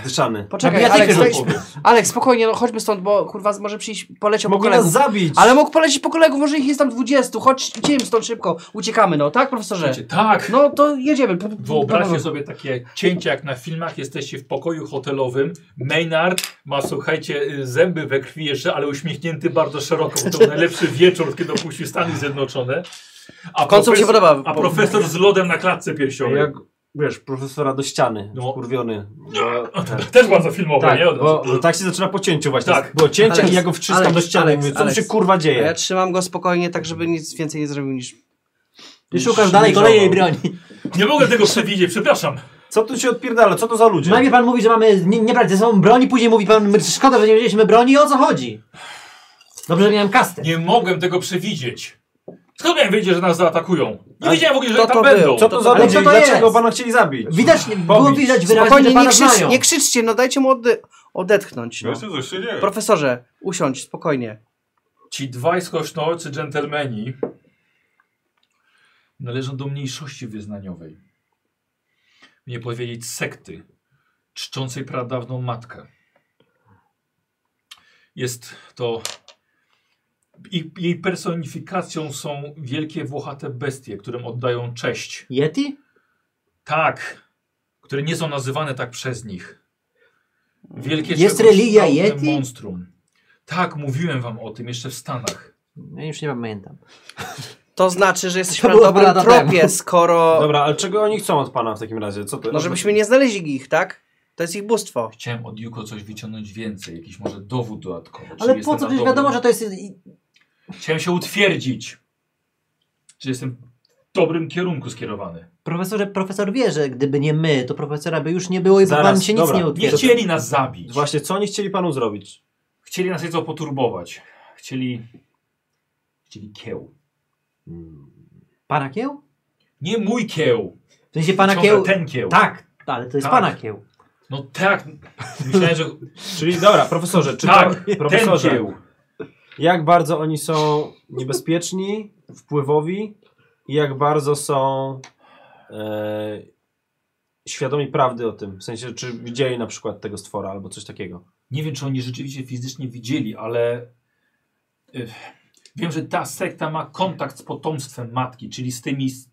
Speaker 4: Zdyszany.
Speaker 3: poczekaj,
Speaker 4: Ja
Speaker 3: Aleks,
Speaker 4: tylko
Speaker 3: weź,
Speaker 4: powiem.
Speaker 3: Aleks, spokojnie, no chodźmy stąd, bo kurwa może przyjść, poleciał po
Speaker 4: Mogli nas
Speaker 3: kolegów.
Speaker 4: zabić!
Speaker 3: Ale mógł polecieć po kolegów, może ich jest tam 20, chodź, idziemy stąd szybko, uciekamy, no, tak profesorze?
Speaker 1: Słuchajcie, tak!
Speaker 3: No, to jedziemy.
Speaker 1: Wyobraźcie sobie takie cięcia jak na filmach, jesteście w pokoju hotelowym, Maynard ma, słuchajcie, y, zęby we krwi jeszcze, ale uśmiechnięty bardzo szeroko, bo to był najlepszy wieczór, kiedy opuścił Stany Zjednoczone. A,
Speaker 3: W końcu mi się podoba.
Speaker 1: a profesor z lodem na klatce piersiowej.
Speaker 4: Jak, wiesz, profesora do ściany,
Speaker 1: No.
Speaker 4: skurwiony. Bo, tak.
Speaker 1: Też bardzo filmowe,
Speaker 4: Tak,
Speaker 1: nie? Od
Speaker 4: bo,
Speaker 1: razu.
Speaker 4: bo tak się zaczyna po cięciu właśnie.
Speaker 1: Tak.
Speaker 4: Było cięcie
Speaker 3: Aleks,
Speaker 4: i ja go wciskam
Speaker 3: Aleks,
Speaker 4: do ściany i
Speaker 3: Aleks,
Speaker 4: mówię, co tu
Speaker 3: Aleks.
Speaker 4: się kurwa
Speaker 3: A ja
Speaker 4: dzieje?
Speaker 3: trzymam go spokojnie, tak żeby nic więcej nie zrobił niż...
Speaker 6: Ty szukasz dalej
Speaker 4: Żałował.
Speaker 6: kolejnej broni.
Speaker 1: Nie mogę tego przewidzieć, przepraszam.
Speaker 4: Co tu się odpierdala? Co to za ludzie?
Speaker 6: Najpierw pan mówi, że mamy nie, nie brać ze sobą broni, później mówi pan, my- szkoda, że nie wzięliśmy broni. O co chodzi? Dobrze, że miałem kastę.
Speaker 1: Nie mogłem tego przewidzieć. Skąd miałem wiedzieć, że nas zaatakują? Nie
Speaker 4: A
Speaker 1: wiedziałem w ogóle, że
Speaker 3: kto
Speaker 1: tam
Speaker 3: to był?
Speaker 1: będą.
Speaker 4: Co to za
Speaker 6: Ale
Speaker 4: ludzie
Speaker 6: co
Speaker 4: i
Speaker 6: to jest?
Speaker 4: dlaczego pana chcieli zabić?
Speaker 6: Widać, było
Speaker 4: Pobić.
Speaker 6: widać wyraźnie,
Speaker 3: Spokojnie,
Speaker 6: że
Speaker 3: nie,
Speaker 6: pana
Speaker 3: krzycz,
Speaker 6: znają.
Speaker 3: nie krzyczcie, no dajcie mu oddy- odetchnąć. No.
Speaker 5: Wiecie, co się dzieje?
Speaker 3: Profesorze, usiądź, spokojnie.
Speaker 1: Ci dwaj skośnocy dżentelmeni należą do mniejszości wyznaniowej. Nie powiedzieć sekty czczącej pradawną matkę. Jest to... i- Jej personifikacją są wielkie włochate bestie, którym oddają cześć.
Speaker 6: Yeti?
Speaker 1: Tak, które nie są nazywane tak przez nich. Wielkie
Speaker 6: Jest
Speaker 1: czegoś
Speaker 6: religia
Speaker 1: kształtem
Speaker 6: Yeti?
Speaker 1: monstrum. Tak, mówiłem wam o tym jeszcze w Stanach.
Speaker 6: Ja już nie pamiętam.
Speaker 3: To znaczy, że jesteśmy
Speaker 6: To
Speaker 3: na
Speaker 6: było
Speaker 3: dobrym
Speaker 6: lata
Speaker 3: tropie,
Speaker 6: temu.
Speaker 3: skoro...
Speaker 4: Dobra, ale czego oni chcą od pana w takim razie? Co to
Speaker 3: No żebyśmy nie znaleźli ich, tak? To jest ich bóstwo.
Speaker 1: Chciałem od Juko coś wyciągnąć więcej, jakiś może dowód dodatkowy. czy
Speaker 6: Ale po
Speaker 1: jestem
Speaker 6: co?
Speaker 1: na
Speaker 6: Przecież
Speaker 1: dobrym-
Speaker 6: wiadomo, że to jest... i-
Speaker 1: Chciałem się utwierdzić, że jestem w dobrym kierunku skierowany.
Speaker 6: Profesorze, profesor wie, że gdyby nie my, to profesora by już nie było i by
Speaker 4: Zaraz,
Speaker 6: pan się nic
Speaker 4: dobra.
Speaker 6: nie
Speaker 1: Nie
Speaker 6: utwierdził.
Speaker 1: chcieli nas zabić.
Speaker 4: Właśnie, co oni chcieli panu zrobić?
Speaker 1: Chcieli nas nieco poturbować. Chcieli... Chcieli kieł.
Speaker 6: Pana kieł?
Speaker 1: Nie mój kieł.
Speaker 6: W sensie pana
Speaker 1: Ciągle
Speaker 6: kieł...
Speaker 1: Ten kieł.
Speaker 6: Tak, ale to jest
Speaker 1: Tak.
Speaker 6: pana kieł.
Speaker 1: No tak. <laughs> Myślałem, że...
Speaker 4: Czyli dobra, profesorze, czy
Speaker 1: tak,
Speaker 4: to,
Speaker 1: ten
Speaker 4: profesorze,
Speaker 1: kieł.
Speaker 4: jak bardzo oni są niebezpieczni, wpływowi i jak bardzo są e, świadomi prawdy o tym? W sensie, czy widzieli na przykład tego stwora albo coś takiego?
Speaker 1: Nie wiem, czy oni rzeczywiście fizycznie widzieli, ale y, wiem, że ta sekta ma kontakt z potomstwem matki, czyli z tymi s-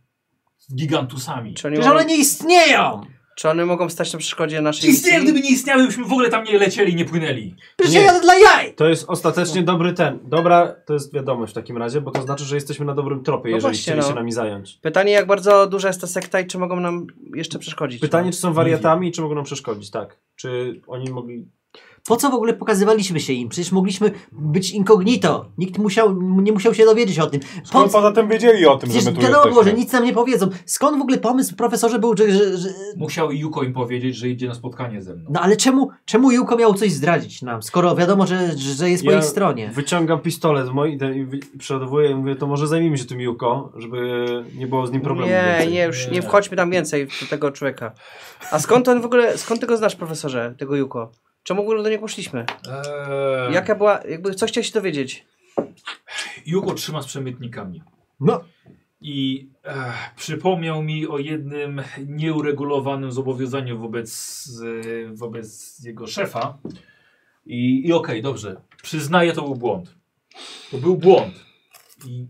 Speaker 1: z gigantusami.
Speaker 3: Czy oni,
Speaker 6: Przecież
Speaker 3: mogą,
Speaker 6: one nie istnieją!
Speaker 3: czy one mogą stać na przeszkodzie naszej
Speaker 1: Istnieją,
Speaker 3: misji?
Speaker 1: gdyby nie istniały, byśmy w ogóle tam nie lecieli, nie płynęli.
Speaker 6: Przecież
Speaker 4: Nie.
Speaker 6: ja jadę dla jaj!
Speaker 4: To jest ostatecznie dobry ten. Dobra, to jest wiadomość w takim razie, bo to znaczy, że jesteśmy na dobrym tropie,
Speaker 3: No
Speaker 4: jeżeli
Speaker 3: właśnie,
Speaker 4: chcieli
Speaker 3: no.
Speaker 4: się nami zająć.
Speaker 3: Pytanie, jak bardzo duża jest ta sekta i czy mogą nam jeszcze przeszkodzić? no.
Speaker 4: Pytanie, czy są wariatami i czy mogą nam przeszkodzić, tak. Czy oni mogli...
Speaker 6: Po co w ogóle pokazywaliśmy się im? Przecież mogliśmy być incognito. Nikt musiał, nie musiał się dowiedzieć o tym. Po
Speaker 5: Skąd
Speaker 6: co?
Speaker 5: poza tym wiedzieli o tym, że
Speaker 6: Przecież
Speaker 5: my tu
Speaker 6: wiadomo było, że
Speaker 5: jesteśmy?
Speaker 6: nic nam nie powiedzą. Skąd w ogóle pomysł profesorze był, że... że, że...
Speaker 1: Musiał Juko im powiedzieć, że idzie na spotkanie ze mną.
Speaker 6: No ale czemu, czemu Juko miał coś zdradzić nam, skoro wiadomo, że, że jest po
Speaker 4: Ja
Speaker 6: ich stronie?
Speaker 4: Wyciągam pistolet moi ten, i wy- przeładowuję i mówię, to może zajmijmy się tym Juko, żeby nie było z nim problemu
Speaker 3: Nie,
Speaker 4: więcej.
Speaker 3: nie, już
Speaker 1: Nie.
Speaker 3: nie wchodźmy tam więcej do tego człowieka. A skąd on w ogóle, skąd tego znasz, profesorze, tego Juko? Czemu w ogóle do niego poszliśmy?
Speaker 1: Eee,
Speaker 3: Jaka była, jakby, co chciałeś się dowiedzieć?
Speaker 1: Juko trzyma z przemytnikami.
Speaker 6: No,
Speaker 1: I e, przypomniał mi o jednym nieuregulowanym eh, zobowiązaniu wobec, e, wobec jego szefa. I, i okej, dobrze. Przyznaję, to był błąd. To był błąd. I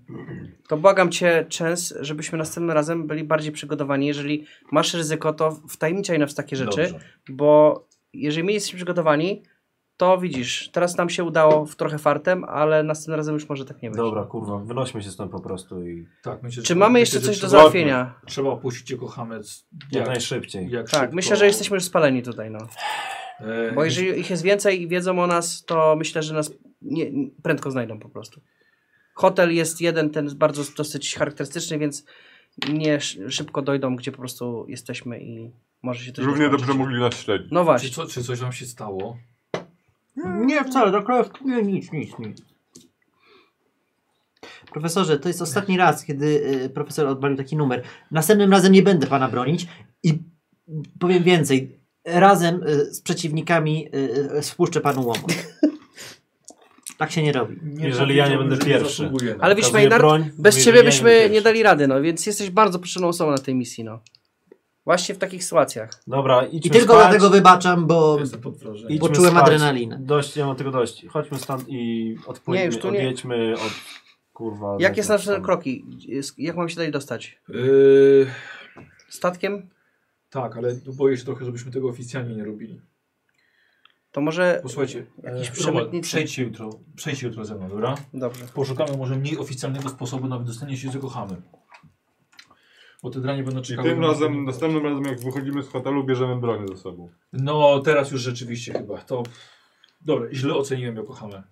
Speaker 3: To błagam cię, Częs, żebyśmy następnym razem byli bardziej przygotowani. Jeżeli masz ryzyko, to wtajemniczaj nas w takie rzeczy,
Speaker 1: Dobrze.
Speaker 3: bo jeżeli my jesteśmy przygotowani, to widzisz, teraz nam się udało w trochę fartem, ale następnym razem już może tak nie być.
Speaker 4: Dobra, kurwa, wynośmy się stąd po prostu i
Speaker 1: Tak, myślę, że
Speaker 3: Czy
Speaker 1: to-
Speaker 3: mamy
Speaker 1: myślę,
Speaker 3: jeszcze
Speaker 1: że
Speaker 3: coś do
Speaker 1: trzeba-
Speaker 3: załatwienia?
Speaker 1: Trzeba opuścić cię, kochamiec.
Speaker 4: jak
Speaker 1: Jak,
Speaker 4: najszybciej.
Speaker 1: jak
Speaker 3: Tak,
Speaker 1: szybko.
Speaker 3: myślę, że jesteśmy już spaleni tutaj, no.
Speaker 1: E,
Speaker 3: Bo jeżeli ich jest więcej i wiedzą o nas, to myślę, że nas nie, prędko znajdą po prostu. Hotel jest jeden, ten jest bardzo dosyć charakterystyczny, więc nie sz- szybko dojdą, gdzie po prostu jesteśmy i może się coś
Speaker 5: Równie
Speaker 3: doskoczyć.
Speaker 5: dobrze mogli nas śledzić.
Speaker 3: No
Speaker 1: czy,
Speaker 4: Znaczy,
Speaker 3: właśnie.
Speaker 1: co, czy coś wam się stało?
Speaker 9: Nie wcale, do królestw nie, nic, nic, nic.
Speaker 2: Profesorze, to jest ostatni raz, kiedy y, profesor odpalił taki numer. Następnym razem nie będę pana bronić i powiem więcej. Razem y, z przeciwnikami y, y, spuszczę panu <laughs> łomot. Tak się nie robi.
Speaker 4: Jeżeli ja nie będę
Speaker 1: powiedziałbym, że
Speaker 4: pierwszy.
Speaker 1: zasługuję na
Speaker 3: Ale
Speaker 1: to.
Speaker 3: wiesz,
Speaker 4: Pokazuję
Speaker 3: Maynard,
Speaker 4: broń, mówię,
Speaker 3: Bez
Speaker 4: że
Speaker 3: ciebie
Speaker 4: ja
Speaker 3: byśmy
Speaker 4: jestem
Speaker 3: nie
Speaker 4: pierwszy.
Speaker 3: dali rady, no więc jesteś bardzo potrzebną osobą na tej misji, no. Właśnie w takich sytuacjach.
Speaker 4: Dobra, idźmy
Speaker 2: I tylko
Speaker 4: spać.
Speaker 2: dlatego wybaczam, bo
Speaker 1: Jestem pod wrażeniem.
Speaker 4: Idźmy
Speaker 2: poczułem
Speaker 4: spać.
Speaker 2: adrenalinę.
Speaker 4: Dość, ja mam tego dość. Chodźmy stąd i odpłyniemy,
Speaker 3: Nie, już tu nie.
Speaker 4: odjedźmy od... Kurwa...
Speaker 3: Jakie jest
Speaker 4: jakiegoś
Speaker 3: nasze
Speaker 4: tam-
Speaker 3: kroki? Z- Jak mam się dalej dostać?
Speaker 1: Yy,
Speaker 3: Statkiem?
Speaker 1: tak, ale boję się trochę, żebyśmy tego oficjalnie nie robili.
Speaker 3: To może...
Speaker 1: Posłuchajcie,
Speaker 3: Jakiś
Speaker 1: e,
Speaker 3: przemytnicy.
Speaker 1: Robert, przejdźcie jutro, przejdźcie jutro ze mną, dobra?
Speaker 3: Dobrze.
Speaker 1: Poszukamy może mniej oficjalnego sposobu na wydostanie się z Yokohamy. Bo te dranie będą
Speaker 5: I
Speaker 1: czekały.
Speaker 5: tym
Speaker 1: na-
Speaker 5: razem, następnym razem jak wychodzimy z hotelu, bierzemy broń ze sobą.
Speaker 1: No, teraz już rzeczywiście chyba. To. Dobra, źle oceniłem Yokohamę.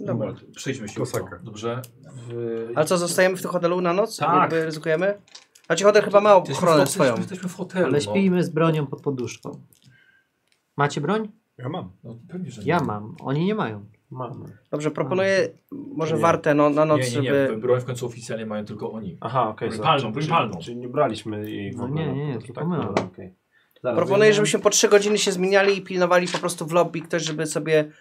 Speaker 3: Dobra.
Speaker 1: Dobra, przejdźmy się.
Speaker 5: Kosaka.
Speaker 1: jutro, Dobrze. W...
Speaker 3: Ale co, zostajemy w tym hotelu na noc?
Speaker 1: Tak.
Speaker 3: Jakby ryzykujemy? Znaczy hotel chyba ma
Speaker 1: Jesteśmy w
Speaker 3: ochronę
Speaker 1: hotelu,
Speaker 3: swoją.
Speaker 1: Jesteśmy w hotelu. no.
Speaker 2: Ale śpijmy z bronią pod poduszką. Macie broń?
Speaker 5: Ja mam.
Speaker 1: No, no, pewnie, że nie.
Speaker 2: Ja mam. Oni nie mają.
Speaker 4: Mamy.
Speaker 3: Dobrze, proponuję może
Speaker 4: Nie.
Speaker 3: wartę no, na
Speaker 1: Nie,
Speaker 3: noc,
Speaker 1: nie, nie.
Speaker 3: żeby...
Speaker 1: Broń w końcu oficjalnie mają tylko oni.
Speaker 4: Aha, okej.
Speaker 1: Broń
Speaker 4: za-
Speaker 1: palną, broń
Speaker 4: czyli-
Speaker 1: palną.
Speaker 4: Czyli nie braliśmy jej w
Speaker 2: No
Speaker 4: ogóle.
Speaker 2: nie, nie,
Speaker 4: To
Speaker 2: tylko
Speaker 4: tak,
Speaker 2: my.
Speaker 4: dobra, okej. Zaraz,
Speaker 3: Proponuję,
Speaker 4: ja-
Speaker 3: żebyśmy po trzy godziny się zmieniali i pilnowali po prostu w lobby ktoś, żeby sobie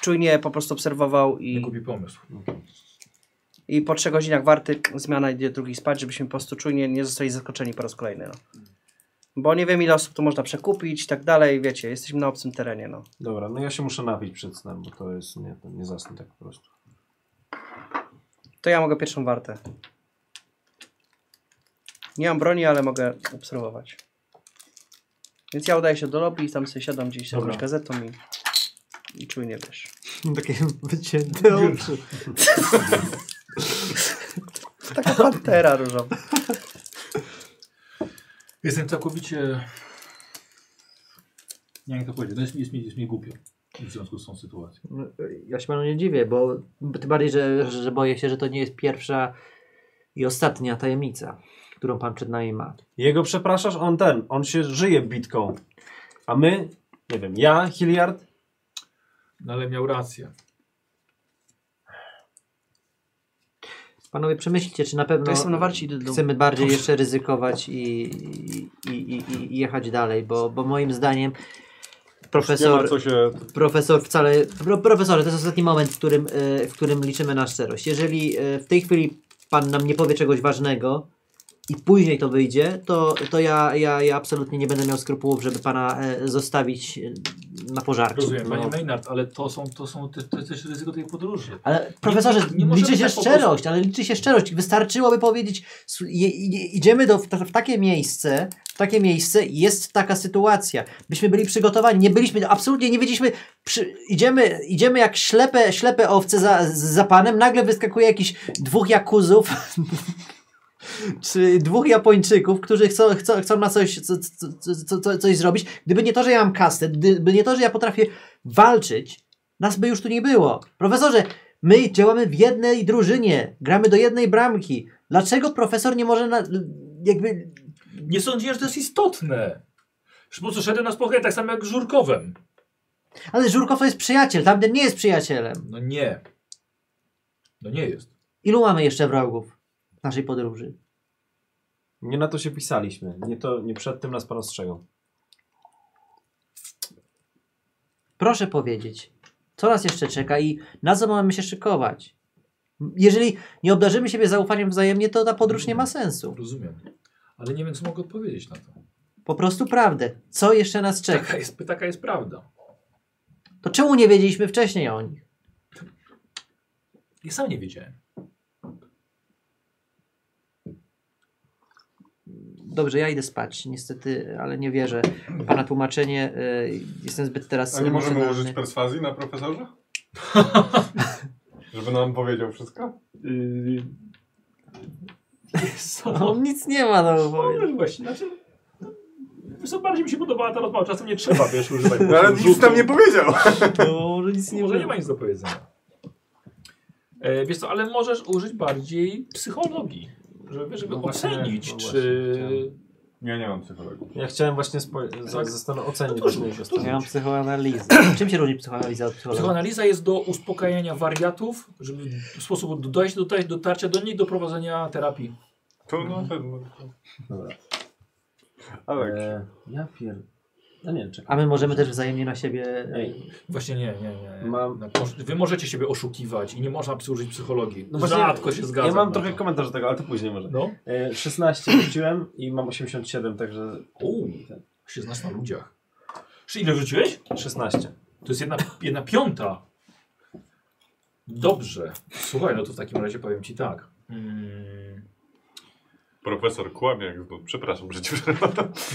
Speaker 3: czujnie po prostu obserwował
Speaker 1: Nie
Speaker 3: i,
Speaker 1: gubi pomysł.
Speaker 3: i po trzech godzinach warty k- zmiana idzie drugi spać, żebyśmy po prostu czujnie nie zostali zaskoczeni po raz kolejny. No. Bo nie wiem ile osób tu można przekupić i tak dalej, wiecie, jesteśmy na obcym terenie. No.
Speaker 4: Dobra, no ja się muszę napić przed snem, bo to jest... Nie, to nie zasnę tak po prostu.
Speaker 3: To ja mogę pierwszą wartę. Nie mam broni, ale mogę obserwować. Więc ja udaję się do lobby i tam sobie siadam gdzieś z
Speaker 4: Dobra.
Speaker 3: jakąś gazetą i, i czujnie wiesz.
Speaker 2: Takie wycięte oczy.
Speaker 3: Taka pantera różowa. <laughs>
Speaker 1: Jestem całkowicie. Nie, jak to powiedzieć. No jest, jest, mi- jest mi głupio w związku z tą sytuacją.
Speaker 2: No, Ja się panu nie dziwię, bo tym bardziej, że, że boję się, że to nie jest pierwsza i ostatnia tajemnica, którą pan przed nami ma.
Speaker 4: Jego przepraszasz, on ten, on się żyje bitką. A my, nie wiem, ja, Hilliard,
Speaker 1: No ale miał rację.
Speaker 2: Panowie, przemyślcie, czy na pewno
Speaker 3: To jestem na warcie, idę do domu.
Speaker 2: chcemy bardziej jeszcze ryzykować i, i, i, i- i jechać dalej, bo, bo moim zdaniem
Speaker 5: Nie ma
Speaker 2: profesor,
Speaker 5: co się...
Speaker 2: profesor wcale... Pro, profesorze, to jest ostatni moment, w którym, e, w którym liczymy na szczerość. Jeżeli e, w tej chwili pan nam nie powie czegoś ważnego i później to wyjdzie, to, to ja, ja, ja absolutnie nie będę miał skrupułów, żeby pana e, zostawić e, na pożarcie.
Speaker 1: Rozumiem, panie
Speaker 2: No.
Speaker 1: Maynard, ale to są, to są te, te, też ryzyko tej podróży.
Speaker 2: Ale profesorze,
Speaker 1: Nie- nie możemy
Speaker 2: liczy się
Speaker 1: tak po prostu-
Speaker 2: szczerość, ale liczy się szczerość. Wystarczyłoby powiedzieć, słu- je, je, idziemy do, w, ta- w takie miejsce, w takie miejsce i jest taka sytuacja. Byśmy byli przygotowani, nie byliśmy, absolutnie nie wiedzieliśmy, przy, idziemy, idziemy jak ślepe, ślepe owce za, za panem, nagle wyskakuje jakiś dwóch jakuzów. <laughs> Czy dwóch Japończyków, którzy chcą, chcą, chcą na coś, co, co, co, co, coś zrobić. Gdyby nie to, że ja mam kasę, gdyby nie to, że ja potrafię walczyć, nas by już tu nie było. Profesorze, my działamy w jednej drużynie, gramy do jednej bramki. Dlaczego profesor nie może na, jakby...
Speaker 1: Nie sądziłem, że to jest istotne. Że Po prostu szedłem na spotkanie tak samo jak z Żurkowem.
Speaker 2: Ale Żurkow to jest przyjaciel, tamten nie jest przyjacielem.
Speaker 1: No nie. No nie jest.
Speaker 2: Ilu mamy jeszcze wrogów w naszej podróży?
Speaker 4: nie na to się pisaliśmy. Nie, to, nie przed tym nas pan ostrzegał.
Speaker 2: Proszę powiedzieć, co nas jeszcze czeka i na co mamy się szykować? Jeżeli nie obdarzymy siebie zaufaniem wzajemnie, to ta podróż nie ma sensu.
Speaker 1: Rozumiem. Ale nie wiem, co mogę odpowiedzieć na to.
Speaker 2: Po prostu prawdę. Co jeszcze nas czeka?
Speaker 1: Taka jest, taka jest prawda.
Speaker 2: To czemu nie wiedzieliśmy wcześniej o nich?
Speaker 1: Ja sam nie wiedziałem. <laughs>
Speaker 2: Dobrze, ja idę spać, niestety, ale nie wierzę. w Pana tłumaczenie, y, jestem zbyt teraz
Speaker 5: A nie możemy
Speaker 2: emocjonalny.
Speaker 5: użyć
Speaker 2: <laughs>
Speaker 5: perswazji na <laughs> profesorze? Żeby nam powiedział wszystko?
Speaker 1: Co?
Speaker 2: On nic nie ma do
Speaker 1: No
Speaker 2: opowiedzenia.
Speaker 1: właśnie, znaczy... Co bardziej mi się podobała ta rozmowa. Czasem nie trzeba, wiesz, używać
Speaker 5: No, ale nic
Speaker 1: rzutu.
Speaker 5: tam nie powiedział.
Speaker 2: Może nic nie
Speaker 1: Może
Speaker 2: ma.
Speaker 1: nie ma nic do powiedzenia. E, wiesz co, ale możesz użyć bardziej psychologii, żeby, żeby
Speaker 4: No właśnie,
Speaker 1: ocenić,
Speaker 4: no właśnie,
Speaker 1: czy...
Speaker 5: Ja nie mam psychologii.
Speaker 4: Ja chciałem właśnie spo-
Speaker 1: Tak.
Speaker 4: tak. zastanów- ocenić
Speaker 1: No to
Speaker 4: właśnie
Speaker 1: rzuć,
Speaker 4: jego
Speaker 1: to
Speaker 4: stan.
Speaker 2: Ja mam psychoanalizę. Czym się różni psychoanaliza od psychologii?
Speaker 1: Psychoanaliza jest do uspokajania wariatów, żeby w sposób dojść do tej- dotarcia do nich, do prowadzenia terapii.
Speaker 5: To no, ten, no, to...
Speaker 4: Dobra.
Speaker 1: Tak.
Speaker 5: Ale
Speaker 4: E, ja pier... No nie,
Speaker 2: A
Speaker 4: czekaj.
Speaker 2: my możemy też wzajemnie na siebie...
Speaker 4: Ej,
Speaker 1: Właśnie nie, nie, nie.
Speaker 4: Mam-
Speaker 1: No, moż- Wy możecie siebie oszukiwać i nie można użyć psychologii.
Speaker 4: No właśnie,
Speaker 1: Rzadko się zgadza.
Speaker 4: ja mam
Speaker 1: na
Speaker 4: trochę
Speaker 1: to.
Speaker 4: komentarz do tego, ale no to później może.
Speaker 1: No.
Speaker 4: E, 16 rzuciłem i mam 87, także...
Speaker 1: Uuu, się znasz na ludziach. Czy ile rzuciłeś?
Speaker 4: 16.
Speaker 1: To jest jedna, jedna piąta. Dobrze. Słuchaj, no to w takim razie powiem ci tak. Mm,
Speaker 5: Profesor kłamie, jak znów. Przepraszam, że ci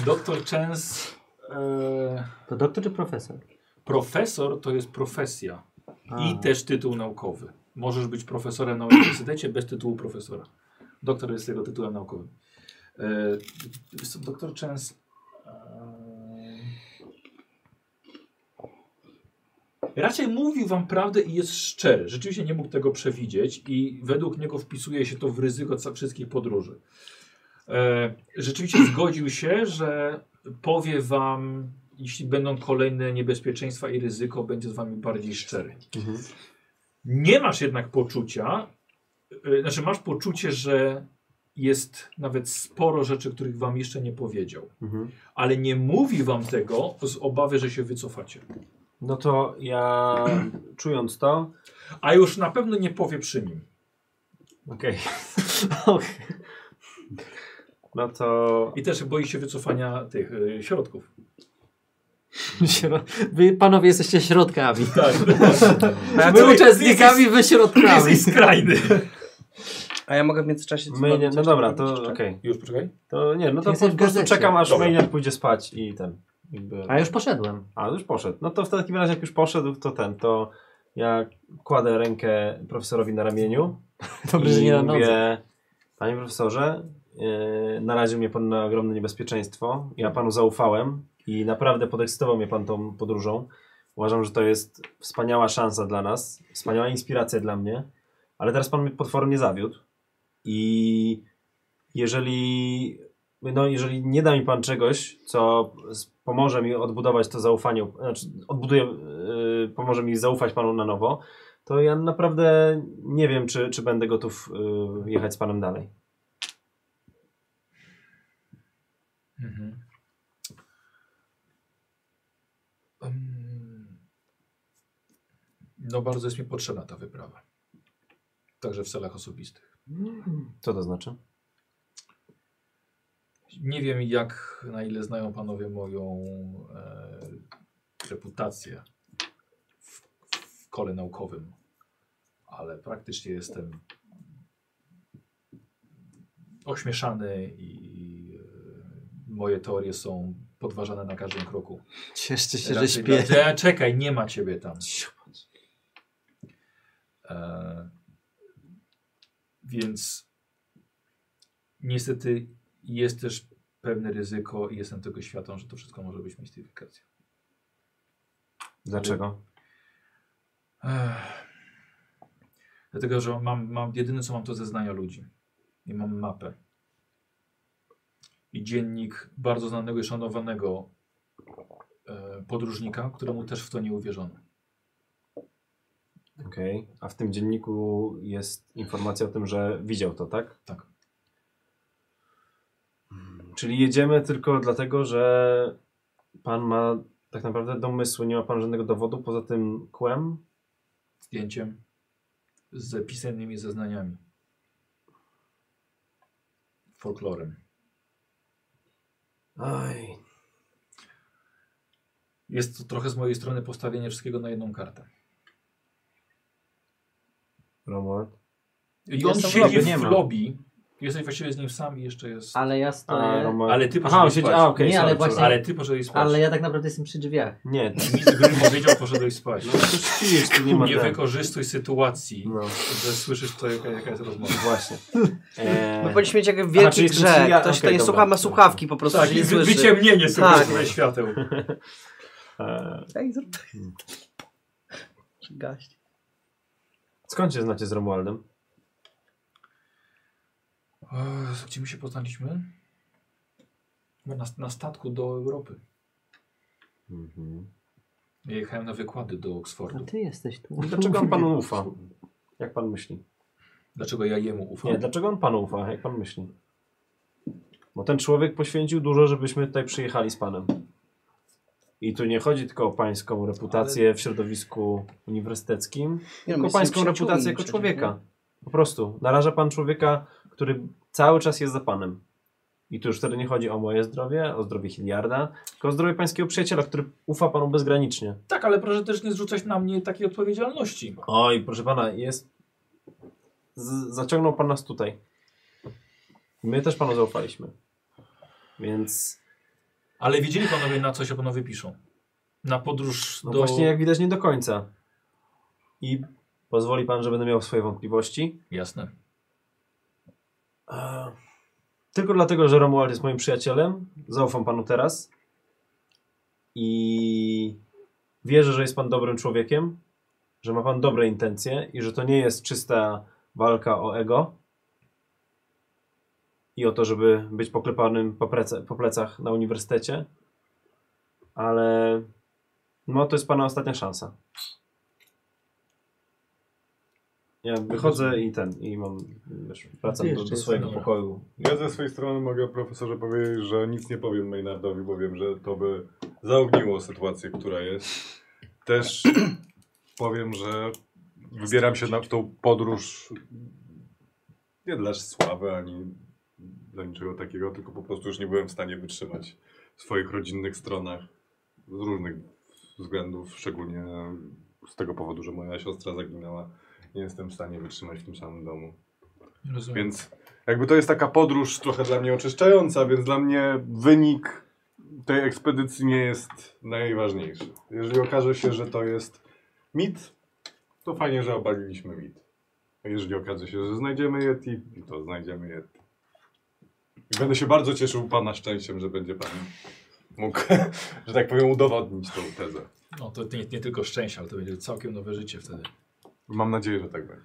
Speaker 1: doktor Częs. E,
Speaker 2: To doktor czy profesor?
Speaker 1: profesor to jest profesja
Speaker 2: A.
Speaker 1: i też tytuł naukowy. Możesz być profesorem na uniwersytecie bez tytułu profesora. Doktor jest jego tytułem naukowym. E, wiesz co, doktor Częs. e, Raczej mówił wam prawdę i jest szczery. Rzeczywiście nie mógł tego przewidzieć i według niego wpisuje się to w ryzyko ca- wszystkich podróży. E, rzeczywiście zgodził się, że powie wam, jeśli będą kolejne niebezpieczeństwa i ryzyko, będzie z wami bardziej szczery.
Speaker 4: Mhm.
Speaker 1: Nie masz jednak poczucia, e, znaczy masz poczucie, że jest nawet sporo rzeczy, których wam jeszcze nie powiedział,
Speaker 4: Mhm.
Speaker 1: ale nie mówi wam tego z obawy, że się wycofacie.
Speaker 4: No to ja czując to...
Speaker 1: A już na pewno nie powie przy nim.
Speaker 4: Okej. <laughs>
Speaker 2: Och.
Speaker 4: No to...
Speaker 1: I też boi się wycofania tych e, środków.
Speaker 2: <laughs> Śro- Wy panowie jesteście środkami.
Speaker 1: Tak.
Speaker 2: <laughs>
Speaker 10: A ja,
Speaker 2: My
Speaker 10: co,
Speaker 2: uczestnikami, wy środkami.
Speaker 1: Jesteś <laughs> skrajny.
Speaker 10: a ja mogę w międzyczasie
Speaker 4: My nie, no
Speaker 10: coś
Speaker 4: dobra,
Speaker 10: zrobić
Speaker 4: to
Speaker 10: jeszcze?
Speaker 4: okej.
Speaker 1: Już poczekaj.
Speaker 4: To nie, no to
Speaker 2: Jestem
Speaker 4: po
Speaker 2: Tak, w
Speaker 4: prostu
Speaker 2: gazecie.
Speaker 4: czekam aż
Speaker 1: Dobra.
Speaker 4: Maynard pójdzie spać i ten. Jakby...
Speaker 2: A już poszedłem.
Speaker 4: A już poszedł. No to w takim razie jak już poszedł, to ten, to ja kładę rękę profesorowi na ramieniu.
Speaker 2: <laughs> Dobrze, że
Speaker 4: i
Speaker 2: nie na nodze.
Speaker 4: mówię, Panie profesorze, yy, naraził mnie pan na ogromne niebezpieczeństwo. Ja panu zaufałem i naprawdę podekscytował mnie pan tą podróżą. Uważam, że to jest wspaniała szansa dla nas, wspaniała inspiracja dla mnie, ale teraz pan mnie potwornie zawiódł i jeżeli, no, jeżeli nie da mi pan czegoś, co s- pomoże mi odbudować to zaufanie, znaczy odbuduje, yy, pomoże mi zaufać panu na nowo, to ja naprawdę nie wiem, czy, czy będę gotów y, jechać z panem dalej.
Speaker 1: Mhm. Em, No bardzo jest mi potrzebna ta wyprawa. Także w celach osobistych.
Speaker 4: Co to znaczy?
Speaker 1: Nie wiem, jak na ile znają panowie moją e, reputację w, w kole naukowym, ale praktycznie jestem ośmieszany i e, moje teorie są podważane na każdym kroku.
Speaker 2: Cieszcie się, że
Speaker 1: Raczej
Speaker 2: śpię.
Speaker 1: dla- E, Czekaj, nie ma ciebie tam. E, więc niestety jest też pewne ryzyko i jestem tego świadom, że to wszystko może być mistyfikacja.
Speaker 4: Dlaczego?
Speaker 1: Ech. Dlatego, że mam, mam, jedyne co mam to zeznania ludzi. I mam mapę. I dziennik bardzo znanego i szanowanego e, podróżnika, któremu też w to nie uwierzono.
Speaker 4: Okej. A w tym dzienniku jest informacja o tym, że widział to, tak?
Speaker 1: Tak.
Speaker 4: Mm, Czyli jedziemy tylko dlatego, że pan ma tak naprawdę domysłu, nie ma pan żadnego dowodu poza tym kłem?
Speaker 1: zdjęciem z pisemnymi zeznaniami. Folklorem.
Speaker 4: Aj.
Speaker 1: Jest to trochę z mojej strony postawienie wszystkiego na jedną kartę.
Speaker 4: Robert.
Speaker 1: I on
Speaker 4: Jestem w
Speaker 1: siedzi
Speaker 4: lobby,
Speaker 1: w,
Speaker 4: nie ma.
Speaker 1: lobby. Jesteś właściwie z nim sam i jeszcze jest.
Speaker 2: Ale ja
Speaker 4: A, no,
Speaker 2: stoję.
Speaker 4: Robert.
Speaker 1: Ale ty
Speaker 4: Aha, on
Speaker 1: poszedłeś
Speaker 4: siedzi...
Speaker 1: spać.
Speaker 4: A, okej,
Speaker 2: Nie,
Speaker 4: sorry,
Speaker 2: ale
Speaker 4: sorry.
Speaker 2: właśnie-
Speaker 1: Ale ty poszedłeś spać.
Speaker 2: Ale ja tak naprawdę jestem przy drzwiach.
Speaker 4: Nie, ty-
Speaker 1: Nic gdybym powiedział, poszedłeś spać.
Speaker 4: no tak. to śpisz, tu nie ma
Speaker 1: Nie
Speaker 4: ten.
Speaker 1: wykorzystuj sytuacji,
Speaker 4: No,
Speaker 1: że słyszysz to, jaka, jaka jest rozmowa.
Speaker 4: właśnie. Eee,
Speaker 3: My powinniśmy mieć jak
Speaker 4: A, czyli
Speaker 3: wielki
Speaker 4: jest
Speaker 3: grzech.
Speaker 4: ja-
Speaker 3: Ktoś,
Speaker 4: okej,
Speaker 3: kto nie
Speaker 4: dobra.
Speaker 3: słucha, ma słuchawki po prostu,
Speaker 1: Tak,
Speaker 3: że nie
Speaker 1: i wy-
Speaker 3: słyszy.
Speaker 1: wyciemnienie sobie
Speaker 3: Tak.
Speaker 1: tak. świateł.
Speaker 4: eee,
Speaker 3: Ej, zrób tak. Gaść.
Speaker 4: skąd się znacie z Romualdem?
Speaker 1: Jezu, Gdzie my się poznaliśmy? Chyba Na, na statku do Europy.
Speaker 4: Mhm.
Speaker 1: Ja Jechałem na wykłady do Oksfordu.
Speaker 2: A
Speaker 4: Tak.
Speaker 2: ty jesteś tu.
Speaker 4: Dlaczego on panu ufa? Jak pan myśli?
Speaker 1: Dlaczego ja jemu ufam?
Speaker 4: Nie, dlaczego on panu ufa? Jak pan myśli? Bo ten człowiek poświęcił dużo, żebyśmy tutaj przyjechali z panem. I tu nie chodzi tylko o pańską reputację w środowisku uniwersyteckim,
Speaker 3: Nie, no, my
Speaker 4: tylko
Speaker 3: jesteśmy
Speaker 4: pańską
Speaker 3: przyjaciółmi
Speaker 4: reputację jako
Speaker 3: przecież,
Speaker 4: człowieka. Po prostu. Naraża pan człowieka, który cały czas jest za panem. I tu już wtedy nie chodzi o moje zdrowie, o zdrowie Hilliarda, tylko o zdrowie pańskiego przyjaciela, który ufa panu bezgranicznie.
Speaker 1: Tak, ale proszę też nie zrzucać na mnie takiej odpowiedzialności.
Speaker 4: Oj, proszę pana, jest. Z zaciągnął pan nas tutaj. My też panu zaufaliśmy. Więc.
Speaker 1: Ale wiedzieli panowie, na co się panowie piszą. Na podróż
Speaker 4: No
Speaker 1: do...
Speaker 4: właśnie, jak widać, nie do końca. I pozwoli pan, że będę miał swoje wątpliwości.
Speaker 1: Jasne.
Speaker 4: Eee, Tylko dlatego, że Romuald jest moim przyjacielem, zaufam panu teraz. I wierzę, że jest pan dobrym człowiekiem, że ma pan dobre intencje i że to nie jest czysta walka o ego i o to, żeby być poklepanym po, prece, po plecach na uniwersytecie. Ale no to jest pana ostatnia szansa. Ja wychodzę i ten, i mam, wiesz, wracam do, do swojego
Speaker 1: dobra.
Speaker 4: pokoju.
Speaker 5: Ja ze swojej strony mogę profesorze powiedzieć, że nic nie powiem Maynardowi, bo wiem, że to by zaogniło sytuację, która jest. Też <clears throat> powiem, że wybieram się na tą podróż nie dla sławy ani dla niczego takiego, tylko po prostu już nie byłem w stanie wytrzymać w swoich rodzinnych stronach z różnych względów, szczególnie z tego powodu, że moja siostra zaginęła. Nie jestem w stanie wytrzymać w tym samym domu.
Speaker 1: Nie rozumiem.
Speaker 5: Więc jakby to jest taka podróż trochę dla mnie oczyszczająca, więc dla mnie wynik tej ekspedycji nie jest najważniejszy. Jeżeli okaże się, że to jest mit, to fajnie, że obaliliśmy mit. A Jeżeli okaże się, że znajdziemy Yeti, to znajdziemy Yeti. I będę się bardzo cieszył Pana szczęściem, że będzie Pan mógł, <laughs> że tak powiem, udowodnić tą tezę.
Speaker 1: No to nie, nie tylko szczęście, ale to będzie całkiem nowe życie wtedy.
Speaker 5: Mam nadzieję, że tak będzie.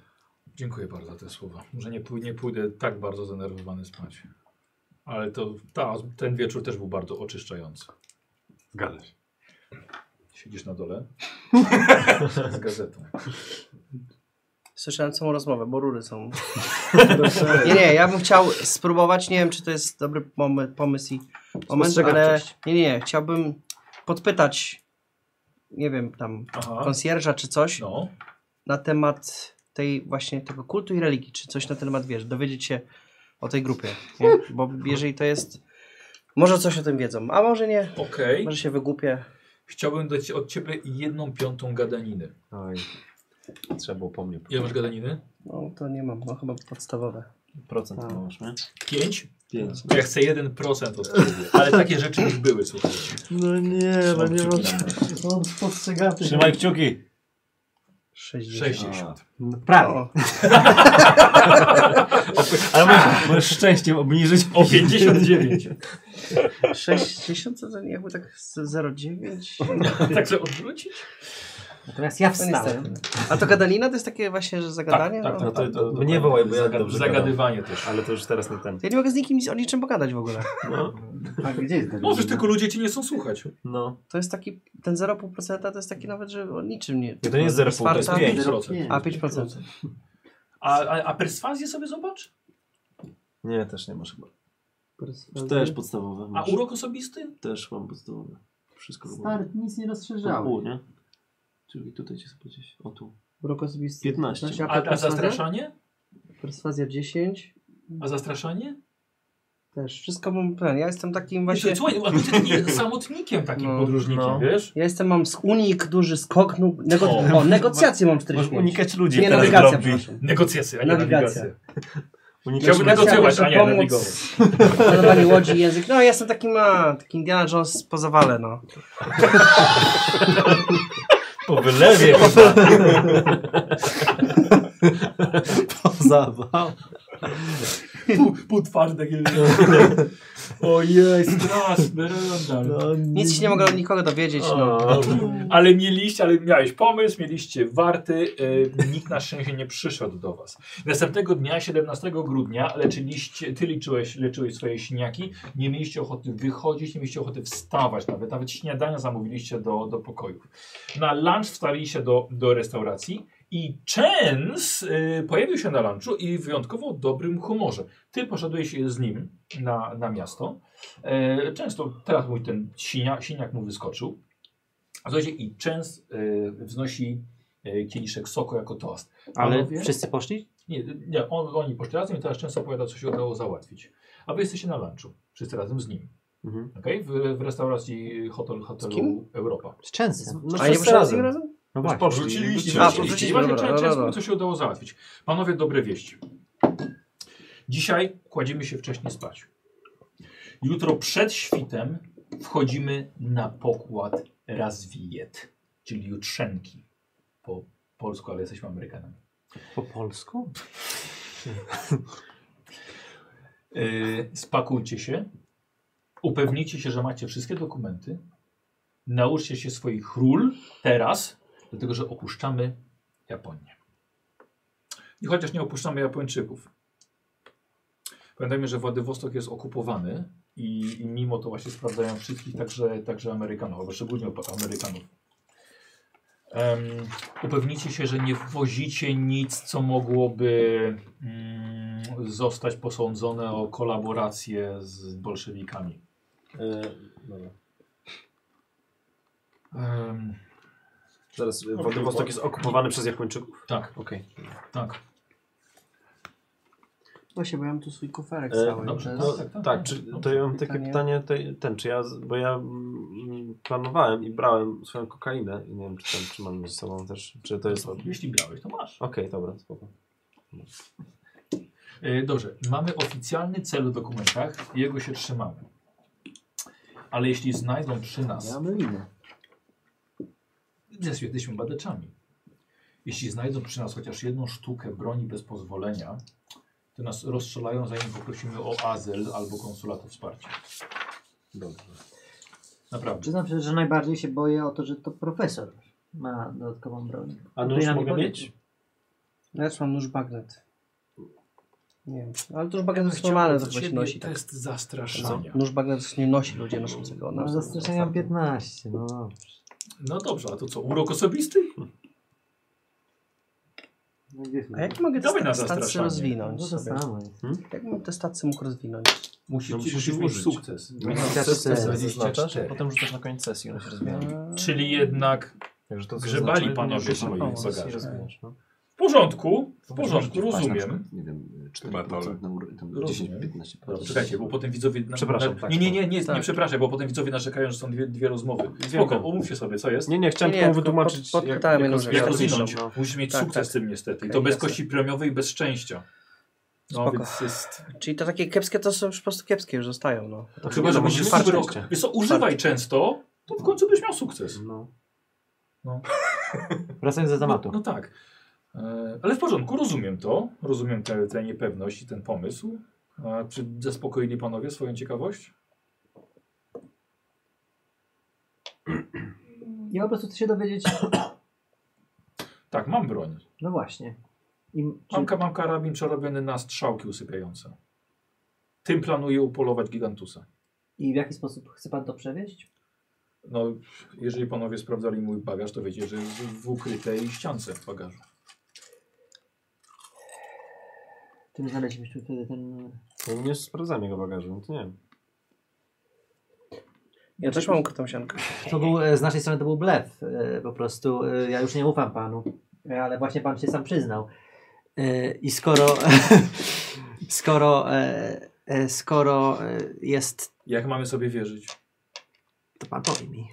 Speaker 1: Dziękuję bardzo za te słowa. Może nie, pój- nie pójdę tak bardzo zdenerwowany spać. Ale to ta, ten wieczór też był bardzo oczyszczający.
Speaker 5: Zgadza się.
Speaker 1: Siedzisz na
Speaker 4: <laughs>
Speaker 1: dole z gazetą.
Speaker 3: Słyszałem całą rozmowę, bo rury są. nie, nie, ja bym chciał spróbować, nie wiem czy to jest dobry pom- pomysł i moment, ale
Speaker 4: Spostrzegawczość.
Speaker 3: nie, nie, nie, chciałbym podpytać, nie wiem, tam
Speaker 1: Aha.
Speaker 3: konsjerża czy coś
Speaker 1: No.
Speaker 3: na temat tej właśnie tego kultu i religii, czy coś na ten temat wiesz, dowiedzieć się o tej grupie, nie? bo jeżeli to jest, może coś o tym wiedzą, a może nie,
Speaker 1: Okej.
Speaker 3: może się wygłupię.
Speaker 1: Chciałbym dać od ciebie jedną piątą gadaniny.
Speaker 4: Oj, trzeba było po mnie.
Speaker 1: Ile masz gadaniny?
Speaker 3: No to nie mam, no chyba podstawowe.
Speaker 4: Procent
Speaker 3: A.
Speaker 4: masz, nie?
Speaker 1: Pięć?
Speaker 4: Pięć.
Speaker 1: To ja chcę 1% od
Speaker 4: <laughs>
Speaker 1: ciebie. Ale takie rzeczy już były, słuchajcie.
Speaker 11: No nie, no nie
Speaker 1: Kciuki
Speaker 11: można.
Speaker 1: na mnie.
Speaker 11: On spostrzegawczy.
Speaker 4: Trzymaj kciuki.
Speaker 3: 60.
Speaker 1: <laughs> 60.
Speaker 11: Prawie.
Speaker 3: O,
Speaker 4: Ale możesz, możesz szczęściem obniżyć
Speaker 1: O 59.
Speaker 3: 60 to nie jakby tak z 0,9.
Speaker 1: Także Tak odwrócić?
Speaker 2: Natomiast ja
Speaker 3: No
Speaker 2: wstałem.
Speaker 3: A to Gadalina to jest takie właśnie, że zagadanie?
Speaker 1: Tak, tak,
Speaker 3: no.
Speaker 4: No to, to
Speaker 1: Dokładnie.
Speaker 4: mnie wołaj, bo ja
Speaker 1: Zagad-
Speaker 4: dobrze gadam.
Speaker 1: Zagadywanie też.
Speaker 4: Ale to już teraz nie ten.
Speaker 3: Ja nie mogę z nikim nic, o niczym pogadać w ogóle.
Speaker 4: No,
Speaker 6: A gdzie jest Gadalina?
Speaker 1: Możesz, No, tylko ludzie ci nie chcą słuchać.
Speaker 4: no.
Speaker 3: To jest taki, ten 0,5% to jest taki nawet, że o niczym nie...
Speaker 4: Nie, to nie jest 0,5, to jest
Speaker 3: Czwarta?
Speaker 4: 5.
Speaker 6: Nie.
Speaker 3: A, 5%.
Speaker 1: A, a, a perswazję sobie zobacz?
Speaker 4: Nie, też nie masz chyba.
Speaker 6: Perswazja.
Speaker 4: Też podstawowe
Speaker 1: A
Speaker 4: masz.
Speaker 1: urok osobisty?
Speaker 4: Też mam podstawowe. Wszystko
Speaker 6: Stary, ty nic nie rozszerzałeś.
Speaker 4: U, nie? Czyli tutaj cię spodziewać. O tu.
Speaker 6: Urok osobisty.
Speaker 4: 15.
Speaker 6: Znaczy,
Speaker 1: A, a
Speaker 6: perswazja?
Speaker 1: zastraszanie?
Speaker 6: Perswazja 10.
Speaker 1: A zastraszanie?
Speaker 3: Też wszystko mam plan. Ja jestem takim
Speaker 1: Właśnie...
Speaker 3: właśnie.
Speaker 1: Słuchaj, a ty jesteś takim samotnikiem takim
Speaker 3: No,
Speaker 1: podróżnikiem,
Speaker 3: no.
Speaker 1: wiesz?
Speaker 3: Ja jestem, mam z unik, duży skok. No, nego...
Speaker 1: O.
Speaker 3: o. negocjacje mam
Speaker 4: Możesz
Speaker 3: 45.
Speaker 4: unikać ludzi.
Speaker 3: Nie,
Speaker 4: teraz
Speaker 3: nawigacja,
Speaker 4: robi.
Speaker 3: przepraszam.
Speaker 1: Negocjacje, a nie
Speaker 3: Nawigacja.
Speaker 1: nawigacje.
Speaker 4: Unikasz
Speaker 1: Chciałbym
Speaker 4: ludzi.
Speaker 1: negocjować,
Speaker 3: Chciałbym
Speaker 1: a nie
Speaker 3: pomóc.
Speaker 1: nawigować.
Speaker 3: Panowanie łodzi, język. No, ja jestem takim, a, taki Indiana Jones po zawale, no.
Speaker 4: Po wylewie. chyba.
Speaker 2: Zawał.
Speaker 1: Pół, pół twarde. Ojej, straszny randal.
Speaker 4: No
Speaker 3: Nic się nie mogę od nikogo dowiedzieć, no.
Speaker 4: O.
Speaker 1: Ale mieliście, ale miałeś pomysł, mieliście warty, e, nikt na szczęście nie przyszedł do was. Następnego dnia, 17 grudnia, leczyliście, ty liczyłeś, leczyłeś swoje siniaki, nie mieliście ochoty wychodzić, nie mieliście ochoty wstawać nawet, nawet śniadania zamówiliście do, do pokojów. Na lunch wstaliście do, do restauracji i Chance e, pojawił się na lunchu i w wyjątkowo dobrym humorze. Ty poszedłeś z nim na, na miasto. E, Często teraz mój ten sinia, siniak mu wyskoczył. A Słuchajcie, i Częst y, wznosi y, kieliszek soku jako toast.
Speaker 2: Ale
Speaker 1: Panowie?
Speaker 2: wszyscy poszli?
Speaker 1: Nie, nie on, oni poszli razem i teraz Częst opowiada, co się udało załatwić. A wy jesteście na lunchu, wszyscy razem z nim.
Speaker 4: Mhm.
Speaker 1: okej? W, w restauracji hotel,
Speaker 3: Z
Speaker 1: hotelu
Speaker 3: kim?
Speaker 1: Europa.
Speaker 2: Z Częsem.
Speaker 4: No
Speaker 3: A nie
Speaker 4: wszyscy
Speaker 3: muszę razem?
Speaker 4: razem.
Speaker 3: razem?
Speaker 2: No
Speaker 4: Już
Speaker 2: właśnie.
Speaker 4: porzuciliście.
Speaker 3: A,
Speaker 1: Właśnie,
Speaker 3: porzuciliście,
Speaker 1: czyli właśnie
Speaker 3: dobra,
Speaker 1: Częst
Speaker 3: dobra,
Speaker 1: mówi,
Speaker 3: dobra.
Speaker 1: co się udało załatwić. Panowie, dobre wieści. Dzisiaj kładziemy się wcześniej spać. Jutro przed świtem wchodzimy na pokład razwijet, czyli jutrzenki po polsku, ale jesteśmy Amerykanami.
Speaker 2: Po
Speaker 1: <laughs>
Speaker 2: polsku?
Speaker 1: Yy, spakujcie się, upewnijcie się, że macie wszystkie dokumenty, nauczcie się swoich ról teraz, dlatego że opuszczamy Japonię. I chociaż nie opuszczamy Japończyków, pamiętajmy, że Władywostok jest okupowany i, i mimo to właśnie sprawdzają wszystkich, także, także Amerykanów, albo szczególnie Amerykanów. Em, upewnijcie się, że nie wwozicie nic, co mogłoby mm, zostać posądzone o kolaborację z bolszewikami.
Speaker 4: E, dobra.
Speaker 1: Em,
Speaker 4: Zaraz, e, Władywostok jest okupowany przez Japończyków?
Speaker 1: tak,
Speaker 4: Okej.
Speaker 1: tak.
Speaker 3: Właśnie, No bo ja mam tu swój kuferek
Speaker 4: E,
Speaker 3: cały.
Speaker 1: dobrze,
Speaker 3: to jest-
Speaker 1: tak, tak,
Speaker 4: tak,
Speaker 1: tak.
Speaker 4: czy, to
Speaker 1: Dobrze.
Speaker 4: ja mam takie
Speaker 3: Pytanie.
Speaker 4: pytanie, to- ten, czy ja, z- bo ja mm, planowałem i brałem swoją kokainę i nie wiem, czy, tam, czy mam ze sobą też, czy to jest... Okej,
Speaker 1: Jeśli brałeś, to masz.
Speaker 4: dobra, spoko.
Speaker 1: E, Dobrze, mamy oficjalny cel w dokumentach, jego się trzymamy. Ale jeśli znajdą przy nas,
Speaker 6: mamy linę.
Speaker 1: Zresztą jesteśmy badaczami. Jeśli znajdą przy nas chociaż jedną sztukę broni bez pozwolenia, to nas rozstrzelają, zanim poprosimy o azyl albo konsulat o wsparcie.
Speaker 4: Dobrze.
Speaker 1: Naprawdę.
Speaker 6: Przyznam się, że najbardziej się boję o to, że to profesor ma dodatkową broń.
Speaker 4: A
Speaker 6: To
Speaker 4: nóż
Speaker 6: ja nie
Speaker 4: mogę
Speaker 6: powiem.
Speaker 4: mieć?
Speaker 3: No Ja też mam nóż bagnet. Nie wiem, ale to już bagnet jest normalny, to chyba się nosi. Tak. No.
Speaker 1: test zastraszania.
Speaker 3: Nóż bagnet nie nosi ludzie noszący go.
Speaker 6: No, zastraszenia mam 15, no dobrze.
Speaker 1: No dobrze, a to co, urok osobisty?
Speaker 6: No, gdzie jest
Speaker 3: A jak mogę te
Speaker 1: Dawaj na
Speaker 3: sta- stacje
Speaker 1: zastraszanie.
Speaker 3: rozwinąć?
Speaker 6: No to
Speaker 3: sobie?
Speaker 6: samo jest.
Speaker 3: Jak bym te stacje mógł rozwinąć?
Speaker 1: Musisz,
Speaker 4: No, musisz
Speaker 1: musisz mieć
Speaker 4: użyć.
Speaker 1: sukces.
Speaker 4: Sukces
Speaker 6: cztery.
Speaker 4: zaznaczasz, a
Speaker 1: 24.
Speaker 4: potem rzucasz na koniec sesji, one się rozwijają.
Speaker 1: Czyli jednak
Speaker 4: No. Także to, co znaczy, no,
Speaker 1: Grzebali
Speaker 4: zaznaczyłeś, to
Speaker 1: panowie
Speaker 4: nie rzucasz na
Speaker 1: swoich
Speaker 4: koniec sesji,
Speaker 1: bagaży.
Speaker 4: rozumiesz, no.
Speaker 1: w porządku, w
Speaker 12: Bo
Speaker 1: porządku,
Speaker 12: możesz wpaść na
Speaker 1: rozumiem.
Speaker 12: przykład, Nie wiem,
Speaker 5: Batole.
Speaker 12: 4% na ur- tam
Speaker 1: Rozumiem.
Speaker 12: 10-15%.
Speaker 1: Dobra, Czekajcie, bo potem widzowie... na-
Speaker 4: Przepraszam,
Speaker 1: na-
Speaker 4: tak,
Speaker 1: nie, nie, nie, nie, nie,
Speaker 3: tak.
Speaker 1: przepraszam, bo potem widzowie narzekają, że są dwie, dwie rozmowy. Spoko,
Speaker 4: Dziękuję.
Speaker 1: umówcie sobie, co jest?
Speaker 4: Nie, nie, chciałem
Speaker 3: Nie,
Speaker 4: tylko
Speaker 3: tylko
Speaker 4: wytłumaczyć,
Speaker 3: pod- podpytałem jedną
Speaker 4: roz-
Speaker 3: rzecz.
Speaker 1: Jak
Speaker 3: Ja
Speaker 1: rozwinąć?
Speaker 4: rozliczam, no.
Speaker 1: Musisz mieć
Speaker 3: Tak,
Speaker 1: sukces
Speaker 3: tak.
Speaker 1: z tym niestety. I
Speaker 3: Okej,
Speaker 1: to bez
Speaker 3: jasne.
Speaker 1: kości premiowej i bez szczęścia. No,
Speaker 3: Spoko.
Speaker 1: więc jest...
Speaker 3: Czyli to takie kiepskie to są już po prostu kiepskie, już zostają. No.
Speaker 4: To
Speaker 1: Chyba, że będziesz
Speaker 4: no, musisz
Speaker 1: super...
Speaker 4: szczęście.
Speaker 1: Wiesz co, używaj często, to w końcu byś miał sukces.
Speaker 4: No.
Speaker 2: Wracając do tematu.
Speaker 1: No tak. E, Ale w porządku, rozumiem to. Rozumiem tę, tę niepewność i ten pomysł. A czy zaspokoili panowie swoją ciekawość?
Speaker 6: Ja po prostu chcę się dowiedzieć.
Speaker 1: Tak, mam broń.
Speaker 6: No właśnie. I,
Speaker 1: Mam,
Speaker 6: czy,
Speaker 1: ka- mam karabin przerobiony na strzałki usypiające. Tym planuję upolować gigantusa.
Speaker 6: I w jaki sposób chce pan to przewieźć?
Speaker 1: No, jeżeli panowie sprawdzali mój bagaż, to wiecie, że jest w ukrytej ściance w bagażu.
Speaker 6: Czy my znaleźliśmy wtedy ten.
Speaker 4: No, nie sprawdzam jego bagażu, no to nie wiem.
Speaker 3: Ja też mam ukrytą siankę.
Speaker 2: To był, e, z naszej strony to był blef. e, Po prostu e, ja już nie ufam panu, e, ale właśnie pan się sam przyznał. E, I <laughs> skoro, skoro e, e, skoro e, jest,
Speaker 1: Jak mamy sobie wierzyć?
Speaker 2: to pan powie mi.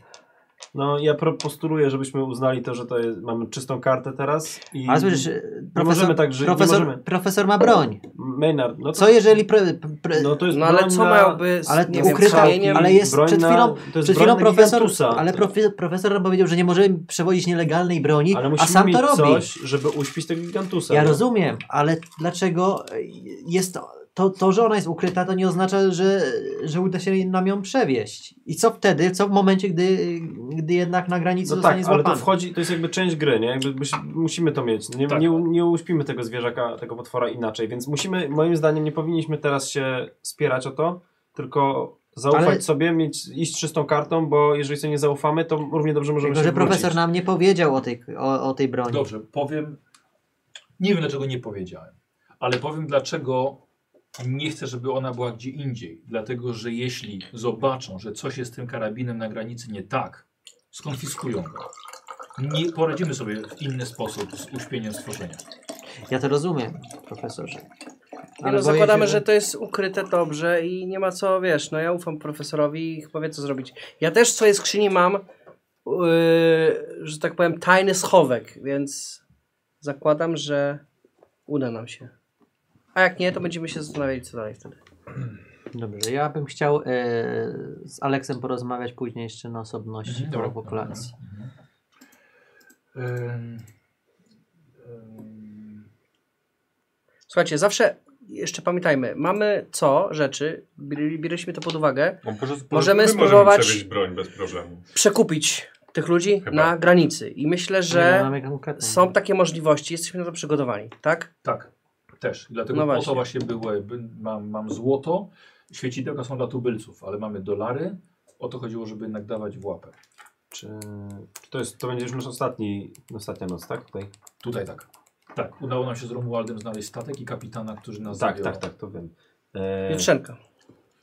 Speaker 4: No ja pro- postuluję, żebyśmy uznali to, że to jest, mamy czystą kartę teraz i
Speaker 2: Ale słyszysz, e, profesor,
Speaker 4: możemy tak żyć, nie
Speaker 2: profesor,
Speaker 4: możemy.
Speaker 2: profesor ma broń.
Speaker 4: Maynard, no to,
Speaker 2: Co jeżeli... Pre, pre,
Speaker 4: no to jest
Speaker 10: No ale
Speaker 4: broń
Speaker 10: co
Speaker 4: na,
Speaker 10: miałby z
Speaker 2: ale
Speaker 10: nie wiem,
Speaker 2: ukryta,
Speaker 10: kamieniem?
Speaker 2: ale jest
Speaker 4: broń
Speaker 2: przed
Speaker 4: na-
Speaker 2: chwilą...
Speaker 4: to jest
Speaker 2: Przed
Speaker 4: broń
Speaker 2: chwilą
Speaker 4: na
Speaker 2: profesor,
Speaker 4: Gigantusa.
Speaker 2: ale profi, profesor powiedział, że nie możemy przewozić nielegalnej broni,
Speaker 4: Ale
Speaker 2: a
Speaker 4: musimy
Speaker 2: sam
Speaker 4: mieć
Speaker 2: to robi.
Speaker 4: coś, żeby uśpić tego gigantusa.
Speaker 2: Ja
Speaker 4: no.
Speaker 2: rozumiem, ale dlaczego e, jest to, to, to, że ona jest ukryta, to nie oznacza, że, że uda się nam ją przewieźć. I co wtedy, co w momencie, gdy, gdy jednak na granicy
Speaker 4: No tak,
Speaker 2: zostanie
Speaker 4: ale
Speaker 2: złapany?
Speaker 4: to wchodzi, to jest jakby część gry, nie? Jakby musi- musimy to mieć. Nie,
Speaker 1: Tak.
Speaker 4: nie, u- nie uśpimy tego zwierzaka, tego potwora inaczej, więc musimy, moim zdaniem, nie powinniśmy teraz się spierać o to, tylko zaufać
Speaker 2: Ale-
Speaker 4: sobie, mieć, iść czystą kartą, bo jeżeli sobie nie zaufamy, to równie dobrze możemy
Speaker 2: Tylko,
Speaker 4: się
Speaker 2: że profesor
Speaker 4: wrócić.
Speaker 2: nam nie powiedział o tej, o, o tej broni.
Speaker 1: Dobrze, powiem. Nie wiem, dlaczego nie powiedziałem, ale powiem, dlaczego nie chcę, żeby ona była gdzie indziej. Dlatego, że jeśli zobaczą, że coś jest z tym karabinem na granicy nie tak, skonfiskują go. Nie poradzimy sobie w inny sposób z uśpieniem stworzenia.
Speaker 2: Ja to rozumiem, profesorze.
Speaker 10: Nie,
Speaker 2: Ale
Speaker 10: no,
Speaker 2: boję się,
Speaker 10: zakładamy, że to jest ukryte dobrze i nie ma co, wiesz, no ja ufam profesorowi i chyba wie co zrobić. Ja też w swojej skrzyni mam, yy, że tak powiem, tajny schowek, więc zakładam, że uda nam się. A jak nie, to będziemy się zastanawiali co dalej wtedy.
Speaker 2: Dobrze, ja bym chciał e, z Aleksem porozmawiać później jeszcze na osobności
Speaker 1: Mhm, dobra.
Speaker 2: po kolacji.
Speaker 1: Ym, ym,
Speaker 10: Słuchajcie, zawsze jeszcze pamiętajmy, mamy co, rzeczy, br- bierzeliśmy to pod uwagę,
Speaker 5: No, po prostu-
Speaker 10: Możemy
Speaker 5: my
Speaker 10: spróbować-
Speaker 5: Możemy przewieźć broń bez problemu.
Speaker 10: przekupić tych ludzi
Speaker 5: Chyba.
Speaker 10: na granicy i myślę,
Speaker 2: Nie,
Speaker 10: że
Speaker 2: mamy konkretne.
Speaker 10: są takie możliwości, jesteśmy na to przygotowani, tak?
Speaker 1: tak, też. Dlatego
Speaker 10: No
Speaker 1: po
Speaker 10: właśnie.
Speaker 1: to właśnie były. by- Mam, mam złoto. Świecidełka są dla tubylców, ale mamy dolary. O to chodziło, żeby jednak dawać w łapę.
Speaker 4: Czy, czy to, jest, to będzie już nasz ostatni, ostatnia noc, tak? Tutaj?
Speaker 1: Tutaj tak. Tak, udało nam się z Romualdem znaleźć statek i kapitana, który nas
Speaker 4: Tak,
Speaker 1: zabiorą.
Speaker 4: tak, tak, to wiem. E,
Speaker 10: Jutrzenka.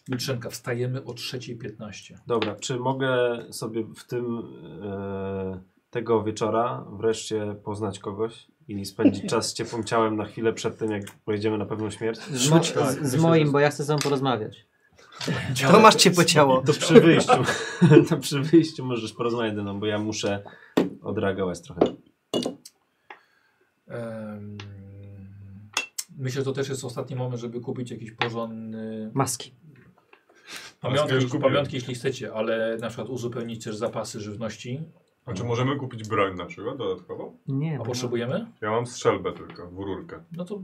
Speaker 1: Jutrzenka, wstajemy o 3.15.
Speaker 4: Dobra, czy mogę sobie w tym e, tego wieczora wreszcie poznać kogoś i spędzić czas z ciepłym ciałem na chwilę przed tym, jak pojedziemy na pewną śmierć?
Speaker 3: No,
Speaker 2: Z, mo-
Speaker 1: Tak,
Speaker 2: z, z
Speaker 1: myślę,
Speaker 2: moim,
Speaker 1: że-
Speaker 2: bo ja chcę z tobą porozmawiać.
Speaker 10: To masz ciepłe ciało.
Speaker 4: To przy wyjściu. <laughs> to przy wyjściu możesz porozmawiać ze mną, bo ja muszę odreagować trochę.
Speaker 1: Em, Myślę, że to też jest ostatni moment, żeby kupić jakiś porządny...
Speaker 2: Maski.
Speaker 1: Pamiątki,
Speaker 5: już kupiłem.
Speaker 1: pamiątki jeśli chcecie, ale na przykład uzupełnić też zapasy żywności.
Speaker 5: A czy możemy kupić broń na przykład dodatkowo?
Speaker 2: Nie,
Speaker 1: A
Speaker 2: bo- no.
Speaker 1: potrzebujemy?
Speaker 5: Ja mam strzelbę tylko, w rurkę.
Speaker 1: No to...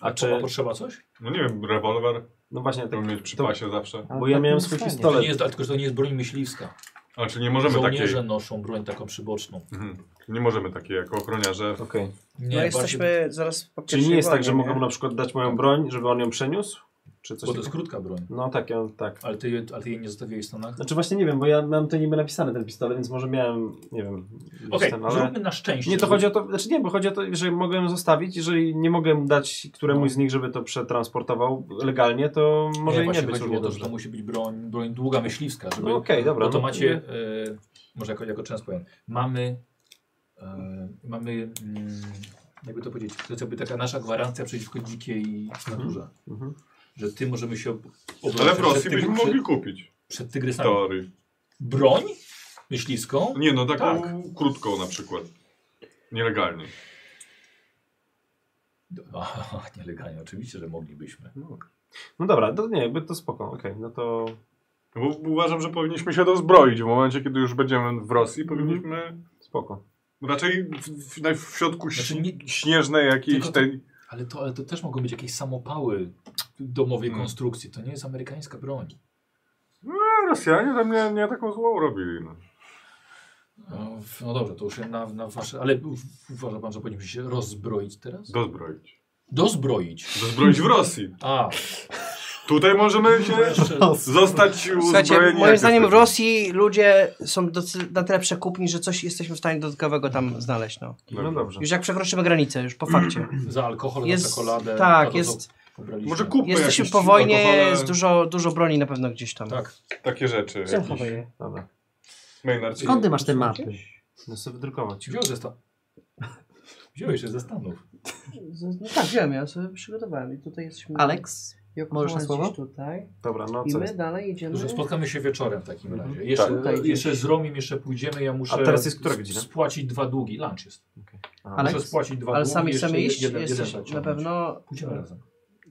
Speaker 4: A
Speaker 1: A
Speaker 4: czy-
Speaker 1: czy... A potrzeba coś?
Speaker 5: No nie wiem, rewolwer,
Speaker 4: No właśnie, tak,
Speaker 5: to mieć przy
Speaker 4: to,
Speaker 5: pasie zawsze.
Speaker 2: ale
Speaker 4: bo ja
Speaker 2: tak
Speaker 4: miałem
Speaker 2: nie
Speaker 4: swój
Speaker 2: zostanie.
Speaker 1: To
Speaker 4: pistolet.
Speaker 1: nie jest, ale tylko, że to nie jest broń myśliwska.
Speaker 5: A czy nie możemy
Speaker 4: tak
Speaker 1: Żołnierze
Speaker 5: takiej...
Speaker 1: noszą broń taką przyboczną.
Speaker 5: Mhm. Nie możemy takiej jako ochroniarze.
Speaker 4: Okej.
Speaker 1: Nie,
Speaker 10: No
Speaker 1: bardziej-
Speaker 10: jesteśmy zaraz w
Speaker 4: Czyli nie jest tak, że
Speaker 10: wojnie,
Speaker 4: mogą na przykład dać moją broń, żeby on ją przeniósł? Czy coś
Speaker 1: Bo to jest
Speaker 4: takiego?
Speaker 1: krótka broń.
Speaker 4: No tak, ja, tak.
Speaker 1: Ale ty, ale ty jej nie zostawiłeś w Stanach?
Speaker 4: Znaczy właśnie nie wiem, bo ja mam to niby napisane ten pistolet, więc może miałem, nie wiem,
Speaker 1: Okej,
Speaker 4: ten, ale-
Speaker 1: zróbmy na szczęście.
Speaker 4: Nie, to chodzi o to, znaczy nie, bo chodzi o to, jeżeli mogę ją zostawić, jeżeli nie mogę mu dać
Speaker 1: No.
Speaker 4: któremuś z nich, żeby to przetransportował legalnie, to może i nie
Speaker 1: właśnie
Speaker 4: być
Speaker 1: chodziło
Speaker 4: równie
Speaker 1: o to, że
Speaker 4: dobrze.
Speaker 1: to musi być broń, broń długa, myśliwska, żeby...
Speaker 4: No okej, dobra.
Speaker 1: Bo to
Speaker 4: no,
Speaker 1: macie, y, może jako, jako często powiem, mamy, y, mamy, mm, jakby to powiedzieć, to jest jakby taka nasza gwarancja przeciwko dzikiej naturze.
Speaker 4: Mhm.
Speaker 1: Że tym możemy się ob- obronić
Speaker 5: Ale w Rosji
Speaker 1: tygry-
Speaker 5: byśmy mogli kupić.
Speaker 1: przed
Speaker 5: W
Speaker 1: tygrysami.
Speaker 5: teorii.
Speaker 1: Broń myśliwską?
Speaker 5: Nie no, taką
Speaker 1: Tak.
Speaker 5: krótką na przykład. Nielegalnie.
Speaker 1: <laughs> Aha, nielegalnie, oczywiście, że moglibyśmy.
Speaker 4: No dobra, to nie, jakby to spoko, okej, no to...
Speaker 5: No Bo uważam, że powinniśmy się dozbroić. W momencie, kiedy już będziemy w Rosji, powinniśmy
Speaker 4: Spoko.
Speaker 5: raczej w, w, naj- w środku ś-
Speaker 1: Znaczy nie-
Speaker 5: śnieżnej jakiejś
Speaker 1: Tylko tak- to-
Speaker 5: tej...
Speaker 1: Ale to, ale to też mogą być jakieś samopały domowej
Speaker 5: Hmm.
Speaker 1: konstrukcji, to nie jest amerykańska broń.
Speaker 5: No, Rosjanie tam nie, nie taką złą robili. No.
Speaker 1: No, w- no dobrze, to już na, na wasze. Ale u- uważa pan, że powinniśmy się rozbroić teraz?
Speaker 5: Dozbroić.
Speaker 1: Dozbroić.
Speaker 5: Dozbroić w Rosji.
Speaker 4: <laughs>
Speaker 1: A,
Speaker 5: Tutaj możemy się
Speaker 1: jeszcze.
Speaker 4: No,
Speaker 5: zostać
Speaker 10: Słuchajcie,
Speaker 5: uzbrojeni.
Speaker 10: moim
Speaker 5: jak
Speaker 10: zdaniem w
Speaker 5: jesteśmy.
Speaker 10: Rosji ludzie są docy- na tyle przekupni, że coś jesteśmy w stanie dodatkowego tam znaleźć. No.
Speaker 4: No dobrze.
Speaker 10: Już jak przekroczymy granicę, już po fakcie.
Speaker 1: Za alkohol, za
Speaker 10: Jest,
Speaker 1: czekoladę.
Speaker 10: tak,
Speaker 1: za co
Speaker 10: jest,
Speaker 1: pobraliśmy.
Speaker 5: Może kupmy
Speaker 10: jesteśmy
Speaker 5: jakieś
Speaker 10: po wojnie,
Speaker 5: alkohole,
Speaker 10: jest dużo, dużo broni na pewno gdzieś tam.
Speaker 1: Tak.
Speaker 5: Takie rzeczy.
Speaker 10: Co
Speaker 5: jakieś.
Speaker 10: chowaj je?
Speaker 4: Dobra.
Speaker 5: Maynard,
Speaker 2: Skąd ty masz te mapy?
Speaker 4: No sobie wydrukować.
Speaker 1: Wziąłeś ze Stanów. Wziąłeś je ze Stanów.
Speaker 10: Z- No tak, wiem, ja sobie przygotowałem i tutaj jesteśmy...
Speaker 2: Aleks?
Speaker 7: Joko
Speaker 2: Możesz na
Speaker 7: jest
Speaker 2: słowo?
Speaker 7: gdzieś tutaj.
Speaker 4: Dobra, no
Speaker 7: I
Speaker 4: co
Speaker 7: my
Speaker 4: jest?
Speaker 7: dalej idziemy.
Speaker 1: Dobrze, spotkamy się wieczorem w takim razie. Jeszcze,
Speaker 7: Tutaj
Speaker 10: Tak.
Speaker 7: gdzieś.
Speaker 1: jeszcze z Romim jeszcze pójdziemy, ja muszę
Speaker 4: Mhm. A teraz jest która godzina?
Speaker 1: spłacić dwa długi. Lunch jest.
Speaker 4: A,
Speaker 3: Ale-
Speaker 1: Muszę spłacić dwa
Speaker 3: Ale
Speaker 1: długi.
Speaker 3: sami
Speaker 1: jeszcze
Speaker 3: chcemy iść?
Speaker 1: jeden- jeden
Speaker 3: Jesteś na
Speaker 1: zaciągnąć.
Speaker 3: pewno...
Speaker 1: Pójdziemy razem.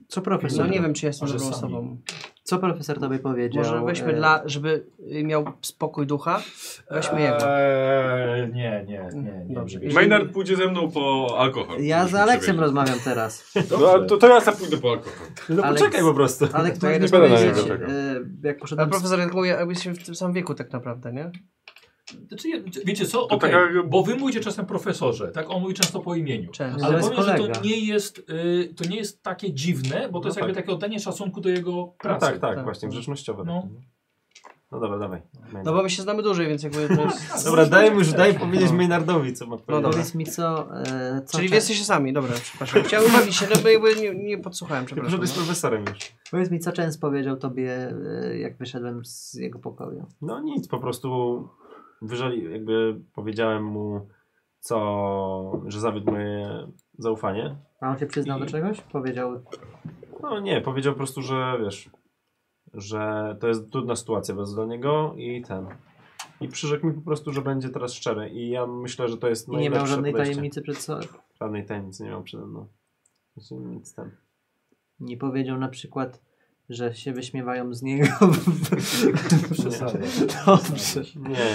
Speaker 2: Co
Speaker 3: No
Speaker 2: profesor,
Speaker 3: nie wiem, czy ja jestem
Speaker 1: Może
Speaker 3: dobrą
Speaker 1: sami.
Speaker 3: osobą.
Speaker 2: co profesor tobie powiedział?
Speaker 3: Może weźmy
Speaker 2: e,
Speaker 3: dla... żeby y, miał spokój ducha. Weźmy jego.
Speaker 1: Eee, nie, nie, nie. nie
Speaker 3: Dobrze.
Speaker 1: nie.
Speaker 5: Maynard pójdzie ze mną po alkohol.
Speaker 2: Ja z
Speaker 5: Żebyśmy
Speaker 2: Aleksem
Speaker 5: przewieli.
Speaker 2: rozmawiam teraz.
Speaker 5: No, a to, to ja sobie pójdę po alkohol.
Speaker 4: No
Speaker 2: Aleks-
Speaker 4: poczekaj po prostu. <laughs>
Speaker 2: Alek,
Speaker 3: To
Speaker 2: to
Speaker 3: ja
Speaker 2: nie
Speaker 5: nie będę na
Speaker 2: powiedzieć,
Speaker 5: niego czekał.
Speaker 2: e, jak
Speaker 3: Ale
Speaker 2: poszedłem... z-
Speaker 3: profesor, jak mówię, jakby jesteśmy w tym samym wieku tak naprawdę, nie?
Speaker 1: Znaczy, je- wiecie co,
Speaker 5: To
Speaker 1: Okej,
Speaker 4: tak,
Speaker 5: taka-
Speaker 1: bo wy mówicie czasem profesorze, tak? On mówi często po imieniu.
Speaker 3: Często.
Speaker 1: Ale
Speaker 2: jest
Speaker 1: powiem, że to
Speaker 2: kolega.
Speaker 1: nie, jest, y, to nie jest takie dziwne, bo to
Speaker 4: No
Speaker 1: jest jakby
Speaker 4: tak.
Speaker 1: takie oddanie szacunku do jego
Speaker 4: No,
Speaker 1: pracy.
Speaker 4: tak, tak,
Speaker 3: Tak.
Speaker 4: właśnie, grzecznościowe.
Speaker 1: No.
Speaker 4: No, no dobra, dawaj.
Speaker 3: No bo my się znamy dłużej, więc jakby to jest...
Speaker 4: Dobra, daj mu już, daj powiedzieć Maynardowi, co ma
Speaker 3: No dobra.
Speaker 4: powiedzieć.
Speaker 2: Powiedz mi co... E, co
Speaker 3: Czyli
Speaker 2: czeka-
Speaker 3: wy jesteście sami, dobra, przepraszam. Chciałem uwagi się, no bo jakby nie, nie podsłuchałem,
Speaker 4: Ty
Speaker 3: przepraszam. no.
Speaker 4: poszedłeś z profesorem już.
Speaker 2: Powiedz mi, co Częs powiedział tobie, e, jak wyszedłem z jego pokoju.
Speaker 4: No nic, po prostu wyżeli, jakby powiedziałem mu, co, że zawiódł moje zaufanie.
Speaker 2: A on się przyznał do czegoś? Powiedział,
Speaker 4: No nie, powiedział po prostu, że wiesz, że to jest trudna sytuacja bez dla niego i ten. I przyrzekł mi po prostu, że będzie teraz szczery. I ja myślę, że to jest
Speaker 2: i nie miał
Speaker 4: najlepsze
Speaker 2: żadnej
Speaker 4: podejście.
Speaker 2: tajemnicy przed sobą.
Speaker 4: Żadnej tajemnicy nie miał przede mną. Znaczy nic tam.
Speaker 2: Nie powiedział na przykład, że się wyśmiewają z niego. <laughs>
Speaker 1: Przesadza.
Speaker 2: Dobrze.
Speaker 4: Nie,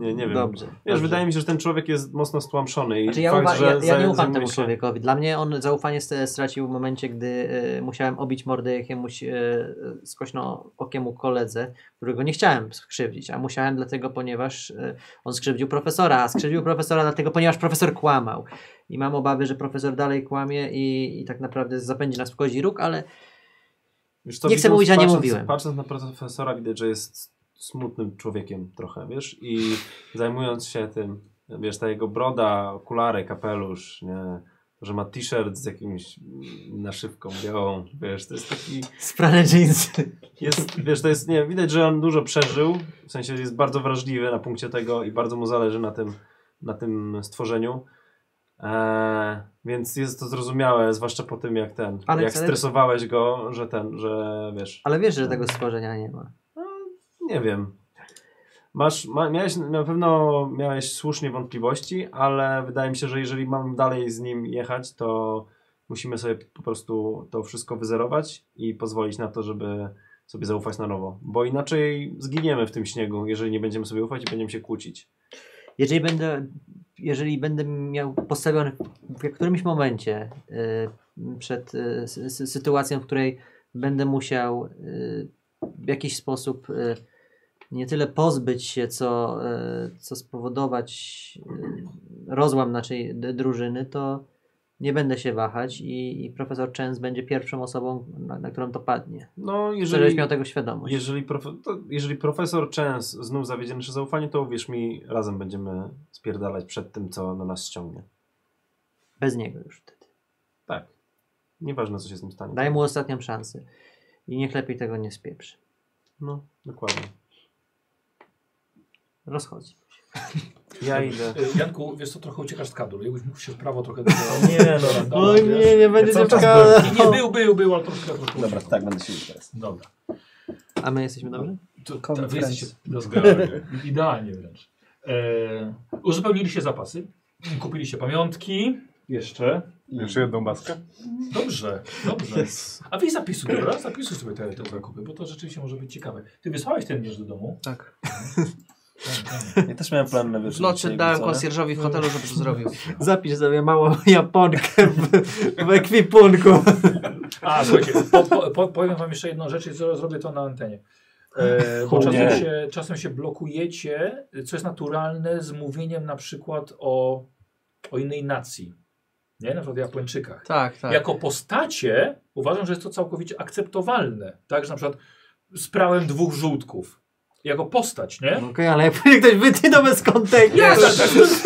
Speaker 4: nie, nie wiem.
Speaker 2: Dobrze.
Speaker 4: Wiesz,
Speaker 2: Dobrze.
Speaker 4: wydaje mi się, że ten człowiek jest mocno stłamszony i
Speaker 2: Znaczy ja,
Speaker 4: fakt,
Speaker 2: uwa-
Speaker 4: że
Speaker 2: ja, ja nie
Speaker 4: zaj-
Speaker 2: ufam
Speaker 4: zajmuje
Speaker 2: temu
Speaker 4: się-
Speaker 2: człowiekowi. Dla mnie on zaufanie st- stracił w momencie, gdy e, musiałem obić mordę jakiemuś e, skośno okiemu koledze, którego nie chciałem skrzywdzić, a musiałem dlatego, ponieważ e, on skrzywdził profesora, a skrzywdził profesora dlatego, ponieważ profesor kłamał. I mam obawy, że profesor dalej kłamie i, i tak naprawdę zapędzi nas w kozi róg, ale
Speaker 4: Wiesz co,
Speaker 2: Nie chcę
Speaker 4: widząc-
Speaker 2: mówić, a nie
Speaker 4: patrząc-
Speaker 2: mówiłem.
Speaker 4: Patrząc na profesora widać, że jest smutnym człowiekiem trochę, wiesz, i zajmując się tym, wiesz, ta jego broda, okulary, kapelusz, nie, że ma t-shirt z jakimś mm, naszywką białą, wiesz, to jest taki,
Speaker 2: sprane jeansy.
Speaker 4: jest, wiesz, to jest, nie, widać, że on dużo przeżył, w sensie jest bardzo wrażliwy na punkcie tego i bardzo mu zależy na tym, na tym stworzeniu. Eee, więc jest to zrozumiałe, zwłaszcza po tym, jak ten,
Speaker 2: Ale
Speaker 4: jak
Speaker 2: wcale-
Speaker 4: stresowałeś go, że ten, że wiesz,
Speaker 2: Ale wiesz, że tego stworzenia nie ma.
Speaker 4: nie wiem. Masz, ma, miałeś, na pewno miałeś słusznie wątpliwości, ale wydaje mi się, że jeżeli mam dalej z nim jechać, to musimy sobie po prostu to wszystko wyzerować i pozwolić na to, żeby sobie zaufać na nowo. Bo inaczej zginiemy w tym śniegu, jeżeli nie będziemy sobie ufać i będziemy się kłócić.
Speaker 2: Jeżeli będę, jeżeli będę miał postawiony w którymś momencie y, przed y, sy- sy- sytuacją, w której będę musiał y, w jakiś sposób y, nie tyle pozbyć się, co, y, co spowodować y, rozłam naszej d- drużyny, to nie będę się wahać i, i profesor Częs będzie pierwszą osobą, na, na którą to padnie.
Speaker 4: No,
Speaker 2: Żebyś
Speaker 4: jeżeli,
Speaker 2: miał tego świadomość.
Speaker 4: jeżeli, profe, to, jeżeli profesor Częs znów zawiedzie nasze zaufanie, to uwierz mi, razem będziemy spierdalać przed tym, co na nas ściągnie.
Speaker 2: Bez niego już wtedy.
Speaker 4: Tak. Nieważne, co się z tym stanie.
Speaker 2: Daj mu ostatnią szansę i niech lepiej tego nie spieprzy.
Speaker 4: No, dokładnie.
Speaker 2: Rozchodzi.
Speaker 4: Ja idę.
Speaker 1: Y, Janku, wiesz co, trochę uciekasz z kadru. Jakbyś mógł się w prawo trochę... do-
Speaker 4: Nie, no.
Speaker 1: do- do- wiesz?
Speaker 2: nie
Speaker 4: będzie cały czas czekała.
Speaker 1: Nie, nie, był, był, był, ale troszkę... troszkę
Speaker 12: Dobra,
Speaker 1: uciekł.
Speaker 12: tak, będę się teraz.
Speaker 1: Dobra.
Speaker 2: A my jesteśmy dobrze?
Speaker 1: To, to,
Speaker 10: Common
Speaker 1: wy jesteście
Speaker 5: Idealnie.
Speaker 1: <laughs> idealnie wręcz. E, uzupełniliście zapasy, kupiliście pamiątki. Jeszcze.
Speaker 5: Jeszcze jedną maskę?
Speaker 1: Dobrze, dobrze. A wy zapisuj, dobra? Zapisuj sobie te, te zakupy, bo to rzeczywiście może być ciekawe. Ty wysłałeś ten miecz do domu?
Speaker 3: Tak.
Speaker 1: Tak,
Speaker 12: Ja też miałem plan na wieczór.
Speaker 3: W nocy
Speaker 12: dzisiaj,
Speaker 3: dałem
Speaker 12: wieczorem.
Speaker 3: konsjerżowi w hotelu, żeby to zrobił.
Speaker 2: Zapisz sobie małą <laughs> Japonkę w, w ekwipunku.
Speaker 1: A, słuchajcie, po, po, po, powiem wam jeszcze jedną rzecz i zro- zrobię to na antenie. E, bo
Speaker 12: O
Speaker 1: czasem
Speaker 12: nie.
Speaker 1: się, czasem się blokujecie, co jest naturalne, z mówieniem na przykład o, o innej nacji. Nie? Na przykład o Japończykach.
Speaker 3: Tak, tak.
Speaker 1: Jako postacie uważam, że jest to całkowicie akceptowalne. Tak, że na przykład sprałem dwóch żółtków. Jako postać, nie?
Speaker 4: No.
Speaker 2: Okej, ale jak ktoś wytynął bez kontekstu.
Speaker 1: Ja też-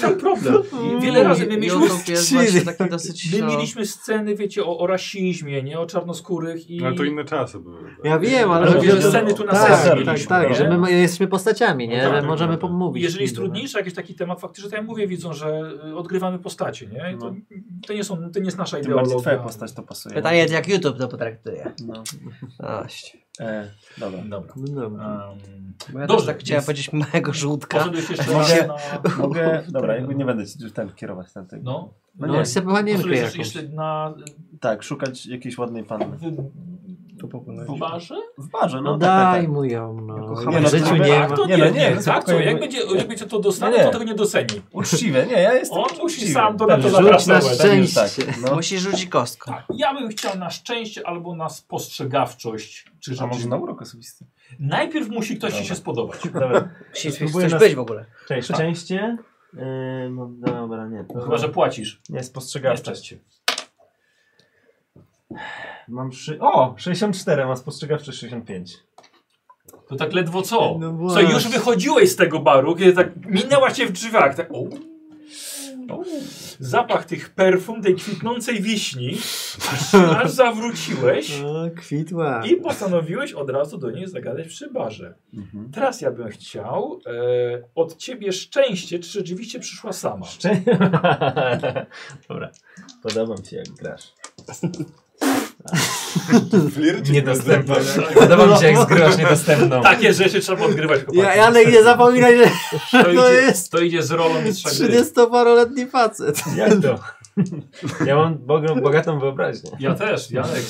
Speaker 1: sam problem.
Speaker 4: No.
Speaker 1: Wiele razy my mieliśmy,
Speaker 3: YouTube jest właśnie taki dosyć...
Speaker 1: my
Speaker 3: no,
Speaker 1: mieliśmy sceny, wiecie, o, o rasizmie, nie? O czarnoskórych i...
Speaker 5: No, Ale to inne czasy były. tak?
Speaker 2: Ja wiem, ale...
Speaker 1: Ale
Speaker 2: że-
Speaker 1: wiele sceny tu na
Speaker 2: tak,
Speaker 1: sesji
Speaker 2: tak,
Speaker 1: mieliśmy,
Speaker 2: tak,
Speaker 1: nie?
Speaker 2: że my mo- jesteśmy postaciami, nie?
Speaker 5: No tak,
Speaker 2: że
Speaker 5: tak,
Speaker 2: możemy
Speaker 5: tak.
Speaker 2: pomówić.
Speaker 1: Jeżeli jest
Speaker 2: Niby, no.
Speaker 1: trudniejszy jakiś taki temat, faktycznie, tak jak mówię, widzą, że y, odgrywamy postacie, nie? I To, to, nie, są, to nie jest nasza
Speaker 4: Tym bardziej
Speaker 1: ideologia.
Speaker 4: twoja postać to pasuje.
Speaker 13: Pytanie jest jak YouTube to potraktuje.
Speaker 4: No.
Speaker 3: aść.
Speaker 4: E, dobra.
Speaker 1: Dobra.
Speaker 2: No dobra.
Speaker 1: Um,
Speaker 3: Bo ja
Speaker 1: Dobrze,
Speaker 3: też tak chciałem
Speaker 1: więc-
Speaker 3: powiedzieć małego żółtka.
Speaker 1: poszedłeś jeszcze
Speaker 4: Może-
Speaker 1: raz na... <laughs>
Speaker 4: Mogę, dobra, jakby nie będę ci ten kierować na tego.
Speaker 1: Tak. No,
Speaker 4: No
Speaker 2: No,
Speaker 4: nie.
Speaker 2: sepiłanienkę
Speaker 1: poszedłeś
Speaker 2: jakąś.
Speaker 1: jeszcze na...
Speaker 4: Tak, szukać jakiejś ładnej panny.
Speaker 1: W, w barze?
Speaker 4: W barze, no,
Speaker 2: No
Speaker 4: tak, tak,
Speaker 2: daj
Speaker 4: tak.
Speaker 2: mu ją,
Speaker 3: Jako
Speaker 2: no.
Speaker 3: hamster.
Speaker 2: Ja w
Speaker 4: Nie, no,
Speaker 2: życiu
Speaker 4: to-
Speaker 2: nie
Speaker 1: Tak,
Speaker 2: ma.
Speaker 1: to
Speaker 4: Nie,
Speaker 1: nie.
Speaker 4: no nie,
Speaker 1: tak,
Speaker 4: tylko
Speaker 1: co, jak
Speaker 4: jakby-
Speaker 1: będzie, jak będzie to dostane,
Speaker 4: Nie.
Speaker 1: to tego nie doceni.
Speaker 4: Uczciwe, nie, ja jestem Tak,
Speaker 1: On musi
Speaker 4: uczciwy.
Speaker 1: sam to na to
Speaker 4: Rzuć
Speaker 1: zapraszać.
Speaker 4: szczęście.
Speaker 2: Tak,
Speaker 4: No.
Speaker 3: Musisz rzucić kostką.
Speaker 1: Tak, ja bym chciał na szczęście albo na spostrzegawczość. Czy
Speaker 4: A
Speaker 1: rzeczy...
Speaker 4: może na urok osobisty?
Speaker 1: Najpierw musi ktoś ci
Speaker 4: Dobra.
Speaker 1: się spodobać.
Speaker 4: Dobra,
Speaker 3: Musi
Speaker 4: Spróbuję
Speaker 3: chcesz
Speaker 4: nas-
Speaker 3: być w ogóle.
Speaker 4: Cześć. <laughs> szczęście. Yy, no dobra, nie. To...
Speaker 1: Chyba, że płacisz.
Speaker 4: Nie, spostrzegawczość.
Speaker 1: Niestety.
Speaker 4: Mam szy... O, 64, a mam spostrzegawczość 65.
Speaker 1: To tak ledwo co.
Speaker 2: No
Speaker 1: co,
Speaker 2: właśnie.
Speaker 1: już wychodziłeś z tego baru, kiedy tak minęła cię w drzwiach. Tak, o, o, zapach tych perfum, tej kwitnącej wiśni, aż, aż zawróciłeś
Speaker 2: no. kwitła.
Speaker 1: i postanowiłeś od razu do niej zagadać przy barze.
Speaker 4: Mhm.
Speaker 1: Teraz ja bym chciał e, od ciebie szczęście, czy rzeczywiście przyszła sama.
Speaker 4: Szczę... <laughs> Dobra, podoba mi się jak grasz.
Speaker 1: Znaczy,
Speaker 5: Flircik
Speaker 4: Niedostępna.
Speaker 5: między-
Speaker 4: <laughs> Podoba mi się
Speaker 1: <laughs>
Speaker 4: jak grasz niedostępną.
Speaker 1: Takie rzeczy trzeba odgrywać, chłopaki.
Speaker 2: Ja, Janek, nie zapominaj, że
Speaker 1: to,
Speaker 2: to
Speaker 1: idzie,
Speaker 2: jest
Speaker 1: to idzie z rolą mistrza gry.
Speaker 2: 30-paroletni facet.
Speaker 4: Jak
Speaker 1: <laughs>
Speaker 4: to? Ja mam bogą, bogatą wyobraźnię.
Speaker 1: Ja też, Janek.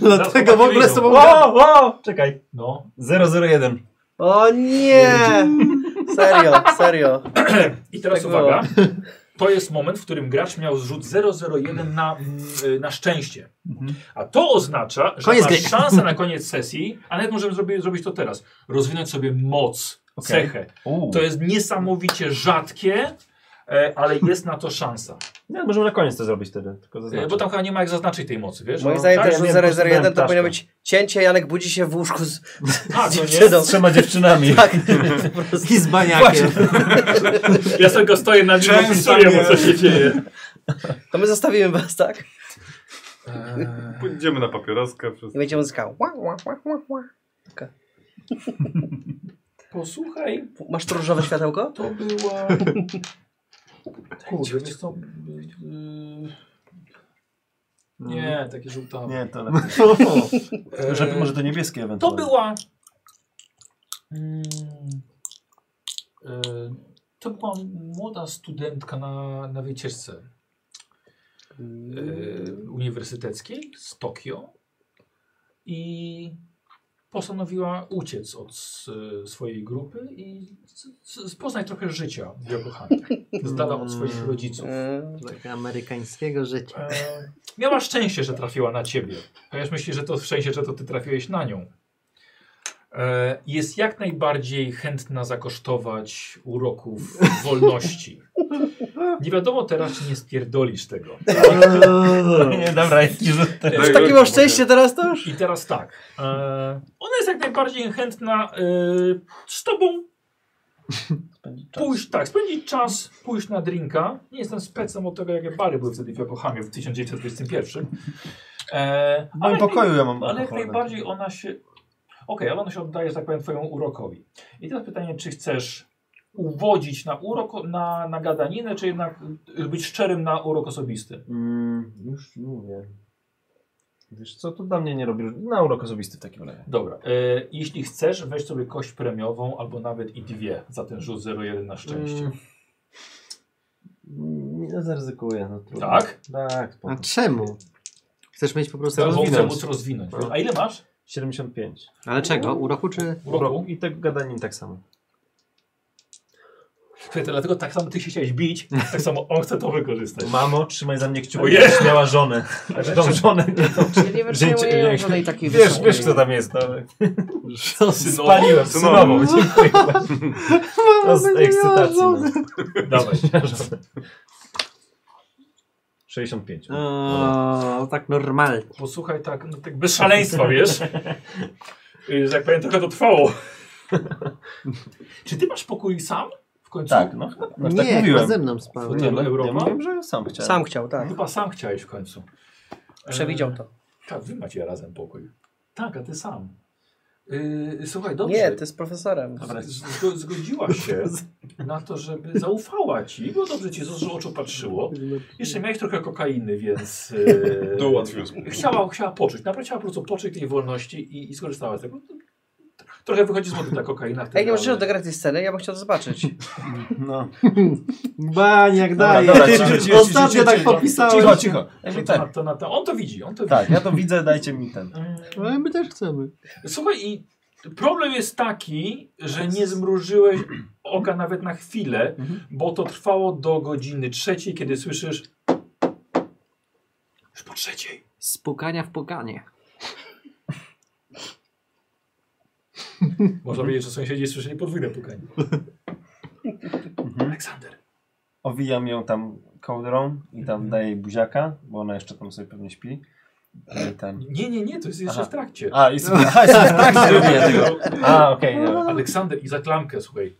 Speaker 2: Dlatego w ogóle
Speaker 1: popatrz,
Speaker 2: z tobą...
Speaker 4: O, o, czekaj.
Speaker 1: No.
Speaker 4: 001.
Speaker 3: O nie! Serio, serio.
Speaker 1: I teraz
Speaker 3: Tak było.
Speaker 1: uwaga. <laughs> To jest moment, w którym gracz miał zrzut 001 na, mm, na szczęście. A to oznacza, że
Speaker 2: Koniec
Speaker 1: masz
Speaker 2: gry.
Speaker 1: szansę na koniec sesji, a nawet możemy zrobić, zrobić to teraz. Rozwinąć sobie moc,
Speaker 4: Okej.
Speaker 1: cechę.
Speaker 4: Uuu.
Speaker 1: To jest niesamowicie rzadkie, e, ale jest na to szansa.
Speaker 4: Nie, możemy na koniec to zrobić wtedy. Tylko
Speaker 1: E,
Speaker 4: zaznaczę.
Speaker 1: Bo tam chyba nie ma jak zaznaczyć tej mocy, wiesz?
Speaker 3: Moim
Speaker 4: No,
Speaker 3: zdaniem
Speaker 4: tak,
Speaker 3: też
Speaker 4: ja wiem, po prostu
Speaker 3: rzut 001 to
Speaker 4: miałem
Speaker 3: powinno
Speaker 4: ptaszka.
Speaker 3: być cięcie, Janek budzi się w łóżku z,
Speaker 1: A, to Tak,
Speaker 3: z <laughs>
Speaker 1: no nie?
Speaker 3: dziewczyną.
Speaker 4: Z trzema
Speaker 3: <laughs>
Speaker 4: dziewczynami.
Speaker 3: Tak,
Speaker 2: I z baniakiem.
Speaker 1: Ja sobie go stoję na drzwi,
Speaker 5: Często
Speaker 1: pisuję mu
Speaker 5: nie.
Speaker 1: co się dzieje.
Speaker 3: to my zostawimy was, tak?
Speaker 5: Pójdziemy na papieroskę. Przez...
Speaker 3: I będzie muzyka. Ła, ła, ła, ła, ła.
Speaker 1: Posłuchaj,
Speaker 3: Masz tu różowe światełko?
Speaker 1: to była... Kurde, wiesz co... Yy... Nie, takie żółtawe.
Speaker 4: Mm. Nie, to lepiej.
Speaker 1: Eee,
Speaker 4: Żeby może to niebieskie
Speaker 1: Yy, To
Speaker 4: ewentualnie.
Speaker 1: była... Mm, eee, to była młoda studentka na, na wycieczce eee, uniwersyteckiej z Tokio i postanowiła uciec od s- swojej grupy i z- z- poznać trochę życia w Yokohamie, z dala od swoich rodziców.
Speaker 3: Yy,
Speaker 2: Tak, Amerykańskiego życia.
Speaker 1: E, miała szczęście, że trafiła na ciebie. Chociaż myśli, że to szczęście, że to ty trafiłeś na nią. E, jest jak najbardziej chętna zakosztować
Speaker 4: <laughs>
Speaker 1: uroków wolności. Nie wiadomo teraz, czy nie spierdolisz tego.
Speaker 4: <laughs> Nie, dobra, jaki rzut teraz.
Speaker 1: E,
Speaker 3: Takie mam szczęście teraz to już?
Speaker 1: I teraz tak. E, ona jest jak najbardziej chętna e, z tobą pójść, tak, spędzić czas, pójść na drinka. Nie jestem specem od tego, jakie bary były wtedy w Yokohamie w 1921. E,
Speaker 4: W
Speaker 1: ale-
Speaker 4: moim pokoju ja mam
Speaker 1: Ale jak
Speaker 4: alkohol.
Speaker 1: najbardziej ona się. Okej, ale ona się oddaje, że tak powiem, twojemu urokowi. I teraz pytanie, czy chcesz uwodzić na urok, na, na gadaninę, czy jednak y, być szczerym na urok osobisty?
Speaker 4: Mm, już mówię. Wiesz co, to dla mnie nie robi. różnicy. Na urok osobisty w takim razie.
Speaker 1: Dobra, e, jeśli chcesz, weź sobie kość premiową albo nawet i dwie za ten rzut 01 na szczęście.
Speaker 4: Mm. Mm, No zaryzykuję, no trudno.
Speaker 1: Tak?
Speaker 4: Tak,
Speaker 2: A
Speaker 4: spoko.
Speaker 2: czemu? Chcesz mieć po prostu
Speaker 1: Albo chcę
Speaker 2: rozwinąć.
Speaker 1: móc rozwinąć. A ile masz?
Speaker 4: 75.
Speaker 2: Ale czego? Uroku czy...
Speaker 1: Uroku?
Speaker 4: I tego gadanin tak samo.
Speaker 1: Słuchaj, to dlatego tak samo ty się chciałeś bić, tak samo on chce to wykorzystać.
Speaker 4: Mamo, trzymaj za mnie kciuki.
Speaker 1: Ojej!
Speaker 4: Będziesz miała żonę. Tą żonę.
Speaker 3: nie
Speaker 4: Dzięki-
Speaker 3: wytrzymuję
Speaker 4: dzięki.
Speaker 3: żadnej takiej
Speaker 4: Wiesz,
Speaker 3: wysokiej.
Speaker 4: wiesz kto tam jest. No.
Speaker 2: Co z-
Speaker 1: Synową?
Speaker 4: Spaliłem, synową.
Speaker 5: Synową.
Speaker 4: Dziękuję. To z
Speaker 2: będę miała
Speaker 4: ekscytacji. no.
Speaker 2: żonę.
Speaker 1: Dawaj.
Speaker 4: 65.
Speaker 2: tak- O, tak normalnie.
Speaker 1: Posłuchaj tak, no, tak bez szaleństwa, wiesz? Y, Że jak powiem, trochę to trwało. Czy ty masz pokój sam? W końcu?
Speaker 4: Tak, no chyba. No, tak
Speaker 2: nie, chyba
Speaker 4: mówiłem.
Speaker 2: ze mną spał.
Speaker 1: Fotelu
Speaker 4: no,
Speaker 1: Europa?
Speaker 4: Ja mówiłem, że sam chciałem.
Speaker 3: Sam chciał, tak.
Speaker 1: Chyba sam chciałeś w końcu.
Speaker 3: Przewidział to.
Speaker 1: E, tak, wy macie razem pokój. Tak, a ty sam. E, słuchaj, dobrze.
Speaker 3: Nie, ty z profesorem.
Speaker 1: Z- Zgo zgodziłaś się na to, żeby zaufała ci, bo dobrze ci z z oczu patrzyło. Jeszcze miałeś trochę kokainy, więc. e,
Speaker 5: To ułatwiło spół.
Speaker 1: Chciała, chciała poczuć. Naprawdę chciała po prostu poczuć tej wolności i, i skorzystała z tego. Trochę wychodzi z mody ta kokaina. w tym
Speaker 3: Ej, nie możesz
Speaker 1: razie.
Speaker 3: odegrać tej sceny, ja bym chciał to zobaczyć.
Speaker 4: No.
Speaker 2: Baniak
Speaker 4: Dobra,
Speaker 2: daje.
Speaker 4: dobra, cicho, cicho, cicho,
Speaker 2: Ostatnio
Speaker 4: cicho,
Speaker 2: tak
Speaker 1: cicho.
Speaker 2: podpisałem.
Speaker 4: Cicho, cicho. Ja
Speaker 1: To
Speaker 4: mówię,
Speaker 1: na,
Speaker 4: tak,
Speaker 1: to na, to, on to widzi, on to widzi.
Speaker 4: tak, ja to widzę, dajcie mi ten.
Speaker 1: Mm.
Speaker 2: Ale No, my też chcemy.
Speaker 1: Słuchaj, i problem jest taki, że nie zmrużyłeś oka nawet na chwilę,
Speaker 6: Mhm.
Speaker 1: bo to trwało do godziny trzeciej, kiedy słyszysz. Już po trzeciej.
Speaker 6: Z pukania w pukanie.
Speaker 1: Można powiedzieć, że sąsiedzi słyszeli podwójne pukanie.
Speaker 6: Mhm.
Speaker 1: Aleksander.
Speaker 4: Owijam ją tam kołdrą i tam daję jej buziaka, bo ona jeszcze tam sobie pewnie śpi. I <laughs> ten.
Speaker 1: Nie, nie, nie, to jest jeszcze
Speaker 4: Aha.
Speaker 1: w trakcie.
Speaker 4: <laughs> A, i sobie, aha, jestem w trakcie robienia tego. A, okej, dobra.
Speaker 1: Aleksander i zaklamkę, słuchaj.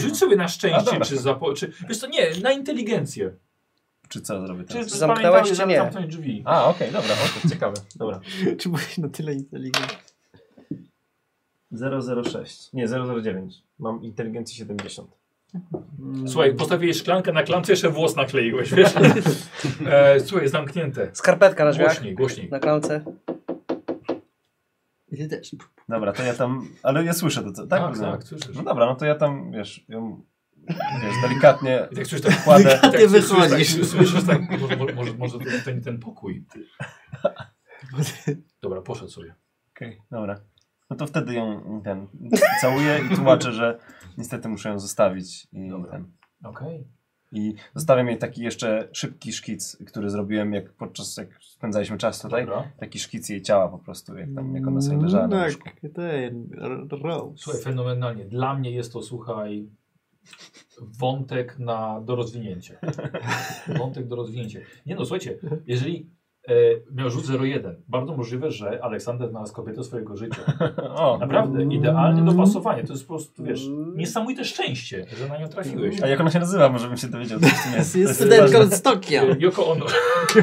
Speaker 1: Rzuć sobie na
Speaker 4: A,
Speaker 1: szczęście,
Speaker 4: dobra.
Speaker 1: czy zapo... Czy, wiesz co, nie, na inteligencję.
Speaker 4: Czy co zrobię
Speaker 1: Czy
Speaker 4: teraz?
Speaker 3: Zamknąłeś,
Speaker 1: pamiętałeś,
Speaker 3: czy
Speaker 1: żeby
Speaker 3: nie?
Speaker 1: zamknąć drzwi?
Speaker 4: A, okej, dobra, o, to ciekawe. Dobra.
Speaker 2: Czy byłeś na tyle inteligentny?
Speaker 4: 006. Nie, 009. Mam inteligencji 70.
Speaker 1: Słuchaj, postawiłeś szklankę na klamce, jeszcze włos nakleiłeś, wiesz? e, słuchaj, zamknięte.
Speaker 3: Skarpetka na drzwiach,
Speaker 1: Głośniej, głośniej.
Speaker 3: na klamce.
Speaker 2: Ja też.
Speaker 4: Dobra, to ja tam. Ale ja słyszę to, co? Tak,
Speaker 1: tak,
Speaker 4: rozumiem.
Speaker 1: tak, słyszysz.
Speaker 4: No dobra, no to ja tam, wiesz, ją. Wiesz, delikatnie.
Speaker 1: I tak słyszysz tak
Speaker 4: Kładę.
Speaker 1: tak,
Speaker 2: Ty
Speaker 1: słyszysz, tak,
Speaker 2: wychodzisz.
Speaker 1: słyszysz, Słyszysz tak, może, może- może, może to ten, ten pokój. Dobra, poszedł sobie.
Speaker 4: Okej, dobra. No to wtedy ją ten całuję i tłumaczę, że niestety muszę ją zostawić. I,
Speaker 1: Dobra.
Speaker 4: ten,
Speaker 1: Okej.
Speaker 4: I zostawiam jej taki jeszcze szybki szkic, który zrobiłem jak podczas jak spędzaliśmy czas tutaj.
Speaker 1: Dobra.
Speaker 4: Taki szkic jej ciała po prostu, jak tam jak ona sobie leżała na łóżku. <laughs>
Speaker 2: tak, ten, r- Rose.
Speaker 1: Słuchaj, fenomenalnie. Dla mnie jest to, słuchaj, wątek na, do
Speaker 4: <laughs>
Speaker 1: rozwinięcia. Wątek do rozwinięcia. Nie no, słuchajcie,
Speaker 4: Mhm.
Speaker 1: jeżeli e, miał rzut 01, bardzo możliwe, że Aleksander znalazł kobietę swojego życia.
Speaker 4: O,
Speaker 1: Naprawdę,
Speaker 4: Mm.
Speaker 1: idealne dopasowanie. To jest po prostu, wiesz, niesamowite szczęście, że na nią trafiłeś.
Speaker 4: A jak ona się nazywa, może bym się dowiedział, co to jest.
Speaker 2: Jest
Speaker 4: To jest
Speaker 2: studentka
Speaker 4: ważne.
Speaker 2: z Tokia.
Speaker 1: E, Yoko Ono.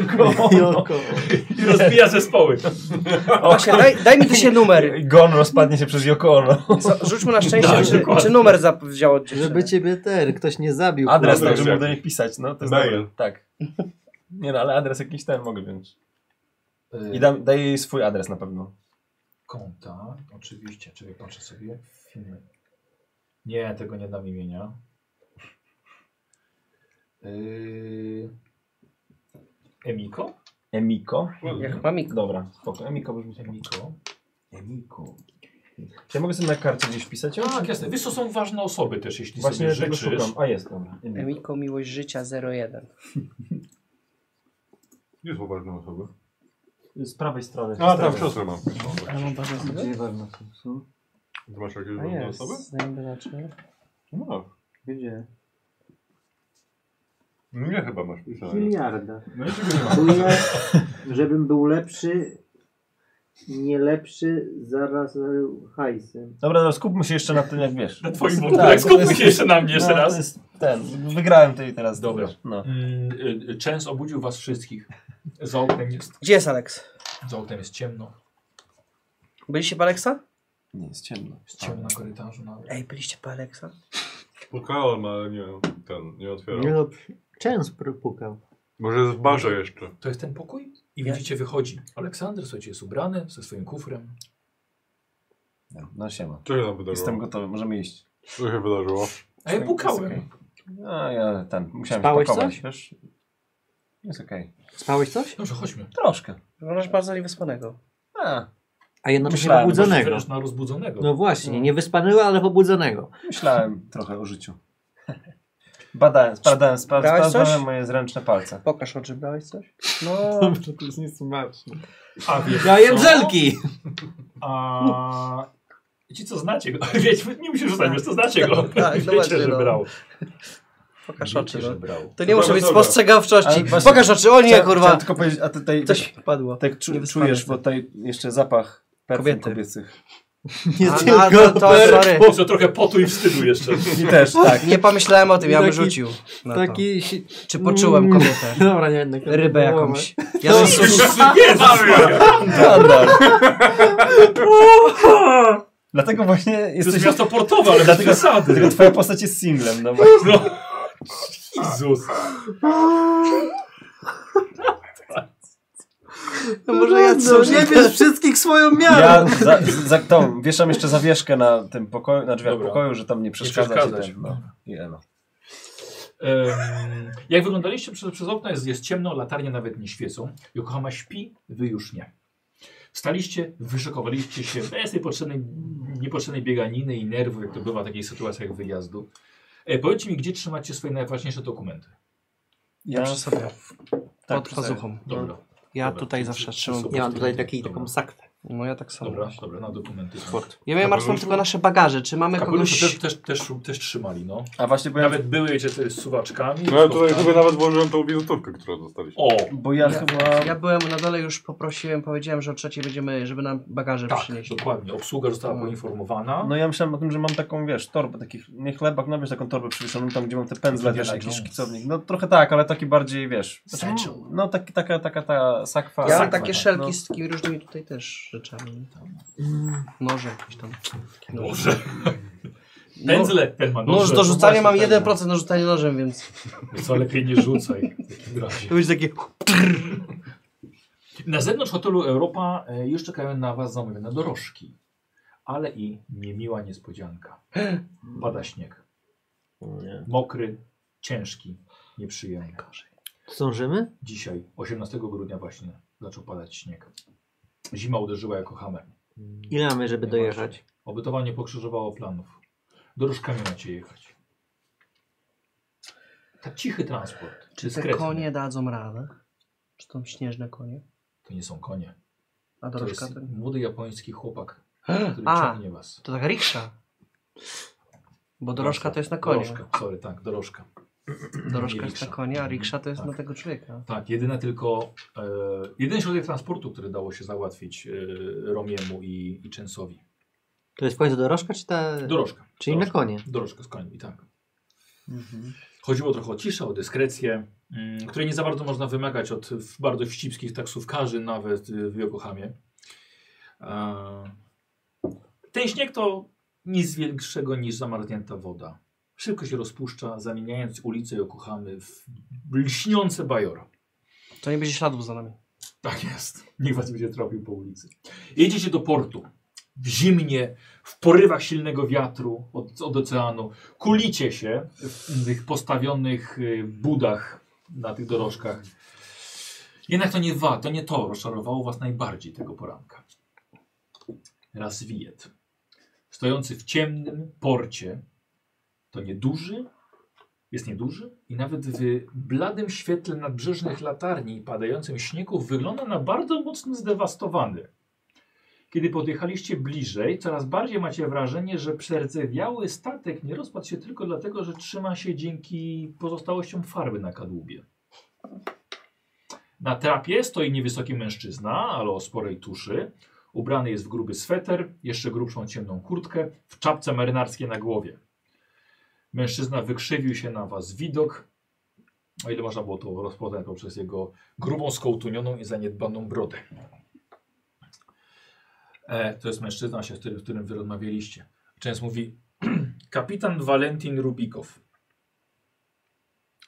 Speaker 1: <laughs>
Speaker 2: Joko.
Speaker 1: I rozbija zespoły.
Speaker 3: Właśnie, daj, daj mi tu się
Speaker 4: <laughs>
Speaker 3: numer.
Speaker 4: Gon rozpadnie się przez Yoko Ono.
Speaker 3: Z- Rzućmy <laughs> na szczęście,
Speaker 1: Daj,
Speaker 3: czy,
Speaker 1: dokładnie.
Speaker 3: czy numer zap- wziął od dziewczyny.
Speaker 2: Żeby ciebie ten, ktoś nie zabił.
Speaker 4: Adres,
Speaker 5: Adres
Speaker 4: tak, żeby
Speaker 5: jakiś.
Speaker 4: do niej pisać, no to jest
Speaker 5: Mail.
Speaker 4: dobre. Tak. Nie no, ale adres jakiś ten mogę wziąć.
Speaker 1: E,
Speaker 4: I dam, daję jej swój adres na pewno.
Speaker 1: konta, oczywiście, czekaj, patrzę sobie filmy. Nie, tego nie dam imienia. Yy... Emiko?
Speaker 4: Emiko?
Speaker 3: Jak mam ik-
Speaker 4: Dobra, spoko. Emiko brzmi tak.
Speaker 1: Emiko.
Speaker 4: Emiko. Czy ja mogę sobie na karcie gdzieś wpisać? ją?
Speaker 1: Tak, jasne. Wiesz, to są ważne osoby też, jeśli
Speaker 4: Właśnie
Speaker 1: sobie
Speaker 4: tego
Speaker 1: życzysz.
Speaker 4: szukam. A jest, dobra. Emiko.
Speaker 3: Emiko Miłość Życia 01.
Speaker 5: Gdzie są ważne osoby?
Speaker 4: Z prawej strony.
Speaker 5: A,
Speaker 4: Z prawej.
Speaker 5: tam siostrę mam.
Speaker 3: Ale mam ważne
Speaker 6: Gdzie ważne są? są?
Speaker 5: Ty masz jakieś
Speaker 3: A
Speaker 5: ważne
Speaker 3: jest,
Speaker 5: osoby?
Speaker 3: znajomy raczej.
Speaker 5: No.
Speaker 6: Gdzie?
Speaker 5: Mnie chyba masz pisane.
Speaker 6: Miliarda.
Speaker 5: No i czego nie mam?
Speaker 6: Czuję, żebym był lepszy, nie lepszy, zaraz e, hajsem.
Speaker 4: Dobra, dobra, skupmy się jeszcze na tym, jak wiesz.
Speaker 1: Na twoim
Speaker 4: Tak,
Speaker 1: tak, tak,
Speaker 4: to
Speaker 1: skupmy
Speaker 4: jest-
Speaker 1: się jeszcze na mnie jeszcze
Speaker 4: No, to
Speaker 1: raz.
Speaker 4: jest Ten, wygrałem tej teraz.
Speaker 1: Dobra.
Speaker 4: No.
Speaker 1: Mm, y, y, Częs obudził was wszystkich. Za oknem jest,
Speaker 3: Gdzie jest Aleks?
Speaker 1: za oknem jest ciemno.
Speaker 3: Byliście po Aleksa?
Speaker 4: Nie, jest ciemno.
Speaker 1: Jest ciemno na korytarzu nawet.
Speaker 3: Ej, byliście po Aleksa?
Speaker 5: Pukałem, ale nie, ten, nie otwieram.
Speaker 2: Nie no, często pukał.
Speaker 5: Może jest w barze jeszcze.
Speaker 1: To jest ten pokój? I
Speaker 3: Ja-
Speaker 1: widzicie, wychodzi. Aleksander, słuchajcie, jest ubrany ze swoim kufrem.
Speaker 4: No, no siema.
Speaker 5: Co się tam wydarzyło?
Speaker 4: Jestem gotowy, możemy iść.
Speaker 5: Co się wydarzyło?
Speaker 1: A ja
Speaker 4: Jest
Speaker 1: pukałem.
Speaker 4: okej. No ja ten, musiałem
Speaker 2: Spałeś
Speaker 4: się pakować,
Speaker 2: coś?
Speaker 4: wiesz? Jest okej.
Speaker 2: Spałeś coś?
Speaker 1: Dobrze, chodźmy.
Speaker 4: Troszkę.
Speaker 3: Wyglądasz bardzo niewyspanego.
Speaker 4: A,
Speaker 2: A jednocześnie
Speaker 4: Myślałem,
Speaker 2: pobudzonego.
Speaker 1: Wyraźna rozbudzonego.
Speaker 2: No właśnie, nie wyspanego, ale pobudzonego.
Speaker 4: <laughs> myślałem trochę o życiu. Badałem, sprawdzałem, spra-
Speaker 3: Brałeś coś?
Speaker 4: sprawdzałem moje zręczne palce.
Speaker 3: Pokaż oczy, brałeś coś? No,
Speaker 2: Dobrze, to jest nic smaczne.
Speaker 1: A wiesz
Speaker 2: Ja jem
Speaker 1: co?
Speaker 2: żelki! <laughs>
Speaker 1: A No, ci co znacie go, <laughs> wiecie, nie musisz rzucać, wiesz, to znacie go.
Speaker 3: Tak, tak, no
Speaker 1: wiecie,
Speaker 3: właśnie,
Speaker 1: że
Speaker 3: no.
Speaker 1: brał.
Speaker 3: pokaż
Speaker 1: Wiecie,
Speaker 3: oczy.
Speaker 1: że
Speaker 3: No.
Speaker 1: brał.
Speaker 3: To nie
Speaker 5: Dobra,
Speaker 3: muszę być
Speaker 5: dobra.
Speaker 3: spostrzegawczości.
Speaker 4: Ale właśnie-
Speaker 3: Pokaż oczy, o nie,
Speaker 4: Chciałem- chciałem
Speaker 3: kurwa.
Speaker 4: tylko powiedzieć, a tutaj
Speaker 2: <laughs>
Speaker 3: Coś mi padło.
Speaker 4: tak czu,
Speaker 3: Niewyspany
Speaker 4: czujesz
Speaker 3: jestem.
Speaker 4: bo tutaj jeszcze zapach perfum
Speaker 3: Kobiety.
Speaker 4: kobiecych.
Speaker 2: Nie
Speaker 3: A,
Speaker 2: tylko
Speaker 3: no, to, to
Speaker 1: Per-
Speaker 3: sorry.
Speaker 1: Boże, trochę potu i wstydu
Speaker 2: <laughs>
Speaker 1: jeszcze.
Speaker 4: I też, tak.
Speaker 3: Nie pomyślałem o tym, ja bym
Speaker 2: Taki-
Speaker 3: rzucił. na to.
Speaker 2: Taki... si- <laughs>
Speaker 3: Czy poczułem
Speaker 2: Mm.
Speaker 3: kobietę?
Speaker 2: Dobra, nie jednak.
Speaker 3: Rybę jakąś. Ja
Speaker 2: No.
Speaker 1: <laughs>
Speaker 3: bym sushi.
Speaker 4: Standard. Dlatego właśnie
Speaker 1: To
Speaker 4: jesteś...
Speaker 1: jest miasto portowe, ale bez
Speaker 4: Dlatego-
Speaker 1: zasady.
Speaker 2: <laughs>
Speaker 4: Dlatego twoja postać jest singlem, no właśnie.
Speaker 1: No. Jezus.
Speaker 3: No może ja sushi.
Speaker 2: Nie wiesz wszystkich swoją miarą.
Speaker 4: Ja za, za, tą, wieszam jeszcze zawieszkę na tym pokoju, na drzwiach
Speaker 1: Dobra.
Speaker 4: pokoju, że tam nie przeszkadza ci
Speaker 1: przeszkadzać.
Speaker 4: ten, no. I Ela.
Speaker 1: Em, jak wyglądaliście przez, przez okno, jest, jest ciemno, latarnie nawet nie świecą. Yokohama śpi, wy już nie. Wstaliście, wyszokowaliście się bez tej potrzebnej, niepotrzebnej bieganiny i nerwów, jak to bywa w takich sytuacjach wyjazdu. E, powiedzcie mi, gdzie trzymacie swoje najważniejsze dokumenty.
Speaker 4: Ja
Speaker 3: Przy sobie.
Speaker 4: tak,
Speaker 3: Pod pazuchą.
Speaker 1: Dobra,
Speaker 3: Ja
Speaker 1: Dobra.
Speaker 3: tutaj zawsze trzymam.
Speaker 1: Super.
Speaker 2: Ja mam tutaj taki, taką sakwę.
Speaker 3: No ja tak samo.
Speaker 1: dobra, dobra, na dokumenty. Sport.
Speaker 3: Ja miałem martwą tylko nasze bagaże. Czy mamy
Speaker 1: Kapelusze też,
Speaker 3: kogoś...
Speaker 1: też, też, też trzymali, no.
Speaker 4: A właśnie, bo ja,
Speaker 1: Nawet były jeszcze te z suwaczkami.
Speaker 5: No ale tutaj
Speaker 1: schowkami.
Speaker 5: sobie nawet włożyłem tą wizytówkę, którą dostaliśmy.
Speaker 1: O,
Speaker 4: bo ja,
Speaker 3: Ja-
Speaker 4: chyba...
Speaker 3: Ja byłem na dole, już poprosiłem, powiedziałem, że o trzeciej będziemy, żeby nam bagaże
Speaker 1: tak,
Speaker 3: przynieśli.
Speaker 1: dokładnie. Obsługa została
Speaker 3: No.
Speaker 1: poinformowana.
Speaker 4: No ja myślałem o tym, że mam taką, wiesz, torbę takich, nie chlebak, no wiesz, taką torbę przywieszoną tam, gdzie mam te pędzle,
Speaker 1: Indiana
Speaker 4: wiesz, jakiś
Speaker 1: Jones.
Speaker 4: szkicownik. No trochę tak, ale taki bardziej, wiesz, znaczy,
Speaker 1: Satchel.
Speaker 4: no taki, taka, taka ta sakwa.
Speaker 3: Ja mam
Speaker 1: Sakwa,
Speaker 3: takie
Speaker 1: tak,
Speaker 3: szelki
Speaker 4: no.
Speaker 3: z takimi różnymi tutaj też rzeczami. Mm. Noże jakieś tam.
Speaker 1: Boże.
Speaker 3: No- tak,
Speaker 1: Pędzle ten ma
Speaker 3: Nóż do rzucania
Speaker 1: tak,
Speaker 3: mam
Speaker 1: no.
Speaker 3: 1% na rzucanie nożem, więc
Speaker 1: Co lepiej nie rzucaj. w takim razie.
Speaker 3: to będzie takie...
Speaker 1: Na zewnątrz hotelu Europa e, już czekają na Was zamówione dorożki. Ale i niemiła niespodzianka. Pada śnieg. Mokry, ciężki, nieprzyjemny.
Speaker 2: Zdążymy?
Speaker 1: Dzisiaj, 18 grudnia właśnie, zaczął padać śnieg. Zima uderzyła jako hammer.
Speaker 2: Ile mamy, żeby dojechać?
Speaker 1: Obytowanie pokrzyżowało planów. Dorożkami macie jechać. Tak cichy transport.
Speaker 3: Czy te
Speaker 1: dyskretny.
Speaker 3: konie dadzą radę? Czy to śnieżne konie?
Speaker 1: To nie są konie.
Speaker 3: A
Speaker 1: To
Speaker 3: dorożka
Speaker 1: jest
Speaker 3: to...
Speaker 1: młody japoński chłopak, który
Speaker 3: A.
Speaker 1: ciągnie was.
Speaker 3: To taka riksza. Bo dorożka to jest na konie. Dorożka,
Speaker 1: Dorożka, sorry, tak, dorożka. nie
Speaker 3: jest na
Speaker 1: riksza.
Speaker 3: konie, a riksza to jest
Speaker 1: Tak.
Speaker 3: na tego człowieka.
Speaker 1: Tak, jedyne tylko, e, jedyny środek transportu, który dało się załatwić e, Romiemu i, i Częsowi.
Speaker 2: To jest w końcu dorożka, czy ta...
Speaker 1: Dorożka.
Speaker 2: Czyli na
Speaker 1: dorożka,
Speaker 2: konie.
Speaker 1: dorożka z koni, tak.
Speaker 3: Mhm.
Speaker 1: Chodziło trochę o ciszę, o dyskrecję, mm, której nie za bardzo można wymagać od w- bardzo wścibskich taksówkarzy, nawet y, w Yokohamie. E, Ten śnieg to nic większego niż zamarznięta woda. Szybko się rozpuszcza, zamieniając ulicę Yokohamy w lśniące bajoro.
Speaker 3: To nie będzie śladów za nami.
Speaker 1: Tak jest. Nikt was będzie tropił po ulicy. Jedziecie do portu. W zimnie, w porywach silnego wiatru od, od oceanu. Kulicie się w tych postawionych y, budach na tych dorożkach. Jednak to nie wa, to nie to rozczarowało was najbardziej tego poranka. Razwijet. Stojący w ciemnym porcie. To nieduży, jest nieduży i nawet w bladym świetle nadbrzeżnych latarni i padającym śniegu wygląda na bardzo mocno zdewastowany. Kiedy podjechaliście bliżej, coraz bardziej macie wrażenie, że przerdzewiały statek nie rozpadł się tylko dlatego, że trzyma się dzięki pozostałościom farby na kadłubie. Na trapie stoi niewysoki mężczyzna, ale o sporej tuszy. Ubrany jest w gruby sweter, jeszcze grubszą ciemną kurtkę, w czapce marynarskiej na głowie. Mężczyzna wykrzywił się na was widok, o ile można było to rozpoznać poprzez jego grubą, skołtunioną i zaniedbaną brodę. E, to jest mężczyzna, się, z którym, z którym wy rozmawialiście. Często mówi <clears throat> kapitan Walentin Rubikow.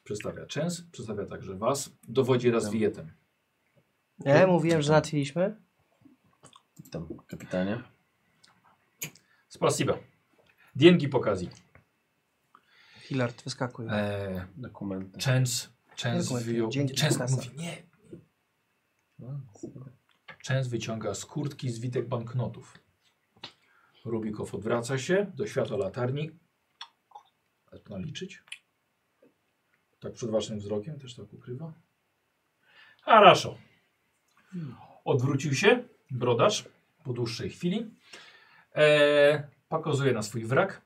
Speaker 1: Przedstawia Częs, przedstawia także was. Dowodzi razwijetem.
Speaker 3: E, mówiłem, że załatwiliśmy?
Speaker 4: Tam, kapitanie.
Speaker 1: Spasiba. Diengi pokazi.
Speaker 3: Hilard, wyskakuj.
Speaker 1: E,
Speaker 4: Dokumenty.
Speaker 1: Częs, Częs
Speaker 3: Dziękuję.
Speaker 1: wyjął.
Speaker 3: Dzięki,
Speaker 1: Częs
Speaker 3: kasa.
Speaker 1: mówi nie. Częs wyciąga z kurtki zwitek banknotów. Rubikow odwraca się do światła latarni. Ale to naliczyć? Tak przed waszym wzrokiem też tak ukrywa. Haraszo. Odwrócił się brodacz po dłuższej chwili. Eee, pokazuje na swój wrak.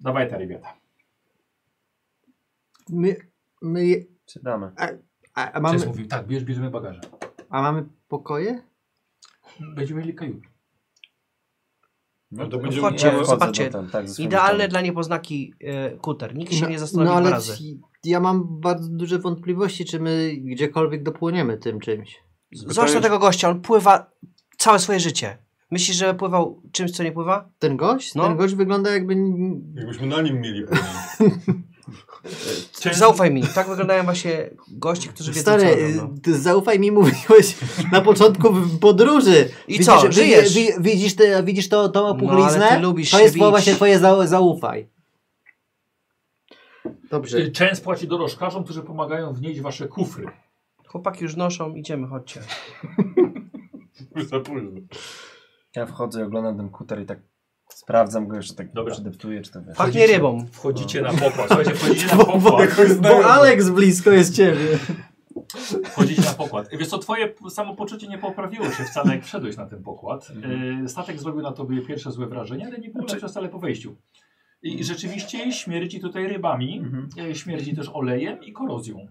Speaker 1: Dawaj ta rybata.
Speaker 2: My... my je-
Speaker 4: Siadamy.
Speaker 2: a, a,
Speaker 1: Częs
Speaker 2: mamy,
Speaker 1: mówił, tak, bierz, bierzemy bagaże.
Speaker 2: a mamy pokoje?
Speaker 1: Będziemy mieli kajuty.
Speaker 5: No to będzie
Speaker 3: Chodźcie,
Speaker 5: umiało-
Speaker 3: chodźcie. zobaczcie.
Speaker 4: tam, tak, ze swoimi
Speaker 3: Idealny
Speaker 4: tam.
Speaker 3: dla niepoznaki e, kuter. Nikt się
Speaker 2: No-
Speaker 3: nie zastanowił
Speaker 2: No
Speaker 3: dwa
Speaker 2: ale
Speaker 3: razy.
Speaker 2: ci- ja mam bardzo duże wątpliwości, czy my gdziekolwiek dopłyniemy tym czymś.
Speaker 3: Zwłaszcza tego gościa, on pływa całe swoje życie. Myślisz, że pływał czymś, co nie pływa?
Speaker 2: Ten gość?
Speaker 3: No.
Speaker 2: Ten gość wygląda jakby... n-
Speaker 5: Jakbyśmy na nim mieli problem.
Speaker 3: Zaufaj mi, tak wyglądają właśnie goście, którzy
Speaker 2: Stary,
Speaker 3: wiedzą, co robią, no.
Speaker 2: y, ty zaufaj mi, <laughs> mówiłeś na początku w podróży.
Speaker 3: I co,
Speaker 2: wi-
Speaker 3: żyjesz?
Speaker 2: wi- widzisz, te, widzisz to, tą opuchliznę?
Speaker 3: ale ty lubisz
Speaker 2: to
Speaker 3: się
Speaker 2: jest
Speaker 3: bić.
Speaker 2: właśnie twoje za, zaufaj. Dobrze. <laughs>
Speaker 1: Częs Y, płaci dorożkarzom, którzy pomagają wnieść wasze kufry.
Speaker 3: Chłopaki już noszą, idziemy, chodźcie.
Speaker 5: <laughs> Za późno.
Speaker 4: Ja wchodzę i oglądam ten kuter i tak sprawdzam go jeszcze, tak
Speaker 1: Dobra.
Speaker 4: Dobra. czy deptuję, czy to wiesz.
Speaker 3: Pachnie rybą.
Speaker 1: Wchodzicie na pokład. <laughs> Słuchajcie, wchodzicie na pokład.
Speaker 2: Bo Alex blisko jest ciebie.
Speaker 1: Wchodzicie na pokład. Wiesz co, twoje p- samopoczucie nie poprawiło się wcale, jak wszedłeś na ten pokład. Y, Statek zrobił na tobie pierwsze złe wrażenie, ale nie było lepsze wcale po wejściu. I rzeczywiście śmierdzi tutaj rybami,
Speaker 4: Mhm.
Speaker 1: y, śmierdzi też olejem i korozją.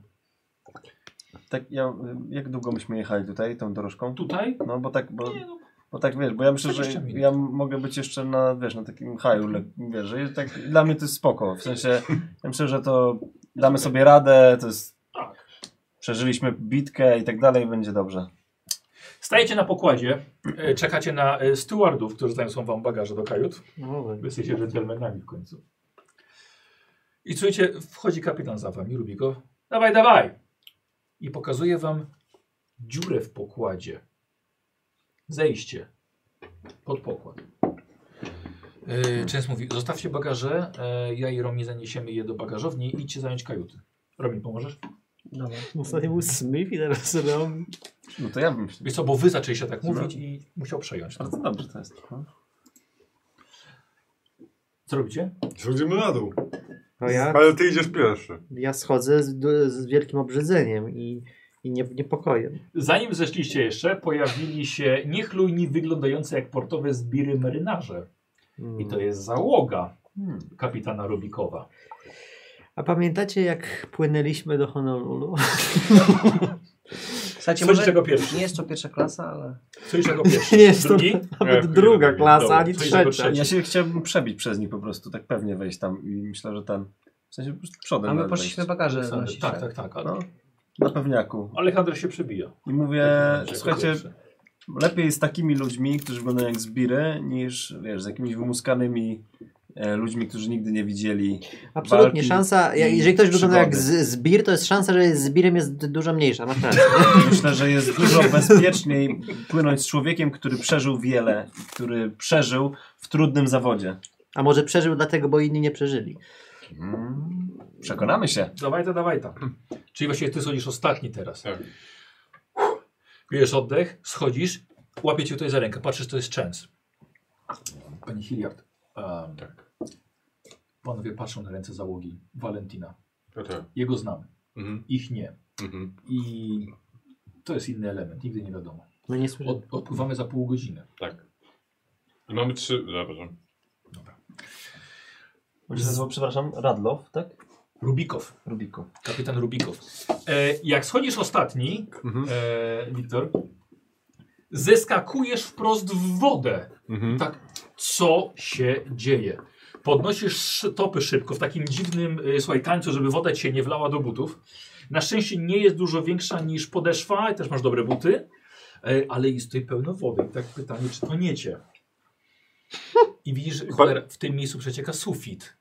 Speaker 4: Tak, ja, y, jak długo myśmy jechali tutaj tą dorożką?
Speaker 1: Tutaj?
Speaker 4: No bo tak, bo,
Speaker 1: Nie, no,
Speaker 4: bo tak wiesz, bo ja myślę, że
Speaker 1: 20 minut.
Speaker 4: ja m- mogę być jeszcze na, wiesz, na takim haju, le- wiesz, że jest tak, dla mnie to jest spoko, w sensie, ja myślę, że to damy sobie radę, to jest,
Speaker 1: Tak.
Speaker 4: przeżyliśmy bitkę i tak dalej, będzie dobrze.
Speaker 1: Stajecie na pokładzie, y, czekacie na y, stewardów, którzy zaniosą wam bagaże do kajut. Wy jesteście dżentelmenami w końcu. I czujecie, wchodzi kapitan za wami, lubi go. Dawaj, dawaj! I pokazuje wam dziurę w pokładzie. Zejście pod pokład. Yy, Częst mówi, zostawcie bagaże, yy, ja i Romi zaniesiemy je do bagażowni i idźcie zająć kajuty. Romi, pomożesz?
Speaker 3: Dobra.
Speaker 2: Ostatnio był Smith i teraz Rom.
Speaker 4: No to ja bym się...
Speaker 1: Wiesz co, bo wy zaczęliście tak mówić i musiał przejąć.
Speaker 4: Bardzo dobrze No. to jest. No.
Speaker 1: Co robicie?
Speaker 5: Schodzimy na dół.
Speaker 2: No ja,
Speaker 5: Ale ty idziesz pierwszy.
Speaker 2: ja schodzę z, du- z wielkim obrzydzeniem i, i nie, niepokojem.
Speaker 1: Zanim zeszliście jeszcze, pojawili się niechlujni, wyglądający jak portowe zbiry marynarze. I
Speaker 2: Mm.
Speaker 1: to jest załoga
Speaker 4: Hmm.
Speaker 1: kapitana Rubikowa.
Speaker 2: A pamiętacie jak płynęliśmy do Honolulu?
Speaker 3: Słuchajcie,
Speaker 1: Słyszy
Speaker 3: może
Speaker 1: tego pierwszy.
Speaker 3: nie jest to pierwsza klasa, ale...
Speaker 1: Słyszy tego pierwszy.
Speaker 2: <laughs> Nie jest to
Speaker 1: Drugi?
Speaker 2: nawet
Speaker 5: Ja
Speaker 2: druga
Speaker 5: pierdolę.
Speaker 2: klasa,
Speaker 5: Dobra,
Speaker 2: ani
Speaker 1: coś tego
Speaker 2: trzecia.
Speaker 1: trzeciego.
Speaker 4: Ja się chciałbym przebić przez nich po prostu, tak pewnie wejść tam i myślę, że ten, w sensie po prostu przodem
Speaker 3: A my
Speaker 4: nawet
Speaker 3: poszliśmy
Speaker 4: wejść.
Speaker 3: bagaże
Speaker 1: Aleksander.
Speaker 3: nosić.
Speaker 1: Tak, tak, tak.
Speaker 4: No, na pewniaku.
Speaker 1: Aleksander się przebija.
Speaker 4: I mówię,
Speaker 1: Jako
Speaker 4: słuchajcie,
Speaker 1: pierwszy.
Speaker 4: lepiej z takimi ludźmi, którzy wyglądają jak zbiry, niż wiesz, z jakimiś wymuskanymi e, ludźmi, którzy nigdy nie widzieli.
Speaker 2: Absolutnie,
Speaker 4: walki
Speaker 2: szansa, ja,
Speaker 4: i
Speaker 2: jeżeli ktoś wygląda jak
Speaker 4: przygody.
Speaker 2: z- zbir, to jest szansa, że z birem jest d- dużo mniejsza, masz rację.
Speaker 4: Myślę, że jest <laughs> dużo bezpieczniej płynąć z człowiekiem, który przeżył wiele, który przeżył w trudnym zawodzie.
Speaker 2: A może przeżył dlatego, bo inni nie przeżyli.
Speaker 4: Mm, Przekonamy się.
Speaker 1: Dawaj to, dawaj to. Czyli właściwie ty schodzisz ostatni teraz.
Speaker 5: Tak.
Speaker 1: Bierzesz oddech, schodzisz, łapię cię tutaj za rękę, patrzysz, to jest częs. Pani Hilliard. em,
Speaker 5: Tak.
Speaker 1: Panowie patrzą na ręce załogi Valentina.
Speaker 5: Ja tak.
Speaker 1: Jego znamy,
Speaker 5: Mhm.
Speaker 1: ich nie.
Speaker 5: Mhm.
Speaker 1: I to jest inny element, nigdy nie wiadomo.
Speaker 2: No nie słyszę.
Speaker 1: Od, odpływamy za pół godziny.
Speaker 5: Tak. I Mamy trzy... Dobra.
Speaker 4: Jak się nazywał, Przepraszam, Radlow, tak?
Speaker 1: Rubikow,
Speaker 4: Rubiku.
Speaker 1: kapitan Rubikow. E, jak schodzisz ostatni,
Speaker 5: Mhm,
Speaker 1: e, Wiktor, zeskakujesz wprost w wodę.
Speaker 5: Mhm.
Speaker 1: Tak, co się dzieje? Podnosisz stopy szybko w takim dziwnym y, słuchaj, tańcu, żeby woda ci się nie wlała do butów. Na szczęście nie jest dużo większa niż podeszwa, i też masz dobre buty, y, ale jest tutaj pełno wody. I tak pytanie, czy to nie cię? I widzisz, cholera, w tym miejscu przecieka sufit.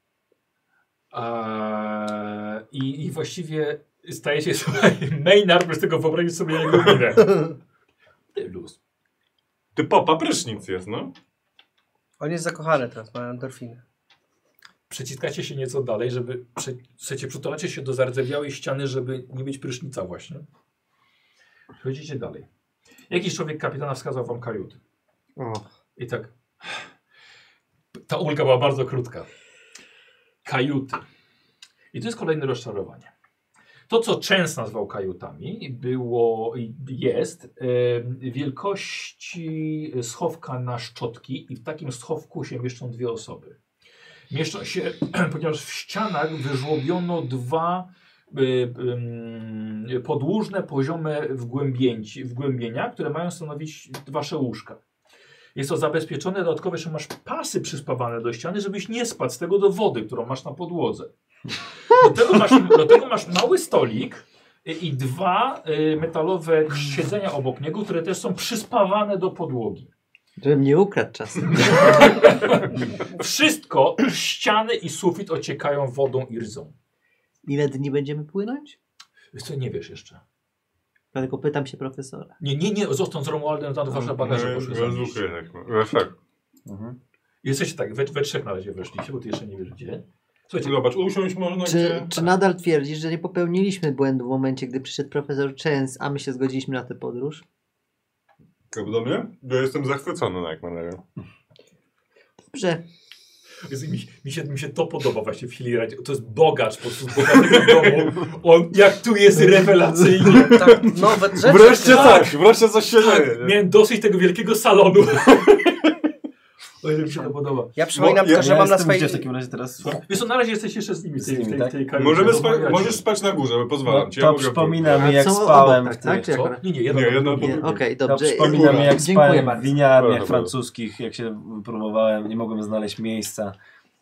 Speaker 1: Eee, I, I właściwie staje się słuchaj, <laughs> Maynard, bez tego wyobrazić sobie jego minę. Ty luz.
Speaker 5: Ty popa, prysznic jest, <laughs> no.
Speaker 3: On jest zakochany teraz, ma endorfiny.
Speaker 1: przeciskacie się nieco dalej, żeby prze, w sensie przytulacie się do zardzewiałej ściany, żeby nie mieć prysznica właśnie. Chodzicie dalej. Jakiś człowiek kapitana wskazał wam kajuty. I tak. Ta ulga była bardzo krótka. Kajuty. I to jest kolejne rozczarowanie. To, co Częs nazwał kajutami, było, jest em, wielkości schowka na szczotki i w takim schowku się mieszczą dwie osoby. Mieszczą się, <clears throat> ponieważ w ścianach wyżłobiono dwa y, ym, podłużne, poziome wgłębięci, wgłębienia, które mają stanowić dwa przełóżka. Jest to zabezpieczone dodatkowo, że masz pasy przyspawane do ściany, żebyś nie spadł z tego do wody, którą masz na podłodze. Do tego masz, do tego masz mały stolik y, i dwa y, metalowe siedzenia obok niego, które też są przyspawane do podłogi.
Speaker 2: Żebym nie ukradł czasem.
Speaker 1: Wszystko, <clears throat> ściany i sufit ociekają wodą i rdzą.
Speaker 2: Ile dni będziemy płynąć?
Speaker 1: Wiesz co, nie wiesz jeszcze.
Speaker 2: Dlatego pytam się profesora.
Speaker 1: Nie, nie, nie, zostań z Romualdem, tam wasze
Speaker 5: No,
Speaker 1: bagaże poszły zanieść.
Speaker 5: Rozlukuję tak. No, tak.
Speaker 4: Mhm.
Speaker 1: Jesteście tak, we, we trzech na razie weszliście, bo ty jeszcze nie wiesz gdzie. Słuchajcie,
Speaker 5: Zobacz, usiąść można
Speaker 2: Czy,
Speaker 5: gdzie?
Speaker 2: czy nadal twierdzisz, że nie popełniliśmy błędu w momencie, gdy przyszedł profesor Częs, a my się zgodziliśmy na tę podróż?
Speaker 5: Czy... Do mnie? Ja jestem zachwycony na jak manewrem.
Speaker 2: Dobrze.
Speaker 1: Jezu, mi, mi, się, mi się to podoba właśnie w chwili radzie. To jest bogacz po prostu z
Speaker 5: <laughs>
Speaker 1: bogatego domu. On jak tu jest rewelacyjnie.
Speaker 3: Tak, nowe rzeczy.
Speaker 14: Wreszcie tak, wreszcie coś się dzieje. nie?
Speaker 1: Miałem dosyć tego wielkiego salonu. Ale mi się <laughs> to podoba. <laughs>
Speaker 3: Ja przypominam
Speaker 5: Bo ja-
Speaker 3: tylko, że mam na
Speaker 4: jestem gdzie
Speaker 3: swojej...
Speaker 4: w takim razie teraz.
Speaker 1: Wiesz co, na razie jesteście jeszcze z nimi w tej,
Speaker 4: Z nimi,
Speaker 1: w tej,
Speaker 4: tak?
Speaker 1: w tej kajucie.
Speaker 5: Możemy
Speaker 1: Rozmawiacie.
Speaker 5: spa- możesz spać na górze, bo pozwalam
Speaker 4: No,
Speaker 5: ci.
Speaker 4: to
Speaker 5: mogę-
Speaker 4: przypomina mi jak
Speaker 2: są obok,
Speaker 4: spałem
Speaker 2: tak,
Speaker 4: w
Speaker 2: tak?
Speaker 4: tych.
Speaker 2: Czy
Speaker 1: Co?
Speaker 2: akurat?
Speaker 1: Nie, nie,
Speaker 5: Nie,
Speaker 1: jedna.
Speaker 5: jedno po
Speaker 2: Nie, no.
Speaker 5: drugim.
Speaker 2: Okej,
Speaker 4: To
Speaker 2: dobrze.
Speaker 4: przypomina mi jak
Speaker 2: Dziękuję
Speaker 4: spałem w
Speaker 2: bardzo.
Speaker 4: winiarniach
Speaker 5: Dobra,
Speaker 4: francuskich, jak się próbowałem, nie mogłem znaleźć miejsca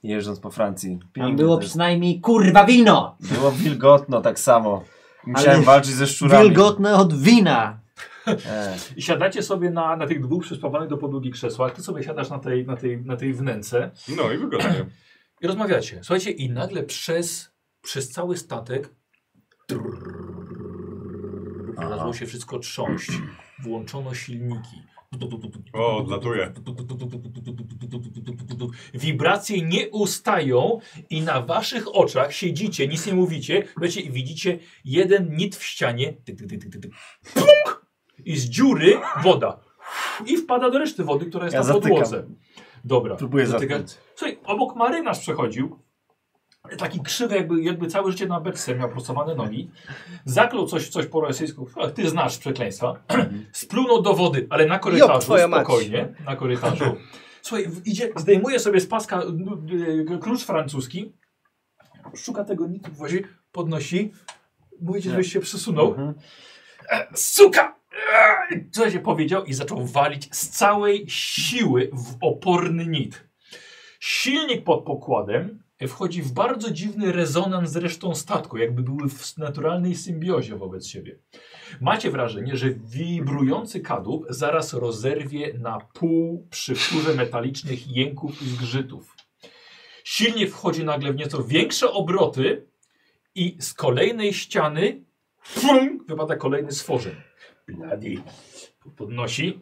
Speaker 4: jeżdżąc po Francji.
Speaker 15: Tam
Speaker 4: Piękne
Speaker 15: było
Speaker 4: to jest.
Speaker 15: przynajmniej kurwa wino!
Speaker 4: było wilgotno tak samo. Musiałem
Speaker 2: Ale
Speaker 4: walczyć ze szczurami.
Speaker 2: Wilgotne od wina.
Speaker 4: E.
Speaker 1: I siadacie sobie na, na tych dwóch przyspawanych do podłogi krzesłach. Ty sobie siadasz na tej, na tej, na tej wnęce
Speaker 5: No i wygodnie.
Speaker 1: i rozmawiacie. Słuchajcie, i nagle przez, przez cały statek trrrr, zaczęło się wszystko trząść. Włączono silniki.
Speaker 5: O, odlatuje.
Speaker 1: Wibracje nie ustają i na waszych oczach siedzicie, nic nie mówicie, wiecie, i widzicie jeden nit w ścianie tyk, tyk, tyk, tyk, tyk, tyk, plunk! i z dziury woda i wpada do reszty wody, która jest
Speaker 4: Ja
Speaker 1: na podłodze.
Speaker 4: zatykam.
Speaker 1: Dobra.
Speaker 4: Próbuję
Speaker 1: Dotyka-
Speaker 4: zatknąć.
Speaker 1: Słuchaj, obok marynarz przechodził, taki krzywy, jakby, jakby całe życie na beczce miał prostowane nogi, zaklął coś, coś po rosyjsku, Ach, ty znasz przekleństwa, <clears throat> splunął do wody, ale na
Speaker 3: Jop,
Speaker 1: korytarzu,
Speaker 3: twoja mać.
Speaker 1: spokojnie, na korytarzu. Słuchaj, w- idzie, zdejmuje sobie z paska n- y, klucz francuski, szuka tego nitu, wozi, podnosi, mówicie, żebyś się
Speaker 5: No.
Speaker 1: przesunął.
Speaker 4: Mhm.
Speaker 1: Suka! Eee! Słuchajcie, powiedział i zaczął walić z całej siły w oporny nit. Silnik pod pokładem wchodzi w bardzo dziwny rezonans z resztą statku, jakby były w naturalnej symbiozie wobec siebie. Macie wrażenie, że wibrujący kadłub zaraz rozerwie na pół przy wtórze metalicznych jęków i zgrzytów. Silnik wchodzi nagle w nieco większe obroty i z kolejnej ściany Fum! Wypada kolejny stworzeń. Bloody. Podnosi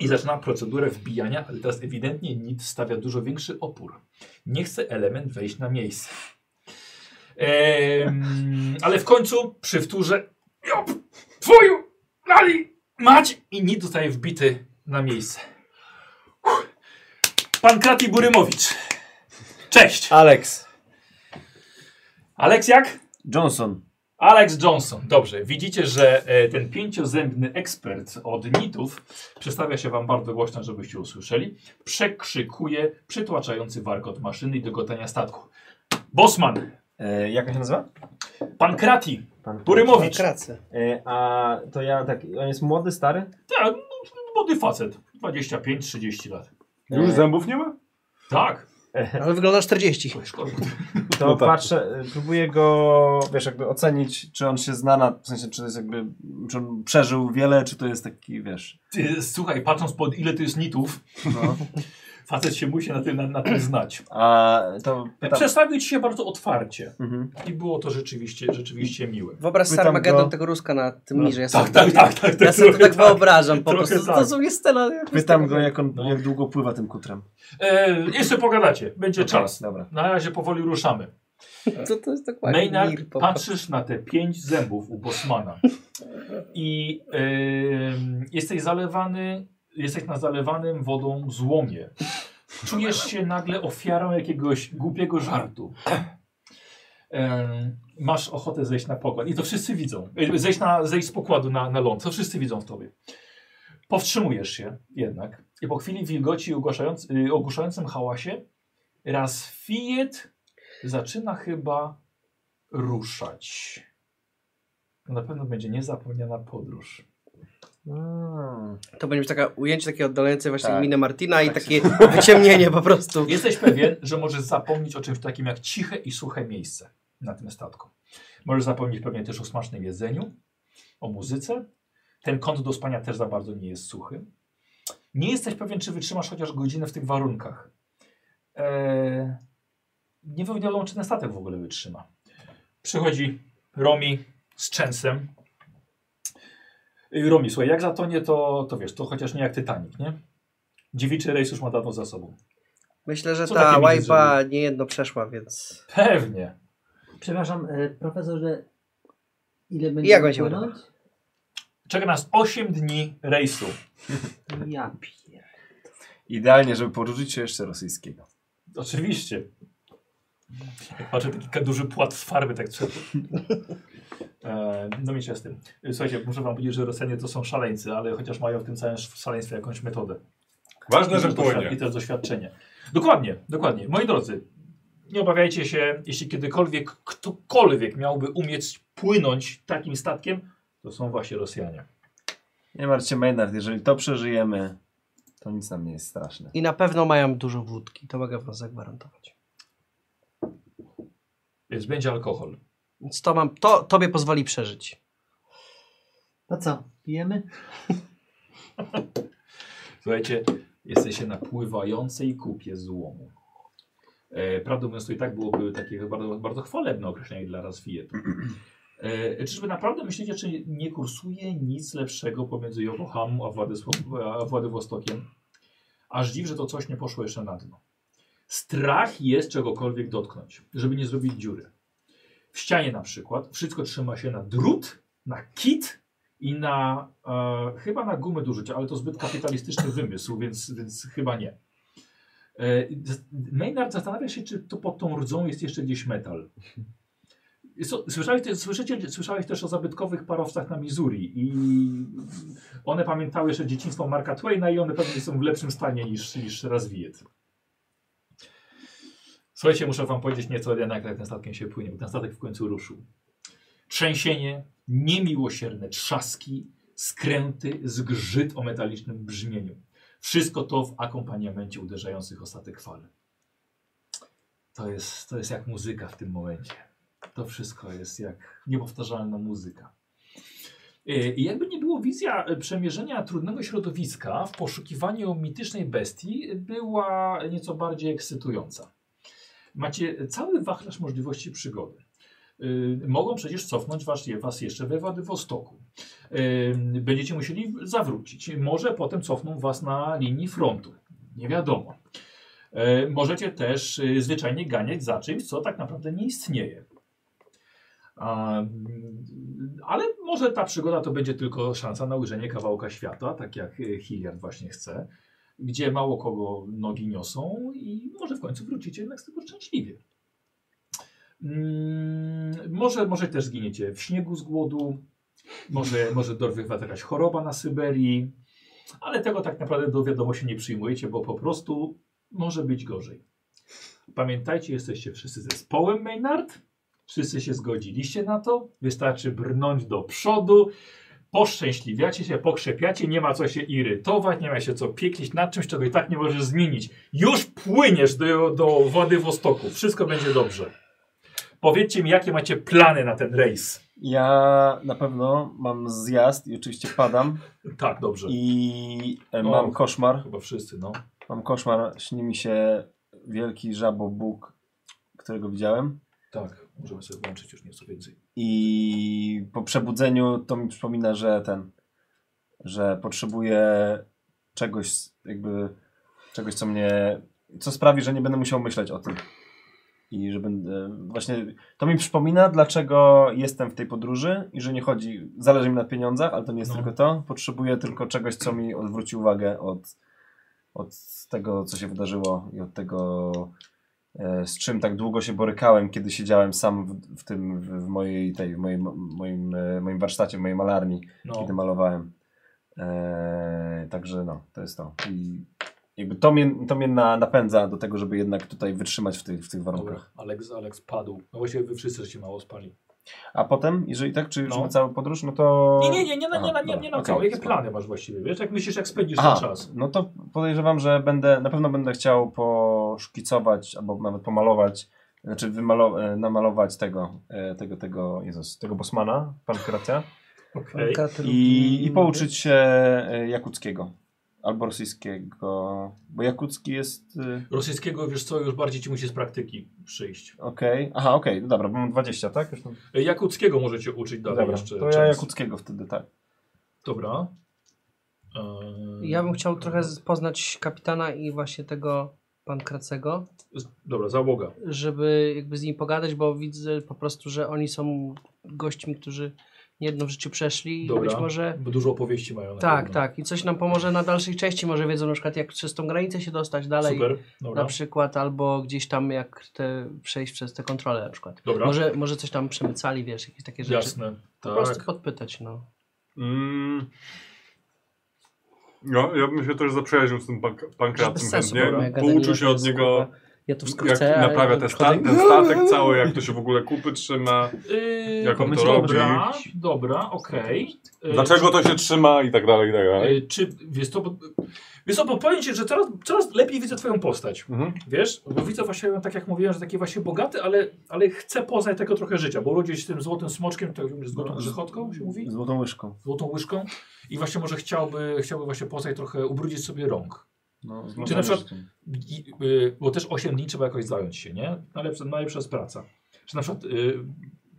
Speaker 1: i zaczyna procedurę wbijania, ale teraz ewidentnie nit stawia dużo większy opór. Nie chce element wejść na miejsce. Em, ale w końcu przy wtórze Jop! Twoju! Lali! Mać! I nit zostaje wbity na miejsce. Uff. Pan Krati Burymowicz. Cześć!
Speaker 4: Alex
Speaker 1: Aleks jak?
Speaker 4: Johnson.
Speaker 1: Alex Johnson. Dobrze, widzicie, że e, ten pięciozębny ekspert od nitów przedstawia się wam bardzo głośno, żebyście usłyszeli. Przekrzykuje przytłaczający warkot maszyny i dogotania statku. Bosman,
Speaker 4: E, jak on się nazywa?
Speaker 1: Pankrati,
Speaker 4: Pan
Speaker 1: Burymowicz.
Speaker 3: Kracę.
Speaker 4: E, a to ja tak, on jest młody, stary?
Speaker 1: Tak, młody facet, 25-30 lat.
Speaker 4: E,
Speaker 5: Już zębów nie ma?
Speaker 1: Tak,
Speaker 3: Ale wygląda 40.
Speaker 1: Oj, szkoda.
Speaker 4: To
Speaker 5: No tak.
Speaker 4: patrzę, e, próbuję go, wiesz, jakby ocenić, czy on się zna na, w sensie, czy to jest jakby, czy on przeżył wiele, czy to jest taki, wiesz,
Speaker 1: Ty, słuchaj, patrząc pod ile to jest nitów,
Speaker 4: no.
Speaker 1: facet się musi na tym, na, na tym znać.
Speaker 4: A to
Speaker 3: Tak.
Speaker 4: pytam,
Speaker 1: Przedstawił ci się bardzo otwarcie
Speaker 4: mhm.
Speaker 1: i było to rzeczywiście, rzeczywiście miłe.
Speaker 3: Wyobraź sobie
Speaker 4: Pytam
Speaker 3: Armagedon
Speaker 4: go-
Speaker 3: tego Ruska na tym
Speaker 4: No.
Speaker 3: niżej. Ja
Speaker 1: Tak,
Speaker 3: sobie-
Speaker 1: tak, tak, tak.
Speaker 3: Ja sobie to
Speaker 1: trochę
Speaker 3: tak wyobrażam po
Speaker 1: Trochę
Speaker 3: prostu.
Speaker 1: tak.
Speaker 3: To są jest scena. jak-
Speaker 4: pytam go, jak on,
Speaker 1: No.
Speaker 4: jak długo pływa tym kutrem.
Speaker 1: E, jeszcze pogadacie, będzie
Speaker 4: Okej,
Speaker 1: czas.
Speaker 4: Dobra.
Speaker 1: Na razie powoli ruszamy.
Speaker 3: To, to jest dokładnie.
Speaker 1: Maynard,
Speaker 3: mir po-
Speaker 1: patrzysz na te pięć zębów u Bosmana i em, jesteś zalewany, jesteś na zalewanym wodą złomie. Czujesz się nagle ofiarą jakiegoś głupiego żartu. Em, masz ochotę zejść na pokład i to wszyscy widzą. E, Zejść, na, zejść z pokładu na, na ląd, to wszyscy widzą w tobie. Powstrzymujesz się jednak i po chwili wilgoci i ogłaszając, y, ogłuszającym hałasie raz Fiat zaczyna chyba ruszać. To na pewno będzie niezapomniana podróż.
Speaker 4: Hmm.
Speaker 3: To będzie taka ujęcie takie oddalające właśnie
Speaker 4: Tak.
Speaker 3: minę Martina i
Speaker 4: <laughs>
Speaker 3: takie wyciemnienie po prostu.
Speaker 1: Jesteś pewien, że możesz zapomnieć o czymś takim jak ciche i suche miejsce na tym statku. Możesz zapomnieć pewnie też o smacznym jedzeniu, o muzyce. Ten kąt do spania też za bardzo nie jest suchy. Nie jesteś pewien, czy wytrzymasz chociaż godzinę w tych warunkach. Eee, nie wiadomo, czy ten statek w ogóle wytrzyma. Przychodzi Romi z Częsem. Ej, Romi, słuchaj, jak zatonie, to, to wiesz, to chociaż nie jak Titanic, nie? Dziewiczy rejs już ma dawno za sobą.
Speaker 3: Myślę, że
Speaker 1: Co
Speaker 3: ta
Speaker 1: takiego
Speaker 3: łajba
Speaker 1: zrobił?
Speaker 3: niejedno przeszła, więc...
Speaker 1: Pewnie.
Speaker 2: Przepraszam, e, profesorze, ile będzie
Speaker 3: Jak on się
Speaker 2: płynąć?
Speaker 1: Czeka nas 8 dni rejsu.
Speaker 2: Ja pier...
Speaker 4: Idealnie, żeby porzucić się jeszcze rosyjskiego.
Speaker 1: Oczywiście. Jak patrzę, taki ka- duży płat z farby tak przed. E, no mi się z tym. E, Słuchajcie, muszę wam powiedzieć, że Rosjanie to są szaleńcy, ale chociaż mają w tym całym sz- szaleństwie jakąś metodę.
Speaker 5: Ważne, że
Speaker 1: I też doświad- I
Speaker 5: płonie.
Speaker 1: też doświadczenie. Dokładnie, dokładnie. Moi drodzy, nie obawiajcie się, jeśli kiedykolwiek ktokolwiek miałby umieć płynąć takim statkiem, to są właśnie Rosjanie.
Speaker 4: Nie martw się, Maynard, jeżeli to przeżyjemy, to nic nam nie jest straszne.
Speaker 3: I na pewno mają dużo wódki, to mogę wam zagwarantować.
Speaker 1: Więc będzie alkohol.
Speaker 3: Więc to mam, to tobie pozwoli przeżyć.
Speaker 2: To co, pijemy?
Speaker 1: Słuchajcie, jesteście na pływającej kupie złomu. E, prawdę mówiąc, to i tak byłoby takie bardzo, bardzo chwalebne określenie dla Razfietu. E, czyżby naprawdę myślicie, czy nie kursuje nic lepszego pomiędzy Jokohamu a, Władysław- a Władywostokiem? Aż dziw, że to coś nie poszło jeszcze na dno. Strach jest czegokolwiek dotknąć, żeby nie zrobić dziury. W ścianie na przykład wszystko trzyma się na drut, na kit i na e, chyba na gumy do życia, ale to zbyt kapitalistyczny wymysł, więc, więc chyba nie. E, i zas- Maynard zastanawia się, czy to pod tą rdzą jest jeszcze gdzieś metal. So- Słyszałeś, te- słyszycie, słyszałeś też o zabytkowych parowcach na Missouri i one pamiętały jeszcze dzieciństwo Marka Twaina i one pewnie są w lepszym stanie niż, niż Razwiet. Słuchajcie, muszę wam powiedzieć nieco jednak, jak ten statkiem się płynie, bo ten statek w końcu ruszył. Trzęsienie, niemiłosierne trzaski, skręty, zgrzyt o metalicznym brzmieniu. Wszystko to w akompaniamencie uderzających o statek fal. To jest, to jest jak muzyka w tym momencie. To wszystko jest jak niepowtarzalna muzyka. Yy, I jakby nie było wizja y, przemierzenia trudnego środowiska w poszukiwaniu mitycznej bestii y, była nieco bardziej ekscytująca. Macie cały wachlarz możliwości przygody. Y, mogą przecież cofnąć was, was jeszcze we Władywostoku. Y, będziecie musieli zawrócić. Może potem cofną was na linii frontu. Nie wiadomo. Y, możecie też y, zwyczajnie ganiać za czymś, co tak naprawdę nie istnieje. A, mm, ale może ta przygoda to będzie tylko szansa na ujrzenie kawałka świata, tak jak y, Hilliard właśnie chce, gdzie mało kogo nogi niosą i może w końcu wrócicie jednak z tego szczęśliwie. Mm, może, może też zginiecie w śniegu z głodu, może, może dorwie was jakaś choroba na Syberii, ale tego tak naprawdę do wiadomości nie przyjmujecie, bo po prostu może być gorzej. Pamiętajcie, jesteście wszyscy zespołem Maynard, wszyscy się zgodziliście na to, wystarczy brnąć do przodu, poszczęśliwiacie się, pokrzepiacie, nie ma co się irytować, nie ma się co pieklić nad czymś, czego i tak nie możesz zmienić. Już płyniesz do, do Władywostoku, wszystko będzie dobrze. Powiedzcie mi, jakie macie plany na ten rejs.
Speaker 4: Ja na pewno mam zjazd i oczywiście padam
Speaker 1: Tak, dobrze.
Speaker 4: i e,
Speaker 1: No.
Speaker 4: mam koszmar.
Speaker 1: Chyba wszyscy, no.
Speaker 4: Mam koszmar, śni mi się wielki żabobóg, którego widziałem.
Speaker 1: Tak, możemy sobie włączyć już nieco więcej.
Speaker 4: I po przebudzeniu to mi przypomina, że ten, że potrzebuję czegoś, jakby czegoś, co mnie, co sprawi, że nie będę musiał myśleć o tym. I że będę, właśnie to mi przypomina, dlaczego jestem w tej podróży i że nie chodzi, zależy mi na pieniądzach, ale to nie jest
Speaker 1: No.
Speaker 4: tylko to. Potrzebuję tylko czegoś, co mi odwróci uwagę od, od tego, co się wydarzyło i od tego, e, z czym tak długo się borykałem, kiedy siedziałem sam w, w tym, w, w mojej, tej, w moim, moim, e, moim warsztacie, w mojej malarni
Speaker 1: No,
Speaker 4: kiedy malowałem. Eee, także no, to jest to. I jakby to mnie, to mnie na, napędza do tego, żeby jednak tutaj wytrzymać w tych, w tych
Speaker 1: dobra.
Speaker 4: warunkach.
Speaker 1: Alex, Alex padł. No właściwie wy wszyscy żeście mało spali.
Speaker 4: A potem, jeżeli tak, czy już
Speaker 1: No.
Speaker 4: na całą podróż, no to...
Speaker 1: Nie, nie, nie, nie, na- nie,
Speaker 4: Aha,
Speaker 1: na- nie, nie na
Speaker 4: dobra,
Speaker 1: całe.
Speaker 4: okej,
Speaker 1: Jakie
Speaker 4: spoko.
Speaker 1: plany masz właściwie, wiesz? Jak myślisz, jak spędzisz ten
Speaker 4: Aha,
Speaker 1: czas?
Speaker 4: no to podejrzewam, że będę, na pewno będę chciał poszkicować, albo nawet pomalować, znaczy wymalo, e, namalować tego, e, tego, tego, Jezus, tego Bosmana, Pankratia
Speaker 1: Okej.
Speaker 4: i, i pouczyć się e, jakuckiego. Albo rosyjskiego, bo jakucki jest... e,
Speaker 1: Rosyjskiego, wiesz co, już bardziej ci musi z praktyki przyjść.
Speaker 4: Okej, aha, okej, no dobra, bo mam 20, tak? Już tam...
Speaker 1: E, Jakuckiego możecie uczyć dalej
Speaker 4: Dobra,
Speaker 1: jeszcze.
Speaker 4: to ja
Speaker 1: często.
Speaker 4: jakuckiego wtedy, tak.
Speaker 1: Dobra. Eee,
Speaker 3: Ja bym chciał trochę z- poznać kapitana i właśnie tego pan Kracego,
Speaker 1: z- Dobra, załoga.
Speaker 3: żeby jakby z nim pogadać, bo widzę po prostu, że oni są gośćmi, którzy niejedno w życiu przeszli i
Speaker 1: Dobra.
Speaker 3: być może...
Speaker 1: Bo dużo opowieści mają. na
Speaker 3: Tak,
Speaker 1: pewno.
Speaker 3: tak. I coś nam pomoże na dalszej części. Może wiedzą na przykład, jak przez tą granicę się dostać dalej.
Speaker 1: Super,
Speaker 3: Na
Speaker 1: dobra.
Speaker 3: przykład, albo gdzieś tam jak te, przejść przez te kontrole na przykład.
Speaker 1: Dobra.
Speaker 3: Może, może coś tam przemycali, wiesz, jakieś takie rzeczy.
Speaker 1: Jasne.
Speaker 3: Po prostu
Speaker 1: Tak.
Speaker 3: podpytać, no.
Speaker 5: Mm. No, ja bym się też zaprzyjaźnił z tym pan,
Speaker 3: Bez
Speaker 5: pankracem
Speaker 3: sensu,
Speaker 5: chętnie.
Speaker 3: bo ja gadaniu
Speaker 5: Pouczył
Speaker 3: na
Speaker 5: się
Speaker 3: to
Speaker 5: od
Speaker 3: jest,
Speaker 5: niego,
Speaker 3: kurwa, Ja tu
Speaker 5: jak
Speaker 3: wkrótce.
Speaker 5: naprawia ten, sta ten statek
Speaker 3: <laughs>
Speaker 5: cały, jak to się w ogóle kupy trzyma,
Speaker 1: Yy,
Speaker 5: jak on to robi.
Speaker 1: dobra, dobra, okej. Eee,
Speaker 5: Dlaczego to się trzyma i tak dalej, i tak dalej.
Speaker 1: Eee, Czy wiesz to, wiesz co, bo powiem ci, że coraz, coraz lepiej widzę twoją postać.
Speaker 5: Mhm.
Speaker 1: Wiesz, bo widzę właśnie, no tak jak mówiłem, że taki właśnie bogaty, ale, ale chce poznać tego trochę życia, bo ludzie z tym złotym smoczkiem, tak z
Speaker 4: No,
Speaker 1: złotą grzechotką się mówi,
Speaker 4: Złotą łyżką.
Speaker 1: złotą łyżką i właśnie może chciałby, chciałby właśnie poznać trochę, ubrudzić sobie rąk.
Speaker 4: No, z
Speaker 1: Czy na przykład-
Speaker 4: życiem.
Speaker 1: I, y, bo też 8 dni trzeba jakoś zająć się, nie? Najlepsza, najlepsza jest praca. Czy na przykład y,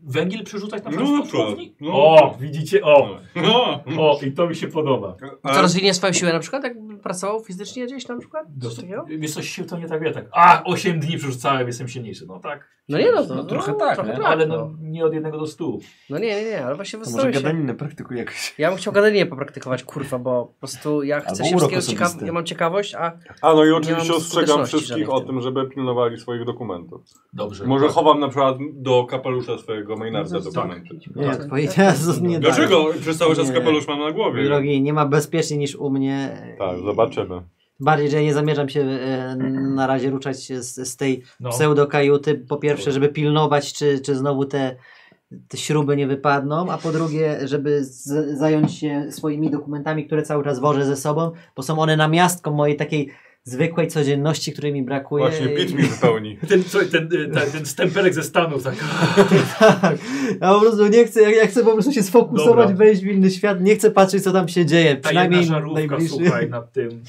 Speaker 1: węgiel przerzucać na
Speaker 5: No,
Speaker 1: przykład
Speaker 5: na
Speaker 1: w
Speaker 5: przykład.
Speaker 1: kotłowni?
Speaker 5: No.
Speaker 1: O, widzicie? O,
Speaker 5: <laughs> No.
Speaker 1: o, i to mi się podoba.
Speaker 5: Ale-
Speaker 3: To rozwinie swoją siłę na przykład, jakby pracował fizycznie gdzieś na przykład? Coś
Speaker 1: to-
Speaker 3: takiego?
Speaker 1: Wiesz coś sił to nie tak wie, tak. A, 8 dni przerzucałem, jestem silniejszy. No tak.
Speaker 3: No nie no, to,
Speaker 4: No,
Speaker 3: no,
Speaker 4: trochę tak,
Speaker 3: trochę
Speaker 4: nie?
Speaker 3: tak
Speaker 1: Ale
Speaker 3: no.
Speaker 1: no, nie od jednego do 100.
Speaker 3: no nie, nie, nie, ale właśnie
Speaker 4: To może
Speaker 3: wystawiam się.
Speaker 4: gadaninę praktykuj jakoś.
Speaker 3: Ja bym chciał gadaninę popraktykować, kurwa, bo po prostu ja
Speaker 4: Albo
Speaker 3: chcę się
Speaker 4: urok
Speaker 3: wszystkiego
Speaker 4: osobisty.
Speaker 3: ciekaw... Ja mam ciekawość, a
Speaker 5: A no i
Speaker 3: Nie
Speaker 5: oczywiście
Speaker 3: mam
Speaker 5: ostrzegam
Speaker 3: skuteczności
Speaker 5: wszystkich
Speaker 3: żadnej
Speaker 5: o
Speaker 3: w tym.
Speaker 5: tym, żeby pilnowali swoich dokumentów.
Speaker 1: Dobrze.
Speaker 5: Może
Speaker 1: tak.
Speaker 5: chowam na przykład do kapelusza swojego Maynarda
Speaker 3: tak.
Speaker 5: dokumenty.
Speaker 2: Nie, odpowiedź <laughs> teraz nie da.
Speaker 5: Dlaczego? Przez cały czas
Speaker 2: Nie.
Speaker 5: kapelusz mam na
Speaker 2: Mój
Speaker 5: głowie.
Speaker 2: Drogi, nie ma bezpieczniej niż u mnie.
Speaker 5: Tak, zobaczymy.
Speaker 2: Bardziej, że ja nie zamierzam się e, na razie ruszać się z, z tej
Speaker 1: No.
Speaker 2: pseudokajuty. Po pierwsze, żeby pilnować, czy, czy znowu te, te śruby nie wypadną, a po drugie, żeby z, zająć się swoimi dokumentami, które cały czas wożę ze sobą, bo są one namiastką mojej takiej zwykłej codzienności, której mi brakuje.
Speaker 5: Właśnie
Speaker 2: I-
Speaker 5: pit mi
Speaker 2: <laughs>
Speaker 5: wypełni.
Speaker 1: Ten, co, ten, y, ten, ten stemperek ze Stanów, tak.
Speaker 2: Tak. Ja po prostu nie chcę, ja, ja chcę po prostu się sfokusować,
Speaker 1: Dobra.
Speaker 2: wejść w inny świat, nie chcę patrzeć, co tam się dzieje.
Speaker 1: Ta jedna
Speaker 2: Przynajmniej
Speaker 1: żarówka,
Speaker 2: najbliższy.
Speaker 1: słuchaj, nad tym,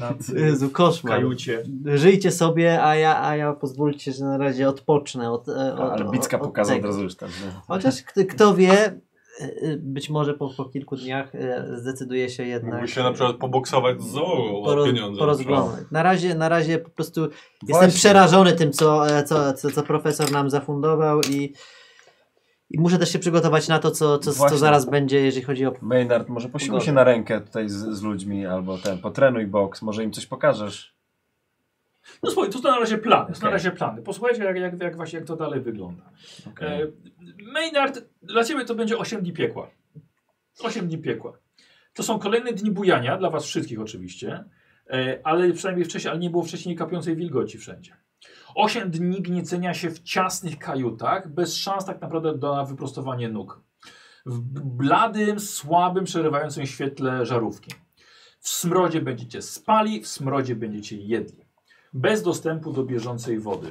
Speaker 1: nad y,
Speaker 2: <laughs> Jezu,
Speaker 1: w
Speaker 2: koszmar.
Speaker 1: kajucie.
Speaker 2: Żyjcie sobie, a ja, a ja pozwólcie, że na razie odpocznę od, e, od
Speaker 4: Ale Bicka
Speaker 2: od- od
Speaker 4: pokazał od
Speaker 2: tego.
Speaker 4: razu już tam. nie?
Speaker 2: Chociaż kto, kto wie, e, e, być może po, po kilku dniach e, zdecyduje się jednak
Speaker 5: Mógłby się na przykład poboksować z zoologą o
Speaker 2: poro-
Speaker 5: pieniądze.
Speaker 2: porozglądać. Na razie, na razie po prostu jestem
Speaker 4: Właśnie.
Speaker 2: przerażony tym, co, e, co, co, co profesor nam zafundował i, i muszę też się przygotować na to, co, co, co
Speaker 4: Właśnie.
Speaker 2: zaraz będzie, jeżeli chodzi o...
Speaker 4: Maynard, może posiłuj
Speaker 2: Pogoda.
Speaker 4: się na rękę tutaj z, z ludźmi, albo ten, potrenuj boks, może im coś pokażesz.
Speaker 1: No słuchaj, to są na razie plany. To są na
Speaker 4: Okej.
Speaker 1: razie plany. Posłuchajcie, jak, jak, jak właśnie jak to dalej wygląda.
Speaker 4: Okej.
Speaker 1: E, Maynard, dla ciebie to będzie 8 dni piekła. 8 dni piekła. To są kolejne dni bujania, dla was wszystkich oczywiście, e, ale przynajmniej wcześniej, ale nie było wcześniej kapiącej wilgoci wszędzie. 8 dni gniecenia się w ciasnych kajutach, bez szans tak naprawdę na wyprostowanie nóg. W bladym, słabym, przerywającym świetle żarówki. W smrodzie będziecie spali, w smrodzie będziecie jedli. Bez dostępu do bieżącej wody.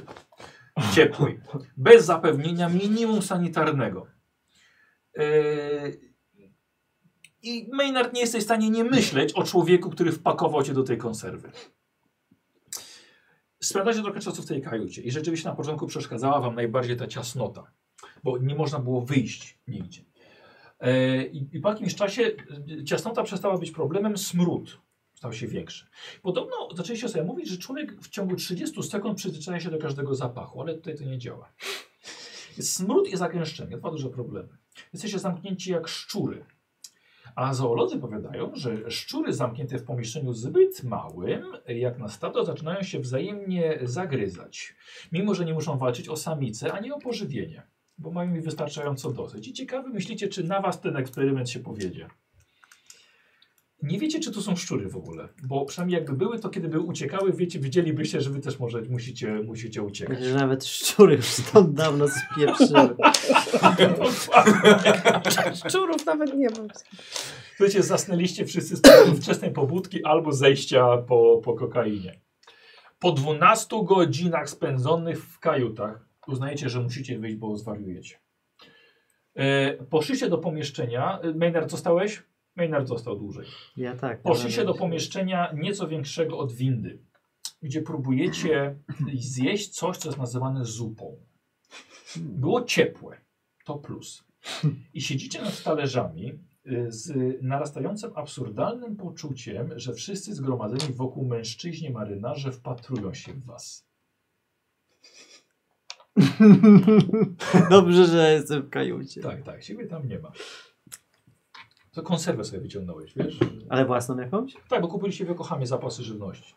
Speaker 1: Ciepłej bez zapewnienia minimum sanitarnego. Yy, I Maynard nie jesteś w stanie nie myśleć o człowieku, który wpakował cię do tej konserwy. Spędzacie trochę czasu w tej kajucie i rzeczywiście na początku przeszkadzała wam najbardziej ta ciasnota, bo nie można było wyjść nigdzie. Yy, I, I po jakimś czasie yy, ciasnota przestała być problemem, smród stał się większy. Podobno zaczęliście sobie mówić, że człowiek w ciągu 30 sekund przyzwyczaja się do każdego zapachu, ale tutaj to nie działa. Smród i zagęszczenie, dwa duże problemy. Jesteście zamknięci jak szczury. A zoolodzy powiadają, że szczury zamknięte w pomieszczeniu zbyt małym, jak na stado, zaczynają się wzajemnie zagryzać. Mimo, że nie muszą walczyć o samice, ani o pożywienie, bo mają ich wystarczająco dosyć. I ciekawy myślicie, czy na was ten eksperyment się powiedzie. Nie wiecie, czy to są szczury w ogóle, bo przynajmniej jakby były, to kiedy by uciekały, wiecie, wiedzielibyście, że wy też może musicie, musicie uciekać.
Speaker 2: Myślę, że nawet szczury już stąd dawno spieprzyły.
Speaker 3: Szczurów nawet nie mam.
Speaker 1: Słuchajcie, zasnęliście wszyscy z powodu wczesnej pobudki albo zejścia po, po kokainie. Po 12 godzinach spędzonych w kajutach uznajecie, że musicie wyjść, bo zwariujecie. E, poszliście do pomieszczenia. E, Maynard, zostałeś? Maynard został dłużej.
Speaker 2: Ja tak.
Speaker 1: Poszliście do pomieszczenia nieco większego od windy, gdzie próbujecie <clears throat> zjeść coś, co jest nazywane zupą. Było ciepłe, to plus. I siedzicie nad talerzami y, z narastającym absurdalnym poczuciem, że wszyscy zgromadzeni wokół mężczyźni marynarze wpatrują się w was.
Speaker 2: <laughs> Dobrze, że jestem w kajucie.
Speaker 1: Tak, tak, siebie tam nie ma. To konserwę sobie wyciągnąłeś, wiesz?
Speaker 2: Ale własną jakąś?
Speaker 1: Tak, bo kupiliście w Yokohamie zapasy żywności.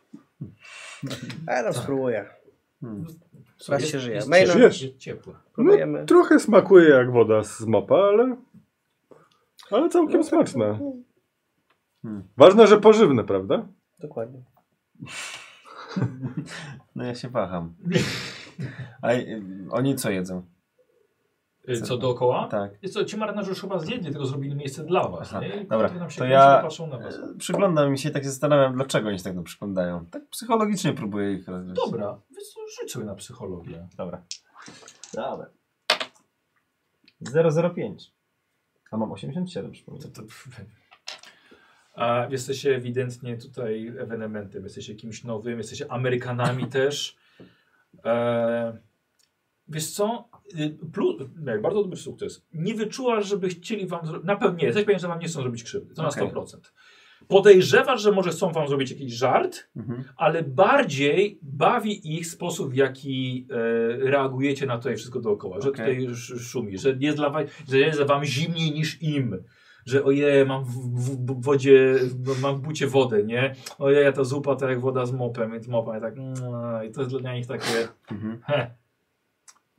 Speaker 3: Ale no, spróbuję.
Speaker 4: Hmm.
Speaker 1: Co,
Speaker 3: Raz się żyje.
Speaker 1: Jest,
Speaker 3: Maynard-
Speaker 1: ciepłe, jest ciepłe.
Speaker 3: Próbujemy.
Speaker 5: Trochę smakuje jak woda z mopa, ale. Ale całkiem smaczne.
Speaker 2: Hmm.
Speaker 5: Ważne, że pożywne, prawda?
Speaker 3: Dokładnie.
Speaker 4: <laughs> No ja się waham. A y, oni co jedzą?
Speaker 1: Y, Co dookoła?
Speaker 4: Tak.
Speaker 1: Jest co, ci marynarze już chyba zjedli, tylko zrobili miejsce dla was.
Speaker 4: Aha, tak.
Speaker 1: nie? I
Speaker 4: dobra,
Speaker 1: potem nam się
Speaker 4: to
Speaker 1: kręci,
Speaker 4: ja- y,
Speaker 1: i patrzą na was.
Speaker 4: E, Przyglądam im się i tak się zastanawiam, dlaczego oni się tak no przyglądają. Tak psychologicznie próbuję ich rozwiązać.
Speaker 1: Dobra, więc rzuć sobie na psychologię.
Speaker 4: Dobra. Dobra. 005. A mam 87, przypominam.
Speaker 1: A jesteście ewidentnie tutaj ewenementem, jesteście kimś nowym, jesteście
Speaker 4: <laughs>
Speaker 1: Amerykanami też. E, wiesz co? Y, Plus, nie, bardzo dobry sukces. Nie wyczułaś, żeby chcieli wam zrobić. Na pewno nie, jesteś pewien, że wam nie chcą zrobić krzywdy. To na
Speaker 4: Okej.
Speaker 1: 100%. Podejrzewasz, że może chcą wam zrobić jakiś żart,
Speaker 4: Mhm.
Speaker 1: ale bardziej bawi ich sposób, w jaki e, reagujecie na to wszystko dookoła. Że
Speaker 4: Okej.
Speaker 1: tutaj już szumi, że jest, dla wa- że jest dla wam zimniej niż im. Że oje, mam w, w, w wodzie, w- mam w bucie wodę, nie? Oje, ta zupa to jak woda z mopem, więc mopa, ja tak. mm, I to jest dla nich takie.
Speaker 4: Mhm.
Speaker 1: He.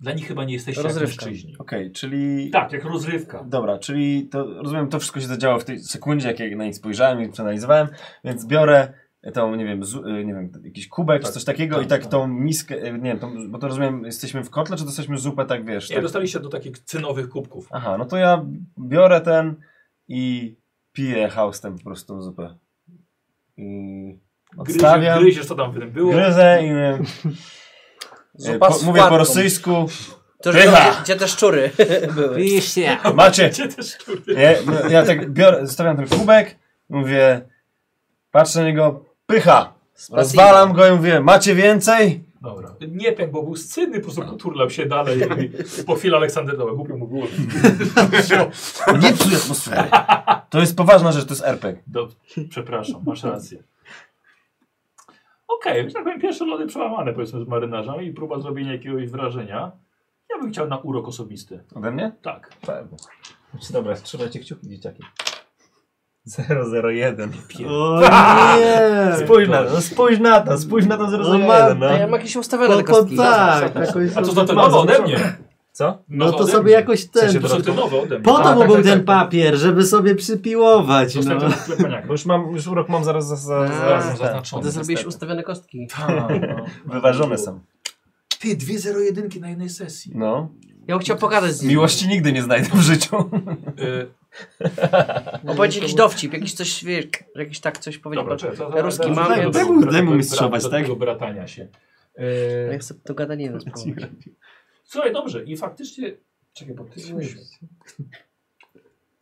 Speaker 1: Dla nich chyba nie jesteście jak
Speaker 3: Rozrywka.
Speaker 1: mężczyźni.
Speaker 4: Okej, czyli...
Speaker 1: Tak, jak rozrywka.
Speaker 4: Dobra, czyli to rozumiem, to wszystko się zadziało w tej sekundzie, jak ja na nich spojrzałem i przeanalizowałem, więc biorę tą, nie wiem, zu, y, nie wiem jakiś kubek
Speaker 1: Tak,
Speaker 4: czy coś takiego
Speaker 1: tak,
Speaker 4: i tak
Speaker 1: tak.
Speaker 4: tą miskę, y, nie wiem, tą, bo to rozumiem, jesteśmy w kotle, czy dostaliśmy zupę, tak wiesz?
Speaker 1: Nie,
Speaker 4: tak?
Speaker 1: dostaliście do takich cynowych kubków.
Speaker 4: Aha, no to ja biorę ten i piję haustem po prostu tą zupę. I
Speaker 1: Gryzie,
Speaker 4: odstawiam,
Speaker 1: gryziesz, co tam w tym było.
Speaker 4: gryzę i nie, y,
Speaker 3: Zupa
Speaker 4: po,
Speaker 3: z
Speaker 4: mówię po
Speaker 3: płatką.
Speaker 4: rosyjsku,
Speaker 3: To, że
Speaker 4: Pycha!
Speaker 3: gdzie- Gdzie te
Speaker 10: <laughs>
Speaker 3: szczury były?
Speaker 2: Widzisz się.
Speaker 4: macie,
Speaker 1: Gdzie te szczury?
Speaker 4: Ja, no, ja tak biorę, zostawiam ten kubek, mówię, patrzę na niego, pycha. Rozwalam go i mówię, macie więcej?
Speaker 1: Dobra. Nie pęk, bo był scynny, po prostu poturlał się dalej i po chwili Aleksander Dobra, głupio mu było.
Speaker 4: Nie psuj atmosfery. To jest poważna rzecz, to jest RPG.
Speaker 1: Dobrze, przepraszam, masz rację. Okej, więc tak powiem, pierwsze lody przełamane powiedzmy z marynarzami i próba zrobienia jakiegoś wrażenia. Ja bym chciał na urok osobisty.
Speaker 4: Ode mnie?
Speaker 1: Tak.
Speaker 4: Pewnie. Dobra, trzymajcie kciuki, dzieciaki. 001.
Speaker 2: O nie!
Speaker 4: Spójrz na to, spójrz na to, spójrz na to
Speaker 2: On ma-
Speaker 4: 001, no.
Speaker 3: Ja mam jakieś ustawione
Speaker 2: No
Speaker 3: te
Speaker 2: to
Speaker 3: kostki.
Speaker 2: tak. jakoś-
Speaker 1: A co za te nowe ode mnie?
Speaker 4: Co?
Speaker 2: No
Speaker 1: Nowe
Speaker 2: to
Speaker 1: ode
Speaker 2: sobie
Speaker 1: mnie.
Speaker 2: jakoś
Speaker 4: W sensie
Speaker 2: ten...
Speaker 1: To są te nowe ode mnie.
Speaker 2: Po
Speaker 1: A,
Speaker 2: to
Speaker 4: tak,
Speaker 2: mu był
Speaker 4: tak,
Speaker 2: ten
Speaker 4: tak.
Speaker 2: papier, żeby sobie przypiłować,
Speaker 1: Dostałem
Speaker 2: no.
Speaker 1: to w sklepaniaku.
Speaker 4: Bo już mam, już urok mam zaraz za, za, za,
Speaker 1: Zaraz mam
Speaker 4: za
Speaker 1: zaznaczone.
Speaker 3: Ty zrobiłeś
Speaker 4: niestety.
Speaker 3: ustawione kostki.
Speaker 1: Ta, no.
Speaker 4: Wyważone są.
Speaker 1: Ty, dwie zero jedynki na jednej sesji.
Speaker 4: No.
Speaker 3: Ja bym chciał pogadać z nim.
Speaker 4: Miłości nigdy nie znajdę w życiu.
Speaker 1: Y,
Speaker 3: Opowiedzieć jakiś dowcip, jakiś coś, wiesz, jakiś tak coś powiedział.
Speaker 1: Dobra,
Speaker 3: Dobra,
Speaker 1: czekaj, to- to-
Speaker 3: ruski
Speaker 1: to-
Speaker 3: mam,
Speaker 1: to-
Speaker 3: więc-
Speaker 1: to- to-
Speaker 4: Daj mu-
Speaker 1: to-
Speaker 4: daj mu
Speaker 1: to-
Speaker 4: mistrzować,
Speaker 1: do
Speaker 4: tak?
Speaker 1: tego bratania się.
Speaker 3: ja
Speaker 1: E,
Speaker 3: chcę to gadaniny spróbować.
Speaker 1: słuchaj, dobrze, i faktycznie. Czekaj, bo ty byłeś.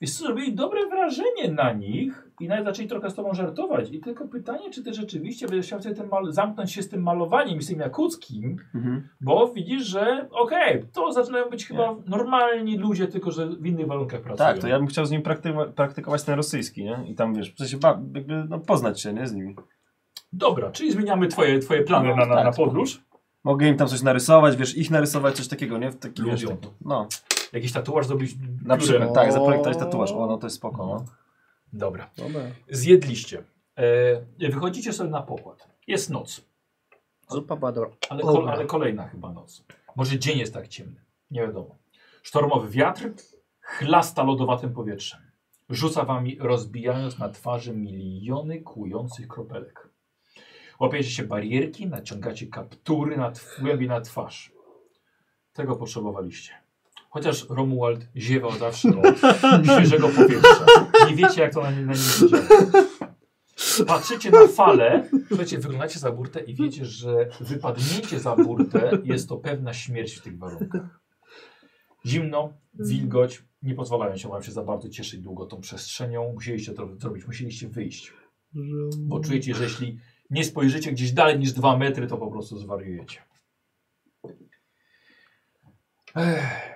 Speaker 1: Wiesz co, zrobili dobre wrażenie na nich i nawet zaczęli trochę z tobą żartować. I tylko pytanie, czy ty rzeczywiście będziesz chciał sobie ten mal- zamknąć się z tym malowaniem i z tym jakuckim,
Speaker 4: <laughs> Mhm.
Speaker 1: bo widzisz, że okej, to zaczynają być chyba normalni ludzie, tylko że w innych warunkach pracują.
Speaker 4: Tak, to ja bym chciał z nim praktywa- praktykować ten rosyjski, nie? I tam wiesz, w sensie ba- jakby no, poznać się, nie? Z nimi.
Speaker 1: Dobra, czyli zmieniamy twoje, twoje plany na, na, na
Speaker 4: tak.
Speaker 1: podróż.
Speaker 4: Mogę im tam coś narysować, wiesz, ich narysować, coś takiego, nie? W taki, wiesz,
Speaker 1: Lubią
Speaker 4: taki-
Speaker 1: to.
Speaker 4: no,
Speaker 1: Jakiś tatuaż zrobić
Speaker 4: na
Speaker 1: biurem.
Speaker 4: przykład, tak, zaprojektować tatuaż. O, no to jest spoko, no.
Speaker 1: Dobra. Zjedliście. E, wychodzicie sobie na pokład. Jest noc,
Speaker 3: Zupa była dobra.
Speaker 1: ale, kol, ale kolejna chyba noc. Może dzień jest tak ciemny. Nie wiadomo. Sztormowy wiatr chlasta lodowatym powietrzem. Rzuca wami, rozbijając na twarzy miliony kłujących kropelek. Łapiecie się barierki, naciągacie kaptury na tw- głębi na twarz. Tego potrzebowaliście. Chociaż Romuald ziewał zawsze od świeżego powietrza. Nie wiecie, jak to na, nim- na nim działa. Patrzycie na falę, słuchajcie, wyglądacie za burtę i wiecie, że wypadnięcie za burtę jest to pewna śmierć w tych warunkach. Zimno, wilgoć, nie pozwalają się wam się za bardzo cieszyć długo tą przestrzenią. Musieliście to zrobić, musieliście wyjść. Bo czujecie, że jeśli nie spojrzycie gdzieś dalej niż dwa metry, to po prostu zwariujecie. Ech.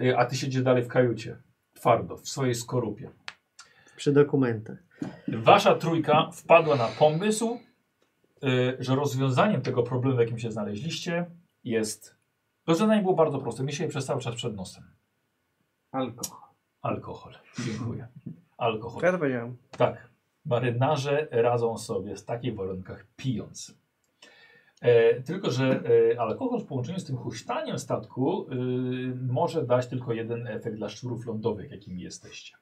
Speaker 1: Y, A ty siedzisz dalej w kajucie, twardo, w swojej skorupie.
Speaker 2: Przy dokumentach.
Speaker 1: Wasza trójka wpadła na pomysł, y, że rozwiązaniem tego problemu, w jakim się znaleźliście, jest. Rozwiązanie było bardzo proste. Mi się przez cały czas przed nosem.
Speaker 6: Alkohol.
Speaker 1: Alkohol. Dziękuję. Alkohol.
Speaker 10: To ja to powiedziałem.
Speaker 1: Tak. Marynarze radzą sobie w takich warunkach pijąc. E, tylko, że e, alkohol w połączeniu z tym huśtaniem statku e, może dać tylko jeden efekt dla szczurów lądowych, jakimi jesteście.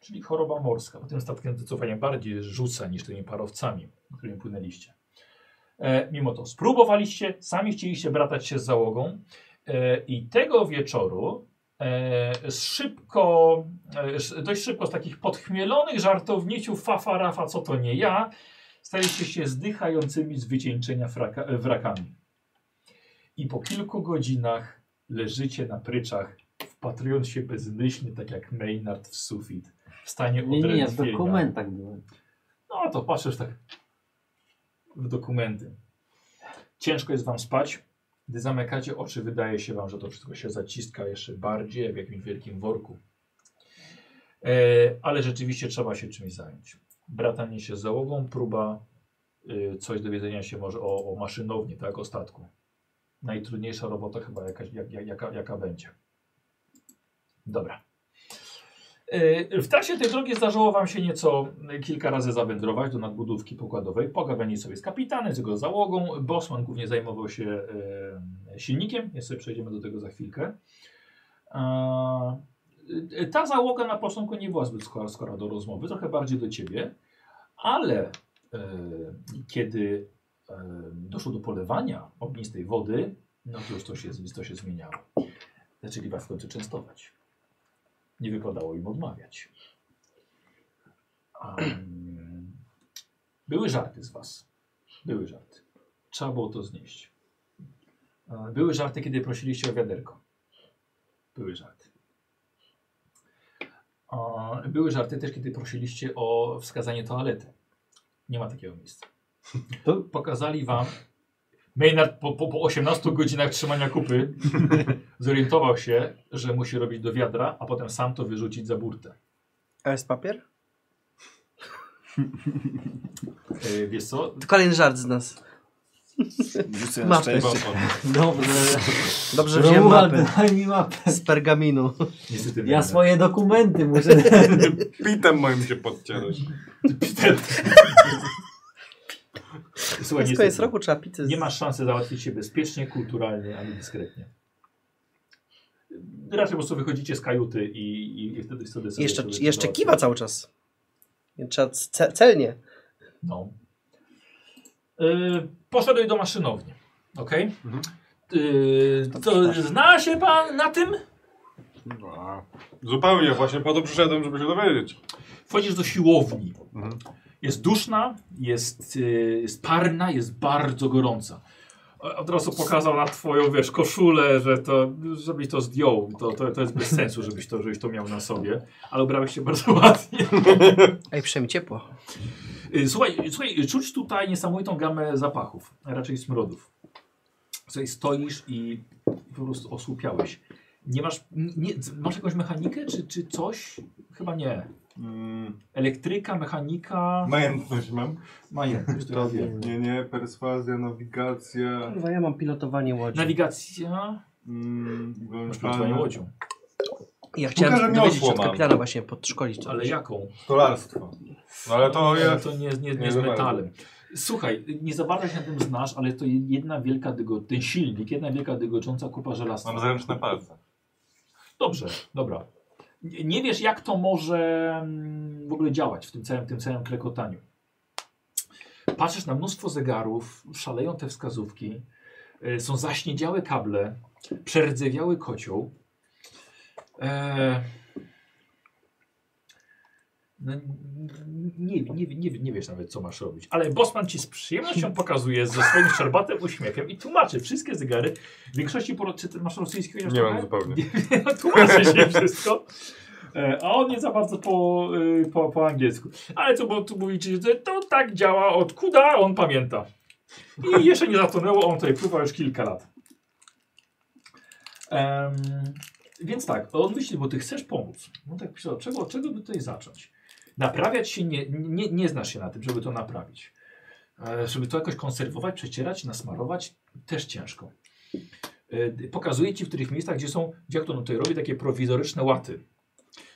Speaker 1: Czyli choroba morska. Bo tym statkiem zdecydowanie bardziej rzuca niż tymi parowcami, którymi płynęliście. E, mimo to spróbowaliście, sami chcieliście bratać się z załogą e, i tego wieczoru e, z szybko, e, sz- dość szybko z takich podchmielonych żartowniciów Fafa Rafa, co to nie ja, staliście się zdychającymi z wycieńczenia fraka, e, wrakami. I po kilku godzinach leżycie na pryczach, wpatrując się bezmyślnie, tak jak Maynard w sufit, w stanie
Speaker 6: Nie, nie, ja w
Speaker 1: odrętwienia.
Speaker 6: dokumentach byłem.
Speaker 1: No to patrzysz tak w dokumenty. Ciężko jest wam spać. Gdy zamykacie oczy, wydaje się wam, że to wszystko się zaciska jeszcze bardziej, jak w jakimś wielkim worku. E, ale rzeczywiście trzeba się czymś zająć. Bratanie się z załogą, próba y, coś dowiedzenia się może o, o maszynowni, tak, o statku. Najtrudniejsza robota chyba jakaś, jak, jak, jaka, jaka będzie. Dobra. E, W trakcie tej drogi zdarzyło Wam się nieco e, kilka razy zawędrować do nadbudówki pokładowej, pogadanie sobie z kapitanem, z jego załogą. Bosman głównie zajmował się e, silnikiem, jeszcze przejdziemy do tego za chwilkę. A, e, Ta załoga na początku nie była zbyt skora, skora do rozmowy, trochę bardziej do Ciebie, ale e, kiedy e, doszło do polewania ognistej wody, no to już to się, to się zmieniało. Zaczęli Was w końcu częstować nie wypadało im odmawiać. A, <clears throat> mm, Były żarty z was. Były żarty. Trzeba było to znieść. A, Były żarty, kiedy prosiliście o wiaderko. Były żarty. A, Były żarty też, kiedy prosiliście o wskazanie toalety. Nie ma takiego miejsca. Pokazali wam. Maynard po, po, po 18 godzinach trzymania kupy Zorientował się, że musi robić do wiadra, a potem sam to wyrzucić za burtę.
Speaker 10: A jest papier?
Speaker 1: E, wiesz co?
Speaker 10: To kolejny żart z nas.
Speaker 12: Rzucę na
Speaker 10: Mapy.
Speaker 12: szczęście.
Speaker 6: Dobrze.
Speaker 10: Dobrze wziąłem mapę.
Speaker 6: daj mi mapę.
Speaker 10: Z pergaminu.
Speaker 1: Niestety
Speaker 6: Ja swoje dokumenty muszę...
Speaker 5: Pitem moim się podcierać.
Speaker 2: <laughs>
Speaker 1: Słuchaj,
Speaker 10: Jest
Speaker 1: niestety,
Speaker 10: koniec roku, trzeba pity. z-
Speaker 1: Nie masz szansy załatwić się bezpiecznie, kulturalnie, ani dyskretnie. Raczej po prostu wychodzicie z kajuty i, i, i wtedy, wtedy sobie
Speaker 10: Jeszcze,
Speaker 1: sobie to
Speaker 10: jeszcze
Speaker 1: załatwicie.
Speaker 10: kiwa cały czas. Trzeba ce- celnie.
Speaker 1: No. Yy, poszedłeś do maszynowni. Ok? Yy,
Speaker 10: Tak.
Speaker 1: to zna się pan na tym?
Speaker 5: No, zupełnie, właśnie po to przyszedłem, żeby się dowiedzieć.
Speaker 1: Wchodzisz do siłowni.
Speaker 5: Mhm.
Speaker 1: Jest duszna, jest, y, jest parna, jest bardzo gorąca. O- Od razu pokazał na twoją, wiesz, koszulę, że to, żebyś to zdjął. To, to, to jest bez sensu, żebyś to, żebyś to miał na sobie. Ale ubrałeś się <laughs> bardzo ładnie.
Speaker 10: Ej, przynajmniej ciepło.
Speaker 1: Y, Słuchaj, słuchaj, czuć tutaj niesamowitą gamę zapachów, a raczej smrodów. Słuchaj, stoisz i po prostu osłupiałeś. Nie masz, nie, masz jakąś mechanikę, czy, czy coś? Chyba nie.
Speaker 5: Mm,
Speaker 1: Elektryka, mechanika...
Speaker 5: majątność mam.
Speaker 1: Majętność, to ja wiem.
Speaker 5: Nie, nie, perswazja, nawigacja.
Speaker 10: Kurwa, ja mam pilotowanie łodzi.
Speaker 1: Nawigacja.
Speaker 5: Mm,
Speaker 1: Masz przygotowanie łodzią.
Speaker 10: Ja
Speaker 5: Pokażę
Speaker 10: chciałem
Speaker 5: mi
Speaker 10: dowiedzieć się
Speaker 5: osło
Speaker 10: od
Speaker 5: mam.
Speaker 10: kapitana właśnie podszkolić.
Speaker 1: Ale jaką?
Speaker 5: Stolarstwo. No ale to
Speaker 1: Ale
Speaker 5: jest...
Speaker 1: to nie, nie, nie
Speaker 5: nie
Speaker 1: z
Speaker 5: za bardzo.
Speaker 1: metalem. Słuchaj, nie za bardzo się na tym znasz, ale to jedna wielka dygo... Ten silnik, jedna wielka dygocząca kupa żelastwa.
Speaker 5: Mam zręczne palce.
Speaker 1: Dobrze, dobra. Nie, nie wiesz, jak to może mm, w ogóle działać w tym całym, tym całym klekotaniu. Patrzysz na mnóstwo zegarów, szaleją te wskazówki. E, Są zaśniedziałe kable, przerdzewiały kocioł. E, no, nie, nie, nie, nie wiesz nawet, co masz robić. Ale Bosman ci z przyjemnością pokazuje ze
Speaker 5: <laughs>
Speaker 1: swoim szczerbatym uśmiechem i tłumaczy wszystkie zegary. W większości poro... Czy ty masz rosyjski chociaż
Speaker 5: Nie mam
Speaker 1: trochę?
Speaker 5: zupełnie.
Speaker 1: Nie, <laughs> tłumaczy się wszystko. E, A on nie za bardzo po, y, po, po angielsku. Ale co, bo tu mówicie, że to tak działa od kuda, on pamięta. I jeszcze nie zatonęło, on tutaj pływa już kilka lat. Em, więc tak, on myśli, bo ty chcesz pomóc. No tak pisze, od czego, od czego by tutaj zacząć? Naprawiać się nie, nie, nie znasz się na tym, żeby to naprawić. E, żeby to jakoś konserwować, przecierać, nasmarować, też ciężko. E, d- pokazuje ci w których miejscach, gdzie są, gdzie jak to on tutaj robi, takie prowizoryczne łaty.